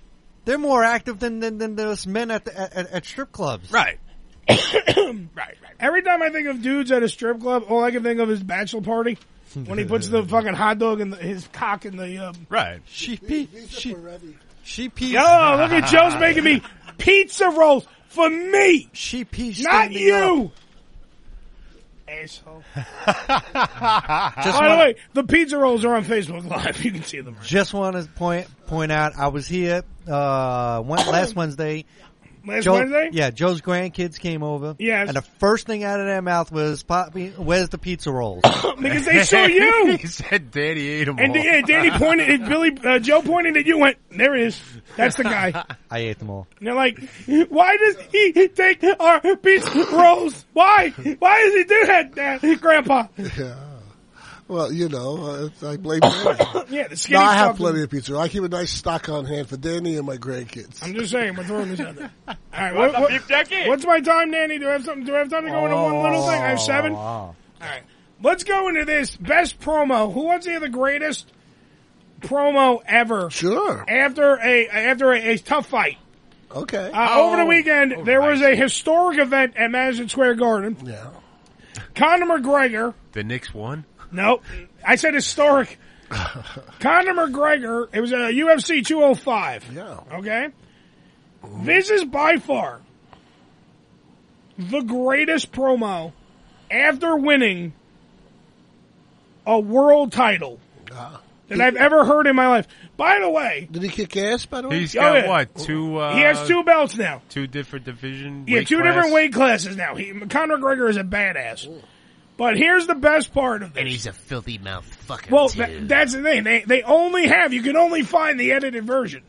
[SPEAKER 7] they're more active than than, than those men at, the, at at- at strip clubs.
[SPEAKER 17] Right.
[SPEAKER 14] Every time I think of dudes at a strip club, all I can think of is bachelor party when he puts the fucking hot dog in the, his cock in the um,
[SPEAKER 17] right.
[SPEAKER 7] She pee. She, she pees.
[SPEAKER 14] Yo, look at Joe's making me pizza rolls for me.
[SPEAKER 7] She pees. uh,
[SPEAKER 14] Not
[SPEAKER 7] standing
[SPEAKER 14] you. Asshole. By the
[SPEAKER 7] wanna-
[SPEAKER 14] way, the pizza rolls are on Facebook Live. You can see them.
[SPEAKER 7] Just want to point point out, I was here uh one, last Wednesday.
[SPEAKER 14] Last
[SPEAKER 7] Joe-
[SPEAKER 14] Wednesday?
[SPEAKER 7] yeah, Joe's grandkids came over.
[SPEAKER 14] Yes.
[SPEAKER 7] and the first thing out of their mouth was, "Poppy, where's the pizza rolls?"
[SPEAKER 14] because they saw you.
[SPEAKER 17] he said Danny ate them all.
[SPEAKER 14] And yeah, Danny pointed. and Billy uh, Joe pointed at you. and Went there. He is. That's the guy.
[SPEAKER 7] I ate them all.
[SPEAKER 14] And they're like, why does he take our pizza rolls? Why? Why does he do that, Dad, Grandpa?
[SPEAKER 15] Yeah. Well, you know, uh, I blame him.
[SPEAKER 14] Yeah, the skinny
[SPEAKER 15] no, I have
[SPEAKER 14] fucking-
[SPEAKER 15] plenty of pizza. I keep a nice stock on hand for Danny and my grandkids.
[SPEAKER 14] I'm just saying, we're throwing this out there. All right, what, what- what's my time, Danny? Do I have something? Do I have time to go into one little thing? I have seven.
[SPEAKER 7] Wow.
[SPEAKER 14] Let's go into this best promo. Who wants to hear the greatest promo ever?
[SPEAKER 15] Sure.
[SPEAKER 14] After a after a, a tough fight.
[SPEAKER 15] Okay.
[SPEAKER 14] Uh, over
[SPEAKER 15] Oh.
[SPEAKER 14] the weekend, there was a historic event at Madison Square Garden.
[SPEAKER 15] Yeah.
[SPEAKER 14] Conor McGregor.
[SPEAKER 17] The Knicks won.
[SPEAKER 14] Nope. I said historic. Conor McGregor. It was a UFC 205.
[SPEAKER 15] Yeah.
[SPEAKER 14] Okay. This is by far the greatest promo after winning a world title that I've ever heard in my life. By the way,
[SPEAKER 15] did he kick ass? By the way,
[SPEAKER 17] He's got what two? Uh,
[SPEAKER 14] he has two belts now.
[SPEAKER 17] two different division.
[SPEAKER 14] Yeah,
[SPEAKER 17] weight
[SPEAKER 14] two different
[SPEAKER 17] class?
[SPEAKER 14] weight classes now. He, Conor McGregor is a badass. But here's the best part of this.
[SPEAKER 25] And he's a filthy mouth fucker.
[SPEAKER 14] Well,
[SPEAKER 25] too.
[SPEAKER 14] tha- that's the thing. They they only have you can only find the edited version.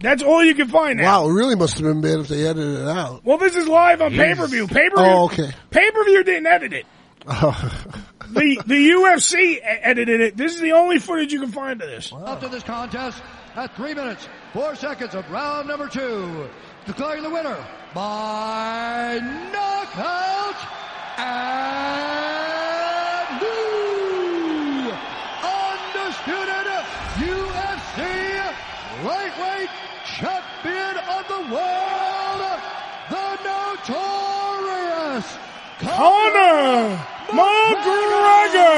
[SPEAKER 14] That's all you can find now.
[SPEAKER 15] Wow, it really must have been bad if they edited it out.
[SPEAKER 14] Well, this is live on
[SPEAKER 15] Jeez.
[SPEAKER 14] pay per view. Pay per view.
[SPEAKER 15] Oh, okay.
[SPEAKER 14] Pay per view didn't edit it. Oh, The the UFC e- edited it. This is the only footage you can find of this.
[SPEAKER 12] After this contest, at three minutes, four seconds of round number two, declaring the winner by knockout and new undisputed UFC lightweight champion of the world, the notorious
[SPEAKER 14] Conor McGregor.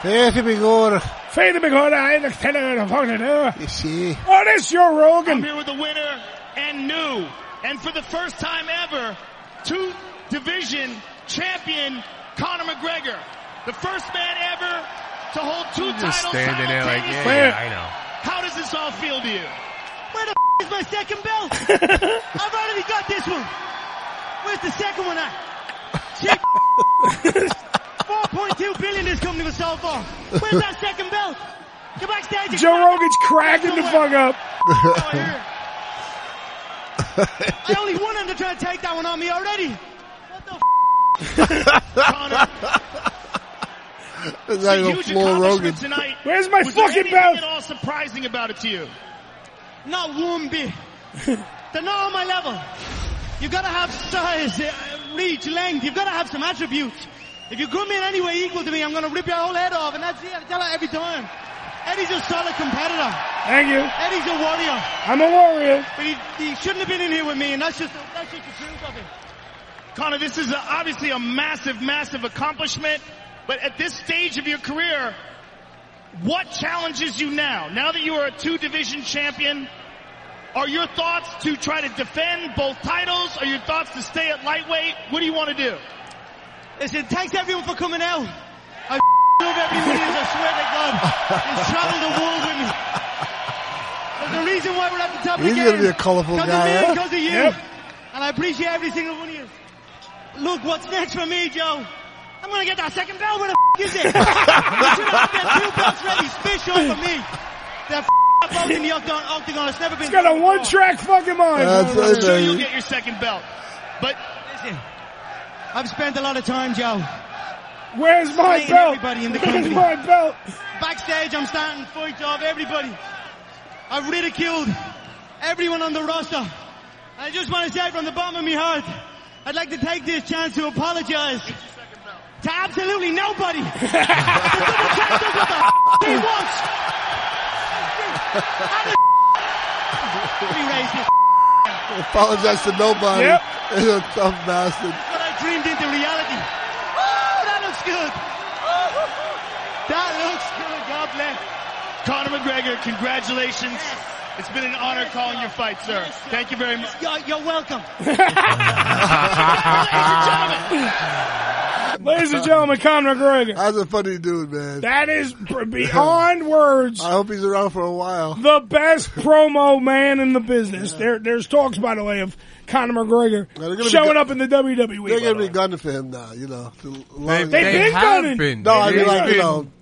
[SPEAKER 15] Fatty Bigor.
[SPEAKER 14] Fatty Bigor. I understand what the fuck to do.
[SPEAKER 15] You see?
[SPEAKER 14] Oh, this Joe
[SPEAKER 25] I'm
[SPEAKER 14] Rogan.
[SPEAKER 25] here with the winner and new, and for the first time ever, two division champion Conor McGregor, the first man ever to hold two
[SPEAKER 17] He's
[SPEAKER 25] titles
[SPEAKER 17] Just standing there like, yeah,
[SPEAKER 25] simultaneously.
[SPEAKER 17] yeah, I know.
[SPEAKER 25] How does this all feel to you? Where the f- is my second belt? I've already got this one. Where's the second one at? Shit. 4.2 billion this company was sold for. Where's that second belt? Go backstage. and
[SPEAKER 14] Joe
[SPEAKER 25] crack it.
[SPEAKER 14] Rogan's cracking the fuck up.
[SPEAKER 25] I only want him to try to take that one on me already. What the f- Connor?
[SPEAKER 15] It's
[SPEAKER 25] It's
[SPEAKER 15] not
[SPEAKER 25] a
[SPEAKER 15] even
[SPEAKER 25] huge
[SPEAKER 15] Floor Rogan.
[SPEAKER 25] accomplishment tonight.
[SPEAKER 14] Where's my
[SPEAKER 25] Was there
[SPEAKER 14] fucking
[SPEAKER 25] anything
[SPEAKER 14] belt?
[SPEAKER 25] at all surprising about it to you? Not one bit. They're not on my level. You've got to have size, uh, reach, length. You've got to have some attributes. If you come in anyway equal to me, I'm going to rip your whole head off, and that's it. I tell her every time. Eddie's a solid competitor.
[SPEAKER 14] Thank you.
[SPEAKER 25] Eddie's a warrior.
[SPEAKER 14] I'm a warrior.
[SPEAKER 25] But he, he shouldn't have been in here with me, and that's just that's just the truth of it. Connor, this is a, obviously a massive, massive accomplishment. But at this stage of your career, what challenges you now? Now that you are a two-division champion, are your thoughts to try to defend both titles? Are your thoughts to stay at lightweight? What do you want to do? Listen, thanks everyone for coming out. I love everybody, I swear to God. It's traveled the world with me. There's
[SPEAKER 26] the reason why we're at the top
[SPEAKER 15] He's
[SPEAKER 26] of the
[SPEAKER 15] gonna
[SPEAKER 26] game.
[SPEAKER 15] be a colorful
[SPEAKER 26] because
[SPEAKER 15] guy,
[SPEAKER 26] of me,
[SPEAKER 15] huh?
[SPEAKER 26] because of you.
[SPEAKER 15] Yep.
[SPEAKER 26] And I appreciate every single one of you. Look, what's next for me, Joe? I'm gonna get that second belt. Where the f- is it? you should have had two belts ready, special for me. That f- belt in the octagon, octagon has never been.
[SPEAKER 14] He's got a one-track fucking mind.
[SPEAKER 26] I'm sure you'll get your second belt. But listen, I've spent a lot of time, Joe.
[SPEAKER 14] Where's my
[SPEAKER 26] Fighting
[SPEAKER 14] belt?
[SPEAKER 26] Everybody in the
[SPEAKER 14] Where's
[SPEAKER 26] company.
[SPEAKER 14] my belt?
[SPEAKER 26] Backstage, I'm starting fights off everybody. I've ridiculed everyone on the roster. I just want to say from the bottom of my heart, I'd like to take this chance to apologize to absolutely nobody. The double champ does what the f- he wants. How the he raised his
[SPEAKER 15] Apologize to nobody.
[SPEAKER 26] Yep.
[SPEAKER 15] He's a tough bastard.
[SPEAKER 26] what I dreamed into reality. Oh, that looks good.
[SPEAKER 25] That looks good. God bless. Conor McGregor, congratulations. It's been an honor calling your fight, sir. Thank you very much.
[SPEAKER 26] You're, you're welcome.
[SPEAKER 14] Ah. Ladies and gentlemen, Conor McGregor.
[SPEAKER 15] That's a funny dude, man.
[SPEAKER 14] That is b- beyond words. I
[SPEAKER 15] hope he's around for a while.
[SPEAKER 14] The best promo man in the business. There, there's talks, by the way, of Conor McGregor
[SPEAKER 15] gonna be
[SPEAKER 14] showing
[SPEAKER 15] go-
[SPEAKER 14] up in the WWE.
[SPEAKER 15] They're going
[SPEAKER 14] by the
[SPEAKER 15] to
[SPEAKER 14] way.
[SPEAKER 15] be gunning for him now, uh, you know. to-
[SPEAKER 14] They- They've they been have gunning. been.
[SPEAKER 15] No, I
[SPEAKER 14] They've
[SPEAKER 15] mean,
[SPEAKER 14] been
[SPEAKER 15] like, you know,
[SPEAKER 14] gunning.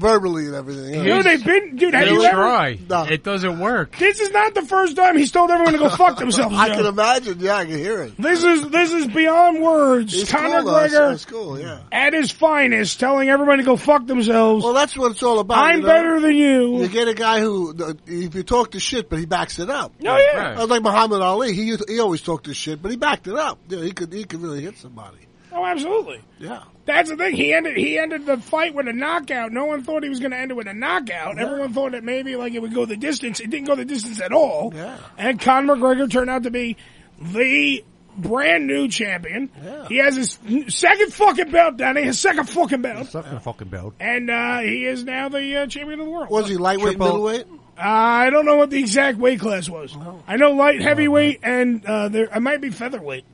[SPEAKER 15] verbally and everything.
[SPEAKER 14] Dude, they've been- dude, have They you ever- try.
[SPEAKER 17] It doesn't work.
[SPEAKER 14] This is not the first time he's told everyone to go fuck themselves.
[SPEAKER 15] I
[SPEAKER 14] Joe.
[SPEAKER 15] can imagine. Yeah, I can hear it.
[SPEAKER 14] This is this is beyond words.
[SPEAKER 15] It's
[SPEAKER 14] Conor
[SPEAKER 15] cool, though. It's-
[SPEAKER 14] McGregor
[SPEAKER 15] it's cool, yeah.
[SPEAKER 14] at his finest, telling everyone to go fuck themselves.
[SPEAKER 15] Well, that's what it's all about.
[SPEAKER 14] I'm
[SPEAKER 15] you know?
[SPEAKER 14] better than you.
[SPEAKER 15] You get a guy who, if you talk the shit, but he backs it up.
[SPEAKER 14] Oh, yeah. Right.
[SPEAKER 15] That's Like Muhammad Ali, he used- he always talked the shit, but he backed it up. Yeah, he could he could really hit somebody.
[SPEAKER 14] Oh, absolutely.
[SPEAKER 15] Yeah.
[SPEAKER 14] That's the thing. He ended he ended the fight with a knockout. No one thought he was going to end it with a knockout. Everyone thought that maybe like it would go the distance. It didn't go the distance at all.
[SPEAKER 15] Yeah.
[SPEAKER 14] And Conor McGregor turned out to be the brand new champion.
[SPEAKER 7] Yeah.
[SPEAKER 14] He has his n- second fucking belt, Danny. His second fucking belt.
[SPEAKER 7] Fucking fucking belt.
[SPEAKER 14] And uh, he is now the uh, champion of the world.
[SPEAKER 15] Was he lightweight, Triple- middleweight?
[SPEAKER 14] Uh, I don't know what the exact weight class was. I know light heavyweight and uh, there I might be featherweight.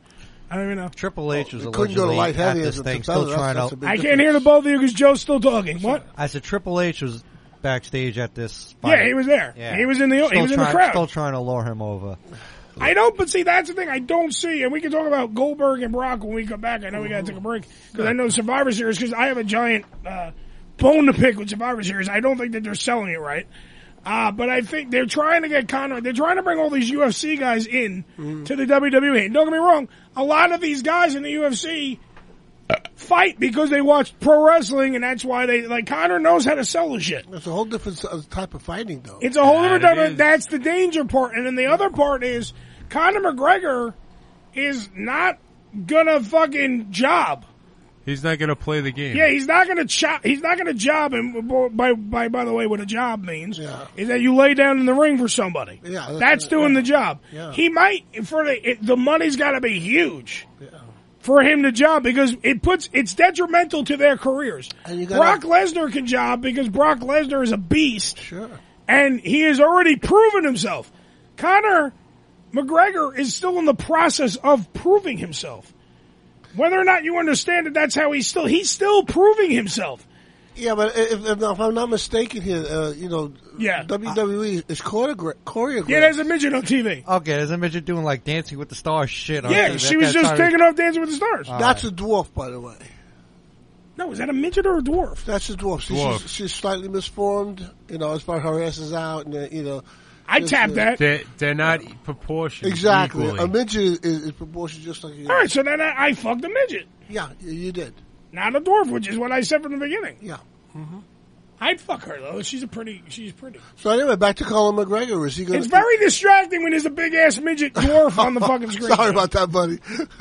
[SPEAKER 14] I don't even know.
[SPEAKER 7] Triple H was
[SPEAKER 15] couldn't go to
[SPEAKER 7] allegedly
[SPEAKER 15] light
[SPEAKER 7] at
[SPEAKER 15] heavy
[SPEAKER 7] this
[SPEAKER 15] as a
[SPEAKER 7] thing,
[SPEAKER 15] feather.
[SPEAKER 7] still
[SPEAKER 15] That's-
[SPEAKER 7] trying
[SPEAKER 15] that's a
[SPEAKER 7] to.
[SPEAKER 15] big
[SPEAKER 14] I can't hear the both of you because Joe's still talking. What?
[SPEAKER 7] I said Triple H was backstage at this.
[SPEAKER 14] Yeah,
[SPEAKER 7] Fight.
[SPEAKER 14] he was there. He was in the- he
[SPEAKER 7] Still
[SPEAKER 14] was in the
[SPEAKER 7] trying-
[SPEAKER 14] crowd.
[SPEAKER 7] Still trying to lure him over.
[SPEAKER 14] I don't, but see, that's the thing I don't see, and we can talk about Goldberg and Brock when we come back. I know we got to take a break because I know Survivor Series because I have a giant uh, bone to pick with Survivor Series. I don't think that they're selling it right, uh, but I think they're trying to get Conrad. They're trying to bring all these UFC guys in
[SPEAKER 15] Mm-hmm.
[SPEAKER 14] to the WWE. And don't get me wrong, a lot of these guys in the UFC fight because they watch pro wrestling, and that's why they like Conor knows how to sell the shit.
[SPEAKER 15] It's a whole different s- uh, type of fighting, though.
[SPEAKER 14] It's a whole
[SPEAKER 15] That
[SPEAKER 14] different
[SPEAKER 15] it
[SPEAKER 14] type.
[SPEAKER 15] is.
[SPEAKER 14] Of, that's the danger part. And then the other part is Conor McGregor is not gonna fucking job.
[SPEAKER 17] He's not gonna play the game.
[SPEAKER 14] Yeah, he's not gonna chop. He's not gonna job. And by by by the way, what a job means is that you lay down in the ring for somebody.
[SPEAKER 15] Yeah,
[SPEAKER 14] that's,
[SPEAKER 15] that's-
[SPEAKER 14] doing the job.
[SPEAKER 15] Yeah.
[SPEAKER 14] He might for the it, the money's got to be huge. For him to job because it puts it's detrimental to their careers.
[SPEAKER 15] you gotta-
[SPEAKER 14] Brock Lesnar can job because Brock Lesnar is a beast
[SPEAKER 15] Sure.
[SPEAKER 14] and he has already proven himself. Conor McGregor is still in the process of proving himself. Whether or not you understand it, that's how he's still he's still proving himself.
[SPEAKER 15] Yeah, but if, if, if I'm not mistaken E here, uh, you know, yeah. WWE is choreographed. choreographed.
[SPEAKER 14] Yeah, there's a midget on TV.
[SPEAKER 7] Okay, there's a midget doing like Dancing with the Stars shit. on
[SPEAKER 14] yeah,
[SPEAKER 7] TV.
[SPEAKER 14] she
[SPEAKER 7] That
[SPEAKER 14] was
[SPEAKER 7] guy's
[SPEAKER 14] just
[SPEAKER 7] trying to-
[SPEAKER 14] taking off Dancing with the Stars.
[SPEAKER 7] All
[SPEAKER 15] That's a dwarf, by the way.
[SPEAKER 14] No, is that a midget or a dwarf?
[SPEAKER 15] That's a dwarf. See,
[SPEAKER 17] Dwarf.
[SPEAKER 15] She's, she's slightly misformed. You know, as far as her ass is out, and uh, you know,
[SPEAKER 14] I
[SPEAKER 15] just, uh,
[SPEAKER 14] tapped that.
[SPEAKER 17] They're, they're not proportioned.
[SPEAKER 15] Exactly. Um,
[SPEAKER 17] equally.
[SPEAKER 15] A midget is, is, is proportioned just like you.
[SPEAKER 14] All right, so then I, I fucked a midget.
[SPEAKER 15] Yeah, you did.
[SPEAKER 14] Not a dwarf, which is what I said from the beginning.
[SPEAKER 15] Yeah. Mm-hmm.
[SPEAKER 14] I'd fuck her though. She's a pretty. She's pretty.
[SPEAKER 15] So anyway, back to Colin McGregor. Is he going?
[SPEAKER 14] It's very distracting when there's a big ass midget dwarf on the fucking screen.
[SPEAKER 15] Sorry about that, buddy.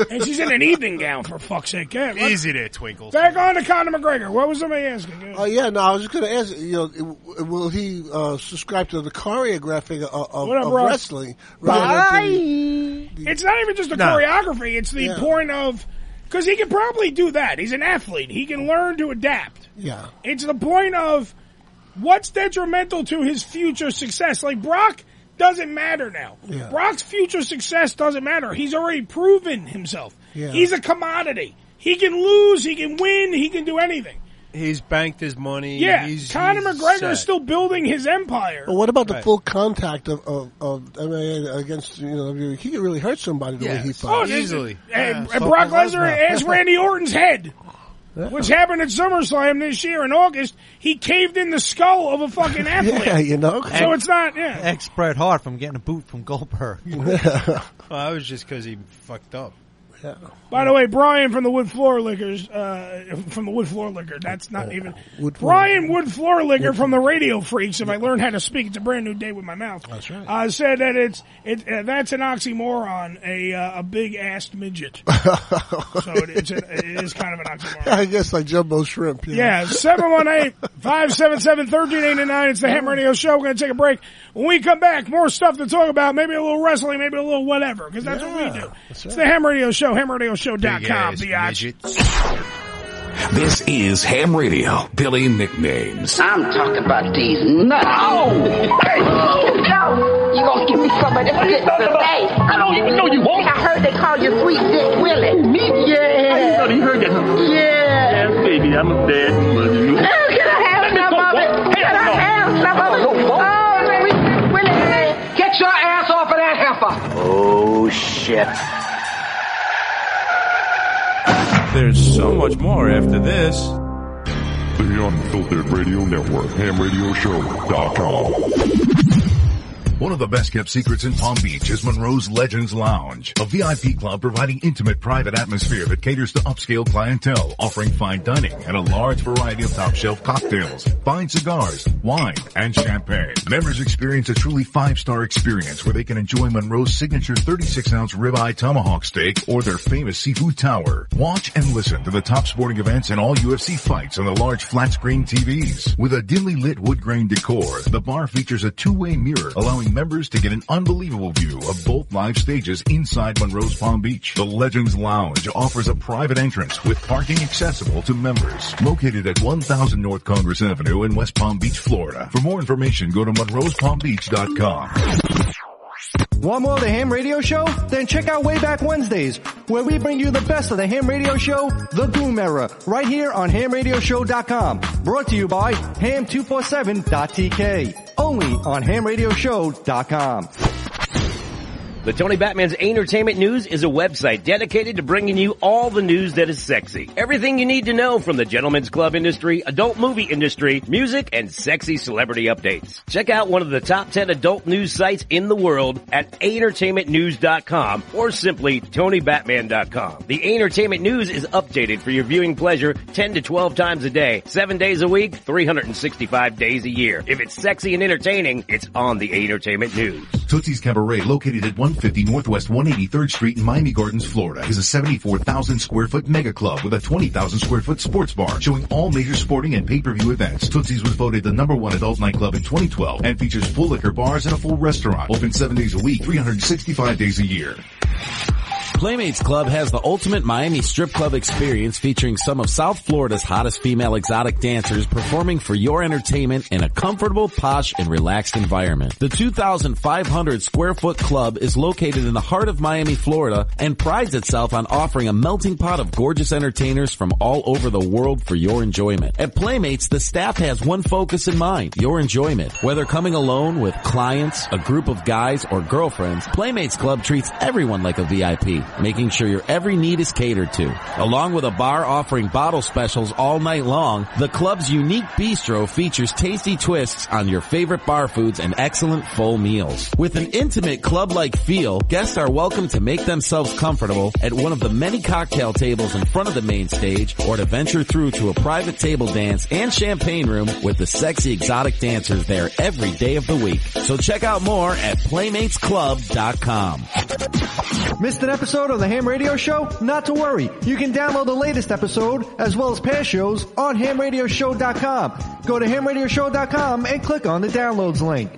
[SPEAKER 14] And she's in an evening gown for fuck's sake. Yeah, what-
[SPEAKER 17] Easy there, Twinkles.
[SPEAKER 14] Back on to Conor McGregor. What was somebody asking?
[SPEAKER 15] Oh yeah, no, I was just going to ask. You know, w- will he uh, subscribe to the choreographing of, of,
[SPEAKER 14] What up,
[SPEAKER 15] of
[SPEAKER 14] Ross?
[SPEAKER 15] wrestling? rather than to
[SPEAKER 14] It's not even just the
[SPEAKER 15] No.
[SPEAKER 14] choreography. It's the
[SPEAKER 15] Yeah.
[SPEAKER 14] point of because he can probably do that. He's an athlete. He can learn to adapt.
[SPEAKER 15] the- yeah.
[SPEAKER 14] It's the point of what's detrimental to his future success. Like Brock doesn't matter now.
[SPEAKER 15] Yeah.
[SPEAKER 14] Brock's future success doesn't matter. He's already proven himself.
[SPEAKER 15] Yeah.
[SPEAKER 14] He's a commodity. He can lose. He can win. He can do anything.
[SPEAKER 17] He's banked his money.
[SPEAKER 14] Yeah,
[SPEAKER 17] he's,
[SPEAKER 14] Conor
[SPEAKER 17] he's
[SPEAKER 14] McGregor
[SPEAKER 17] set.
[SPEAKER 14] is still building his empire.
[SPEAKER 15] But what about the
[SPEAKER 14] Right.
[SPEAKER 15] full contact of of, of MMA against you know WWE? he could really hurt somebody the way he
[SPEAKER 14] Oh,
[SPEAKER 15] fought
[SPEAKER 14] this- And, and Brock Lesnar asked Randy Orton's head, which happened at SummerSlam this year in August. He caved in the skull of a fucking athlete.
[SPEAKER 15] Yeah, you know.
[SPEAKER 14] So it's not. Yeah.
[SPEAKER 7] Ex Bret Hart from getting a boot from Goldberg.
[SPEAKER 17] Well, that was just because he fucked up.
[SPEAKER 14] By the way, Brian from the Wood Floor Lickers, uh, from the Wood Floor Licker. That's not even Brian Wood Floor Licker from the Radio Freaks. If I learn how to speak, it's a brand new day with my mouth. That's right. Uh, said that it's it. Uh, that's an oxymoron. A uh, a big assed midget. so it, it's an, it is kind of an oxymoron.
[SPEAKER 15] I guess like jumbo shrimp. you know.
[SPEAKER 14] Yeah, 718-577-1389. It's the Ham Radio Show. We're going to take a break. When we come back, more stuff to talk about. Maybe a little wrestling, maybe a little whatever, because that's what we do. It's the Ham Radio Show, hamradioshow.com.
[SPEAKER 29] Big
[SPEAKER 14] biatch.
[SPEAKER 29] This is Ham Radio, Billy Nicknames.
[SPEAKER 30] I'm talking about these nuts. Oh! Hey! No! You gonna give me some of this good buffet? I don't even know you won't. I heard they call you Sweet Dick Willie. Me? Yeah.
[SPEAKER 6] you heard that.
[SPEAKER 30] Yeah.
[SPEAKER 6] Yes, baby, I'm a bad mother.
[SPEAKER 30] Oh, can I have some of it? Can I have some of it? Oh, Sweet Dick Willie. Get your ass off of that heifer.
[SPEAKER 6] Oh, shit.
[SPEAKER 5] There's so much more after this.
[SPEAKER 10] The Unfiltered Radio Network, hamradioshow.com.
[SPEAKER 9] One of the best kept secrets in Palm Beach is Monroe's Legends Lounge, a VIP club providing intimate private atmosphere that caters to upscale clientele, offering fine dining and a large variety of top shelf cocktails, fine cigars, wine, and champagne. Members experience a truly five star experience where they can enjoy Monroe's signature 36 ounce ribeye tomahawk steak or their famous seafood tower. Watch and listen to the top sporting events and all UFC fights on the large flat screen TVs. With a dimly lit wood grain decor, the bar features a two-way mirror allowing members to get an unbelievable view of both live stages inside Monroe's Palm Beach. The Legends Lounge offers a private entrance with parking accessible to members. Located at 1000 North Congress Avenue in West Palm Beach, Florida. For more information, go to monroespalmbeach.com.
[SPEAKER 16] Want more of the Ham Radio Show? Then check out Wayback Wednesdays, where we bring you the best of the Ham Radio Show, The Boom Era, right here on HamRadioshow.com. Brought to you by Ham247.tk. Only on HamRadioshow.com.
[SPEAKER 11] The Tony Batman's Entertainment News is a website dedicated to bringing you all the news that is sexy. Everything you need to know from the gentlemen's club industry, adult movie industry, music, and sexy celebrity updates. Check out one of the top 10 adult news sites in the world at entertainmentnews.com or simply tonybatman.com. The Entertainment News is updated for your viewing pleasure 10 to 12 times a day, 7 days a week, 365 days a year. If it's sexy and entertaining, it's on the Entertainment News.
[SPEAKER 9] Tootsie's Cabaret, located at 150 Northwest 183rd Street in Miami Gardens, Florida, is a 74,000 square foot mega club with a 20,000 square foot sports bar showing all major sporting and pay-per-view events. Tootsie's was voted the number one adult nightclub in 2012 and features full liquor bars and a full restaurant, open seven days a week, 365 days a year.
[SPEAKER 8] Playmates Club has the ultimate Miami strip club experience featuring some of South Florida's hottest female exotic dancers performing for your entertainment in a comfortable, posh, and relaxed environment. The 2,500 square foot club is located in the heart of Miami, Florida and prides itself on offering a melting pot of gorgeous entertainers from all over the world for your enjoyment. At Playmates, the staff has one focus in mind, your enjoyment. Whether coming alone with clients, a group of guys, or girlfriends, Playmates Club treats everyone like a VIP, making sure your every need is catered to. Along with a bar offering bottle specials all night long, the club's unique bistro features tasty twists on your favorite bar foods and excellent full meals. With an intimate club-like feel, guests are welcome to make themselves comfortable at one of the many cocktail tables in front of the main stage or to venture through to a private table dance and champagne room with the sexy exotic dancers there every day of the week. So check out more at playmatesclub.com.
[SPEAKER 16] Missed an episode of the Ham Radio Show? Not to worry. You can download the latest episode as well as past shows on hamradioshow.com. Go to hamradioshow.com and click on the downloads link.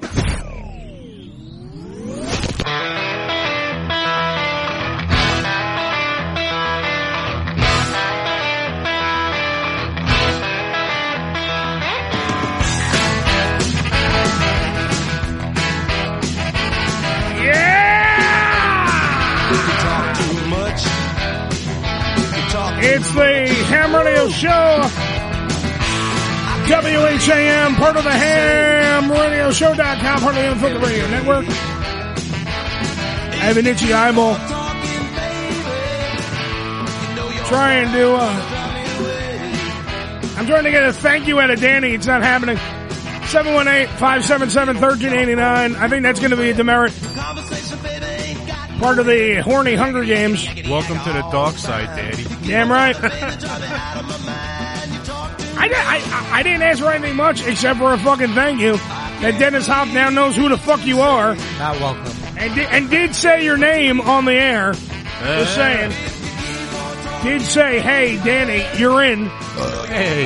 [SPEAKER 14] It's the Ham Radio Show. WHAM, part of the ham radio show.com, part of the Unfiltered Radio Network. I have an itchy eyeball. Trying to, uh, I'm trying to get a thank you out of Danny. It's not happening. 718-577-1389. I think that's going to be a demerit. Part of the horny Hunger Games.
[SPEAKER 17] Welcome to the dark side, Daddy.
[SPEAKER 14] Damn right. I, di- I, I didn't ask for anything much except for a fucking thank you. That Dennis Hop now knows who the fuck you are.
[SPEAKER 7] Not welcome.
[SPEAKER 14] And, di- and did say your name on the air. Just
[SPEAKER 17] Yeah.
[SPEAKER 14] saying. Did say, hey, Danny, you're in.
[SPEAKER 17] Uh, Hey,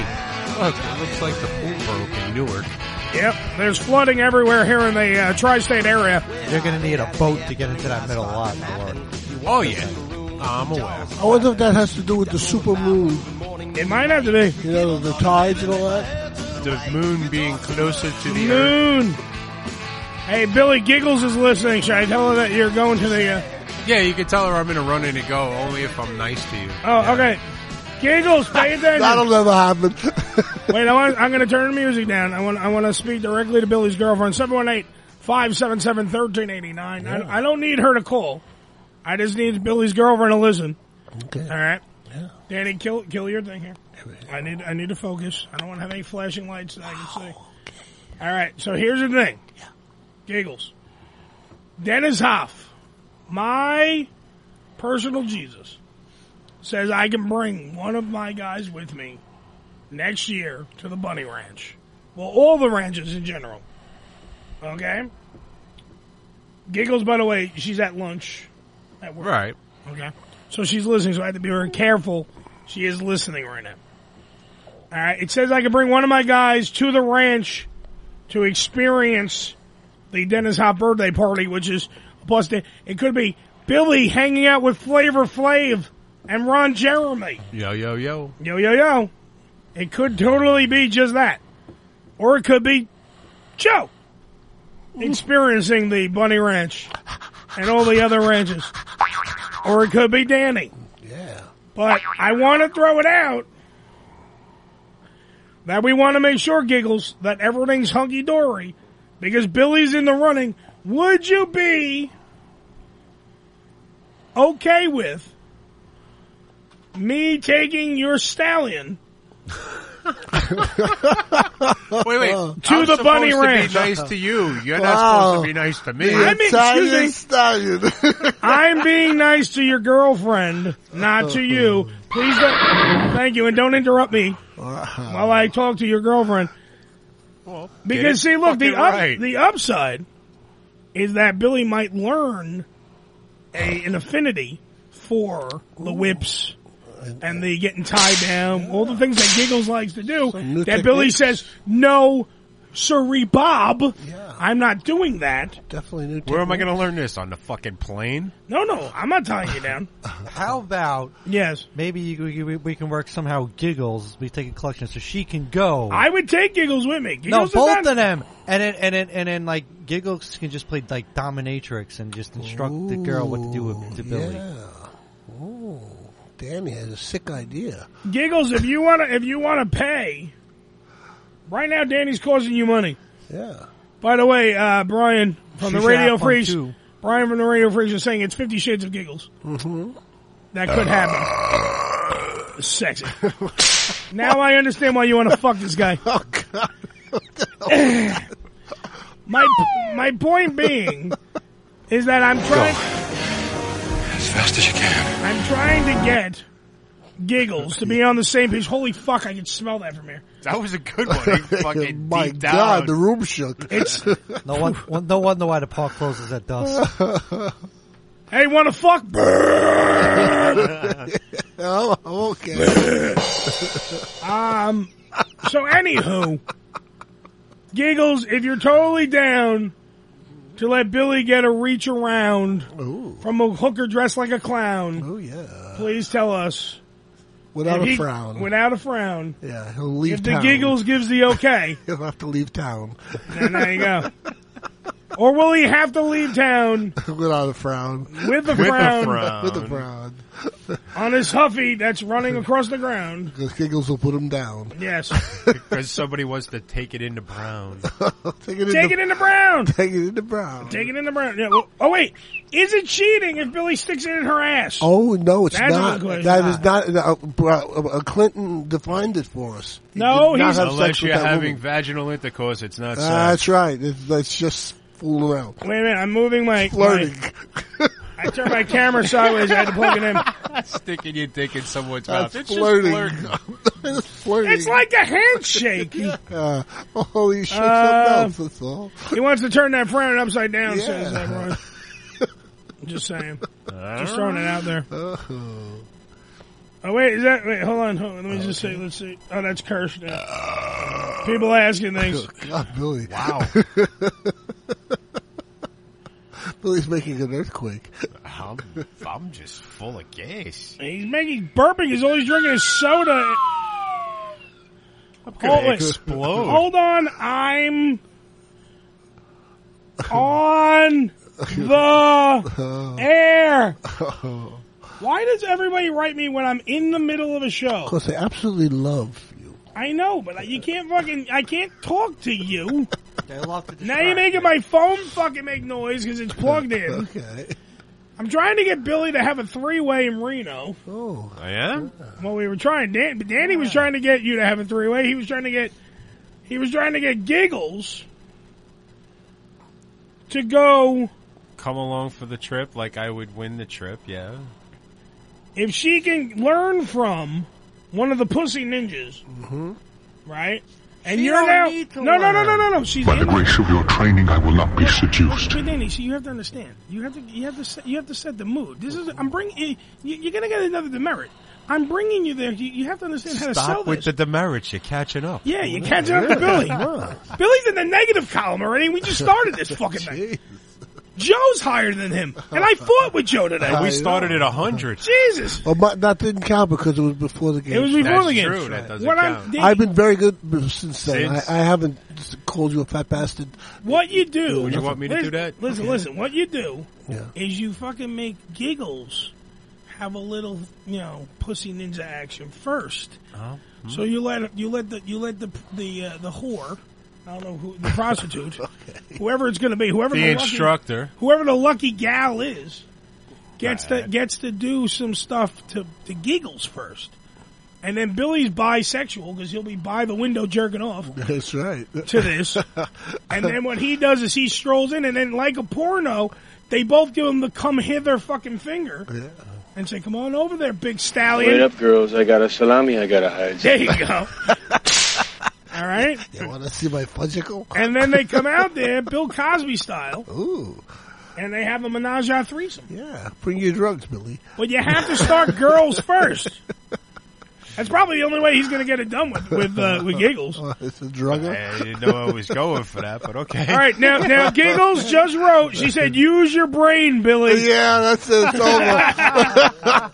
[SPEAKER 17] look, it looks like the pool broke in Newark.
[SPEAKER 14] Yep, there's flooding everywhere here in the uh, tri-state area.
[SPEAKER 7] You're going to need a boat to get into that middle lot. Lord.
[SPEAKER 17] Oh yeah, I'm aware.
[SPEAKER 15] I wonder if that has to do with the super moon.
[SPEAKER 14] It might have to be.
[SPEAKER 15] You know, the tides and all that.
[SPEAKER 17] The moon being closer to the earth.
[SPEAKER 14] Noon. Hey, Billy Giggles is listening. Should I tell her that you're going to the? Uh...
[SPEAKER 17] Yeah, you can tell her I'm in a run and a go only if I'm nice to you.
[SPEAKER 14] Oh, okay. Giggles, pay attention.
[SPEAKER 15] That'll never happen.
[SPEAKER 14] Wait, I want, I'm going to turn the music down. I want I want to speak directly to Billy's girlfriend. 718-577-1389. I, I don't need her to call. I just need Billy's girlfriend to listen.
[SPEAKER 15] Okay.
[SPEAKER 14] All right. Danny, kill kill your thing here. I need I need to focus. I don't want to have any flashing lights that I can see. All right. So here's the thing. Giggles. Dennis Hoff, my personal Jesus, says I can bring one of my guys with me next year to the Bunny Ranch. Well, all the ranches in general. Okay? Giggles, by the way, she's at lunch at work.
[SPEAKER 17] Right.
[SPEAKER 14] Okay. So she's listening, so I have to be very careful. She is listening right now. All right. It says I can bring one of my guys to the ranch to experience the Dennis Hop birthday party, which is plus the, it could be Billy hanging out with Flavor Flav and Ron Jeremy.
[SPEAKER 17] Yo, yo, yo.
[SPEAKER 14] Yo, yo, yo. It could totally be just that. Or it could be Joe experiencing the Bunny Ranch and all the other ranches. Or it could be Danny.
[SPEAKER 15] Yeah.
[SPEAKER 14] But I want to throw it out that we want to make sure, Giggles, that everything's hunky dory because Billy's in the running. Would you be okay with me taking your stallion
[SPEAKER 17] Wait, wait.
[SPEAKER 14] To
[SPEAKER 17] I'm
[SPEAKER 14] the
[SPEAKER 17] supposed
[SPEAKER 14] Bunny
[SPEAKER 17] to
[SPEAKER 14] Ranch.
[SPEAKER 17] Be nice to you. You're not
[SPEAKER 14] Wow.
[SPEAKER 17] supposed to be nice to me.
[SPEAKER 14] I mean, excuse me. I'm being nice to your girlfriend, not
[SPEAKER 15] Oh.
[SPEAKER 14] to you. Please don't. Thank you, and don't interrupt me while I talk to your girlfriend.
[SPEAKER 17] get it
[SPEAKER 14] Because see, look, the
[SPEAKER 17] fucking
[SPEAKER 14] up,
[SPEAKER 17] right.
[SPEAKER 14] the upside is that Billy might learn a, an affinity for the whips and the getting tied down, all the things that Giggles likes to do. That Billy
[SPEAKER 15] techniques.
[SPEAKER 14] says, "No, sorry, Bob, I'm not doing that."
[SPEAKER 15] Definitely new.
[SPEAKER 17] Where am I going to learn this on the fucking plane?
[SPEAKER 14] No, no, I'm not tying you down.
[SPEAKER 7] How about
[SPEAKER 14] yes?
[SPEAKER 7] Maybe you, you- we- we can work somehow. Giggles, we take a collection so she can go.
[SPEAKER 14] I would take Giggles with me.
[SPEAKER 7] no,
[SPEAKER 14] Giggles is
[SPEAKER 7] both
[SPEAKER 14] not-
[SPEAKER 7] of them, and then and then and then like Giggles can just play like dominatrix and just instruct the girl what to do with to Billy.
[SPEAKER 15] Oh, Danny has a sick idea.
[SPEAKER 14] Giggles, if you wanna if you wanna pay, right now Danny's causing you money.
[SPEAKER 15] Yeah.
[SPEAKER 14] By the way, uh, Brian from
[SPEAKER 15] She
[SPEAKER 14] the
[SPEAKER 15] should
[SPEAKER 14] Radio
[SPEAKER 15] have fun,
[SPEAKER 14] Freaks,
[SPEAKER 15] too.
[SPEAKER 14] Brian from the Radio Freaks is saying it's Fifty Shades of Giggles.
[SPEAKER 15] Mm-hmm.
[SPEAKER 14] That could happen. Sexy. now I understand why you want to fuck this guy. Oh God. my my point being is that I'm trying
[SPEAKER 10] As fast as you can.
[SPEAKER 14] I'm trying to get giggles to be on the same page. Holy fuck, I can smell that from here.
[SPEAKER 17] That was a good one. He fucking
[SPEAKER 15] My
[SPEAKER 17] deep
[SPEAKER 15] God,
[SPEAKER 17] down.
[SPEAKER 15] the room shook.
[SPEAKER 14] It's
[SPEAKER 7] No one, one- no wonder why the park closes at dusk.
[SPEAKER 14] Hey, want to fuck?
[SPEAKER 15] I'm Oh, okay.
[SPEAKER 14] Um. So, anywho, giggles. If you're totally down to let Billy get a reach around from a hooker dressed like a clown, oh
[SPEAKER 15] yeah,
[SPEAKER 14] please tell us
[SPEAKER 15] Without
[SPEAKER 14] If
[SPEAKER 15] a
[SPEAKER 14] he-
[SPEAKER 15] frown.
[SPEAKER 14] Without a frown.
[SPEAKER 15] yeah, he'll leave
[SPEAKER 14] if
[SPEAKER 15] town.
[SPEAKER 14] the giggles gives the okay,
[SPEAKER 15] he'll have to leave town
[SPEAKER 14] then there you go. Or will he have to leave town
[SPEAKER 15] without a frown.
[SPEAKER 14] with the frown?
[SPEAKER 15] With a frown.
[SPEAKER 14] on his huffy that's running across the ground.
[SPEAKER 15] Because Giggles will put him down.
[SPEAKER 14] Yes.
[SPEAKER 17] because somebody wants to take it into Brown.
[SPEAKER 15] take
[SPEAKER 14] it Take it into Brown.
[SPEAKER 15] Take it into Brown.
[SPEAKER 14] Take it in the brown. Yeah, well, oh wait, is it cheating if Billy sticks it in her ass?
[SPEAKER 15] Oh no, it's
[SPEAKER 14] That's
[SPEAKER 15] not.
[SPEAKER 14] a good
[SPEAKER 15] That
[SPEAKER 14] shot.
[SPEAKER 15] is not. Uh, Bro- uh, Clinton defined it for us. He
[SPEAKER 14] No,
[SPEAKER 15] did not
[SPEAKER 14] he's-
[SPEAKER 15] have
[SPEAKER 17] Unless
[SPEAKER 15] sex with
[SPEAKER 17] you're
[SPEAKER 15] that
[SPEAKER 17] having
[SPEAKER 15] woman.
[SPEAKER 17] vaginal intercourse, it's not
[SPEAKER 15] Ah,
[SPEAKER 17] sex.
[SPEAKER 15] that's right. It's, that's just fooling around.
[SPEAKER 14] Wait a minute, I'm moving my
[SPEAKER 15] Flirting.
[SPEAKER 14] my- I turned my camera sideways. I had to plug it in.
[SPEAKER 17] Sticking your dick in someone's
[SPEAKER 15] That's
[SPEAKER 17] mouth. It's
[SPEAKER 15] flirting.
[SPEAKER 17] just flirting.
[SPEAKER 14] It's like a handshake.
[SPEAKER 15] Uh, holy shit!
[SPEAKER 14] Uh,
[SPEAKER 15] something else, that's all.
[SPEAKER 14] He wants to turn that frown upside down.
[SPEAKER 15] Yeah.
[SPEAKER 14] Says everyone. Just saying. Just throwing it out there. Oh wait, is that wait? Hold on, hold on. Let me just see. Let's see. Oh, that's cursed. Now. People asking things.
[SPEAKER 15] God, Billy.
[SPEAKER 17] Wow.
[SPEAKER 15] Billy's making an earthquake.
[SPEAKER 17] I'm, I'm just full of gas.
[SPEAKER 14] He's making burping. He's always drinking his soda.
[SPEAKER 17] gonna
[SPEAKER 14] Hold-
[SPEAKER 17] explode.
[SPEAKER 14] Hold on, I'm on
[SPEAKER 15] Oh.
[SPEAKER 14] the air. Why does everybody write me when I'm in the middle of a show?
[SPEAKER 15] Because they absolutely love.
[SPEAKER 14] I know, but I- you can't fucking. I can't talk to you.
[SPEAKER 7] They love to
[SPEAKER 14] Now you're making my phone fucking make noise because it's plugged in.
[SPEAKER 15] Okay.
[SPEAKER 14] I'm trying to get Billy to have a three way in Reno.
[SPEAKER 15] Oh.
[SPEAKER 17] I am?
[SPEAKER 14] Well, we were trying. Dan, but Danny was trying to get you to have a three way. He was trying to get. He was trying to get Giggles to go.
[SPEAKER 17] Come along for the trip like I would win the trip, yeah.
[SPEAKER 14] If she can learn from one of the pussy ninjas, right? And
[SPEAKER 7] Mm-hmm. She
[SPEAKER 14] you're
[SPEAKER 7] don't
[SPEAKER 14] now
[SPEAKER 7] need to
[SPEAKER 14] no, no no no
[SPEAKER 7] learn.
[SPEAKER 14] no no. She's
[SPEAKER 10] By the
[SPEAKER 14] in
[SPEAKER 10] grace of your training, I will not be seduced.
[SPEAKER 14] But Danny, see, you have to understand. You have to, you have to, set, you have to set the mood. This is, I'm bringing. You, you're gonna get another demerit. I'm bringing you there. You, you have to understand how to sell
[SPEAKER 17] Stop with
[SPEAKER 14] this.
[SPEAKER 17] the demerits. You're catching up.
[SPEAKER 14] yeah, you catch up to Billy. Billy's in the negative column already. We just started this fucking thing. Joe's higher than him, and I fought with Joe today.
[SPEAKER 17] And we started at 100.
[SPEAKER 14] Jesus.
[SPEAKER 15] Well, Oh, but that didn't count because it was before the game.
[SPEAKER 14] It was before
[SPEAKER 17] That's
[SPEAKER 14] the game.
[SPEAKER 17] true. That doesn't
[SPEAKER 14] What I'm
[SPEAKER 17] count.
[SPEAKER 14] thinking-
[SPEAKER 15] I've been very good since then.
[SPEAKER 17] Since-
[SPEAKER 15] I, I haven't called you a fat bastard.
[SPEAKER 14] What you do?
[SPEAKER 15] Would you want
[SPEAKER 17] me to do
[SPEAKER 14] listen-
[SPEAKER 17] that?
[SPEAKER 14] Listen,
[SPEAKER 15] Okay.
[SPEAKER 14] listen. What you do
[SPEAKER 15] Yeah.
[SPEAKER 14] is you fucking make giggles have a little, you know, pussy ninja action first.
[SPEAKER 17] Oh.
[SPEAKER 14] So you let you let the you let the the uh, the whore, I don't know who the prostitute, whoever it's going to be, whoever
[SPEAKER 17] The
[SPEAKER 14] the
[SPEAKER 17] instructor.
[SPEAKER 14] lucky, whoever the lucky gal is, gets to gets to do some stuff to to giggles first. And then Billy's bisexual because he'll be by the window jerking off
[SPEAKER 15] That's right.
[SPEAKER 14] to this. and then what he does is he strolls in, and then like a porno, they both give him the come hither fucking finger and say, "Come on over there, big stallion."
[SPEAKER 13] Wait up, girls. I got a salami I gotta hide.
[SPEAKER 14] There you go. All right.
[SPEAKER 15] You want to see my fudgicle?
[SPEAKER 14] And then they come out there, Bill Cosby style,
[SPEAKER 15] Ooh,
[SPEAKER 14] and they have a menage a threesome.
[SPEAKER 15] yeah. Bring your drugs, Billy.
[SPEAKER 14] But you have to start girls first. That's probably the only way he's going to get it done with with uh, with giggles.
[SPEAKER 15] it's a drugger.
[SPEAKER 17] I didn't know I was going for that, but okay.
[SPEAKER 14] All right, now now giggles just wrote. She said, "Use your brain, Billy."
[SPEAKER 15] Yeah, that's it. It's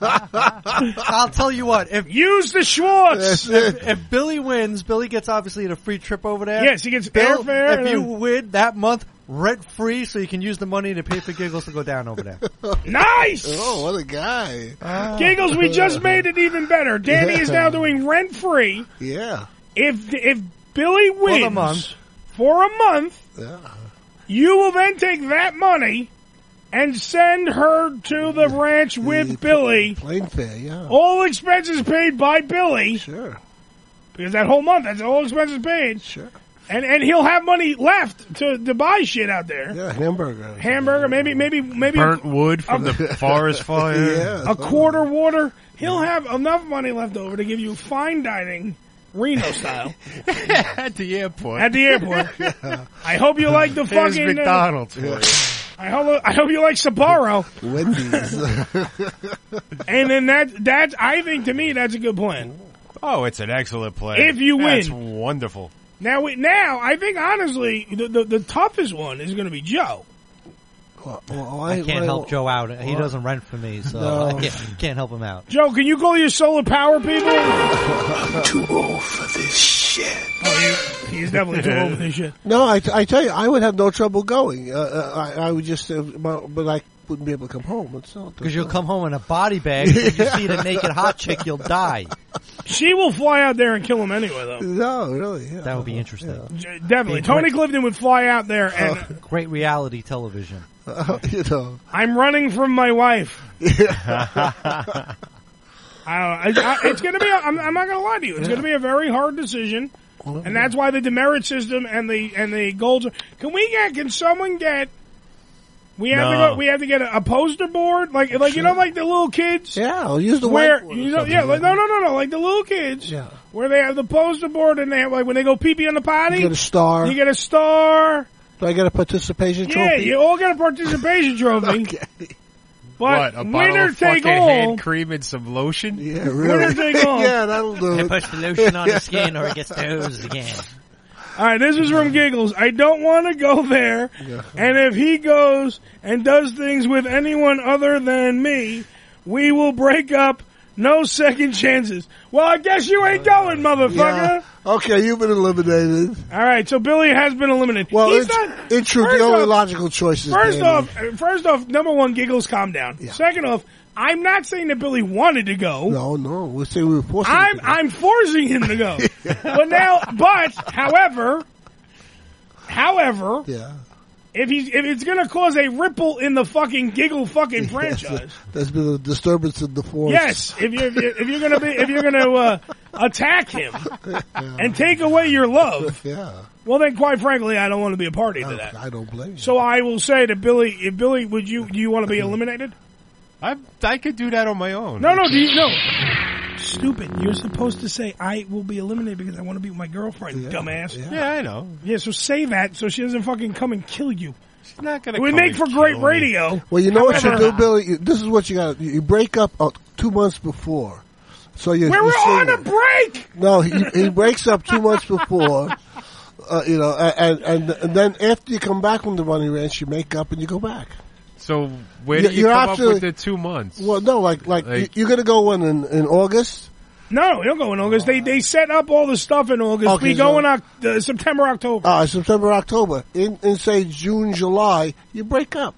[SPEAKER 15] over.
[SPEAKER 7] I'll tell you what. If
[SPEAKER 14] Use the Schwartz.
[SPEAKER 15] That's it.
[SPEAKER 7] if Billy wins, Billy gets obviously a free trip over there.
[SPEAKER 14] Yes, he gets
[SPEAKER 7] Bill,
[SPEAKER 14] airfare and-
[SPEAKER 7] If you win that month, rent free, so you can use the money to pay for giggles to go down over there. Ah.
[SPEAKER 14] Nice.
[SPEAKER 15] Oh, what a guy.
[SPEAKER 14] Giggles, we just made it even better. Danny is now doing rent free.
[SPEAKER 15] Yeah.
[SPEAKER 14] If if Billy wins
[SPEAKER 7] the month.
[SPEAKER 14] for a month,
[SPEAKER 15] Yeah.
[SPEAKER 14] you will then take that money and send her to the ranch with Billy.
[SPEAKER 15] Plane fare, yeah.
[SPEAKER 14] All expenses paid by Billy
[SPEAKER 15] Sure.
[SPEAKER 14] because that whole month that's all expenses paid.
[SPEAKER 15] Sure.
[SPEAKER 14] And and he'll have money left to, to buy shit out there.
[SPEAKER 15] Yeah, hamburger.
[SPEAKER 14] Hamburger, maybe maybe maybe
[SPEAKER 17] Burnt wood from the forest fire.
[SPEAKER 15] Yeah.
[SPEAKER 14] a quarter water. He'll have enough money left over to give you fine dining, Reno style,
[SPEAKER 17] At the airport.
[SPEAKER 14] at the airport. I hope you like the
[SPEAKER 17] Here's
[SPEAKER 14] fucking. uh,
[SPEAKER 17] McDonald's. for you.
[SPEAKER 14] I hope I hope you like Sabaro.
[SPEAKER 15] Wendy's.
[SPEAKER 14] And then that that I think to me that's a good plan.
[SPEAKER 17] Oh, it's an excellent play.
[SPEAKER 14] If you
[SPEAKER 17] That's
[SPEAKER 14] win.
[SPEAKER 17] wonderful.
[SPEAKER 14] Now we, now I think honestly the the, the toughest one is going to be Joe.
[SPEAKER 15] Well, well,
[SPEAKER 7] I can't
[SPEAKER 15] well,
[SPEAKER 7] help Joe out. He doesn't rent for me, so
[SPEAKER 15] No.
[SPEAKER 7] I can't, can't help him out.
[SPEAKER 14] Joe, can you call your solar power people?
[SPEAKER 10] Too old for this shit.
[SPEAKER 14] Oh, he, he's definitely too old for this shit.
[SPEAKER 15] No, I, I tell you, I would have no trouble going. Uh, uh, I, I would just, uh, but but I wouldn't be able to come home. It's not
[SPEAKER 7] Because you'll come home in a body bag. If you see the naked hot chick, you'll die.
[SPEAKER 14] She will fly out there and kill him anyway, though.
[SPEAKER 15] No, really. Yeah.
[SPEAKER 7] That would be interesting.
[SPEAKER 14] Definitely.
[SPEAKER 7] Be
[SPEAKER 14] Tony
[SPEAKER 7] great-
[SPEAKER 14] Clifton would fly out there and
[SPEAKER 7] Great reality television.
[SPEAKER 15] you know.
[SPEAKER 14] I'm running from my wife.
[SPEAKER 7] I
[SPEAKER 14] I don't know. I, I, it's going to be. A, I'm, I'm not going to lie to you. It's going to be a very hard decision, and that's why the demerit system and the and the goals. Can we get? Can someone get? We have to
[SPEAKER 15] No.
[SPEAKER 14] go. We have to get a, a poster board, like like you know, like the little kids.
[SPEAKER 15] Yeah, I'll use the
[SPEAKER 14] where
[SPEAKER 15] whiteboard or
[SPEAKER 14] you know,
[SPEAKER 15] something,
[SPEAKER 14] yeah,
[SPEAKER 15] yeah.
[SPEAKER 14] like, no, no, no, no, like the little kids.
[SPEAKER 15] Yeah.
[SPEAKER 14] where they have the poster board and they have like when they go pee pee on the potty,
[SPEAKER 15] You get a star.
[SPEAKER 14] You get a star.
[SPEAKER 15] Do I get a participation
[SPEAKER 14] Yeah,
[SPEAKER 15] trophy?
[SPEAKER 14] you all get a participation trophy.
[SPEAKER 17] What,
[SPEAKER 14] But
[SPEAKER 17] a bottle
[SPEAKER 14] winner
[SPEAKER 17] of
[SPEAKER 14] take
[SPEAKER 17] fucking
[SPEAKER 14] all.
[SPEAKER 17] hand cream and some lotion?
[SPEAKER 15] Yeah,
[SPEAKER 14] Winner take all.
[SPEAKER 7] They push the lotion on the skin or it gets toes again.
[SPEAKER 14] All right, this is from Giggles. I don't want to go there.
[SPEAKER 7] Yeah.
[SPEAKER 14] And if he goes and does things with anyone other than me, we will break up. No second chances. Well, I guess you ain't going, motherfucker.
[SPEAKER 15] Okay, you've been eliminated.
[SPEAKER 14] All right, so Billy has been eliminated.
[SPEAKER 15] Well,
[SPEAKER 14] He's
[SPEAKER 15] it's,
[SPEAKER 14] not-
[SPEAKER 15] in truth,
[SPEAKER 14] first
[SPEAKER 15] the only
[SPEAKER 14] off-
[SPEAKER 15] logical choice is
[SPEAKER 14] First
[SPEAKER 15] Danny.
[SPEAKER 14] off, first off, number one, Giggles, calm down. Second off, I'm not saying that Billy wanted to go.
[SPEAKER 15] No, no, we'll say we were forcing.
[SPEAKER 14] I'm I'm forcing him to go. But now, but however, however,
[SPEAKER 15] Yeah.
[SPEAKER 14] if he's if it's going to cause a ripple in the fucking giggle fucking franchise,
[SPEAKER 15] There's been a disturbance in the force.
[SPEAKER 14] yes, if you if you're going to be if you're going to uh, attack him and take away your love,
[SPEAKER 15] Yeah.
[SPEAKER 14] well then, quite frankly, I don't want to be a party
[SPEAKER 17] Oh,
[SPEAKER 14] to that.
[SPEAKER 15] I don't blame you.
[SPEAKER 14] So I will say to Billy, if Billy, would you do you want to be eliminated?
[SPEAKER 17] I I could do that on my own.
[SPEAKER 14] No, no, do you no? Stupid! You're supposed to say I will be eliminated because I want to be with my girlfriend, dumbass.
[SPEAKER 17] Yeah. Yeah, I know.
[SPEAKER 14] Yeah, so say that so she doesn't fucking come and kill you. She's
[SPEAKER 17] not gonna.
[SPEAKER 14] It would
[SPEAKER 17] come and
[SPEAKER 14] make for great
[SPEAKER 17] kill me.
[SPEAKER 14] radio.
[SPEAKER 15] Well, you know what you do,
[SPEAKER 14] However-
[SPEAKER 15] Billy. You- This is what you got. You break up uh, two months before. So you.
[SPEAKER 14] We
[SPEAKER 15] you
[SPEAKER 14] were
[SPEAKER 15] say-
[SPEAKER 14] on a break.
[SPEAKER 15] No, he, he breaks up two months before. Uh, you know, a- and, and and then after you come back from the running ranch, you make up and you go back.
[SPEAKER 17] So where did
[SPEAKER 15] You-
[SPEAKER 17] you
[SPEAKER 15] you're
[SPEAKER 17] come up
[SPEAKER 15] absolutely-
[SPEAKER 17] with the two months?
[SPEAKER 15] Well, no, like like, you-
[SPEAKER 17] Like-
[SPEAKER 15] you're gonna go when in, in August.
[SPEAKER 14] No, he'll go in August. They they set up all the stuff in August.
[SPEAKER 15] Okay,
[SPEAKER 14] we go
[SPEAKER 15] so-
[SPEAKER 14] in Oc- uh, September, October.
[SPEAKER 15] Uh, September, October. In, in say June, July, you break up.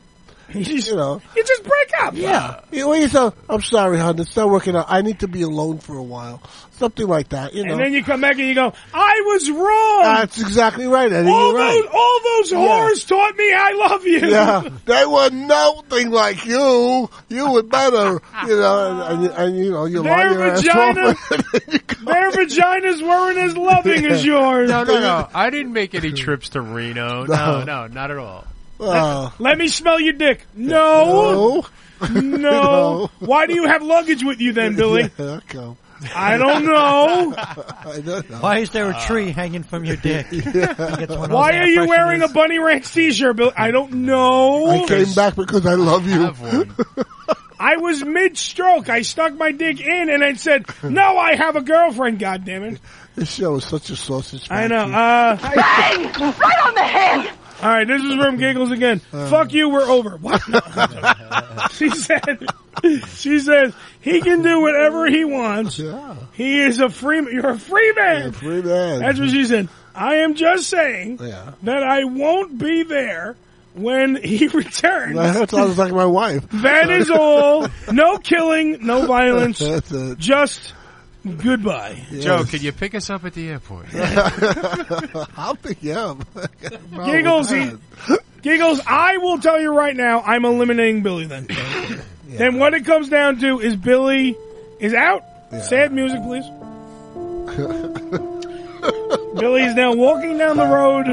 [SPEAKER 14] You,
[SPEAKER 15] know.
[SPEAKER 14] you just break up.
[SPEAKER 15] Yeah. You, well, you say, I'm sorry, hon. It's not working out. I need to be alone for a while. Something like that. You know.
[SPEAKER 14] And then you come back and you go, I was wrong.
[SPEAKER 15] That's exactly right, Eddie.
[SPEAKER 14] all
[SPEAKER 15] You're right.
[SPEAKER 14] those all those
[SPEAKER 15] Yeah.
[SPEAKER 14] whores taught me I love you.
[SPEAKER 15] Yeah, they were nothing like you. You were better, you know, and, and, and you know, you lie
[SPEAKER 14] Their
[SPEAKER 15] your ass
[SPEAKER 14] vagina,
[SPEAKER 15] off.
[SPEAKER 14] their vaginas weren't as loving as yours.
[SPEAKER 17] No, no, no. I didn't make any trips to Reno. No,
[SPEAKER 14] No.
[SPEAKER 17] no, not at all.
[SPEAKER 13] Oh.
[SPEAKER 14] Let, let me smell your dick. No. No.
[SPEAKER 17] No.
[SPEAKER 14] Why do you have luggage with you then, Billy?
[SPEAKER 15] Yeah, okay.
[SPEAKER 14] I don't know. Uh,
[SPEAKER 15] I don't know.
[SPEAKER 7] Why is there a tree hanging from your dick?
[SPEAKER 14] Why are you wearing a Bunny Ranch t-shirt, Billy? I don't know.
[SPEAKER 15] I came back because I love you.
[SPEAKER 14] I was mid-stroke. I stuck my dick in and then said, no, I have a girlfriend, goddammit.
[SPEAKER 15] This show is such a sausage.
[SPEAKER 14] I know.
[SPEAKER 15] factory.
[SPEAKER 14] Uh,
[SPEAKER 30] Bang! Right on the head!
[SPEAKER 14] All right, this is from Giggles again. Fuck you, we're over. What? No. she said, she says, he can do whatever he wants. He is a free, you're a free man.
[SPEAKER 15] free man.
[SPEAKER 14] That's what she said. I am just saying that I won't be there when he returns.
[SPEAKER 15] That sounds like my wife.
[SPEAKER 14] That is all. No killing, no violence.
[SPEAKER 15] That's it.
[SPEAKER 14] Just goodbye.
[SPEAKER 17] Joe, can you pick us up at the airport?
[SPEAKER 15] I'll pick you up. No,
[SPEAKER 14] Giggles, he-
[SPEAKER 15] God.
[SPEAKER 14] Giggles, I will tell you right now, I'm eliminating Billy then. Then what it comes down to is Billy is out. Sad music, please. Billy is now walking down the road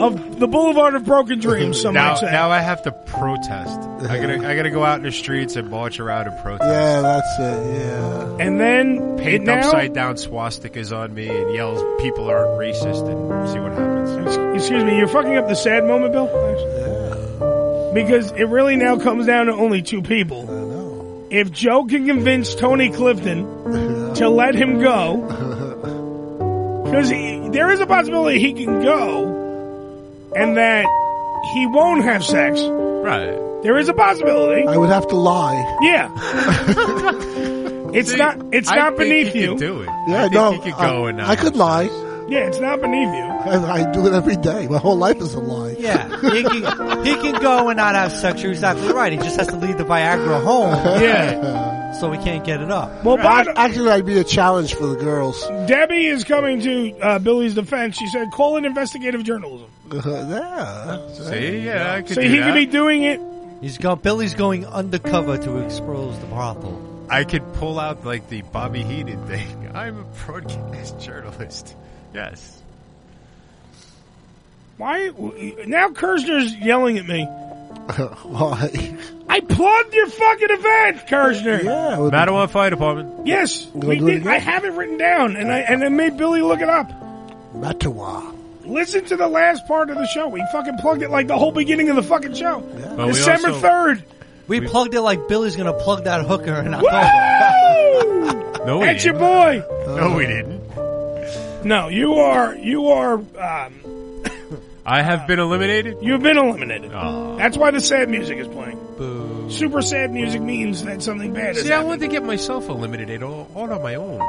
[SPEAKER 14] of the Boulevard of Broken Dreams, some
[SPEAKER 17] now,
[SPEAKER 14] might say.
[SPEAKER 17] now I have to protest. I gotta, I gotta go out in the streets and march around and protest.
[SPEAKER 15] Yeah, that's it. Yeah.
[SPEAKER 14] And then
[SPEAKER 17] paint
[SPEAKER 14] it now-
[SPEAKER 17] upside down swastikas on me and yells, "People aren't racist," and see what happens.
[SPEAKER 14] Excuse me, you're fucking up the sad moment, Bill? Because it really now comes down to only two people. If Joe can convince Tony Clifton to let him go, because there is a possibility he can go and that he won't have sex.
[SPEAKER 17] Right.
[SPEAKER 14] There is a possibility.
[SPEAKER 15] I would have to lie.
[SPEAKER 14] Yeah. it's not. It's
[SPEAKER 17] I
[SPEAKER 14] not
[SPEAKER 17] think
[SPEAKER 14] beneath
[SPEAKER 17] he
[SPEAKER 14] you.
[SPEAKER 17] could do it.
[SPEAKER 15] Yeah,
[SPEAKER 17] I think
[SPEAKER 15] no,
[SPEAKER 17] he could
[SPEAKER 15] I-
[SPEAKER 17] go and,
[SPEAKER 15] I,
[SPEAKER 17] uh,
[SPEAKER 15] could lie.
[SPEAKER 14] Yeah, it's not beneath you.
[SPEAKER 15] And I do it every day. My whole life is a lie.
[SPEAKER 7] Yeah, he can, he can go and not have sex. You're exactly right. He just has to leave the Viagra home.
[SPEAKER 14] Yeah.
[SPEAKER 7] So we can't get it up.
[SPEAKER 14] Well, Bob-
[SPEAKER 15] actually, I'd be a challenge for the girls.
[SPEAKER 14] Debbie is coming to uh, Billy's defense. She said, "Call it investigative journalism."
[SPEAKER 15] yeah.
[SPEAKER 17] See, yeah, I could
[SPEAKER 14] so
[SPEAKER 17] do
[SPEAKER 14] he
[SPEAKER 17] that.
[SPEAKER 14] could be doing it.
[SPEAKER 7] He's gone. Billy's going undercover to expose the brothel.
[SPEAKER 17] I could pull out like the Bobby Heenan thing. I'm a broadcast journalist. Yes.
[SPEAKER 14] Why now? Kirshner's yelling at me.
[SPEAKER 15] Why?
[SPEAKER 14] I plugged your fucking event, Kirshner.
[SPEAKER 15] Yeah,
[SPEAKER 17] Mattawa Fire Department.
[SPEAKER 14] Yes,
[SPEAKER 15] Wanna
[SPEAKER 14] we
[SPEAKER 15] do it
[SPEAKER 14] did.
[SPEAKER 15] again?
[SPEAKER 14] I have it written down, and I and I made Billy look it up.
[SPEAKER 15] Mattawa.
[SPEAKER 14] Listen to the last part of the show. We fucking plugged it like the whole beginning of the fucking show.
[SPEAKER 17] But we
[SPEAKER 14] December
[SPEAKER 17] also-
[SPEAKER 14] third.
[SPEAKER 7] We, plugged it like Billy's gonna plug that hooker in October.
[SPEAKER 14] Woo!
[SPEAKER 17] No, we
[SPEAKER 14] That's your
[SPEAKER 17] didn't.
[SPEAKER 14] boy.
[SPEAKER 17] No, we didn't.
[SPEAKER 14] No, you are you are um,
[SPEAKER 17] I have been eliminated. Oh.
[SPEAKER 14] you've been eliminated.
[SPEAKER 17] Aw.
[SPEAKER 14] That's why the sad music is playing. Super sad music means that something bad is.
[SPEAKER 17] See, I wanted to get myself eliminated all, all on my own.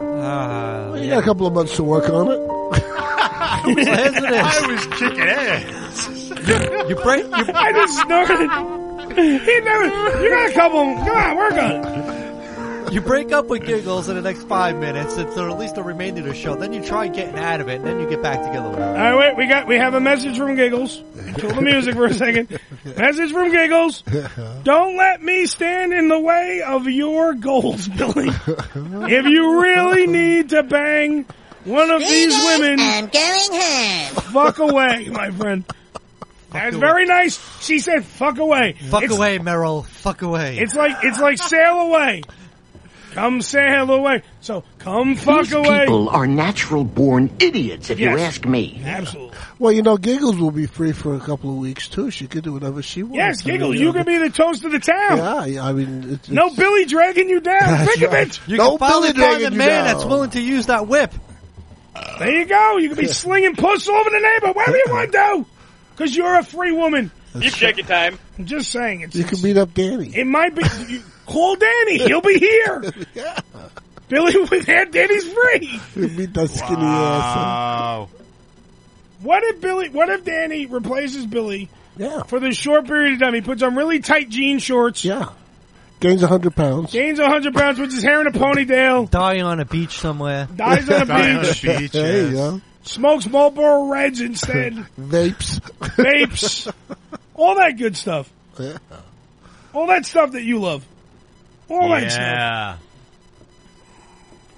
[SPEAKER 7] Ah,
[SPEAKER 15] You got a couple of months to work on it.
[SPEAKER 17] I was kicking ass.
[SPEAKER 7] you break. You,
[SPEAKER 14] I just snorted. He never. You got a couple. Come on, work on it.
[SPEAKER 7] you break up with giggles in the next five minutes, and so at least the remainder of the show. Then you try getting out of it, and then you get back together with her.
[SPEAKER 14] All right, wait. We got. We have a message from Giggles. Kill the music for a second. Message from Giggles. Don't let me stand in the way of your goals, Billy. If you really need to bang one of these women,
[SPEAKER 28] I'm going home.
[SPEAKER 14] fuck away, my friend. That's very nice. She said, "Fuck away."
[SPEAKER 7] Fuck
[SPEAKER 14] It's-
[SPEAKER 7] away, Merrill. Fuck away.
[SPEAKER 14] It's like it's like sail away. Come sail away. So come fuck
[SPEAKER 30] These
[SPEAKER 14] away.
[SPEAKER 30] people are natural born idiots, if
[SPEAKER 14] Yes.
[SPEAKER 30] you ask me.
[SPEAKER 14] Absolutely.
[SPEAKER 15] Well, you know, Giggles will be free for a couple of weeks too. She could do whatever she wants.
[SPEAKER 14] Yes,
[SPEAKER 15] I mean,
[SPEAKER 14] Giggles, you
[SPEAKER 15] know,
[SPEAKER 14] can be the toast of the town.
[SPEAKER 15] Yeah, yeah, I mean, it's,
[SPEAKER 14] No
[SPEAKER 15] it's-
[SPEAKER 14] Oh, Billy dragging you down.
[SPEAKER 15] That's
[SPEAKER 14] Think of
[SPEAKER 15] right.
[SPEAKER 14] it.
[SPEAKER 7] you
[SPEAKER 15] no
[SPEAKER 7] can finally
[SPEAKER 15] Billy
[SPEAKER 7] find
[SPEAKER 15] dragging
[SPEAKER 7] a
[SPEAKER 15] you
[SPEAKER 7] man
[SPEAKER 15] down.
[SPEAKER 7] that's willing to use that whip.
[SPEAKER 14] There you go. You can be slinging puss over the neighbor, wherever you want to, because you're a free woman.
[SPEAKER 23] You check your time.
[SPEAKER 14] I'm just saying. It's,
[SPEAKER 15] You can beat up Danny.
[SPEAKER 14] it might be. You, call Danny. He'll be here. Billy with there. Danny's free.
[SPEAKER 15] You can beat that skinny ass.
[SPEAKER 17] Wow.
[SPEAKER 14] What if Billy? What if Danny replaces Billy
[SPEAKER 15] Yeah,
[SPEAKER 14] for this short period of time? He puts on really tight jean shorts.
[SPEAKER 15] yeah. Gains hundred pounds.
[SPEAKER 14] Gains 100 pounds, puts his hair in a ponytail,
[SPEAKER 7] Die on a beach somewhere.
[SPEAKER 14] dies on
[SPEAKER 17] Die
[SPEAKER 14] a
[SPEAKER 17] on a
[SPEAKER 14] beach,
[SPEAKER 17] beach,
[SPEAKER 15] There you
[SPEAKER 17] yes.
[SPEAKER 15] go.
[SPEAKER 14] smokes Marlboro Reds instead,
[SPEAKER 15] Vapes.
[SPEAKER 14] vapes, all that good stuff.
[SPEAKER 15] Yeah.
[SPEAKER 14] All that stuff that you love. All that stuff.
[SPEAKER 17] Yeah.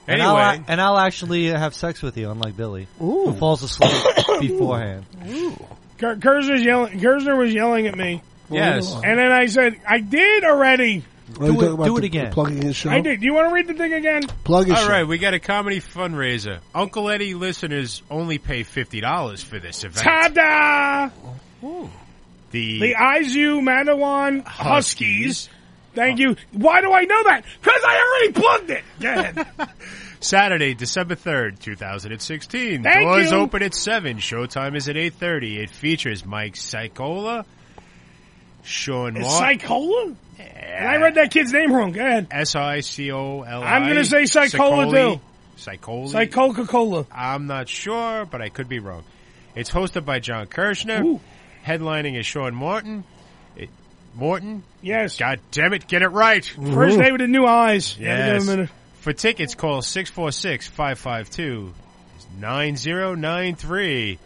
[SPEAKER 7] And I'll,
[SPEAKER 17] Anyway,
[SPEAKER 7] and I'll actually have sex with you, unlike Billy,
[SPEAKER 15] Ooh.
[SPEAKER 7] who falls asleep beforehand.
[SPEAKER 14] Ker- Kersner's yelling, Kersner was yelling at me.
[SPEAKER 17] yes.
[SPEAKER 14] And then I said, I did already.
[SPEAKER 15] Are you
[SPEAKER 7] Do it-
[SPEAKER 15] talking about
[SPEAKER 7] do it
[SPEAKER 15] the-
[SPEAKER 7] again.
[SPEAKER 15] Plugging his show.
[SPEAKER 14] I did. Do you want to read the thing again?
[SPEAKER 15] Plug his
[SPEAKER 17] All
[SPEAKER 15] show.
[SPEAKER 17] right, we got a comedy fundraiser. Uncle Eddie listeners only pay fifty dollars for this event.
[SPEAKER 14] Ta-da!
[SPEAKER 17] The,
[SPEAKER 14] The IZU Manawan Huskies. Thank you. Why do I know that? Because I already plugged it. Go ahead.
[SPEAKER 17] Saturday, December third, two thousand and sixteen.
[SPEAKER 14] Thank
[SPEAKER 17] Doors
[SPEAKER 14] you.
[SPEAKER 17] open at seven. Showtime is at eight thirty. It features Mike Psychola, Sean
[SPEAKER 14] Is
[SPEAKER 17] Mark,
[SPEAKER 14] Psychola? And I read that kid's name wrong. Go ahead.
[SPEAKER 17] S I C O L I.
[SPEAKER 14] I'm gonna say Psychola, too.
[SPEAKER 17] Psychola.
[SPEAKER 14] It's like Coca Cola.
[SPEAKER 17] I'm not sure, but I could be wrong. It's hosted by John Kirshner.
[SPEAKER 14] Ooh.
[SPEAKER 17] Headlining is Sean Morton. It, Morton.
[SPEAKER 14] Yes.
[SPEAKER 17] God damn it, get it right.
[SPEAKER 14] First name with the new eyes. Yeah,
[SPEAKER 17] Yes.
[SPEAKER 14] give him a minute.
[SPEAKER 17] For tickets, call 646-552-9093.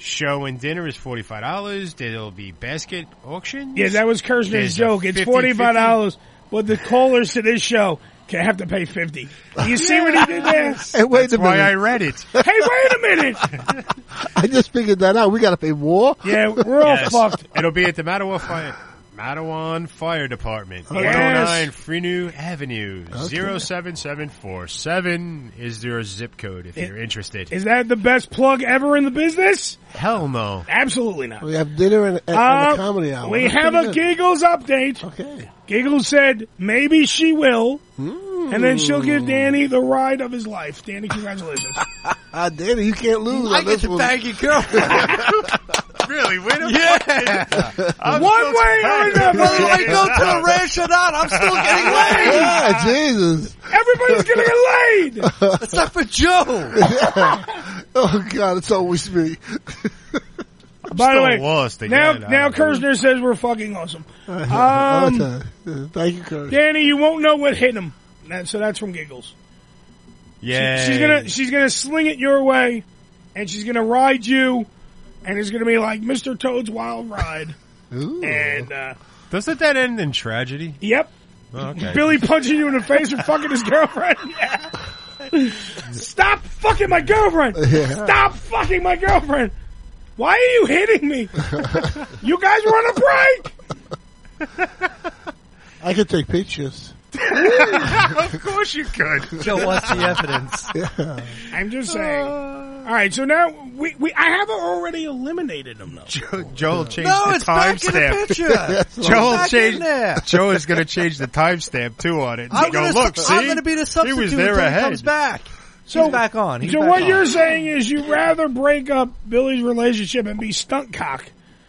[SPEAKER 17] Show and dinner is $45. There'll be basket auctions.
[SPEAKER 14] Yeah, that was Kirshner's
[SPEAKER 17] There's a
[SPEAKER 14] joke. It's
[SPEAKER 17] 50,
[SPEAKER 14] forty five dollars, but the callers to this show can have to pay fifty. You see what he did there?
[SPEAKER 15] Hey, wait a
[SPEAKER 17] That's why I
[SPEAKER 15] minute.
[SPEAKER 17] read it.
[SPEAKER 14] Hey, wait a minute.
[SPEAKER 15] I, just figured that out. We got to pay more.
[SPEAKER 14] Yeah, we're all
[SPEAKER 17] Yes.
[SPEAKER 14] fucked.
[SPEAKER 17] It'll be at the Mattawa Fire. Mattawan Fire Department,
[SPEAKER 14] yes.
[SPEAKER 17] 809 Frenew Avenue, 07747 is their zip code if you're interested.
[SPEAKER 14] Is that the best plug ever in the business?
[SPEAKER 17] Hell no.
[SPEAKER 14] Absolutely not.
[SPEAKER 15] We have dinner and, and,
[SPEAKER 14] Uh,
[SPEAKER 15] a comedy hour.
[SPEAKER 14] we
[SPEAKER 15] That's
[SPEAKER 14] have
[SPEAKER 15] pretty
[SPEAKER 14] a
[SPEAKER 15] good.
[SPEAKER 14] giggles update.
[SPEAKER 15] Okay.
[SPEAKER 14] Giggles said maybe she will,
[SPEAKER 15] Hmm.
[SPEAKER 14] and then she'll give Danny the ride of his life. Danny, congratulations.
[SPEAKER 15] Ah, Danny, you can't lose. on this one.
[SPEAKER 7] your girl.
[SPEAKER 17] Really? Wait a yeah.
[SPEAKER 14] One way or another.
[SPEAKER 7] I go to the ranch or not, I'm still getting laid.
[SPEAKER 15] Yeah, Jesus.
[SPEAKER 14] Everybody's gonna get laid.
[SPEAKER 7] That's not for Joe.
[SPEAKER 15] Oh God, it's always me.
[SPEAKER 14] By the
[SPEAKER 15] still
[SPEAKER 14] way,
[SPEAKER 15] lost
[SPEAKER 14] now
[SPEAKER 15] again.
[SPEAKER 14] now Kirshner says we're fucking awesome.
[SPEAKER 15] Okay.
[SPEAKER 14] Um,
[SPEAKER 15] Thank you, Kurt.
[SPEAKER 14] Danny, you won't know what hit him. That, so that's from giggles.
[SPEAKER 17] Yeah.
[SPEAKER 14] She's gonna she's gonna sling it your way, and she's gonna ride you, and it's gonna be like Mr. Toad's Wild Ride. And uh,
[SPEAKER 17] Doesn't that end in tragedy?
[SPEAKER 14] yep,
[SPEAKER 17] Oh, okay.
[SPEAKER 14] Billy punching you in the face and fucking his girlfriend. Stop fucking my girlfriend.
[SPEAKER 15] Yeah.
[SPEAKER 14] Stop fucking my girlfriend. Why are you hitting me? you guys were on a break.
[SPEAKER 15] I could take pictures.
[SPEAKER 17] of course you could.
[SPEAKER 14] Joe wants the
[SPEAKER 7] evidence.
[SPEAKER 15] Yeah.
[SPEAKER 14] I'm just saying. All right, so now we, we I have already eliminated him though.
[SPEAKER 17] Joel changed
[SPEAKER 14] No,
[SPEAKER 17] the
[SPEAKER 14] it's back in the
[SPEAKER 17] timestamp.
[SPEAKER 14] picture. It's
[SPEAKER 17] Joel
[SPEAKER 14] back in
[SPEAKER 17] changed.
[SPEAKER 14] there.
[SPEAKER 17] Joe is going to change the timestamp too on it.
[SPEAKER 14] I'm
[SPEAKER 17] go
[SPEAKER 14] gonna
[SPEAKER 17] look.
[SPEAKER 14] su-
[SPEAKER 17] See,
[SPEAKER 14] I'm gonna be the
[SPEAKER 17] He
[SPEAKER 14] substitute
[SPEAKER 17] was there
[SPEAKER 14] until he
[SPEAKER 17] ahead.
[SPEAKER 14] comes
[SPEAKER 7] back.
[SPEAKER 14] So
[SPEAKER 7] back on. He's
[SPEAKER 14] so
[SPEAKER 7] back
[SPEAKER 14] what
[SPEAKER 7] on.
[SPEAKER 14] you're saying is you rather break up Billy's relationship and be stunt cock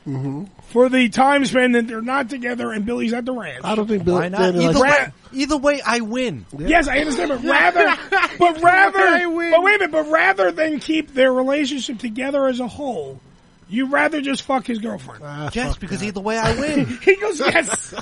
[SPEAKER 17] Mm-hmm.
[SPEAKER 14] for the time span that they're not together and Billy's at the ranch.
[SPEAKER 15] I don't think Billy.
[SPEAKER 14] Why not?
[SPEAKER 15] Danny
[SPEAKER 14] Either
[SPEAKER 15] likes-
[SPEAKER 14] way-
[SPEAKER 7] Either way, I win.
[SPEAKER 14] Yes, I understand, but rather, but rather, but wait a minute, but rather than keep their relationship together as a whole, you rather just fuck his girlfriend.
[SPEAKER 17] Ah,
[SPEAKER 7] yes, because either way, I win.
[SPEAKER 14] he goes, yes.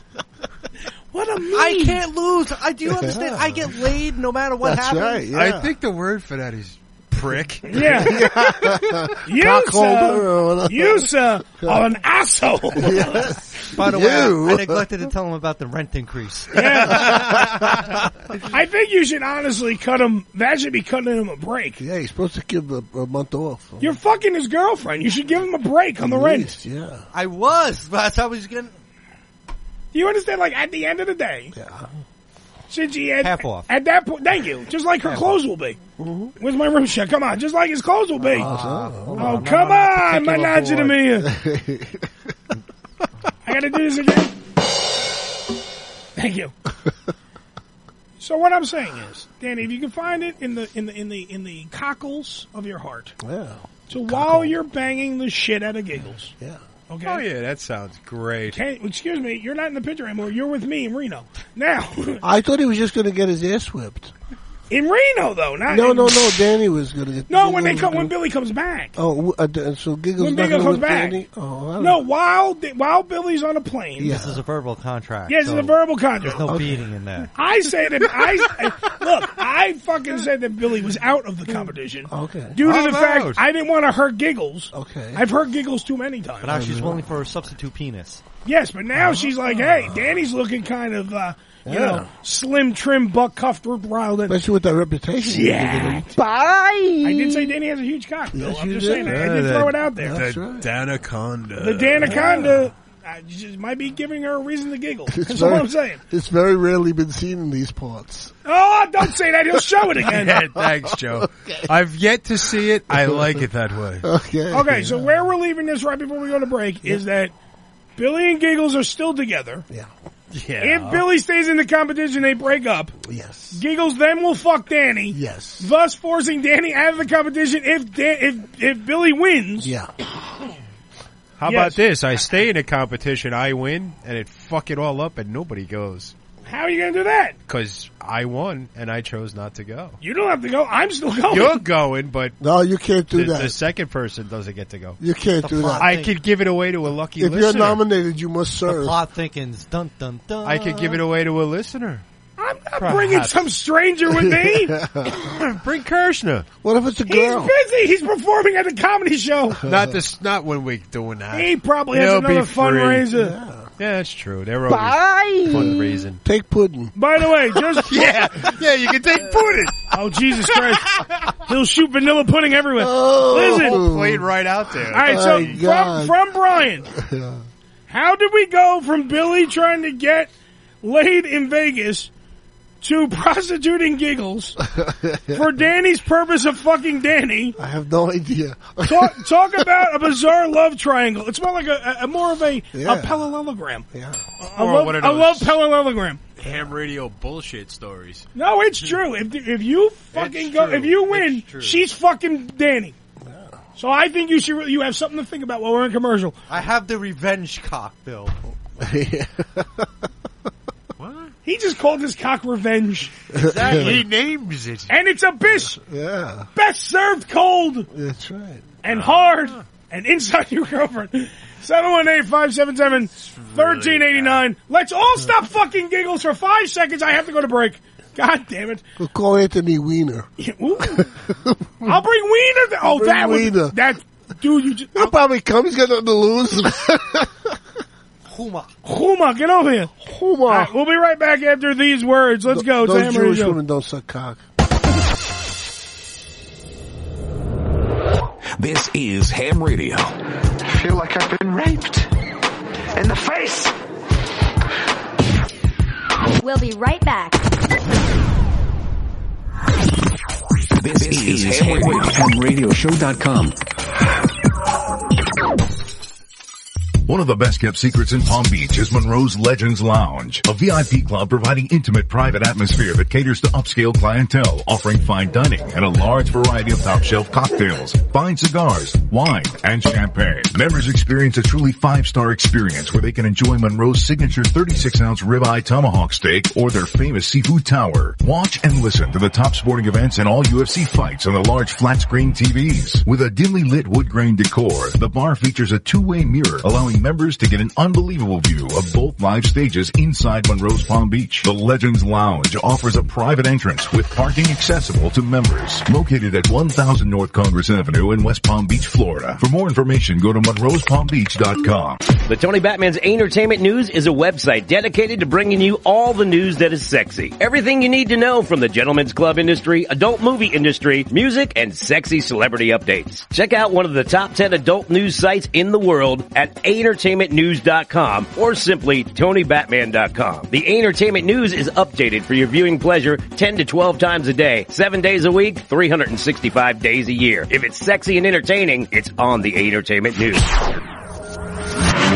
[SPEAKER 14] what a
[SPEAKER 7] I can't lose. I do you understand. I get laid no matter what happens.
[SPEAKER 17] I think the word for that is prick.
[SPEAKER 14] Yeah. you, sir,
[SPEAKER 17] Cockholder.
[SPEAKER 14] you, sir, are an asshole.
[SPEAKER 7] By the way,
[SPEAKER 14] You.
[SPEAKER 7] I, I neglected to tell him about the rent increase.
[SPEAKER 14] I think you should honestly cut him. That should be cutting him a break.
[SPEAKER 15] Yeah, he's supposed to give a, a month off.
[SPEAKER 14] You're fucking his girlfriend. You should give him a break on the
[SPEAKER 15] At
[SPEAKER 14] rent.
[SPEAKER 15] least, Yeah.
[SPEAKER 7] I was, but that's how he's getting
[SPEAKER 14] Do you understand? Like at the end of the day, since he had
[SPEAKER 7] Half off.
[SPEAKER 14] at that point, thank you. Just like her clothes will be.
[SPEAKER 15] Mm-hmm.
[SPEAKER 14] Where's my room check? Come on, just like his clothes will be.
[SPEAKER 15] Uh,
[SPEAKER 7] Ah,
[SPEAKER 14] oh, come on, my Nazi to me. I got to do this again. Thank you. So what I'm saying is, Danny, if you can find it in the in the in the in the cockles of your heart,
[SPEAKER 15] yeah.
[SPEAKER 14] so while you're banging the shit out of giggles,
[SPEAKER 15] yeah.
[SPEAKER 14] Okay.
[SPEAKER 17] Oh yeah, that sounds great.
[SPEAKER 14] Hey, excuse me, you're not in the picture anymore. You're with me in Reno. Now,
[SPEAKER 15] I thought he was just going to get his ass whipped.
[SPEAKER 14] in Reno though, not
[SPEAKER 15] No,
[SPEAKER 14] in-
[SPEAKER 15] no, no. Danny was going to get.
[SPEAKER 14] No, when they come, when Billy comes back,
[SPEAKER 15] Oh, uh, d- so Giggles
[SPEAKER 14] when
[SPEAKER 15] not
[SPEAKER 14] Bingo
[SPEAKER 15] gonna
[SPEAKER 14] comes
[SPEAKER 15] whip
[SPEAKER 14] back.
[SPEAKER 15] Danny? Oh, I don't
[SPEAKER 14] no, while Di- while Billy's on a plane,
[SPEAKER 7] This is a verbal contract.
[SPEAKER 14] Yes, it's
[SPEAKER 7] so
[SPEAKER 14] a verbal contract.
[SPEAKER 7] There's no
[SPEAKER 14] Okay.
[SPEAKER 7] beating in there.
[SPEAKER 14] I say that I look. I fucking said that Billy was out of the competition.
[SPEAKER 15] Okay.
[SPEAKER 14] Due to
[SPEAKER 7] I'm
[SPEAKER 14] the fact
[SPEAKER 7] out.
[SPEAKER 14] I didn't want to hurt giggles.
[SPEAKER 15] Okay. Mm-hmm.
[SPEAKER 14] I've hurt giggles too many times.
[SPEAKER 7] But now she's willing for a substitute penis.
[SPEAKER 14] Yes, but now she's like, hey, Danny's looking kind of, uh, you
[SPEAKER 15] Yeah.
[SPEAKER 14] know, slim, trim, buck cuffed, Rip Riled. in.
[SPEAKER 15] Especially with that reputation.
[SPEAKER 14] Yeah. Bye. I did say Danny has a huge cock. Bill.
[SPEAKER 15] Yes,
[SPEAKER 14] I'm
[SPEAKER 15] you
[SPEAKER 14] just
[SPEAKER 15] did.
[SPEAKER 14] saying. I
[SPEAKER 15] Yeah,
[SPEAKER 14] did
[SPEAKER 15] that-
[SPEAKER 14] throw it out there.
[SPEAKER 15] that's
[SPEAKER 14] the
[SPEAKER 17] Danaconda.
[SPEAKER 14] Danaconda uh, just might be giving her a reason to giggle. That's all I'm saying.
[SPEAKER 15] It's very rarely been seen in these parts.
[SPEAKER 14] Oh, don't say that. He'll show it again.
[SPEAKER 17] Yeah, thanks, Joe. I've yet to see it. I like it that way.
[SPEAKER 15] Okay.
[SPEAKER 14] Okay, so where we're leaving this right before we go to break is that Billy and Giggles are still together. Yeah. If Billy stays in the competition, they break up.
[SPEAKER 15] Yes.
[SPEAKER 14] Giggles then will fuck Danny.
[SPEAKER 15] Yes.
[SPEAKER 14] Thus forcing Danny out of the competition if Dan- if if Billy wins.
[SPEAKER 15] Yeah.
[SPEAKER 17] How
[SPEAKER 14] Yes.
[SPEAKER 17] about this? I stay in a competition, I win, and it fuck it all up, and nobody goes
[SPEAKER 14] How are you going to do that?
[SPEAKER 17] because I won and I chose not to go.
[SPEAKER 14] You don't have to go. I'm still going.
[SPEAKER 17] You're going, but
[SPEAKER 15] No, you can't do
[SPEAKER 17] the, the
[SPEAKER 15] that.
[SPEAKER 17] second person doesn't get to go.
[SPEAKER 15] You can't do that.
[SPEAKER 17] I could give it away to a lucky
[SPEAKER 15] If you're
[SPEAKER 17] listener.
[SPEAKER 15] nominated, you must serve.
[SPEAKER 7] Plot thinking's dun dun dun.
[SPEAKER 17] I could give it away to a listener.
[SPEAKER 14] I'm not bringing some stranger with me.
[SPEAKER 17] Bring Kirshner.
[SPEAKER 15] What if it's a
[SPEAKER 14] He's
[SPEAKER 15] girl?
[SPEAKER 14] busy. He's performing at the comedy show.
[SPEAKER 17] Not this. Not when we're doing that.
[SPEAKER 14] He probably has
[SPEAKER 17] He'll be
[SPEAKER 14] another
[SPEAKER 17] free.
[SPEAKER 14] fundraiser.
[SPEAKER 17] Yeah, that's true. They're always fundraising.
[SPEAKER 15] Take pudding.
[SPEAKER 14] By the way, just
[SPEAKER 17] Yeah, yeah, you can take pudding.
[SPEAKER 14] Oh Jesus Christ! He'll shoot vanilla pudding everywhere. Listen, all
[SPEAKER 17] Played right out there.
[SPEAKER 14] right. So
[SPEAKER 15] My
[SPEAKER 14] from,
[SPEAKER 15] God.
[SPEAKER 14] from Brian, how did we go from Billy trying to get laid in Vegas to prostituting giggles for Danny's purpose of fucking Danny?
[SPEAKER 15] I have no idea.
[SPEAKER 14] Talk, talk about a bizarre love triangle. It's more like a, a a more of a,
[SPEAKER 15] Yeah.
[SPEAKER 14] a parallelogram.
[SPEAKER 15] yeah.
[SPEAKER 14] I love, I love parallelogram.
[SPEAKER 17] ham radio bullshit stories.
[SPEAKER 14] No, it's true. If if you fucking
[SPEAKER 17] It's
[SPEAKER 14] go,
[SPEAKER 17] true.
[SPEAKER 14] if you win,
[SPEAKER 17] It's true.
[SPEAKER 14] she's fucking Danny. So I think you should. really- You have something to think about while we're in commercial.
[SPEAKER 7] I have the revenge cock, Bill.
[SPEAKER 15] Yeah.
[SPEAKER 17] What?
[SPEAKER 14] He just called his cock revenge.
[SPEAKER 17] Exactly. He names it.
[SPEAKER 14] And it's a bish.
[SPEAKER 15] Yeah.
[SPEAKER 14] Best served cold.
[SPEAKER 15] That's right.
[SPEAKER 14] And hard. And inside your girlfriend. 718-577-1389. Let's all stop fucking giggles for five seconds. I have to go to break. God damn it.
[SPEAKER 15] We'll call Anthony Weiner.
[SPEAKER 14] Ooh. I'll bring Wiener. th- Oh,
[SPEAKER 15] Bring
[SPEAKER 14] that was,
[SPEAKER 15] Wiener.
[SPEAKER 14] that, dude, you just,
[SPEAKER 15] He'll probably come. He's got nothing to lose.
[SPEAKER 7] Huma.
[SPEAKER 14] Huma, get over here.
[SPEAKER 15] Huma.
[SPEAKER 14] we'll be right back after these words. Let's go. It's
[SPEAKER 15] Those
[SPEAKER 14] Ham
[SPEAKER 15] Jewish
[SPEAKER 14] Radio.
[SPEAKER 15] women don't suck cock.
[SPEAKER 29] This is Ham Radio.
[SPEAKER 6] I feel like I've been raped. In the face!
[SPEAKER 22] We'll be right back.
[SPEAKER 29] This, is, Ham Radio.
[SPEAKER 9] HamRadioShow.com. One of the best kept secrets in Palm Beach is Monroe's Legends Lounge, a VIP club providing intimate private atmosphere that caters to upscale clientele, offering fine dining and a large variety of top shelf cocktails, fine cigars, wine, and champagne. Members experience a truly five star experience where they can enjoy Monroe's signature 36 ounce ribeye tomahawk steak or their famous seafood tower. Watch and listen to the top sporting events and all UFC fights on the large flat screen TVs. With a dimly lit wood grain decor, the bar features a two-way mirror allowing members to get an unbelievable view of both live stages inside Monroe's Palm Beach. The Legends Lounge offers a private entrance with parking accessible to members. Located at 1000 North Congress Avenue in West Palm Beach, Florida. For more information, go to monroespalmbeach.com.
[SPEAKER 11] The Tony Batman's Entertainment News is a website dedicated to bringing you all the news that is sexy. Everything you need to know from the gentlemen's club industry, adult movie industry, music, and sexy celebrity updates. Check out one of the top 10 adult news sites in the world at entertainmentnews.com or simply tonybatman.com. The Entertainment News is updated for your viewing pleasure 10 to 12 times a day, 7 days a week, 365 days a year. If it's sexy and entertaining, it's on the Entertainment News.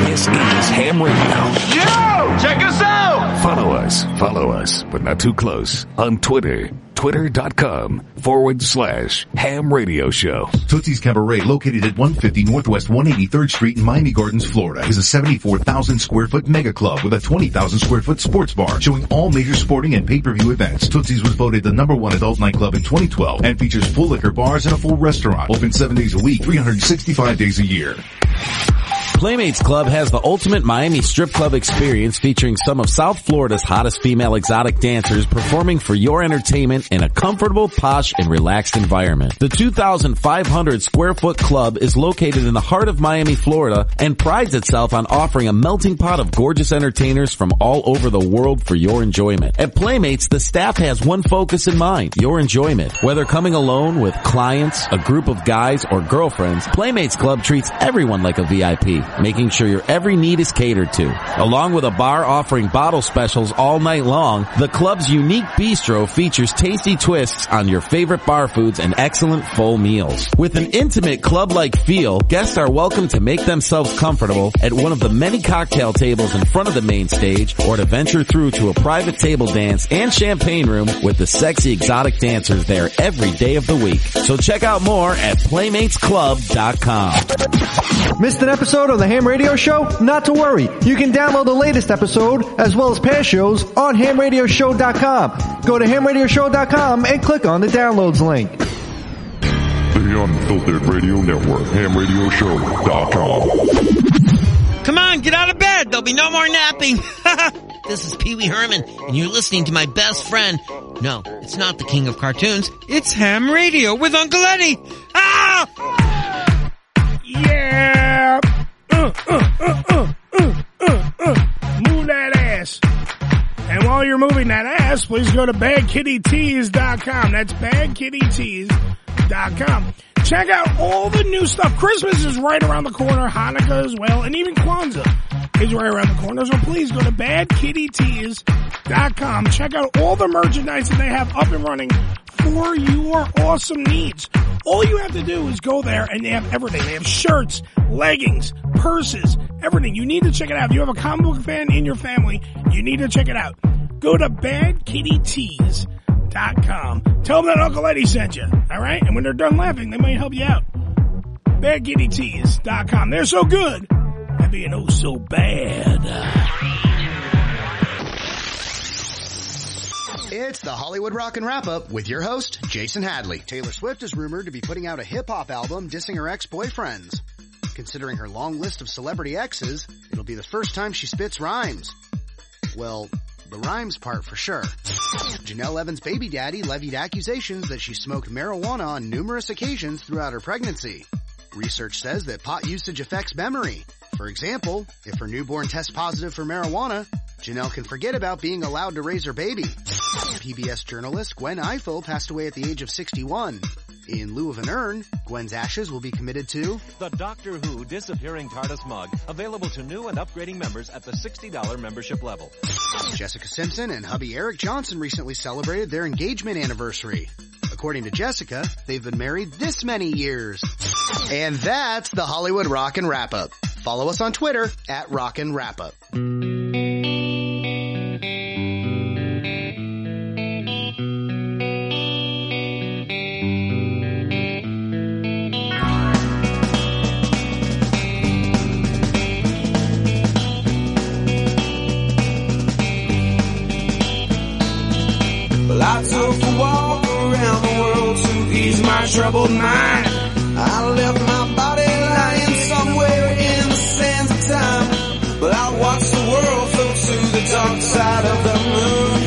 [SPEAKER 29] This is Ham Radio.
[SPEAKER 6] Yo! Check us out!
[SPEAKER 29] Follow us, follow us, but not too close on Twitter. Twitter.com forward slash Ham Radio Show.
[SPEAKER 9] Tootsie's Cabaret, located at 150 Northwest 183rd Street in Miami Gardens, Florida, is a 74,000 square foot mega club with a 20,000 square foot sports bar showing all major sporting and pay-per-view events. Tootsie's was voted the number one adult nightclub in 2012 and features full liquor bars and a full restaurant, open seven days a week, 365 days a year.
[SPEAKER 8] Playmates Club has the ultimate Miami strip club experience featuring some of South Florida's hottest female exotic dancers performing for your entertainment in a comfortable, posh, and relaxed environment. The 2,500 square foot club is located in the heart of Miami, Florida and prides itself on offering a melting pot of gorgeous entertainers from all over the world for your enjoyment. At Playmates, the staff has one focus in mind, your enjoyment. Whether coming alone with clients, a group of guys, or girlfriends, Playmates Club treats everyone like a VIP, making sure your every need is catered to. Along with a bar offering bottle specials all night long, the club's unique bistro features tasty twists on your favorite bar foods and excellent full meals. With an intimate club-like feel, guests are welcome to make themselves comfortable at one of the many cocktail tables in front of the main stage or to venture through to a private table dance and champagne room with the sexy exotic dancers there every day of the week. So check out more at playmatesclub.com.
[SPEAKER 16] Missed an episode of the Ham Radio Show? Not to worry. You can download the latest episode as well as past shows on hamradioshow.com. Go to hamradioshow.com and click on the downloads link.
[SPEAKER 10] The Unfiltered Radio Network, hamradioshow.com.
[SPEAKER 23] Come on, get out of bed. There'll be no more napping. this is Pee Wee Herman, and you're listening to my best friend. No, it's not the king of cartoons. It's Ham Radio with Uncle Eddie. Ah!
[SPEAKER 14] Yeah. Uh, uh, uh, uh, uh, uh, uh. Move that ass. And while you're moving that ass, please go to badkittytees.com. That's badkittytees.com. Check out all the new stuff. Christmas is right around the corner, Hanukkah as well, and even Kwanzaa is right around the corner. So please go to badkittytees.com. Check out all the merchandise that they have up and running for your awesome needs. All you have to do is go there and they have everything. They have shirts, leggings, purses, everything. You need to check it out. If you have a comic book fan in your family, you need to check it out. Go to badkittytees.com. Tell them that Uncle Eddie sent you. All right? And when they're done laughing, they might help you out. Badkittytees.com. They're so good at being oh so bad.
[SPEAKER 22] It's the Hollywood Rock and Wrap Up with your host, Jason Hadley. Taylor Swift is rumored to be putting out a hip hop album dissing her ex boyfriends. Considering her long list of celebrity exes, it'll be the first time she spits rhymes. Well, the rhymes part for sure. Janelle Evans' baby daddy levied accusations that she smoked marijuana on numerous occasions throughout her pregnancy. Research says that pot usage affects memory. For example, if her newborn tests positive for marijuana, Janelle can forget about being allowed to raise her baby. PBS journalist Gwen Eiffel passed away at the age of 61. In lieu of an urn, Gwen's ashes will be committed to
[SPEAKER 31] The Doctor Who Disappearing TARDIS mug, available to new and upgrading members at the $60 membership level.
[SPEAKER 22] Jessica Simpson and hubby Eric Johnson recently celebrated their engagement anniversary. According to Jessica, they've been married this many years. And that's the Hollywood Rock and Wrap Up. Follow us on Twitter at Rock and Wrap Up.
[SPEAKER 6] Well, I took a walk around the world to ease my troubled mind. I left my body lying somewhere in the sands of time. But I watched the world float to the dark side of the moon.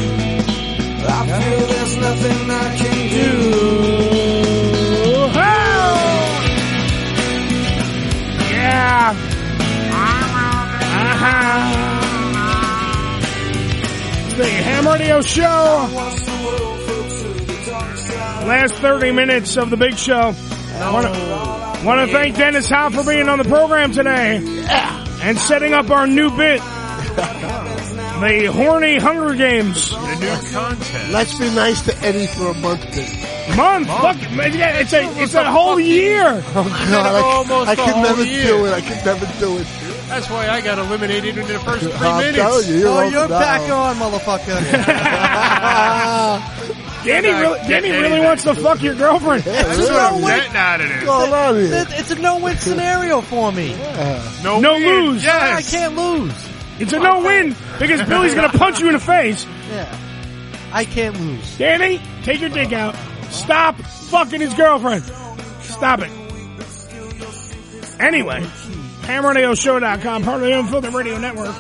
[SPEAKER 6] I feel there's nothing I can do.
[SPEAKER 14] Yeah. Uh-huh. The Ham Radio Show. Last 30 minutes of the big show. Want to thank Dennis Howe for being on the program today and setting up our new bit. The Horny Hunger Games. The new contest.
[SPEAKER 15] Let's be nice to Eddie for a month. please.
[SPEAKER 14] Month, fuck, yeah, it's a it's a whole year.
[SPEAKER 15] Oh God, I,
[SPEAKER 17] Almost
[SPEAKER 15] I
[SPEAKER 17] the
[SPEAKER 15] could
[SPEAKER 17] whole
[SPEAKER 15] never
[SPEAKER 17] year.
[SPEAKER 15] do it. I could never do it.
[SPEAKER 17] That's why I got eliminated in the first three
[SPEAKER 15] I'm
[SPEAKER 17] minutes.
[SPEAKER 15] telling you, you're Oh, off you're the back dial.
[SPEAKER 17] on, motherfucker.
[SPEAKER 15] Ah.
[SPEAKER 14] Danny really, Danny really wants to fuck your girlfriend.
[SPEAKER 17] That's what I'm getting out of this.
[SPEAKER 7] It's a no-win scenario for me.
[SPEAKER 17] No,
[SPEAKER 14] no
[SPEAKER 17] win.
[SPEAKER 14] lose.
[SPEAKER 17] Yes.
[SPEAKER 7] I can't lose.
[SPEAKER 14] It's a no win because Billy's gonna punch you in the face.
[SPEAKER 7] Yeah. I can't lose.
[SPEAKER 14] Danny, take your dick out. Stop fucking his girlfriend. Stop it. Anyway, HamRadioShow.com, part of the Unfiltered Radio Network.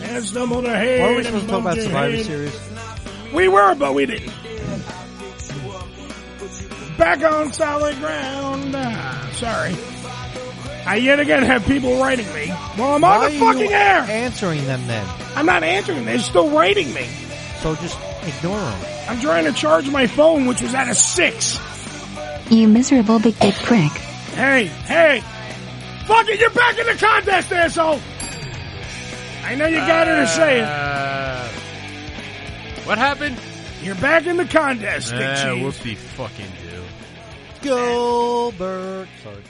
[SPEAKER 14] And stumbled ahead.
[SPEAKER 7] Why are we supposed to talk about
[SPEAKER 14] and
[SPEAKER 7] Survivor
[SPEAKER 14] bumped
[SPEAKER 7] Series?
[SPEAKER 14] ahead. We were, but we didn't. Back on solid ground. Ah, sorry. I yet again have people writing me. Well, I'm on
[SPEAKER 7] Why
[SPEAKER 14] the
[SPEAKER 7] are you
[SPEAKER 14] fucking air.
[SPEAKER 7] Answering them then.
[SPEAKER 14] I'm not answering. They're still writing me.
[SPEAKER 7] So just ignore them.
[SPEAKER 14] I'm trying to charge my phone, which was at a six.
[SPEAKER 32] You miserable big dick prick.
[SPEAKER 14] Hey, hey! Fuck it, you're back in the contest, asshole! I know you got her to say it.
[SPEAKER 17] What happened?
[SPEAKER 14] You're back in the contest, Dick
[SPEAKER 17] Ah,
[SPEAKER 14] Cheese.
[SPEAKER 17] whoopie fucking do.
[SPEAKER 7] Goldberg. Sorry.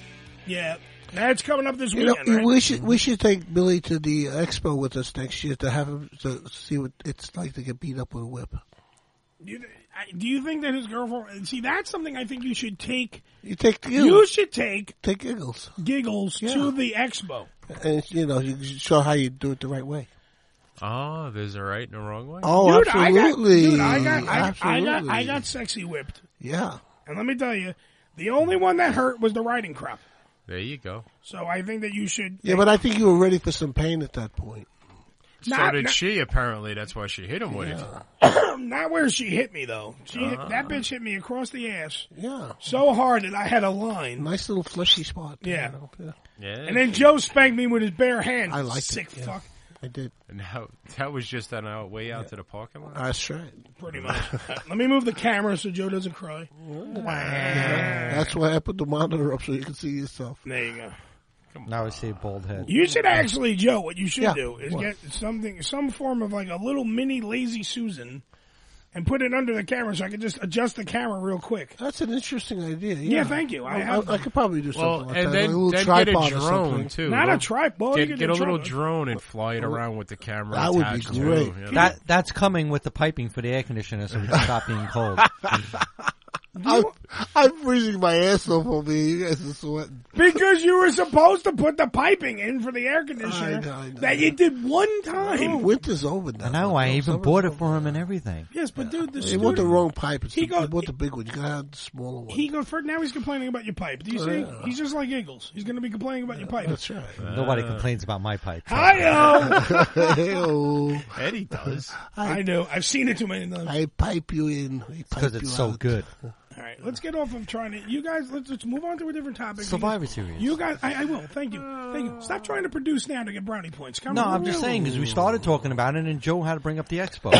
[SPEAKER 14] Yeah, that's coming up this
[SPEAKER 15] You know,
[SPEAKER 14] weekend. right?
[SPEAKER 15] we should we should take Billy to the expo with us next year to have him to see what it's like to get beat up with a whip.
[SPEAKER 14] You th- I- Do you think that his girlfriend? See, that's something I think you should take.
[SPEAKER 15] You take the
[SPEAKER 14] You should take
[SPEAKER 15] take giggles
[SPEAKER 14] giggles to the expo.
[SPEAKER 15] and you know you show how you do it the right way.
[SPEAKER 17] Oh, there's a right and a wrong way.
[SPEAKER 15] Oh,
[SPEAKER 14] dude,
[SPEAKER 15] absolutely.
[SPEAKER 14] I got, dude, I got, I, I got,
[SPEAKER 15] Absolutely.
[SPEAKER 14] I got sexy whipped.
[SPEAKER 15] Yeah.
[SPEAKER 14] And let me tell you, the only one that hurt was the riding crop.
[SPEAKER 17] There you go.
[SPEAKER 14] So I think that you should.
[SPEAKER 15] Yeah, but I think you were ready for some pain at that point.
[SPEAKER 17] so
[SPEAKER 14] Not-
[SPEAKER 17] did
[SPEAKER 14] not-
[SPEAKER 17] she. Apparently, that's why she hit him with it.
[SPEAKER 14] Not where she hit me though. She hit- that bitch hit me across the ass.
[SPEAKER 15] Yeah.
[SPEAKER 14] So hard that I had a line.
[SPEAKER 15] Nice little fleshy spot.
[SPEAKER 14] Yeah.
[SPEAKER 15] you know, yeah.
[SPEAKER 14] And then Joe spanked me with his bare hand.
[SPEAKER 15] I liked
[SPEAKER 14] Sick
[SPEAKER 15] it, yeah.
[SPEAKER 14] fuck.
[SPEAKER 15] I did.
[SPEAKER 17] And how, that was just on our way out to the parking lot.
[SPEAKER 15] That's right.
[SPEAKER 14] Pretty much. Let me move the camera so Joe doesn't cry.
[SPEAKER 15] That's why I put the monitor up so you can see yourself.
[SPEAKER 14] There you go.
[SPEAKER 7] Now I see a bald head.
[SPEAKER 14] You should actually, Joe. What you should
[SPEAKER 15] Yeah.
[SPEAKER 14] do is
[SPEAKER 15] What?
[SPEAKER 14] get something, some form of like a little mini lazy Susan, and put it under the camera so I can just adjust the camera real quick.
[SPEAKER 15] That's an interesting idea. Yeah,
[SPEAKER 14] Yeah, thank you. I
[SPEAKER 15] I,
[SPEAKER 14] have-
[SPEAKER 15] I could probably do something
[SPEAKER 17] Well,
[SPEAKER 15] like
[SPEAKER 17] and
[SPEAKER 15] that. like a
[SPEAKER 17] then,
[SPEAKER 15] little
[SPEAKER 17] then get a
[SPEAKER 15] tripod or
[SPEAKER 17] drone
[SPEAKER 15] something.
[SPEAKER 17] too.
[SPEAKER 14] Not
[SPEAKER 17] Well,
[SPEAKER 14] a tripod,
[SPEAKER 17] Get,
[SPEAKER 14] get a
[SPEAKER 17] get a little
[SPEAKER 14] tripod.
[SPEAKER 17] drone and fly it around with the
[SPEAKER 15] Oh,
[SPEAKER 17] camera.
[SPEAKER 15] That would be
[SPEAKER 17] attached
[SPEAKER 15] great.
[SPEAKER 17] To, it, you know?
[SPEAKER 7] That that's coming with the piping for the air conditioner, so we can stop being cold.
[SPEAKER 15] I, I'm freezing my ass off over here. You guys are sweating.
[SPEAKER 14] Because you were supposed to put the piping in for the air conditioner that you did one time.
[SPEAKER 15] Oh, winter's over now.
[SPEAKER 7] I know. I even bought it for him and everything.
[SPEAKER 14] Yes, but dude, the
[SPEAKER 15] They
[SPEAKER 14] student,
[SPEAKER 15] want the wrong pipe. It's
[SPEAKER 14] He
[SPEAKER 15] the,
[SPEAKER 14] go-
[SPEAKER 15] they want the big one. You gotta have the smaller one. Oh,
[SPEAKER 14] he go for now. He's complaining about your pipe. Do you see?
[SPEAKER 15] Yeah.
[SPEAKER 14] He's just like Eagles. He's going to be complaining about your pipe.
[SPEAKER 15] That's right.
[SPEAKER 7] Nobody complains about my pipe.
[SPEAKER 14] Hi-yo.
[SPEAKER 17] Eddie does.
[SPEAKER 14] I, know. I've seen it too many times.
[SPEAKER 15] I pipe you in.
[SPEAKER 7] because it's so good.
[SPEAKER 14] All right, let's get off of trying to. You guys, let's, let's move on to a different topic.
[SPEAKER 7] Survivor Series.
[SPEAKER 14] You guys, I, I will. Thank you. Thank you. Stop trying to produce now to get brownie points. Come
[SPEAKER 7] No,
[SPEAKER 14] on.
[SPEAKER 7] I'm just saying because we started talking about it, and Joe had to bring up the expo.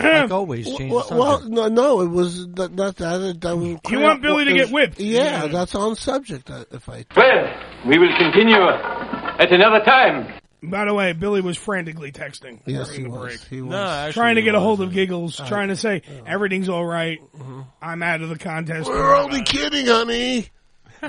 [SPEAKER 7] like always, change the
[SPEAKER 15] Well,
[SPEAKER 7] subject.
[SPEAKER 15] well, no, no, it was not, not that. That was
[SPEAKER 14] You want Billy to
[SPEAKER 15] it
[SPEAKER 14] get
[SPEAKER 15] was-
[SPEAKER 14] whipped.
[SPEAKER 15] Yeah, that's on subject. uh, If I
[SPEAKER 5] Well, we will continue at another time.
[SPEAKER 14] By the way, Billy was frantically texting
[SPEAKER 15] Yes,
[SPEAKER 14] during
[SPEAKER 15] he
[SPEAKER 14] the
[SPEAKER 15] was.
[SPEAKER 14] break.
[SPEAKER 15] He was. No, actually,
[SPEAKER 14] trying to
[SPEAKER 15] he
[SPEAKER 14] get a hold
[SPEAKER 15] wasn't.
[SPEAKER 14] of Giggles,
[SPEAKER 15] Uh, Mm-hmm.
[SPEAKER 14] trying to say everything's all right. I'm out of the contest.
[SPEAKER 15] we're only kidding, honey.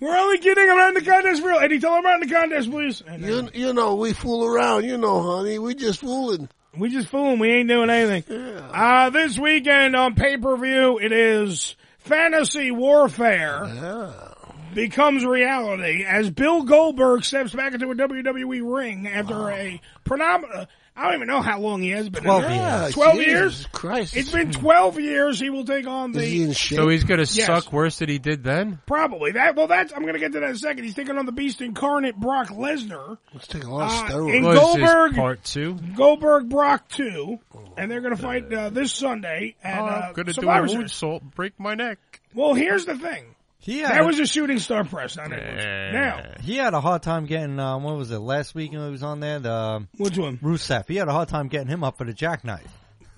[SPEAKER 14] We're only kidding. I'm out of the contest. Real Eddie, tell him I'm out of the contest, please. And,
[SPEAKER 15] You you know we fool around. You know, honey, we just fooling.
[SPEAKER 14] We just fooling. We ain't doing anything. Uh, this weekend on pay per view, it is Fantasy Warfare becomes reality as Bill Goldberg steps back into a WWE ring after a predominant. I don't even know how long he has been. in
[SPEAKER 7] 12
[SPEAKER 14] there.
[SPEAKER 7] years.
[SPEAKER 14] Twelve
[SPEAKER 15] Jesus
[SPEAKER 14] years.
[SPEAKER 15] Christ.
[SPEAKER 14] It's been twelve years. He will take on the.
[SPEAKER 17] So he's gonna
[SPEAKER 14] Yes.
[SPEAKER 17] suck worse than he did then.
[SPEAKER 14] Probably that. Well, that's. I'm going to get to that in a second. He's taking on the Beast Incarnate, Brock Lesnar.
[SPEAKER 15] Let's take a lot of
[SPEAKER 14] Uh,
[SPEAKER 15] steroids.
[SPEAKER 14] and Goldberg-
[SPEAKER 17] part two.
[SPEAKER 14] Goldberg Brock two, and they're
[SPEAKER 15] Oh,
[SPEAKER 14] going to fight uh, this Sunday at
[SPEAKER 17] Oh,
[SPEAKER 14] uh,
[SPEAKER 17] I'm gonna do a
[SPEAKER 14] Survivor
[SPEAKER 17] moonsault,
[SPEAKER 14] Series.
[SPEAKER 17] salt, break my neck.
[SPEAKER 14] Well, here's the thing.
[SPEAKER 7] Yeah,
[SPEAKER 14] That was a shooting star press. Not it. Now,
[SPEAKER 7] He had a hard time getting, um, what was it, last week when he was on there? The,
[SPEAKER 14] Which one?
[SPEAKER 7] Rusev. He had a hard time getting him up for the jackknife.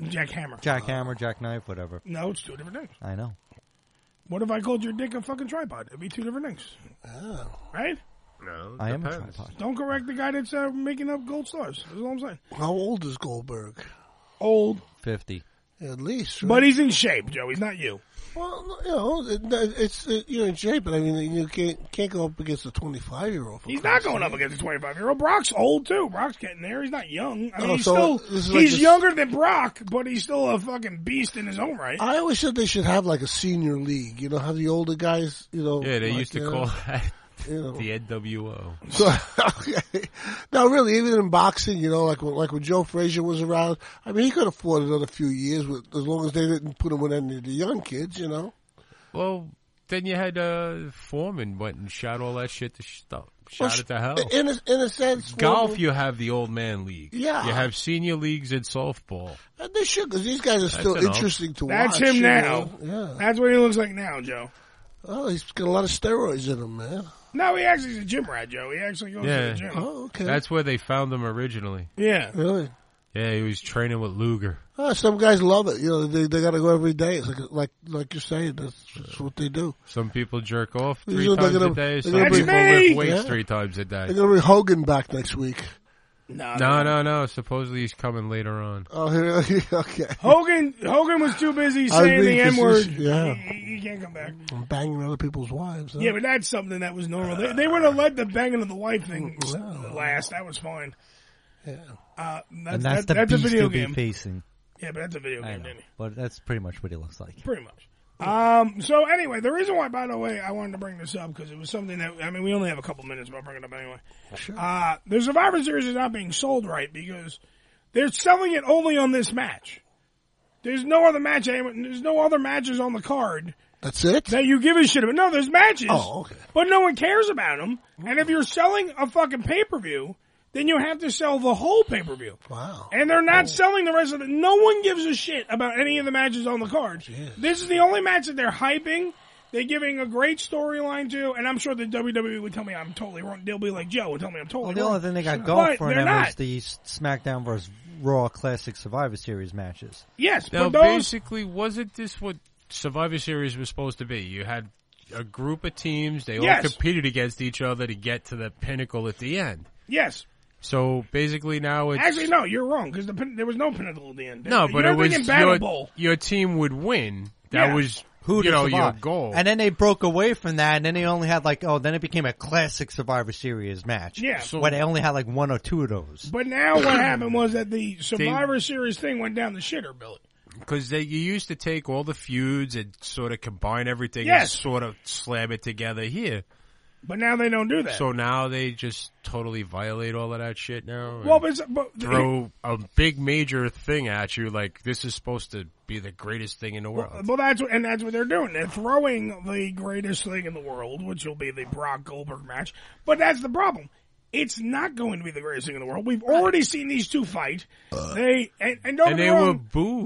[SPEAKER 14] Jack Hammer.
[SPEAKER 7] Jackhammer, jackknife, whatever.
[SPEAKER 14] No, it's two different things.
[SPEAKER 7] I know.
[SPEAKER 14] What if I called your dick a fucking tripod? It'd be two different things. Oh. Right?
[SPEAKER 17] No,
[SPEAKER 7] I am a
[SPEAKER 17] depends.
[SPEAKER 7] tripod.
[SPEAKER 14] Don't correct the guy that's uh, making up gold stars. That's all I'm saying.
[SPEAKER 15] How old is Goldberg?
[SPEAKER 14] Old.
[SPEAKER 7] 50.
[SPEAKER 15] At least, right?
[SPEAKER 14] But he's in shape, Joe. He's not you.
[SPEAKER 15] Well, you know, it- it's uh, you're in shape, but I mean, you can't can't go up against a 25 year old.
[SPEAKER 14] He's not going up against a 25 year old. Brock's old too. Brock's getting there. He's not young. I mean,
[SPEAKER 15] Oh,
[SPEAKER 14] he's
[SPEAKER 15] so
[SPEAKER 14] still,
[SPEAKER 15] this
[SPEAKER 14] he's
[SPEAKER 15] is like this-
[SPEAKER 14] younger than Brock, but he's still a fucking beast in his own right.
[SPEAKER 15] I always said they should have like a senior league. You know, have the older guys. You know,
[SPEAKER 17] Yeah, they
[SPEAKER 15] like,
[SPEAKER 17] used to
[SPEAKER 15] uh,
[SPEAKER 17] call that
[SPEAKER 15] you know.
[SPEAKER 17] the NWO.
[SPEAKER 15] So okay. no, really, even in boxing, you know, like when, like when Joe Frazier was around, I mean, he could afford another few years with, as long as they didn't put him with any of the young kids, you know.
[SPEAKER 17] Well, then you had uh, Foreman went and shot all that shit to stuff. Shot
[SPEAKER 15] Well,
[SPEAKER 17] it to hell.
[SPEAKER 15] Oh, In a, in a sense,
[SPEAKER 17] Golf,
[SPEAKER 15] well,
[SPEAKER 17] you have the old man league.
[SPEAKER 15] Yeah.
[SPEAKER 17] You have senior leagues in softball.
[SPEAKER 15] and they should because these guys are
[SPEAKER 17] That's
[SPEAKER 15] still
[SPEAKER 17] enough.
[SPEAKER 15] interesting to
[SPEAKER 14] That's
[SPEAKER 15] watch.
[SPEAKER 14] him
[SPEAKER 15] you
[SPEAKER 14] now.
[SPEAKER 15] know? Yeah.
[SPEAKER 14] That's what he looks like now, Joe.
[SPEAKER 15] Oh, he's got a lot of steroids in him, man.
[SPEAKER 14] No, Oh, he actually is a gym rat, Joe. He actually goes to the
[SPEAKER 17] Yeah.
[SPEAKER 14] gym.
[SPEAKER 17] That's where they found him originally.
[SPEAKER 14] yeah.
[SPEAKER 15] Oh, Really?
[SPEAKER 17] Yeah, he was training with Luger.
[SPEAKER 15] Oh, some guys love it. You know, they they got to go every day. It's like like like you're saying, that's, that's what they do.
[SPEAKER 17] Some people jerk off
[SPEAKER 15] These
[SPEAKER 17] three
[SPEAKER 15] look like
[SPEAKER 17] times a
[SPEAKER 15] them-
[SPEAKER 17] day.
[SPEAKER 15] they're
[SPEAKER 17] Some
[SPEAKER 15] gonna
[SPEAKER 17] people
[SPEAKER 15] be-
[SPEAKER 17] lift weights
[SPEAKER 15] Yeah.
[SPEAKER 17] three times a day.
[SPEAKER 15] They're gonna be Hogan back next week.
[SPEAKER 17] No, no, no. Supposedly he's coming later on.
[SPEAKER 15] Oh, really? okay.
[SPEAKER 14] Hogan Hogan was too busy
[SPEAKER 15] I
[SPEAKER 14] saying the
[SPEAKER 15] think
[SPEAKER 14] N
[SPEAKER 15] this
[SPEAKER 14] word.
[SPEAKER 15] is- yeah.
[SPEAKER 14] He, he- he can't come back.
[SPEAKER 15] I'm banging other people's wives. Huh?
[SPEAKER 14] Yeah, but that's something that was normal. They, they would have let the banging of the wife thing last. That was fine.
[SPEAKER 15] Yeah.
[SPEAKER 14] Uh, that's,
[SPEAKER 7] and that's
[SPEAKER 14] that-
[SPEAKER 7] the
[SPEAKER 14] that's a
[SPEAKER 7] beast
[SPEAKER 14] video
[SPEAKER 7] he'll be
[SPEAKER 14] game.
[SPEAKER 7] facing.
[SPEAKER 14] Yeah, but that's a video
[SPEAKER 7] I
[SPEAKER 14] game,
[SPEAKER 7] know.
[SPEAKER 14] Danny.
[SPEAKER 7] But that's pretty much what he looks like.
[SPEAKER 14] Pretty much. Um, so anyway, the reason why, by the way, I wanted to bring this up because it was something that I mean, we only have a couple minutes, but I'll bring it up anyway.
[SPEAKER 15] Sure.
[SPEAKER 14] Uh, the Survivor Series is not being sold right because they're selling it only on this match. There's no other match. anyone- There's no other matches on the card
[SPEAKER 15] That's it.
[SPEAKER 14] that you give a shit about. No, there's matches.
[SPEAKER 15] Oh, okay.
[SPEAKER 14] But no one cares about them. And if you're selling a fucking pay per view, then you have to sell the whole pay per view.
[SPEAKER 15] Wow.
[SPEAKER 14] And they're
[SPEAKER 7] Oh.
[SPEAKER 14] not selling the rest of it. No one gives a shit about any of the matches on the card. This is the only match that they're hyping. They're giving a great storyline to, and I'm sure the WWE E would tell me I'm totally wrong. They'll be like, Joe, would tell me I'm totally
[SPEAKER 7] Well, the
[SPEAKER 14] wrong.
[SPEAKER 7] only thing they got
[SPEAKER 14] But
[SPEAKER 7] going for
[SPEAKER 14] they're
[SPEAKER 7] them
[SPEAKER 14] not.
[SPEAKER 7] is the SmackDown versus Raw Classic Survivor Series matches.
[SPEAKER 14] Yes,
[SPEAKER 17] Now,
[SPEAKER 14] but those
[SPEAKER 17] basically, wasn't this what Survivor Series was supposed to be? You had a group of teams. They
[SPEAKER 14] Yes.
[SPEAKER 17] all competed against each other to get to the pinnacle at the end.
[SPEAKER 14] Yes.
[SPEAKER 17] So basically, now it's
[SPEAKER 14] Actually, no, you're wrong, because the, pin- there was no pinnacle at the end.
[SPEAKER 17] No, but
[SPEAKER 14] you're
[SPEAKER 17] it was
[SPEAKER 14] thinking Battle
[SPEAKER 17] your,
[SPEAKER 14] Bowl.
[SPEAKER 17] your team would win. That
[SPEAKER 14] Yeah.
[SPEAKER 17] was
[SPEAKER 7] Who
[SPEAKER 17] you
[SPEAKER 7] to
[SPEAKER 17] know your
[SPEAKER 7] survive.
[SPEAKER 17] goal.
[SPEAKER 7] And then they broke away from that, and then they only had like, oh, then it became a classic Survivor Series match.
[SPEAKER 14] Yeah.
[SPEAKER 7] where they only had like one or two of those.
[SPEAKER 14] But now what happened was that the Survivor Series thing went down the shitter, Billy.
[SPEAKER 17] Because you used to take all the feuds and sort of combine everything and
[SPEAKER 14] Yes.
[SPEAKER 17] sort of slam it together here.
[SPEAKER 14] But now they don't do that.
[SPEAKER 17] So now they just totally violate all of that shit now. and
[SPEAKER 14] Well, but, it's- but
[SPEAKER 17] throw a big major thing at you like this is supposed to be the greatest thing in the world.
[SPEAKER 14] Well, that's what, and that's what they're doing. They're throwing the greatest thing in the world, which will be the Brock Goldberg match. But that's the problem. It's not going to be the greatest thing in the world. We've already seen these two fight. They and, and don't
[SPEAKER 17] Uh, and
[SPEAKER 14] get me
[SPEAKER 17] they
[SPEAKER 14] wrong,
[SPEAKER 17] were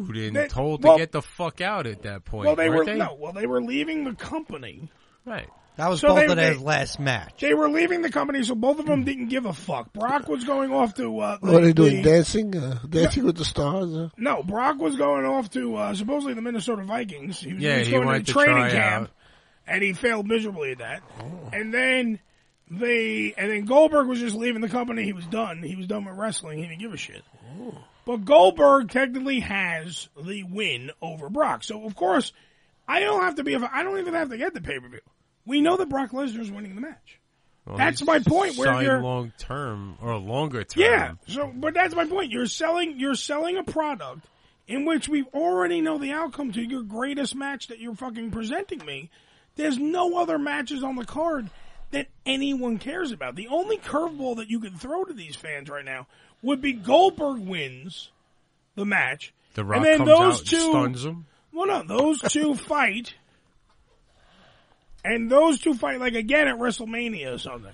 [SPEAKER 17] booed and
[SPEAKER 14] They-
[SPEAKER 17] told
[SPEAKER 14] well-
[SPEAKER 17] to get the fuck out at that point.
[SPEAKER 14] well, they were
[SPEAKER 17] weren't they?
[SPEAKER 14] no, well, they were leaving the company.
[SPEAKER 17] Right.
[SPEAKER 7] That was
[SPEAKER 14] So
[SPEAKER 7] both
[SPEAKER 14] they-
[SPEAKER 7] of
[SPEAKER 14] they-
[SPEAKER 7] their last match.
[SPEAKER 14] They were leaving the company, so both of them didn't give a fuck. Brock was going off to uh,
[SPEAKER 15] What are they
[SPEAKER 14] the-
[SPEAKER 15] doing?
[SPEAKER 14] the-
[SPEAKER 15] Dancing? Uh, dancing with the stars? Uh?
[SPEAKER 14] No, Brock was going off to uh, supposedly the Minnesota Vikings. He was,
[SPEAKER 17] Yeah,
[SPEAKER 14] he was
[SPEAKER 17] he
[SPEAKER 14] going
[SPEAKER 17] wanted
[SPEAKER 14] to
[SPEAKER 17] to
[SPEAKER 14] training
[SPEAKER 17] try
[SPEAKER 14] camp,
[SPEAKER 17] out. Oh.
[SPEAKER 14] and he failed miserably at that. And then they, and then Goldberg was just leaving the company. He was done. He was done with wrestling. He didn't give a shit. But Goldberg technically has the win over Brock. So of course, I don't have to be. I don't even have to get the pay per view. We know that Brock Lesnar is winning the match.
[SPEAKER 17] Well,
[SPEAKER 14] That's
[SPEAKER 17] they
[SPEAKER 14] my point, where
[SPEAKER 17] signed
[SPEAKER 14] you're-
[SPEAKER 17] long term or longer term.
[SPEAKER 14] Yeah. So, but that's my point. You're selling. You're selling a product in which we already know the outcome to your greatest match that you're fucking presenting me. There's no other matches on the card that anyone cares about. The only curveball that you could throw to these fans right now would be Goldberg wins the match.
[SPEAKER 17] The Rock
[SPEAKER 14] and then
[SPEAKER 17] comes
[SPEAKER 14] those
[SPEAKER 17] out
[SPEAKER 14] two
[SPEAKER 17] and stuns him.
[SPEAKER 14] Well, no, those two fight, and those two fight like again at WrestleMania or something.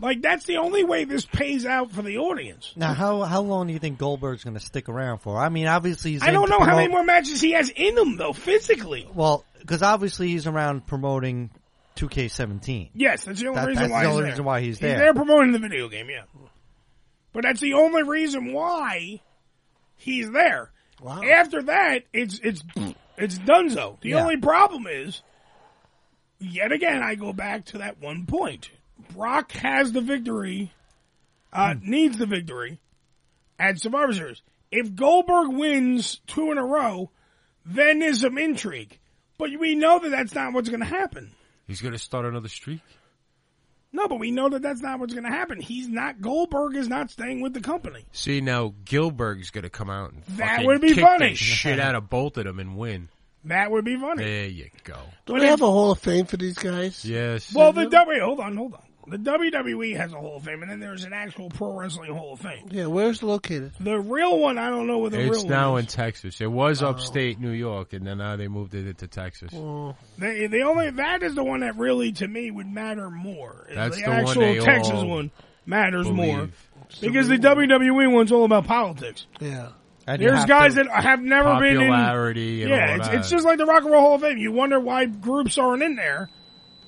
[SPEAKER 14] Like that's the only way this pays out for the audience.
[SPEAKER 7] Now, how how long do you think Goldberg's going to stick around for? I mean, obviously he's.
[SPEAKER 14] I
[SPEAKER 7] in
[SPEAKER 14] don't
[SPEAKER 7] to
[SPEAKER 14] know how many
[SPEAKER 7] promote-
[SPEAKER 14] more matches he has in him though, physically.
[SPEAKER 7] Well, because obviously he's around promoting 2K17.
[SPEAKER 14] Yes, that's the only
[SPEAKER 7] That-
[SPEAKER 14] reason
[SPEAKER 7] that's
[SPEAKER 14] why.
[SPEAKER 7] the
[SPEAKER 14] he's
[SPEAKER 7] only
[SPEAKER 14] there.
[SPEAKER 7] reason why he's
[SPEAKER 14] He's
[SPEAKER 7] there.
[SPEAKER 14] there promoting the video game, yeah. But that's the only reason why he's there. Wow. After that, it's it's it's Dunzo. The
[SPEAKER 26] Yeah.
[SPEAKER 14] only problem is, yet again, I go back to that one point. Brock has the victory, uh,
[SPEAKER 7] Hmm.
[SPEAKER 14] needs the victory at Survivor Series. If Goldberg wins two in a row, then there's some intrigue. But we know that that's not what's going to happen.
[SPEAKER 17] He's going to start another streak.
[SPEAKER 14] No, but we know that that's not what's going to happen. He's not Goldberg is not staying with the company.
[SPEAKER 17] See now, Gilberg's going to come out and
[SPEAKER 14] That
[SPEAKER 17] fucking
[SPEAKER 14] would be
[SPEAKER 17] kick
[SPEAKER 14] funny.
[SPEAKER 17] the shit out of both of them and win.
[SPEAKER 14] That would be funny.
[SPEAKER 17] There you go.
[SPEAKER 15] Do they have a Hall of Fame for these guys?
[SPEAKER 17] Yes.
[SPEAKER 14] Well, the W. Hold on, hold on. The WWE has a Hall of Fame, and then there's an actual Pro Wrestling Hall of Fame.
[SPEAKER 15] Yeah, where's it located?
[SPEAKER 14] The real one, I don't know where the
[SPEAKER 17] it's
[SPEAKER 14] real Oh.
[SPEAKER 17] now
[SPEAKER 14] one.
[SPEAKER 17] in Texas. It was upstate New York, and then now they moved it into Texas.
[SPEAKER 14] The, the only that is the one that really to me would matter more. Is
[SPEAKER 17] That's
[SPEAKER 14] the,
[SPEAKER 17] the one
[SPEAKER 14] actual
[SPEAKER 17] they
[SPEAKER 14] Texas
[SPEAKER 17] all
[SPEAKER 14] one matters more
[SPEAKER 17] believe.
[SPEAKER 14] because the WWE one's all about politics.
[SPEAKER 15] Yeah.
[SPEAKER 7] And you
[SPEAKER 14] There's
[SPEAKER 7] have
[SPEAKER 14] guys
[SPEAKER 7] to-
[SPEAKER 14] that have never been in
[SPEAKER 17] Popularity and
[SPEAKER 14] yeah,
[SPEAKER 17] all
[SPEAKER 14] it's,
[SPEAKER 17] that.
[SPEAKER 14] it's just like the Rock and Roll Hall of Fame. You wonder why groups aren't in there.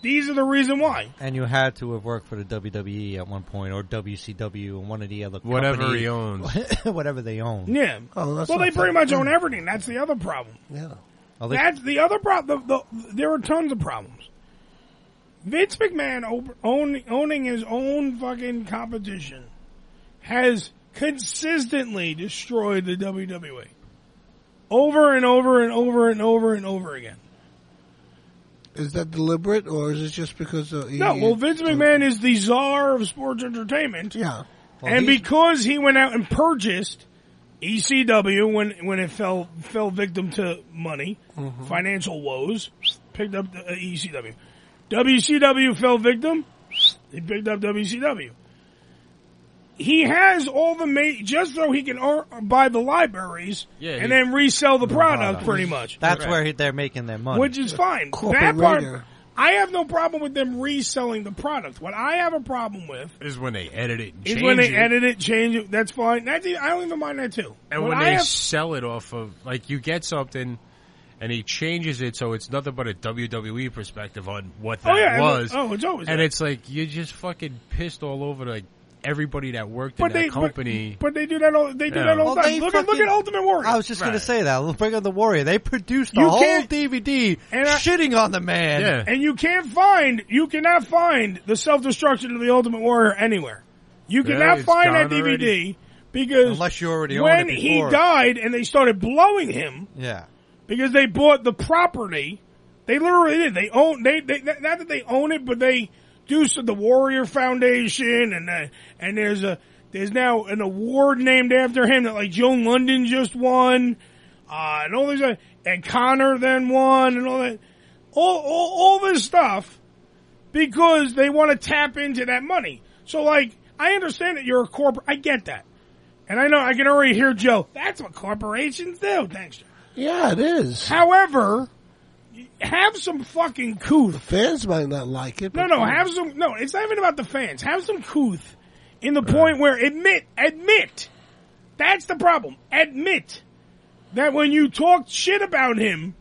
[SPEAKER 14] These are the reason why.
[SPEAKER 7] And you had to have worked for the WWE at one point, or WCW, and one of the other
[SPEAKER 17] Whatever
[SPEAKER 7] companies.
[SPEAKER 17] he owns.
[SPEAKER 7] whatever they own. Oh,
[SPEAKER 14] Yeah. well, they pretty much own everything. That's the other problem.
[SPEAKER 15] Yeah.
[SPEAKER 7] Well, Oh, they-
[SPEAKER 14] That's the other problem. The, the, there are tons of problems. Vince McMahon op- own, owning his own fucking competition has consistently destroyed the WWE over and over and over and over and over again.
[SPEAKER 15] Is that deliberate, or is it just because of...
[SPEAKER 14] No, well, Vince McMahon is the czar of sports entertainment.
[SPEAKER 15] Yeah. Well,
[SPEAKER 14] and
[SPEAKER 15] he-
[SPEAKER 14] because he went out and purchased ECW when, when it fell, fell victim to money,
[SPEAKER 15] Mhm.
[SPEAKER 14] financial woes, picked up the, uh, ECW. WCW fell victim, he picked up WCW. He has all the ma- just so he can or- buy the libraries
[SPEAKER 7] Yeah,
[SPEAKER 14] and
[SPEAKER 7] he-
[SPEAKER 14] then resell the product pretty much.
[SPEAKER 7] That's where he- they're making their money.
[SPEAKER 14] Which is fine.
[SPEAKER 7] Corporate
[SPEAKER 14] that part,
[SPEAKER 7] radio.
[SPEAKER 14] I have no problem with them reselling the product. What I have a problem with
[SPEAKER 17] This is when they edit it and
[SPEAKER 14] is
[SPEAKER 17] change
[SPEAKER 14] when they
[SPEAKER 17] it.
[SPEAKER 14] edit it, change it. That's fine. That's e- I don't even mind that too.
[SPEAKER 17] And
[SPEAKER 14] What
[SPEAKER 17] when
[SPEAKER 14] I
[SPEAKER 17] they
[SPEAKER 14] have-
[SPEAKER 17] sell it off of, like, you get something and he changes it so it's nothing but a WWE perspective on what
[SPEAKER 14] Oh,
[SPEAKER 17] that
[SPEAKER 14] yeah, and-
[SPEAKER 17] was.
[SPEAKER 14] oh, it's always
[SPEAKER 17] And
[SPEAKER 14] that.
[SPEAKER 17] it's like, you're just fucking pissed all over, like, everybody that worked
[SPEAKER 14] but
[SPEAKER 17] in that
[SPEAKER 14] they
[SPEAKER 17] company.
[SPEAKER 14] But, but they do that. All, they do
[SPEAKER 17] Yeah.
[SPEAKER 14] that all
[SPEAKER 17] Well,
[SPEAKER 14] the time.
[SPEAKER 17] they
[SPEAKER 14] Look at look at
[SPEAKER 7] fucking-
[SPEAKER 14] Ultimate Warrior.
[SPEAKER 7] I was just going to say that. Let's Bring on the Warrior. They produced a
[SPEAKER 14] You
[SPEAKER 7] whole
[SPEAKER 14] can't-
[SPEAKER 7] DVD
[SPEAKER 14] And I-
[SPEAKER 7] shitting on the man.
[SPEAKER 14] And you can't find, you cannot find the self-destruction of the Ultimate Warrior anywhere. You
[SPEAKER 7] Yeah,
[SPEAKER 14] cannot
[SPEAKER 7] it's
[SPEAKER 14] find
[SPEAKER 7] gone
[SPEAKER 14] that DVD
[SPEAKER 7] already.
[SPEAKER 14] because
[SPEAKER 7] Unless you already owned
[SPEAKER 14] when
[SPEAKER 7] it
[SPEAKER 14] he
[SPEAKER 7] before.
[SPEAKER 14] died and they started blowing him
[SPEAKER 7] Yeah.
[SPEAKER 14] because they bought the property. They literally did. They own they, they not that they own it, but they do so the Warrior Foundation and uh, and there's a there's now an award named after him that like Joan London just won. uh, and all these, other- and Connor then won, and all that, all, all, all this stuff, because they want to tap into that money. So, like, I understand that you're a corporate. I get that, and I know I can already hear Joe. That's what corporations do. Thanks. Joe."
[SPEAKER 15] Yeah, it is.
[SPEAKER 14] However, have some fucking couth. The
[SPEAKER 15] fans might not like it.
[SPEAKER 14] No,
[SPEAKER 15] but-
[SPEAKER 14] no, have some. No, it's not even about the fans. Have some couth in the point where admit, admit. That's the problem. Admit that when you talked shit about him,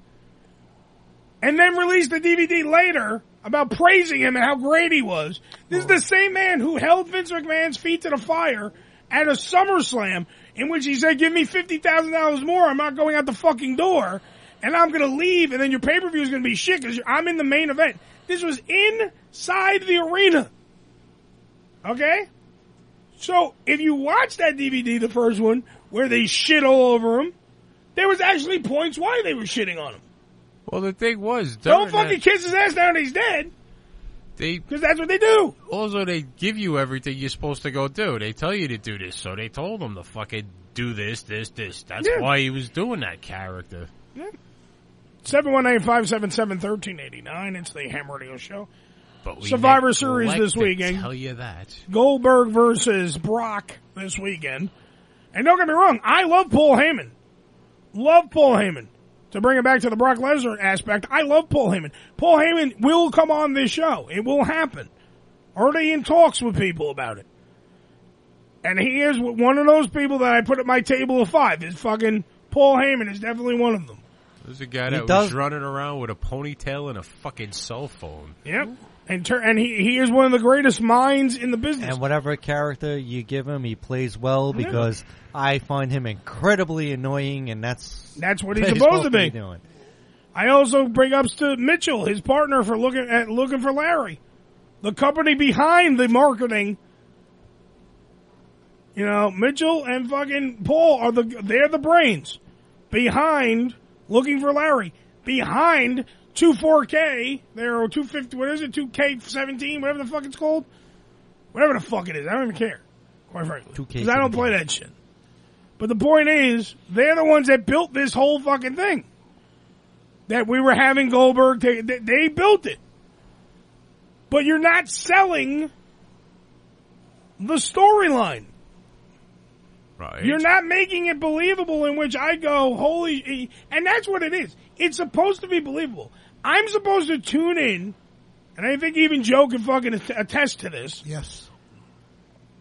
[SPEAKER 14] and then released the DVD later about praising him and how great he was. This is the same man who held Vince McMahon's feet to the fire at a SummerSlam in which he said, "Give me fifty thousand dollars more. I'm not going out the fucking door, and I'm going to leave. And then your pay per view is going to be shit because I'm in the main event." This was inside the arena. Okay. So if you watch that DVD, the first one where they shit all over him, there was actually points why they were shitting on him.
[SPEAKER 17] Well, the thing was,
[SPEAKER 14] Don't
[SPEAKER 17] during
[SPEAKER 14] fucking
[SPEAKER 17] that,
[SPEAKER 14] kiss his ass down. He's dead.
[SPEAKER 17] They
[SPEAKER 14] because that's what they do.
[SPEAKER 17] Also, they give you everything you're supposed to go do. They tell you to do this, so they told him to fucking do this, this, this. That's
[SPEAKER 14] Yeah.
[SPEAKER 17] why he was doing that character.
[SPEAKER 14] Seven one nine five seven seven thirteen eighty nine. It's the Ham Radio Show.
[SPEAKER 17] But we
[SPEAKER 14] Survivor Series
[SPEAKER 17] neglect
[SPEAKER 14] this
[SPEAKER 17] to
[SPEAKER 14] weekend.
[SPEAKER 17] Tell you that.
[SPEAKER 14] Goldberg versus Brock this weekend. And don't get me wrong, I love Paul Heyman. Love Paul Heyman. To bring it back to the Brock Lesnar aspect, I love Paul Heyman. Paul Heyman will come on this show. It will happen. Already in talks with people about it. And he is one of those people that I put at my table of five. Is fucking Paul Heyman is definitely one of them.
[SPEAKER 17] There's a guy
[SPEAKER 14] He
[SPEAKER 17] that
[SPEAKER 14] does-
[SPEAKER 17] was running around with a ponytail and a fucking cell phone.
[SPEAKER 14] Yep. And tur and he he is one of the greatest minds in the business.
[SPEAKER 7] And whatever character you give him, he plays well because I find him incredibly annoying, and that's
[SPEAKER 14] That's what he's supposed to be.
[SPEAKER 7] doing.
[SPEAKER 14] I also bring ups to Mitchell, his partner, for looking at looking for Larry, the company behind the marketing. You know, Mitchell and fucking Paul are the they're the brains behind looking for Larry behind two four K there or two fifty what is it two K seventeen whatever the fuck it's called whatever the fuck it is I don't even care quite frankly
[SPEAKER 7] 2K17.
[SPEAKER 14] because I don't play that shit. But the point is, they're the ones that built this whole fucking thing that we were having Goldberg. Take, they, they built it, but you're not selling the storyline.
[SPEAKER 17] Right.
[SPEAKER 14] You're not making it believable. In which I go, holy, and that's what it is. It's supposed to be believable. I'm supposed to tune in, and I think even Joe can fucking att- attest to this.
[SPEAKER 15] Yes.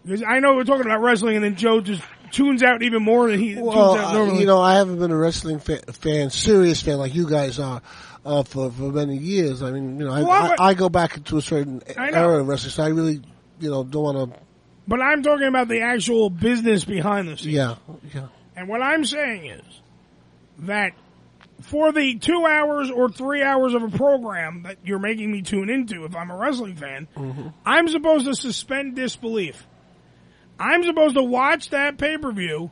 [SPEAKER 14] Because I know we're talking about wrestling, and then Joe just tunes out even more than he
[SPEAKER 15] Well,
[SPEAKER 14] tunes out
[SPEAKER 15] I,
[SPEAKER 14] normally.
[SPEAKER 15] you know, I haven't been a wrestling fan, fan serious fan like you guys are, uh, for, for many years. I mean, you know, I,
[SPEAKER 14] Well,
[SPEAKER 15] I,
[SPEAKER 14] but-
[SPEAKER 15] I go back into a certain
[SPEAKER 14] I know.
[SPEAKER 15] era of wrestling, so I really, you know, don't want to,
[SPEAKER 14] But I'm talking about the actual business behind the scenes.
[SPEAKER 15] yeah, yeah.
[SPEAKER 14] And what I'm saying is that for the two hours or three hours of a program that you're making me tune into, if I'm a wrestling fan, I'm supposed to suspend disbelief. I'm supposed to watch that pay per view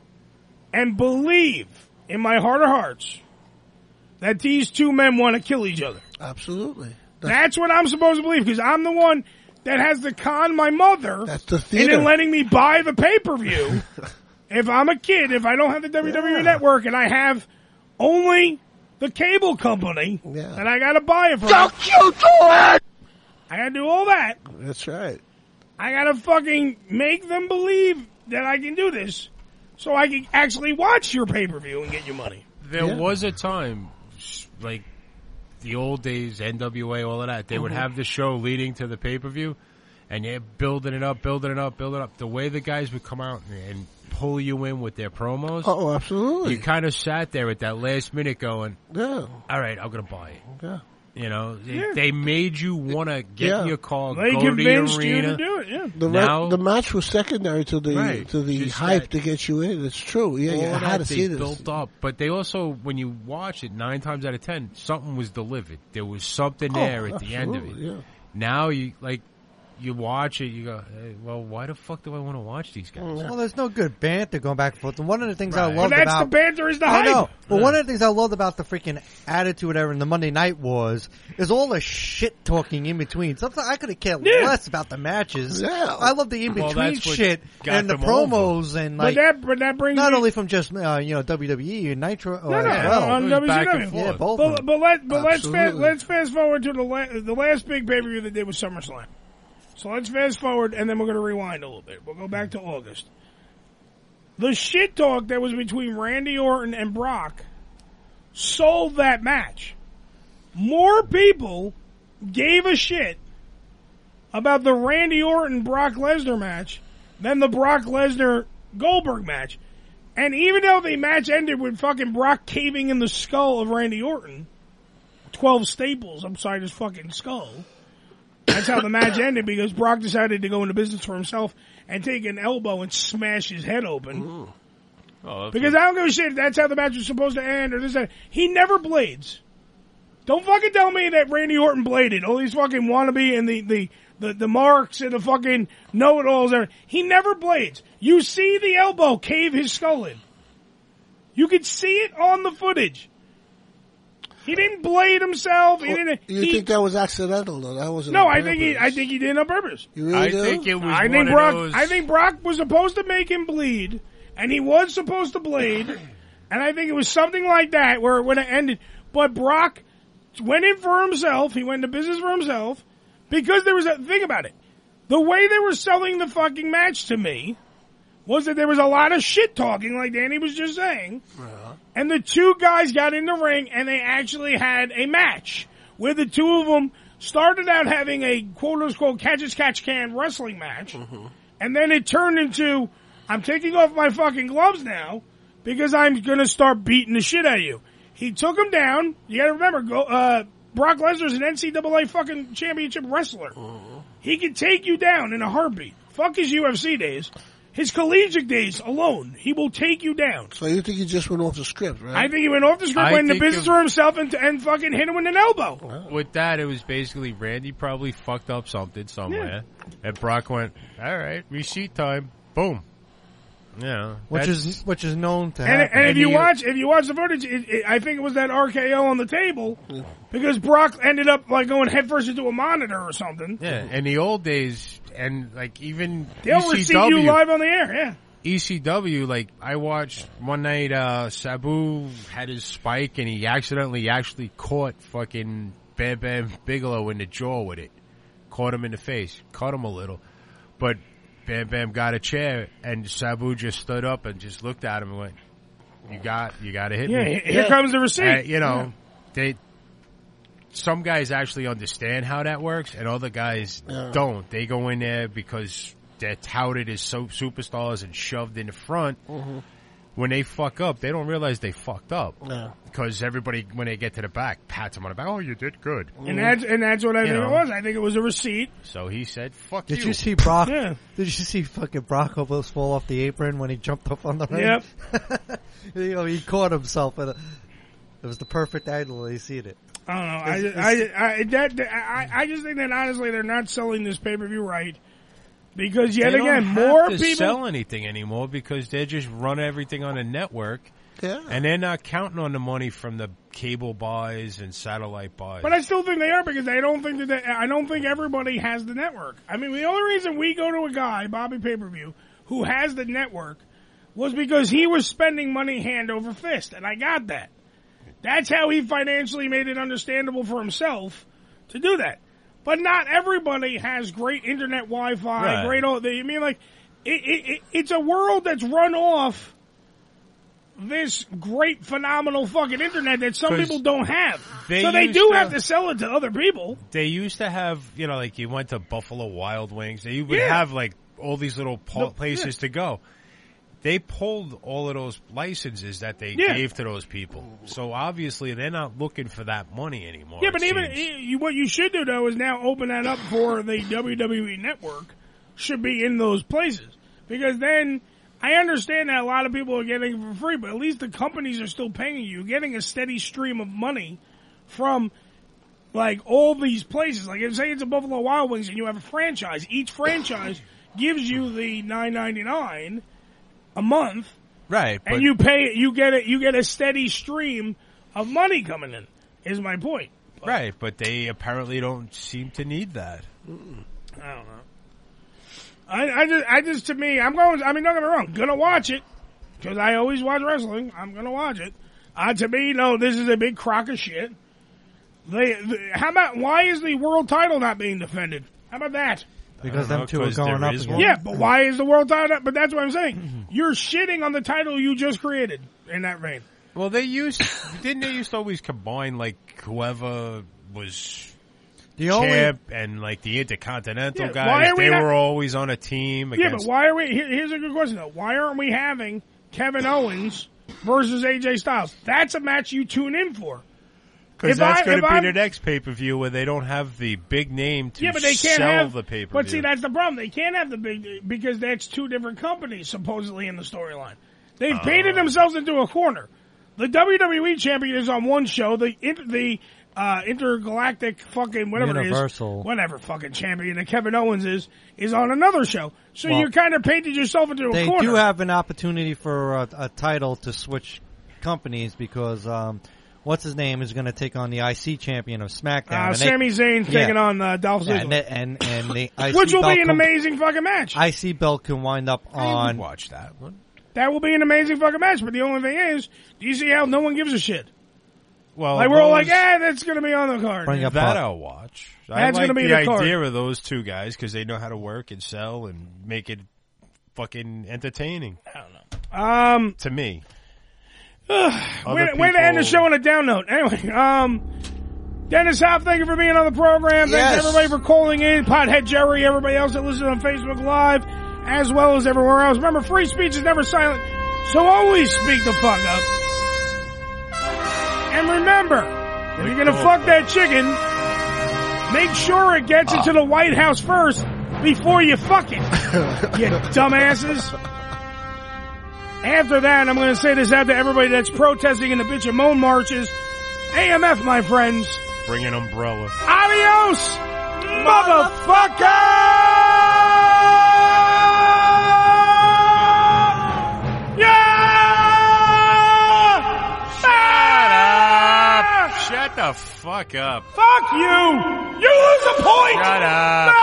[SPEAKER 14] and believe in my heart of hearts that these two men want to kill each other.
[SPEAKER 15] Absolutely.
[SPEAKER 14] That's what I'm supposed to believe because I'm the one that has to con my mother That's
[SPEAKER 15] the
[SPEAKER 14] into
[SPEAKER 15] theater.
[SPEAKER 14] letting me buy the pay per view. if I'm a kid, if I don't have the WWE network and I have only the cable company, and I gotta buy it from Don't you do it! I gotta do all that.
[SPEAKER 15] That's right.
[SPEAKER 14] I gotta fucking make them believe that I can do this so I can actually watch your pay per view and get your money.
[SPEAKER 17] There was a time, s- like the old days, NWA, all of that. They would
[SPEAKER 14] Mhm.
[SPEAKER 15] Mm-hmm.
[SPEAKER 17] have the show leading to the pay per view, and they're building it up, building it up, building it up. The way the guys would come out and, and pull you in with their promos.
[SPEAKER 15] Oh, absolutely.
[SPEAKER 17] You kind of sat there at that last minute going,
[SPEAKER 15] Yeah.
[SPEAKER 17] "All right, I'm gonna buy it."
[SPEAKER 15] Yeah.
[SPEAKER 17] You know, they,
[SPEAKER 15] Yeah.
[SPEAKER 17] they made you want to get
[SPEAKER 15] Yeah.
[SPEAKER 17] in your car,
[SPEAKER 14] They
[SPEAKER 17] go to the
[SPEAKER 14] convinced you to
[SPEAKER 17] arena.
[SPEAKER 14] do it, yeah.
[SPEAKER 15] The,
[SPEAKER 17] now,
[SPEAKER 15] ra- the match was secondary to the
[SPEAKER 17] Right.
[SPEAKER 15] to the hype to get you in. It's true. Yeah,
[SPEAKER 17] all
[SPEAKER 15] yeah. I
[SPEAKER 17] that
[SPEAKER 15] had to
[SPEAKER 17] they
[SPEAKER 15] see this.
[SPEAKER 17] built up, but they also, when you watch it, nine times out of ten, something was delivered. There was something
[SPEAKER 15] Oh,
[SPEAKER 17] there at the end of it.
[SPEAKER 15] absolutely, yeah.
[SPEAKER 17] Now you like you watch it, you go, hey, well, why the fuck do I want to watch these guys?
[SPEAKER 7] Well, there's no good banter going back and forth. And one of the things I
[SPEAKER 17] Right.
[SPEAKER 7] loved
[SPEAKER 17] Well, that's
[SPEAKER 7] about
[SPEAKER 17] the banter is the
[SPEAKER 7] I know,
[SPEAKER 17] hype.
[SPEAKER 7] but
[SPEAKER 17] Yeah.
[SPEAKER 7] one of the things I loved about the freaking attitude era in the Monday Night Wars is all the shit talking in between. Something I could have cared less about the matches.
[SPEAKER 14] Yeah.
[SPEAKER 7] I love the in
[SPEAKER 14] Well,
[SPEAKER 7] between
[SPEAKER 14] that's what
[SPEAKER 7] shit
[SPEAKER 14] got
[SPEAKER 7] and the
[SPEAKER 14] them over.
[SPEAKER 7] promos and
[SPEAKER 14] But
[SPEAKER 7] like
[SPEAKER 14] that- but that brings
[SPEAKER 7] not
[SPEAKER 14] me-
[SPEAKER 7] only from just uh, you know WWE and Nitro. uh,
[SPEAKER 14] No,
[SPEAKER 7] as
[SPEAKER 14] no,
[SPEAKER 7] well.
[SPEAKER 14] on WCW.
[SPEAKER 7] Oh, Yeah, both. of
[SPEAKER 14] but,
[SPEAKER 7] them.
[SPEAKER 14] but let but let's fast,
[SPEAKER 7] Absolutely.
[SPEAKER 14] let's fast forward to the la- the last big pay per view they did was SummerSlam. So let's fast forward, and then we're going to rewind a little bit. We'll go back to August. The shit talk that was between Randy Orton and Brock sold that match. More people gave a shit about the Randy Orton Brock Lesnar match than the Brock Lesnar Goldberg match. And even though the match ended with fucking Brock caving in the skull of Randy Orton, 12 staples upside his fucking skull, that's how the match ended because Brock decided to go into business for himself and take an elbow and smash his head open.
[SPEAKER 17] Oh,
[SPEAKER 14] Because I don't give a shit. if That's how the match was supposed to end, or this. That. He never blades. Don't fucking tell me that Randy Orton bladed. All these fucking wannabe and the the the, the marks and the fucking know it alls. He never blades. You see the elbow cave his skull in. You can see it on the footage. He didn't blade himself. He didn't.
[SPEAKER 15] You
[SPEAKER 14] he-
[SPEAKER 15] think that was accidental, though? That wasn't.
[SPEAKER 14] no,
[SPEAKER 15] on
[SPEAKER 14] I think he.
[SPEAKER 15] purpose.
[SPEAKER 14] I think he did it on purpose.
[SPEAKER 15] You really I do? think it was
[SPEAKER 14] I
[SPEAKER 15] one
[SPEAKER 14] think
[SPEAKER 15] of
[SPEAKER 14] Brock.
[SPEAKER 15] those-
[SPEAKER 14] I think Brock was supposed to make him bleed, and he was supposed to bleed, and I think it was something like that where it would have ended. But Brock went in for himself. He went into business for himself because there was a think about it. The way they were selling the fucking match to me was that there was a lot of shit talking, like Danny was just saying. And the two guys got in the ring and they actually had a match where the two of them started out having a quote unquote catch as catch can wrestling match. And then it turned into, I'm taking off my fucking gloves now because I'm going to start beating the shit out of you. He took him down. You got to remember, go, uh, Brock Lesnar's an NCAA fucking championship wrestler. He can take you down in a heartbeat. Fuck his UFC days. His collegiate days alone, he will take you down.
[SPEAKER 15] So you think he just went off the script, right?
[SPEAKER 14] I think he went off the script,
[SPEAKER 17] I
[SPEAKER 14] went into
[SPEAKER 17] think
[SPEAKER 14] business
[SPEAKER 17] it-
[SPEAKER 14] for himself, and, and fucking hit him with an elbow.
[SPEAKER 17] With that, it was basically Randy probably fucked up something somewhere, and Brock went, "All right, receipt time." Boom. Yeah,
[SPEAKER 7] which
[SPEAKER 17] that's-
[SPEAKER 7] is which is known to
[SPEAKER 14] And,
[SPEAKER 7] happen.
[SPEAKER 14] and if you watch, if you watch the footage, it, it, I think it was that RKO on the table because Brock ended up like going headfirst into a monitor or something.
[SPEAKER 17] yeah. In the old days, and like even E
[SPEAKER 14] they'll receive you
[SPEAKER 17] ECW
[SPEAKER 14] live on the air. Yeah,
[SPEAKER 17] ECW, E like I watched one night, uh, Sabu had his spike and he accidentally actually caught fucking Bam Bam Bigelow in the jaw with it. Caught him in the face, cut him a little, but Bam Bam got a chair and Sabu just stood up and just looked at him and went, "You got, you got to hit
[SPEAKER 14] Yeah,
[SPEAKER 17] me."
[SPEAKER 14] he- here comes the receipt.
[SPEAKER 17] Uh, you know,
[SPEAKER 14] Yeah.
[SPEAKER 17] they. Some guys actually understand how that works, and other guys
[SPEAKER 14] Yeah.
[SPEAKER 17] don't. They go in there because they're touted as soap superstars and shoved in the front. When they fuck up, they don't realize they fucked up. Because everybody, when they get to the back, pats them on the back. Oh, you did good.
[SPEAKER 14] and that's and that's what I
[SPEAKER 17] You
[SPEAKER 14] think
[SPEAKER 17] know.
[SPEAKER 14] it was. I think it was a receipt.
[SPEAKER 17] So he said, fuck
[SPEAKER 7] Did
[SPEAKER 17] you.
[SPEAKER 7] you see Brock? Did you see fucking Brock almost fall off the apron when he jumped up on the ring?
[SPEAKER 14] Yep.
[SPEAKER 7] you know, he caught himself, and uh, it was the perfect angle. They see it.
[SPEAKER 14] I don't know. I
[SPEAKER 7] It's-
[SPEAKER 14] just, I,
[SPEAKER 7] it's-
[SPEAKER 14] I, that, that- I, I just think that honestly, they're not selling this pay per view right because yet
[SPEAKER 17] They don't
[SPEAKER 14] again,
[SPEAKER 17] have
[SPEAKER 14] more
[SPEAKER 17] to
[SPEAKER 14] people
[SPEAKER 17] sell anything anymore because they just run everything on a network.
[SPEAKER 15] Yeah.
[SPEAKER 17] And they're not counting on the money from the cable buys and satellite buys.
[SPEAKER 14] But I still think they are because they don't think that they, I don't think everybody has the network. I mean, the only reason we go to a guy, Bobby Pay-Per-View, who has the network was because he was spending money hand over fist, and I got that. That's how he financially made it understandable for himself to do that. But not everybody has great internet Wi-Fi,
[SPEAKER 17] Right.
[SPEAKER 14] great all. I mean, like it, it, it, it's a world that's run off this great, phenomenal fucking internet that some
[SPEAKER 17] 'Cause
[SPEAKER 14] people don't have.
[SPEAKER 17] they
[SPEAKER 14] so they
[SPEAKER 17] used
[SPEAKER 14] do
[SPEAKER 17] to-
[SPEAKER 14] have to sell it to other people.
[SPEAKER 17] they used to have, you know, like you went to Buffalo Wild Wings. They would
[SPEAKER 14] Yeah.
[SPEAKER 17] have like all these little pa-
[SPEAKER 14] No,
[SPEAKER 17] places to go. They pulled all of those licenses that they
[SPEAKER 14] Yeah.
[SPEAKER 17] gave to those people. So obviously they're not looking for that money anymore. Oh,
[SPEAKER 14] yeah,
[SPEAKER 17] it
[SPEAKER 14] but even
[SPEAKER 17] seems.
[SPEAKER 14] you, what you should do though is now open that up for the WWE network should be in those places because then I understand that a lot of people are getting it for free, but at least the companies are still paying you, getting a steady stream of money from like all these places. Like, if say it's a Buffalo Wild Wings and you have a franchise, each franchise gives you the nine ninety nine a month,
[SPEAKER 7] right?
[SPEAKER 14] and you pay, you get it, you get a steady stream of money coming in. Is my point.
[SPEAKER 17] Right, but they apparently don't seem to need that.
[SPEAKER 14] I don't know. I, I just, I just, to me, I'm going. I mean, don't get me wrong, gonna watch it because I always watch wrestling. I'm gonna watch it. Uh, to me, no, this is a big crock of shit. They, the- how about why is the world title not being defended? How about that?
[SPEAKER 7] Because
[SPEAKER 17] I
[SPEAKER 7] them
[SPEAKER 17] don't
[SPEAKER 7] two
[SPEAKER 17] know,
[SPEAKER 7] are
[SPEAKER 17] 'cause
[SPEAKER 7] going
[SPEAKER 17] there
[SPEAKER 7] up
[SPEAKER 17] is
[SPEAKER 7] again. Mm-hmm.
[SPEAKER 17] one.
[SPEAKER 14] Yeah, but why is the world title? Not, but that's what I'm saying. You're shitting on the title you just created in that vein.
[SPEAKER 17] Well, they used didn't they used to always combine like whoever was
[SPEAKER 7] the
[SPEAKER 14] only-
[SPEAKER 17] champ and like the intercontinental
[SPEAKER 14] Yeah, why
[SPEAKER 17] guys.
[SPEAKER 14] are we
[SPEAKER 17] They
[SPEAKER 14] not-
[SPEAKER 17] were always on a team.
[SPEAKER 14] Yeah,
[SPEAKER 17] Against,
[SPEAKER 14] but why are we? Here, here's a good question though. Why aren't we having Kevin Owens versus AJ Styles? That's a match you tune in for.
[SPEAKER 17] Because
[SPEAKER 14] If
[SPEAKER 17] that's
[SPEAKER 14] I-
[SPEAKER 17] going
[SPEAKER 14] if
[SPEAKER 17] to be
[SPEAKER 14] I'm-
[SPEAKER 17] the next pay per view where they don't have the big name to
[SPEAKER 14] yeah, but they can't
[SPEAKER 17] sell
[SPEAKER 14] have
[SPEAKER 17] the pay per view.
[SPEAKER 14] But see, that's the problem. They can't have the big because that's two different companies supposedly in the storyline. They've painted themselves into a corner. The WWE champion is on one show. The inter, the uh, intergalactic fucking whatever it
[SPEAKER 7] Universal.
[SPEAKER 14] is, whatever fucking champion that Kevin Owens is is on another show. So
[SPEAKER 7] Well,
[SPEAKER 14] you kind of painted yourself into a
[SPEAKER 7] They
[SPEAKER 14] corner.
[SPEAKER 7] do have an opportunity for a, a title to switch companies because um, what's his name is going to take on the IC champion of SmackDown.
[SPEAKER 14] uh,
[SPEAKER 7] and they-
[SPEAKER 14] Sami Zayn
[SPEAKER 7] Yeah.
[SPEAKER 14] taking on uh, Dolph
[SPEAKER 7] Yeah, and,
[SPEAKER 14] Ziggler,
[SPEAKER 7] they- and and the IC
[SPEAKER 14] which will
[SPEAKER 7] belt
[SPEAKER 14] be an
[SPEAKER 7] can-
[SPEAKER 14] amazing fucking match.
[SPEAKER 7] IC belt can wind up on.
[SPEAKER 17] watch that one.
[SPEAKER 14] That will be an amazing fucking match. But the only thing is, do you see how no one gives a shit?
[SPEAKER 17] Oh, Well,
[SPEAKER 14] like we're all like,
[SPEAKER 17] those-
[SPEAKER 14] yeah, that's gonna be on the card.
[SPEAKER 17] that I'll watch. I
[SPEAKER 14] That's
[SPEAKER 17] like
[SPEAKER 14] gonna be
[SPEAKER 17] the,
[SPEAKER 14] the card.
[SPEAKER 17] idea of those two guys because they know how to work and sell and make it fucking entertaining. I don't
[SPEAKER 14] know. Um,
[SPEAKER 17] to me,
[SPEAKER 14] Way, way to end the show on a down note. Anyway, um, Dennis Hoff, thank you for being on the program.
[SPEAKER 15] Yes.
[SPEAKER 14] Thanks everybody for calling in. Pothead Jerry, everybody else that listens on Facebook Live, as well as everywhere else. Remember, free speech is never silent, so always speak the fuck up. And remember, if you're gonna fuck that chicken, make sure it gets into the White House first before you fuck it. you dumbasses. After that, I'm going to say this out to everybody that's protesting in the bitch and moan marches. AMF, my friends.
[SPEAKER 17] Bring an umbrella.
[SPEAKER 14] Adios, motherfucker! Yeah! Ah!
[SPEAKER 17] Shut the fuck up.
[SPEAKER 14] Fuck you! Ah! You lose a point!
[SPEAKER 17] Shut up.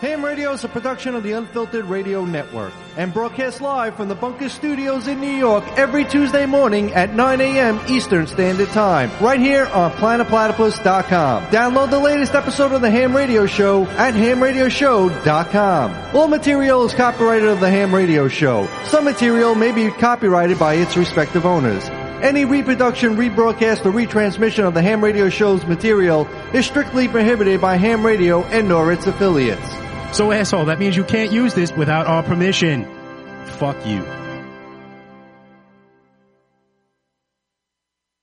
[SPEAKER 16] Ham Radio is a production of the Unfiltered Radio Network and broadcast live from the Bunker Studios in New York every Tuesday morning at 9 a.m. Eastern Standard Time, right here on planetplatypus.com. Download the latest episode of the Ham Radio Show at hamradioshow.com. All material is copyrighted of the Ham Radio Show. Some material may be copyrighted by its respective owners. Any reproduction, rebroadcast, or retransmission of the Ham Radio Show's material is strictly prohibited by Ham Radio and or its affiliates.
[SPEAKER 26] So asshole, that means you can't use this without our permission. Fuck you.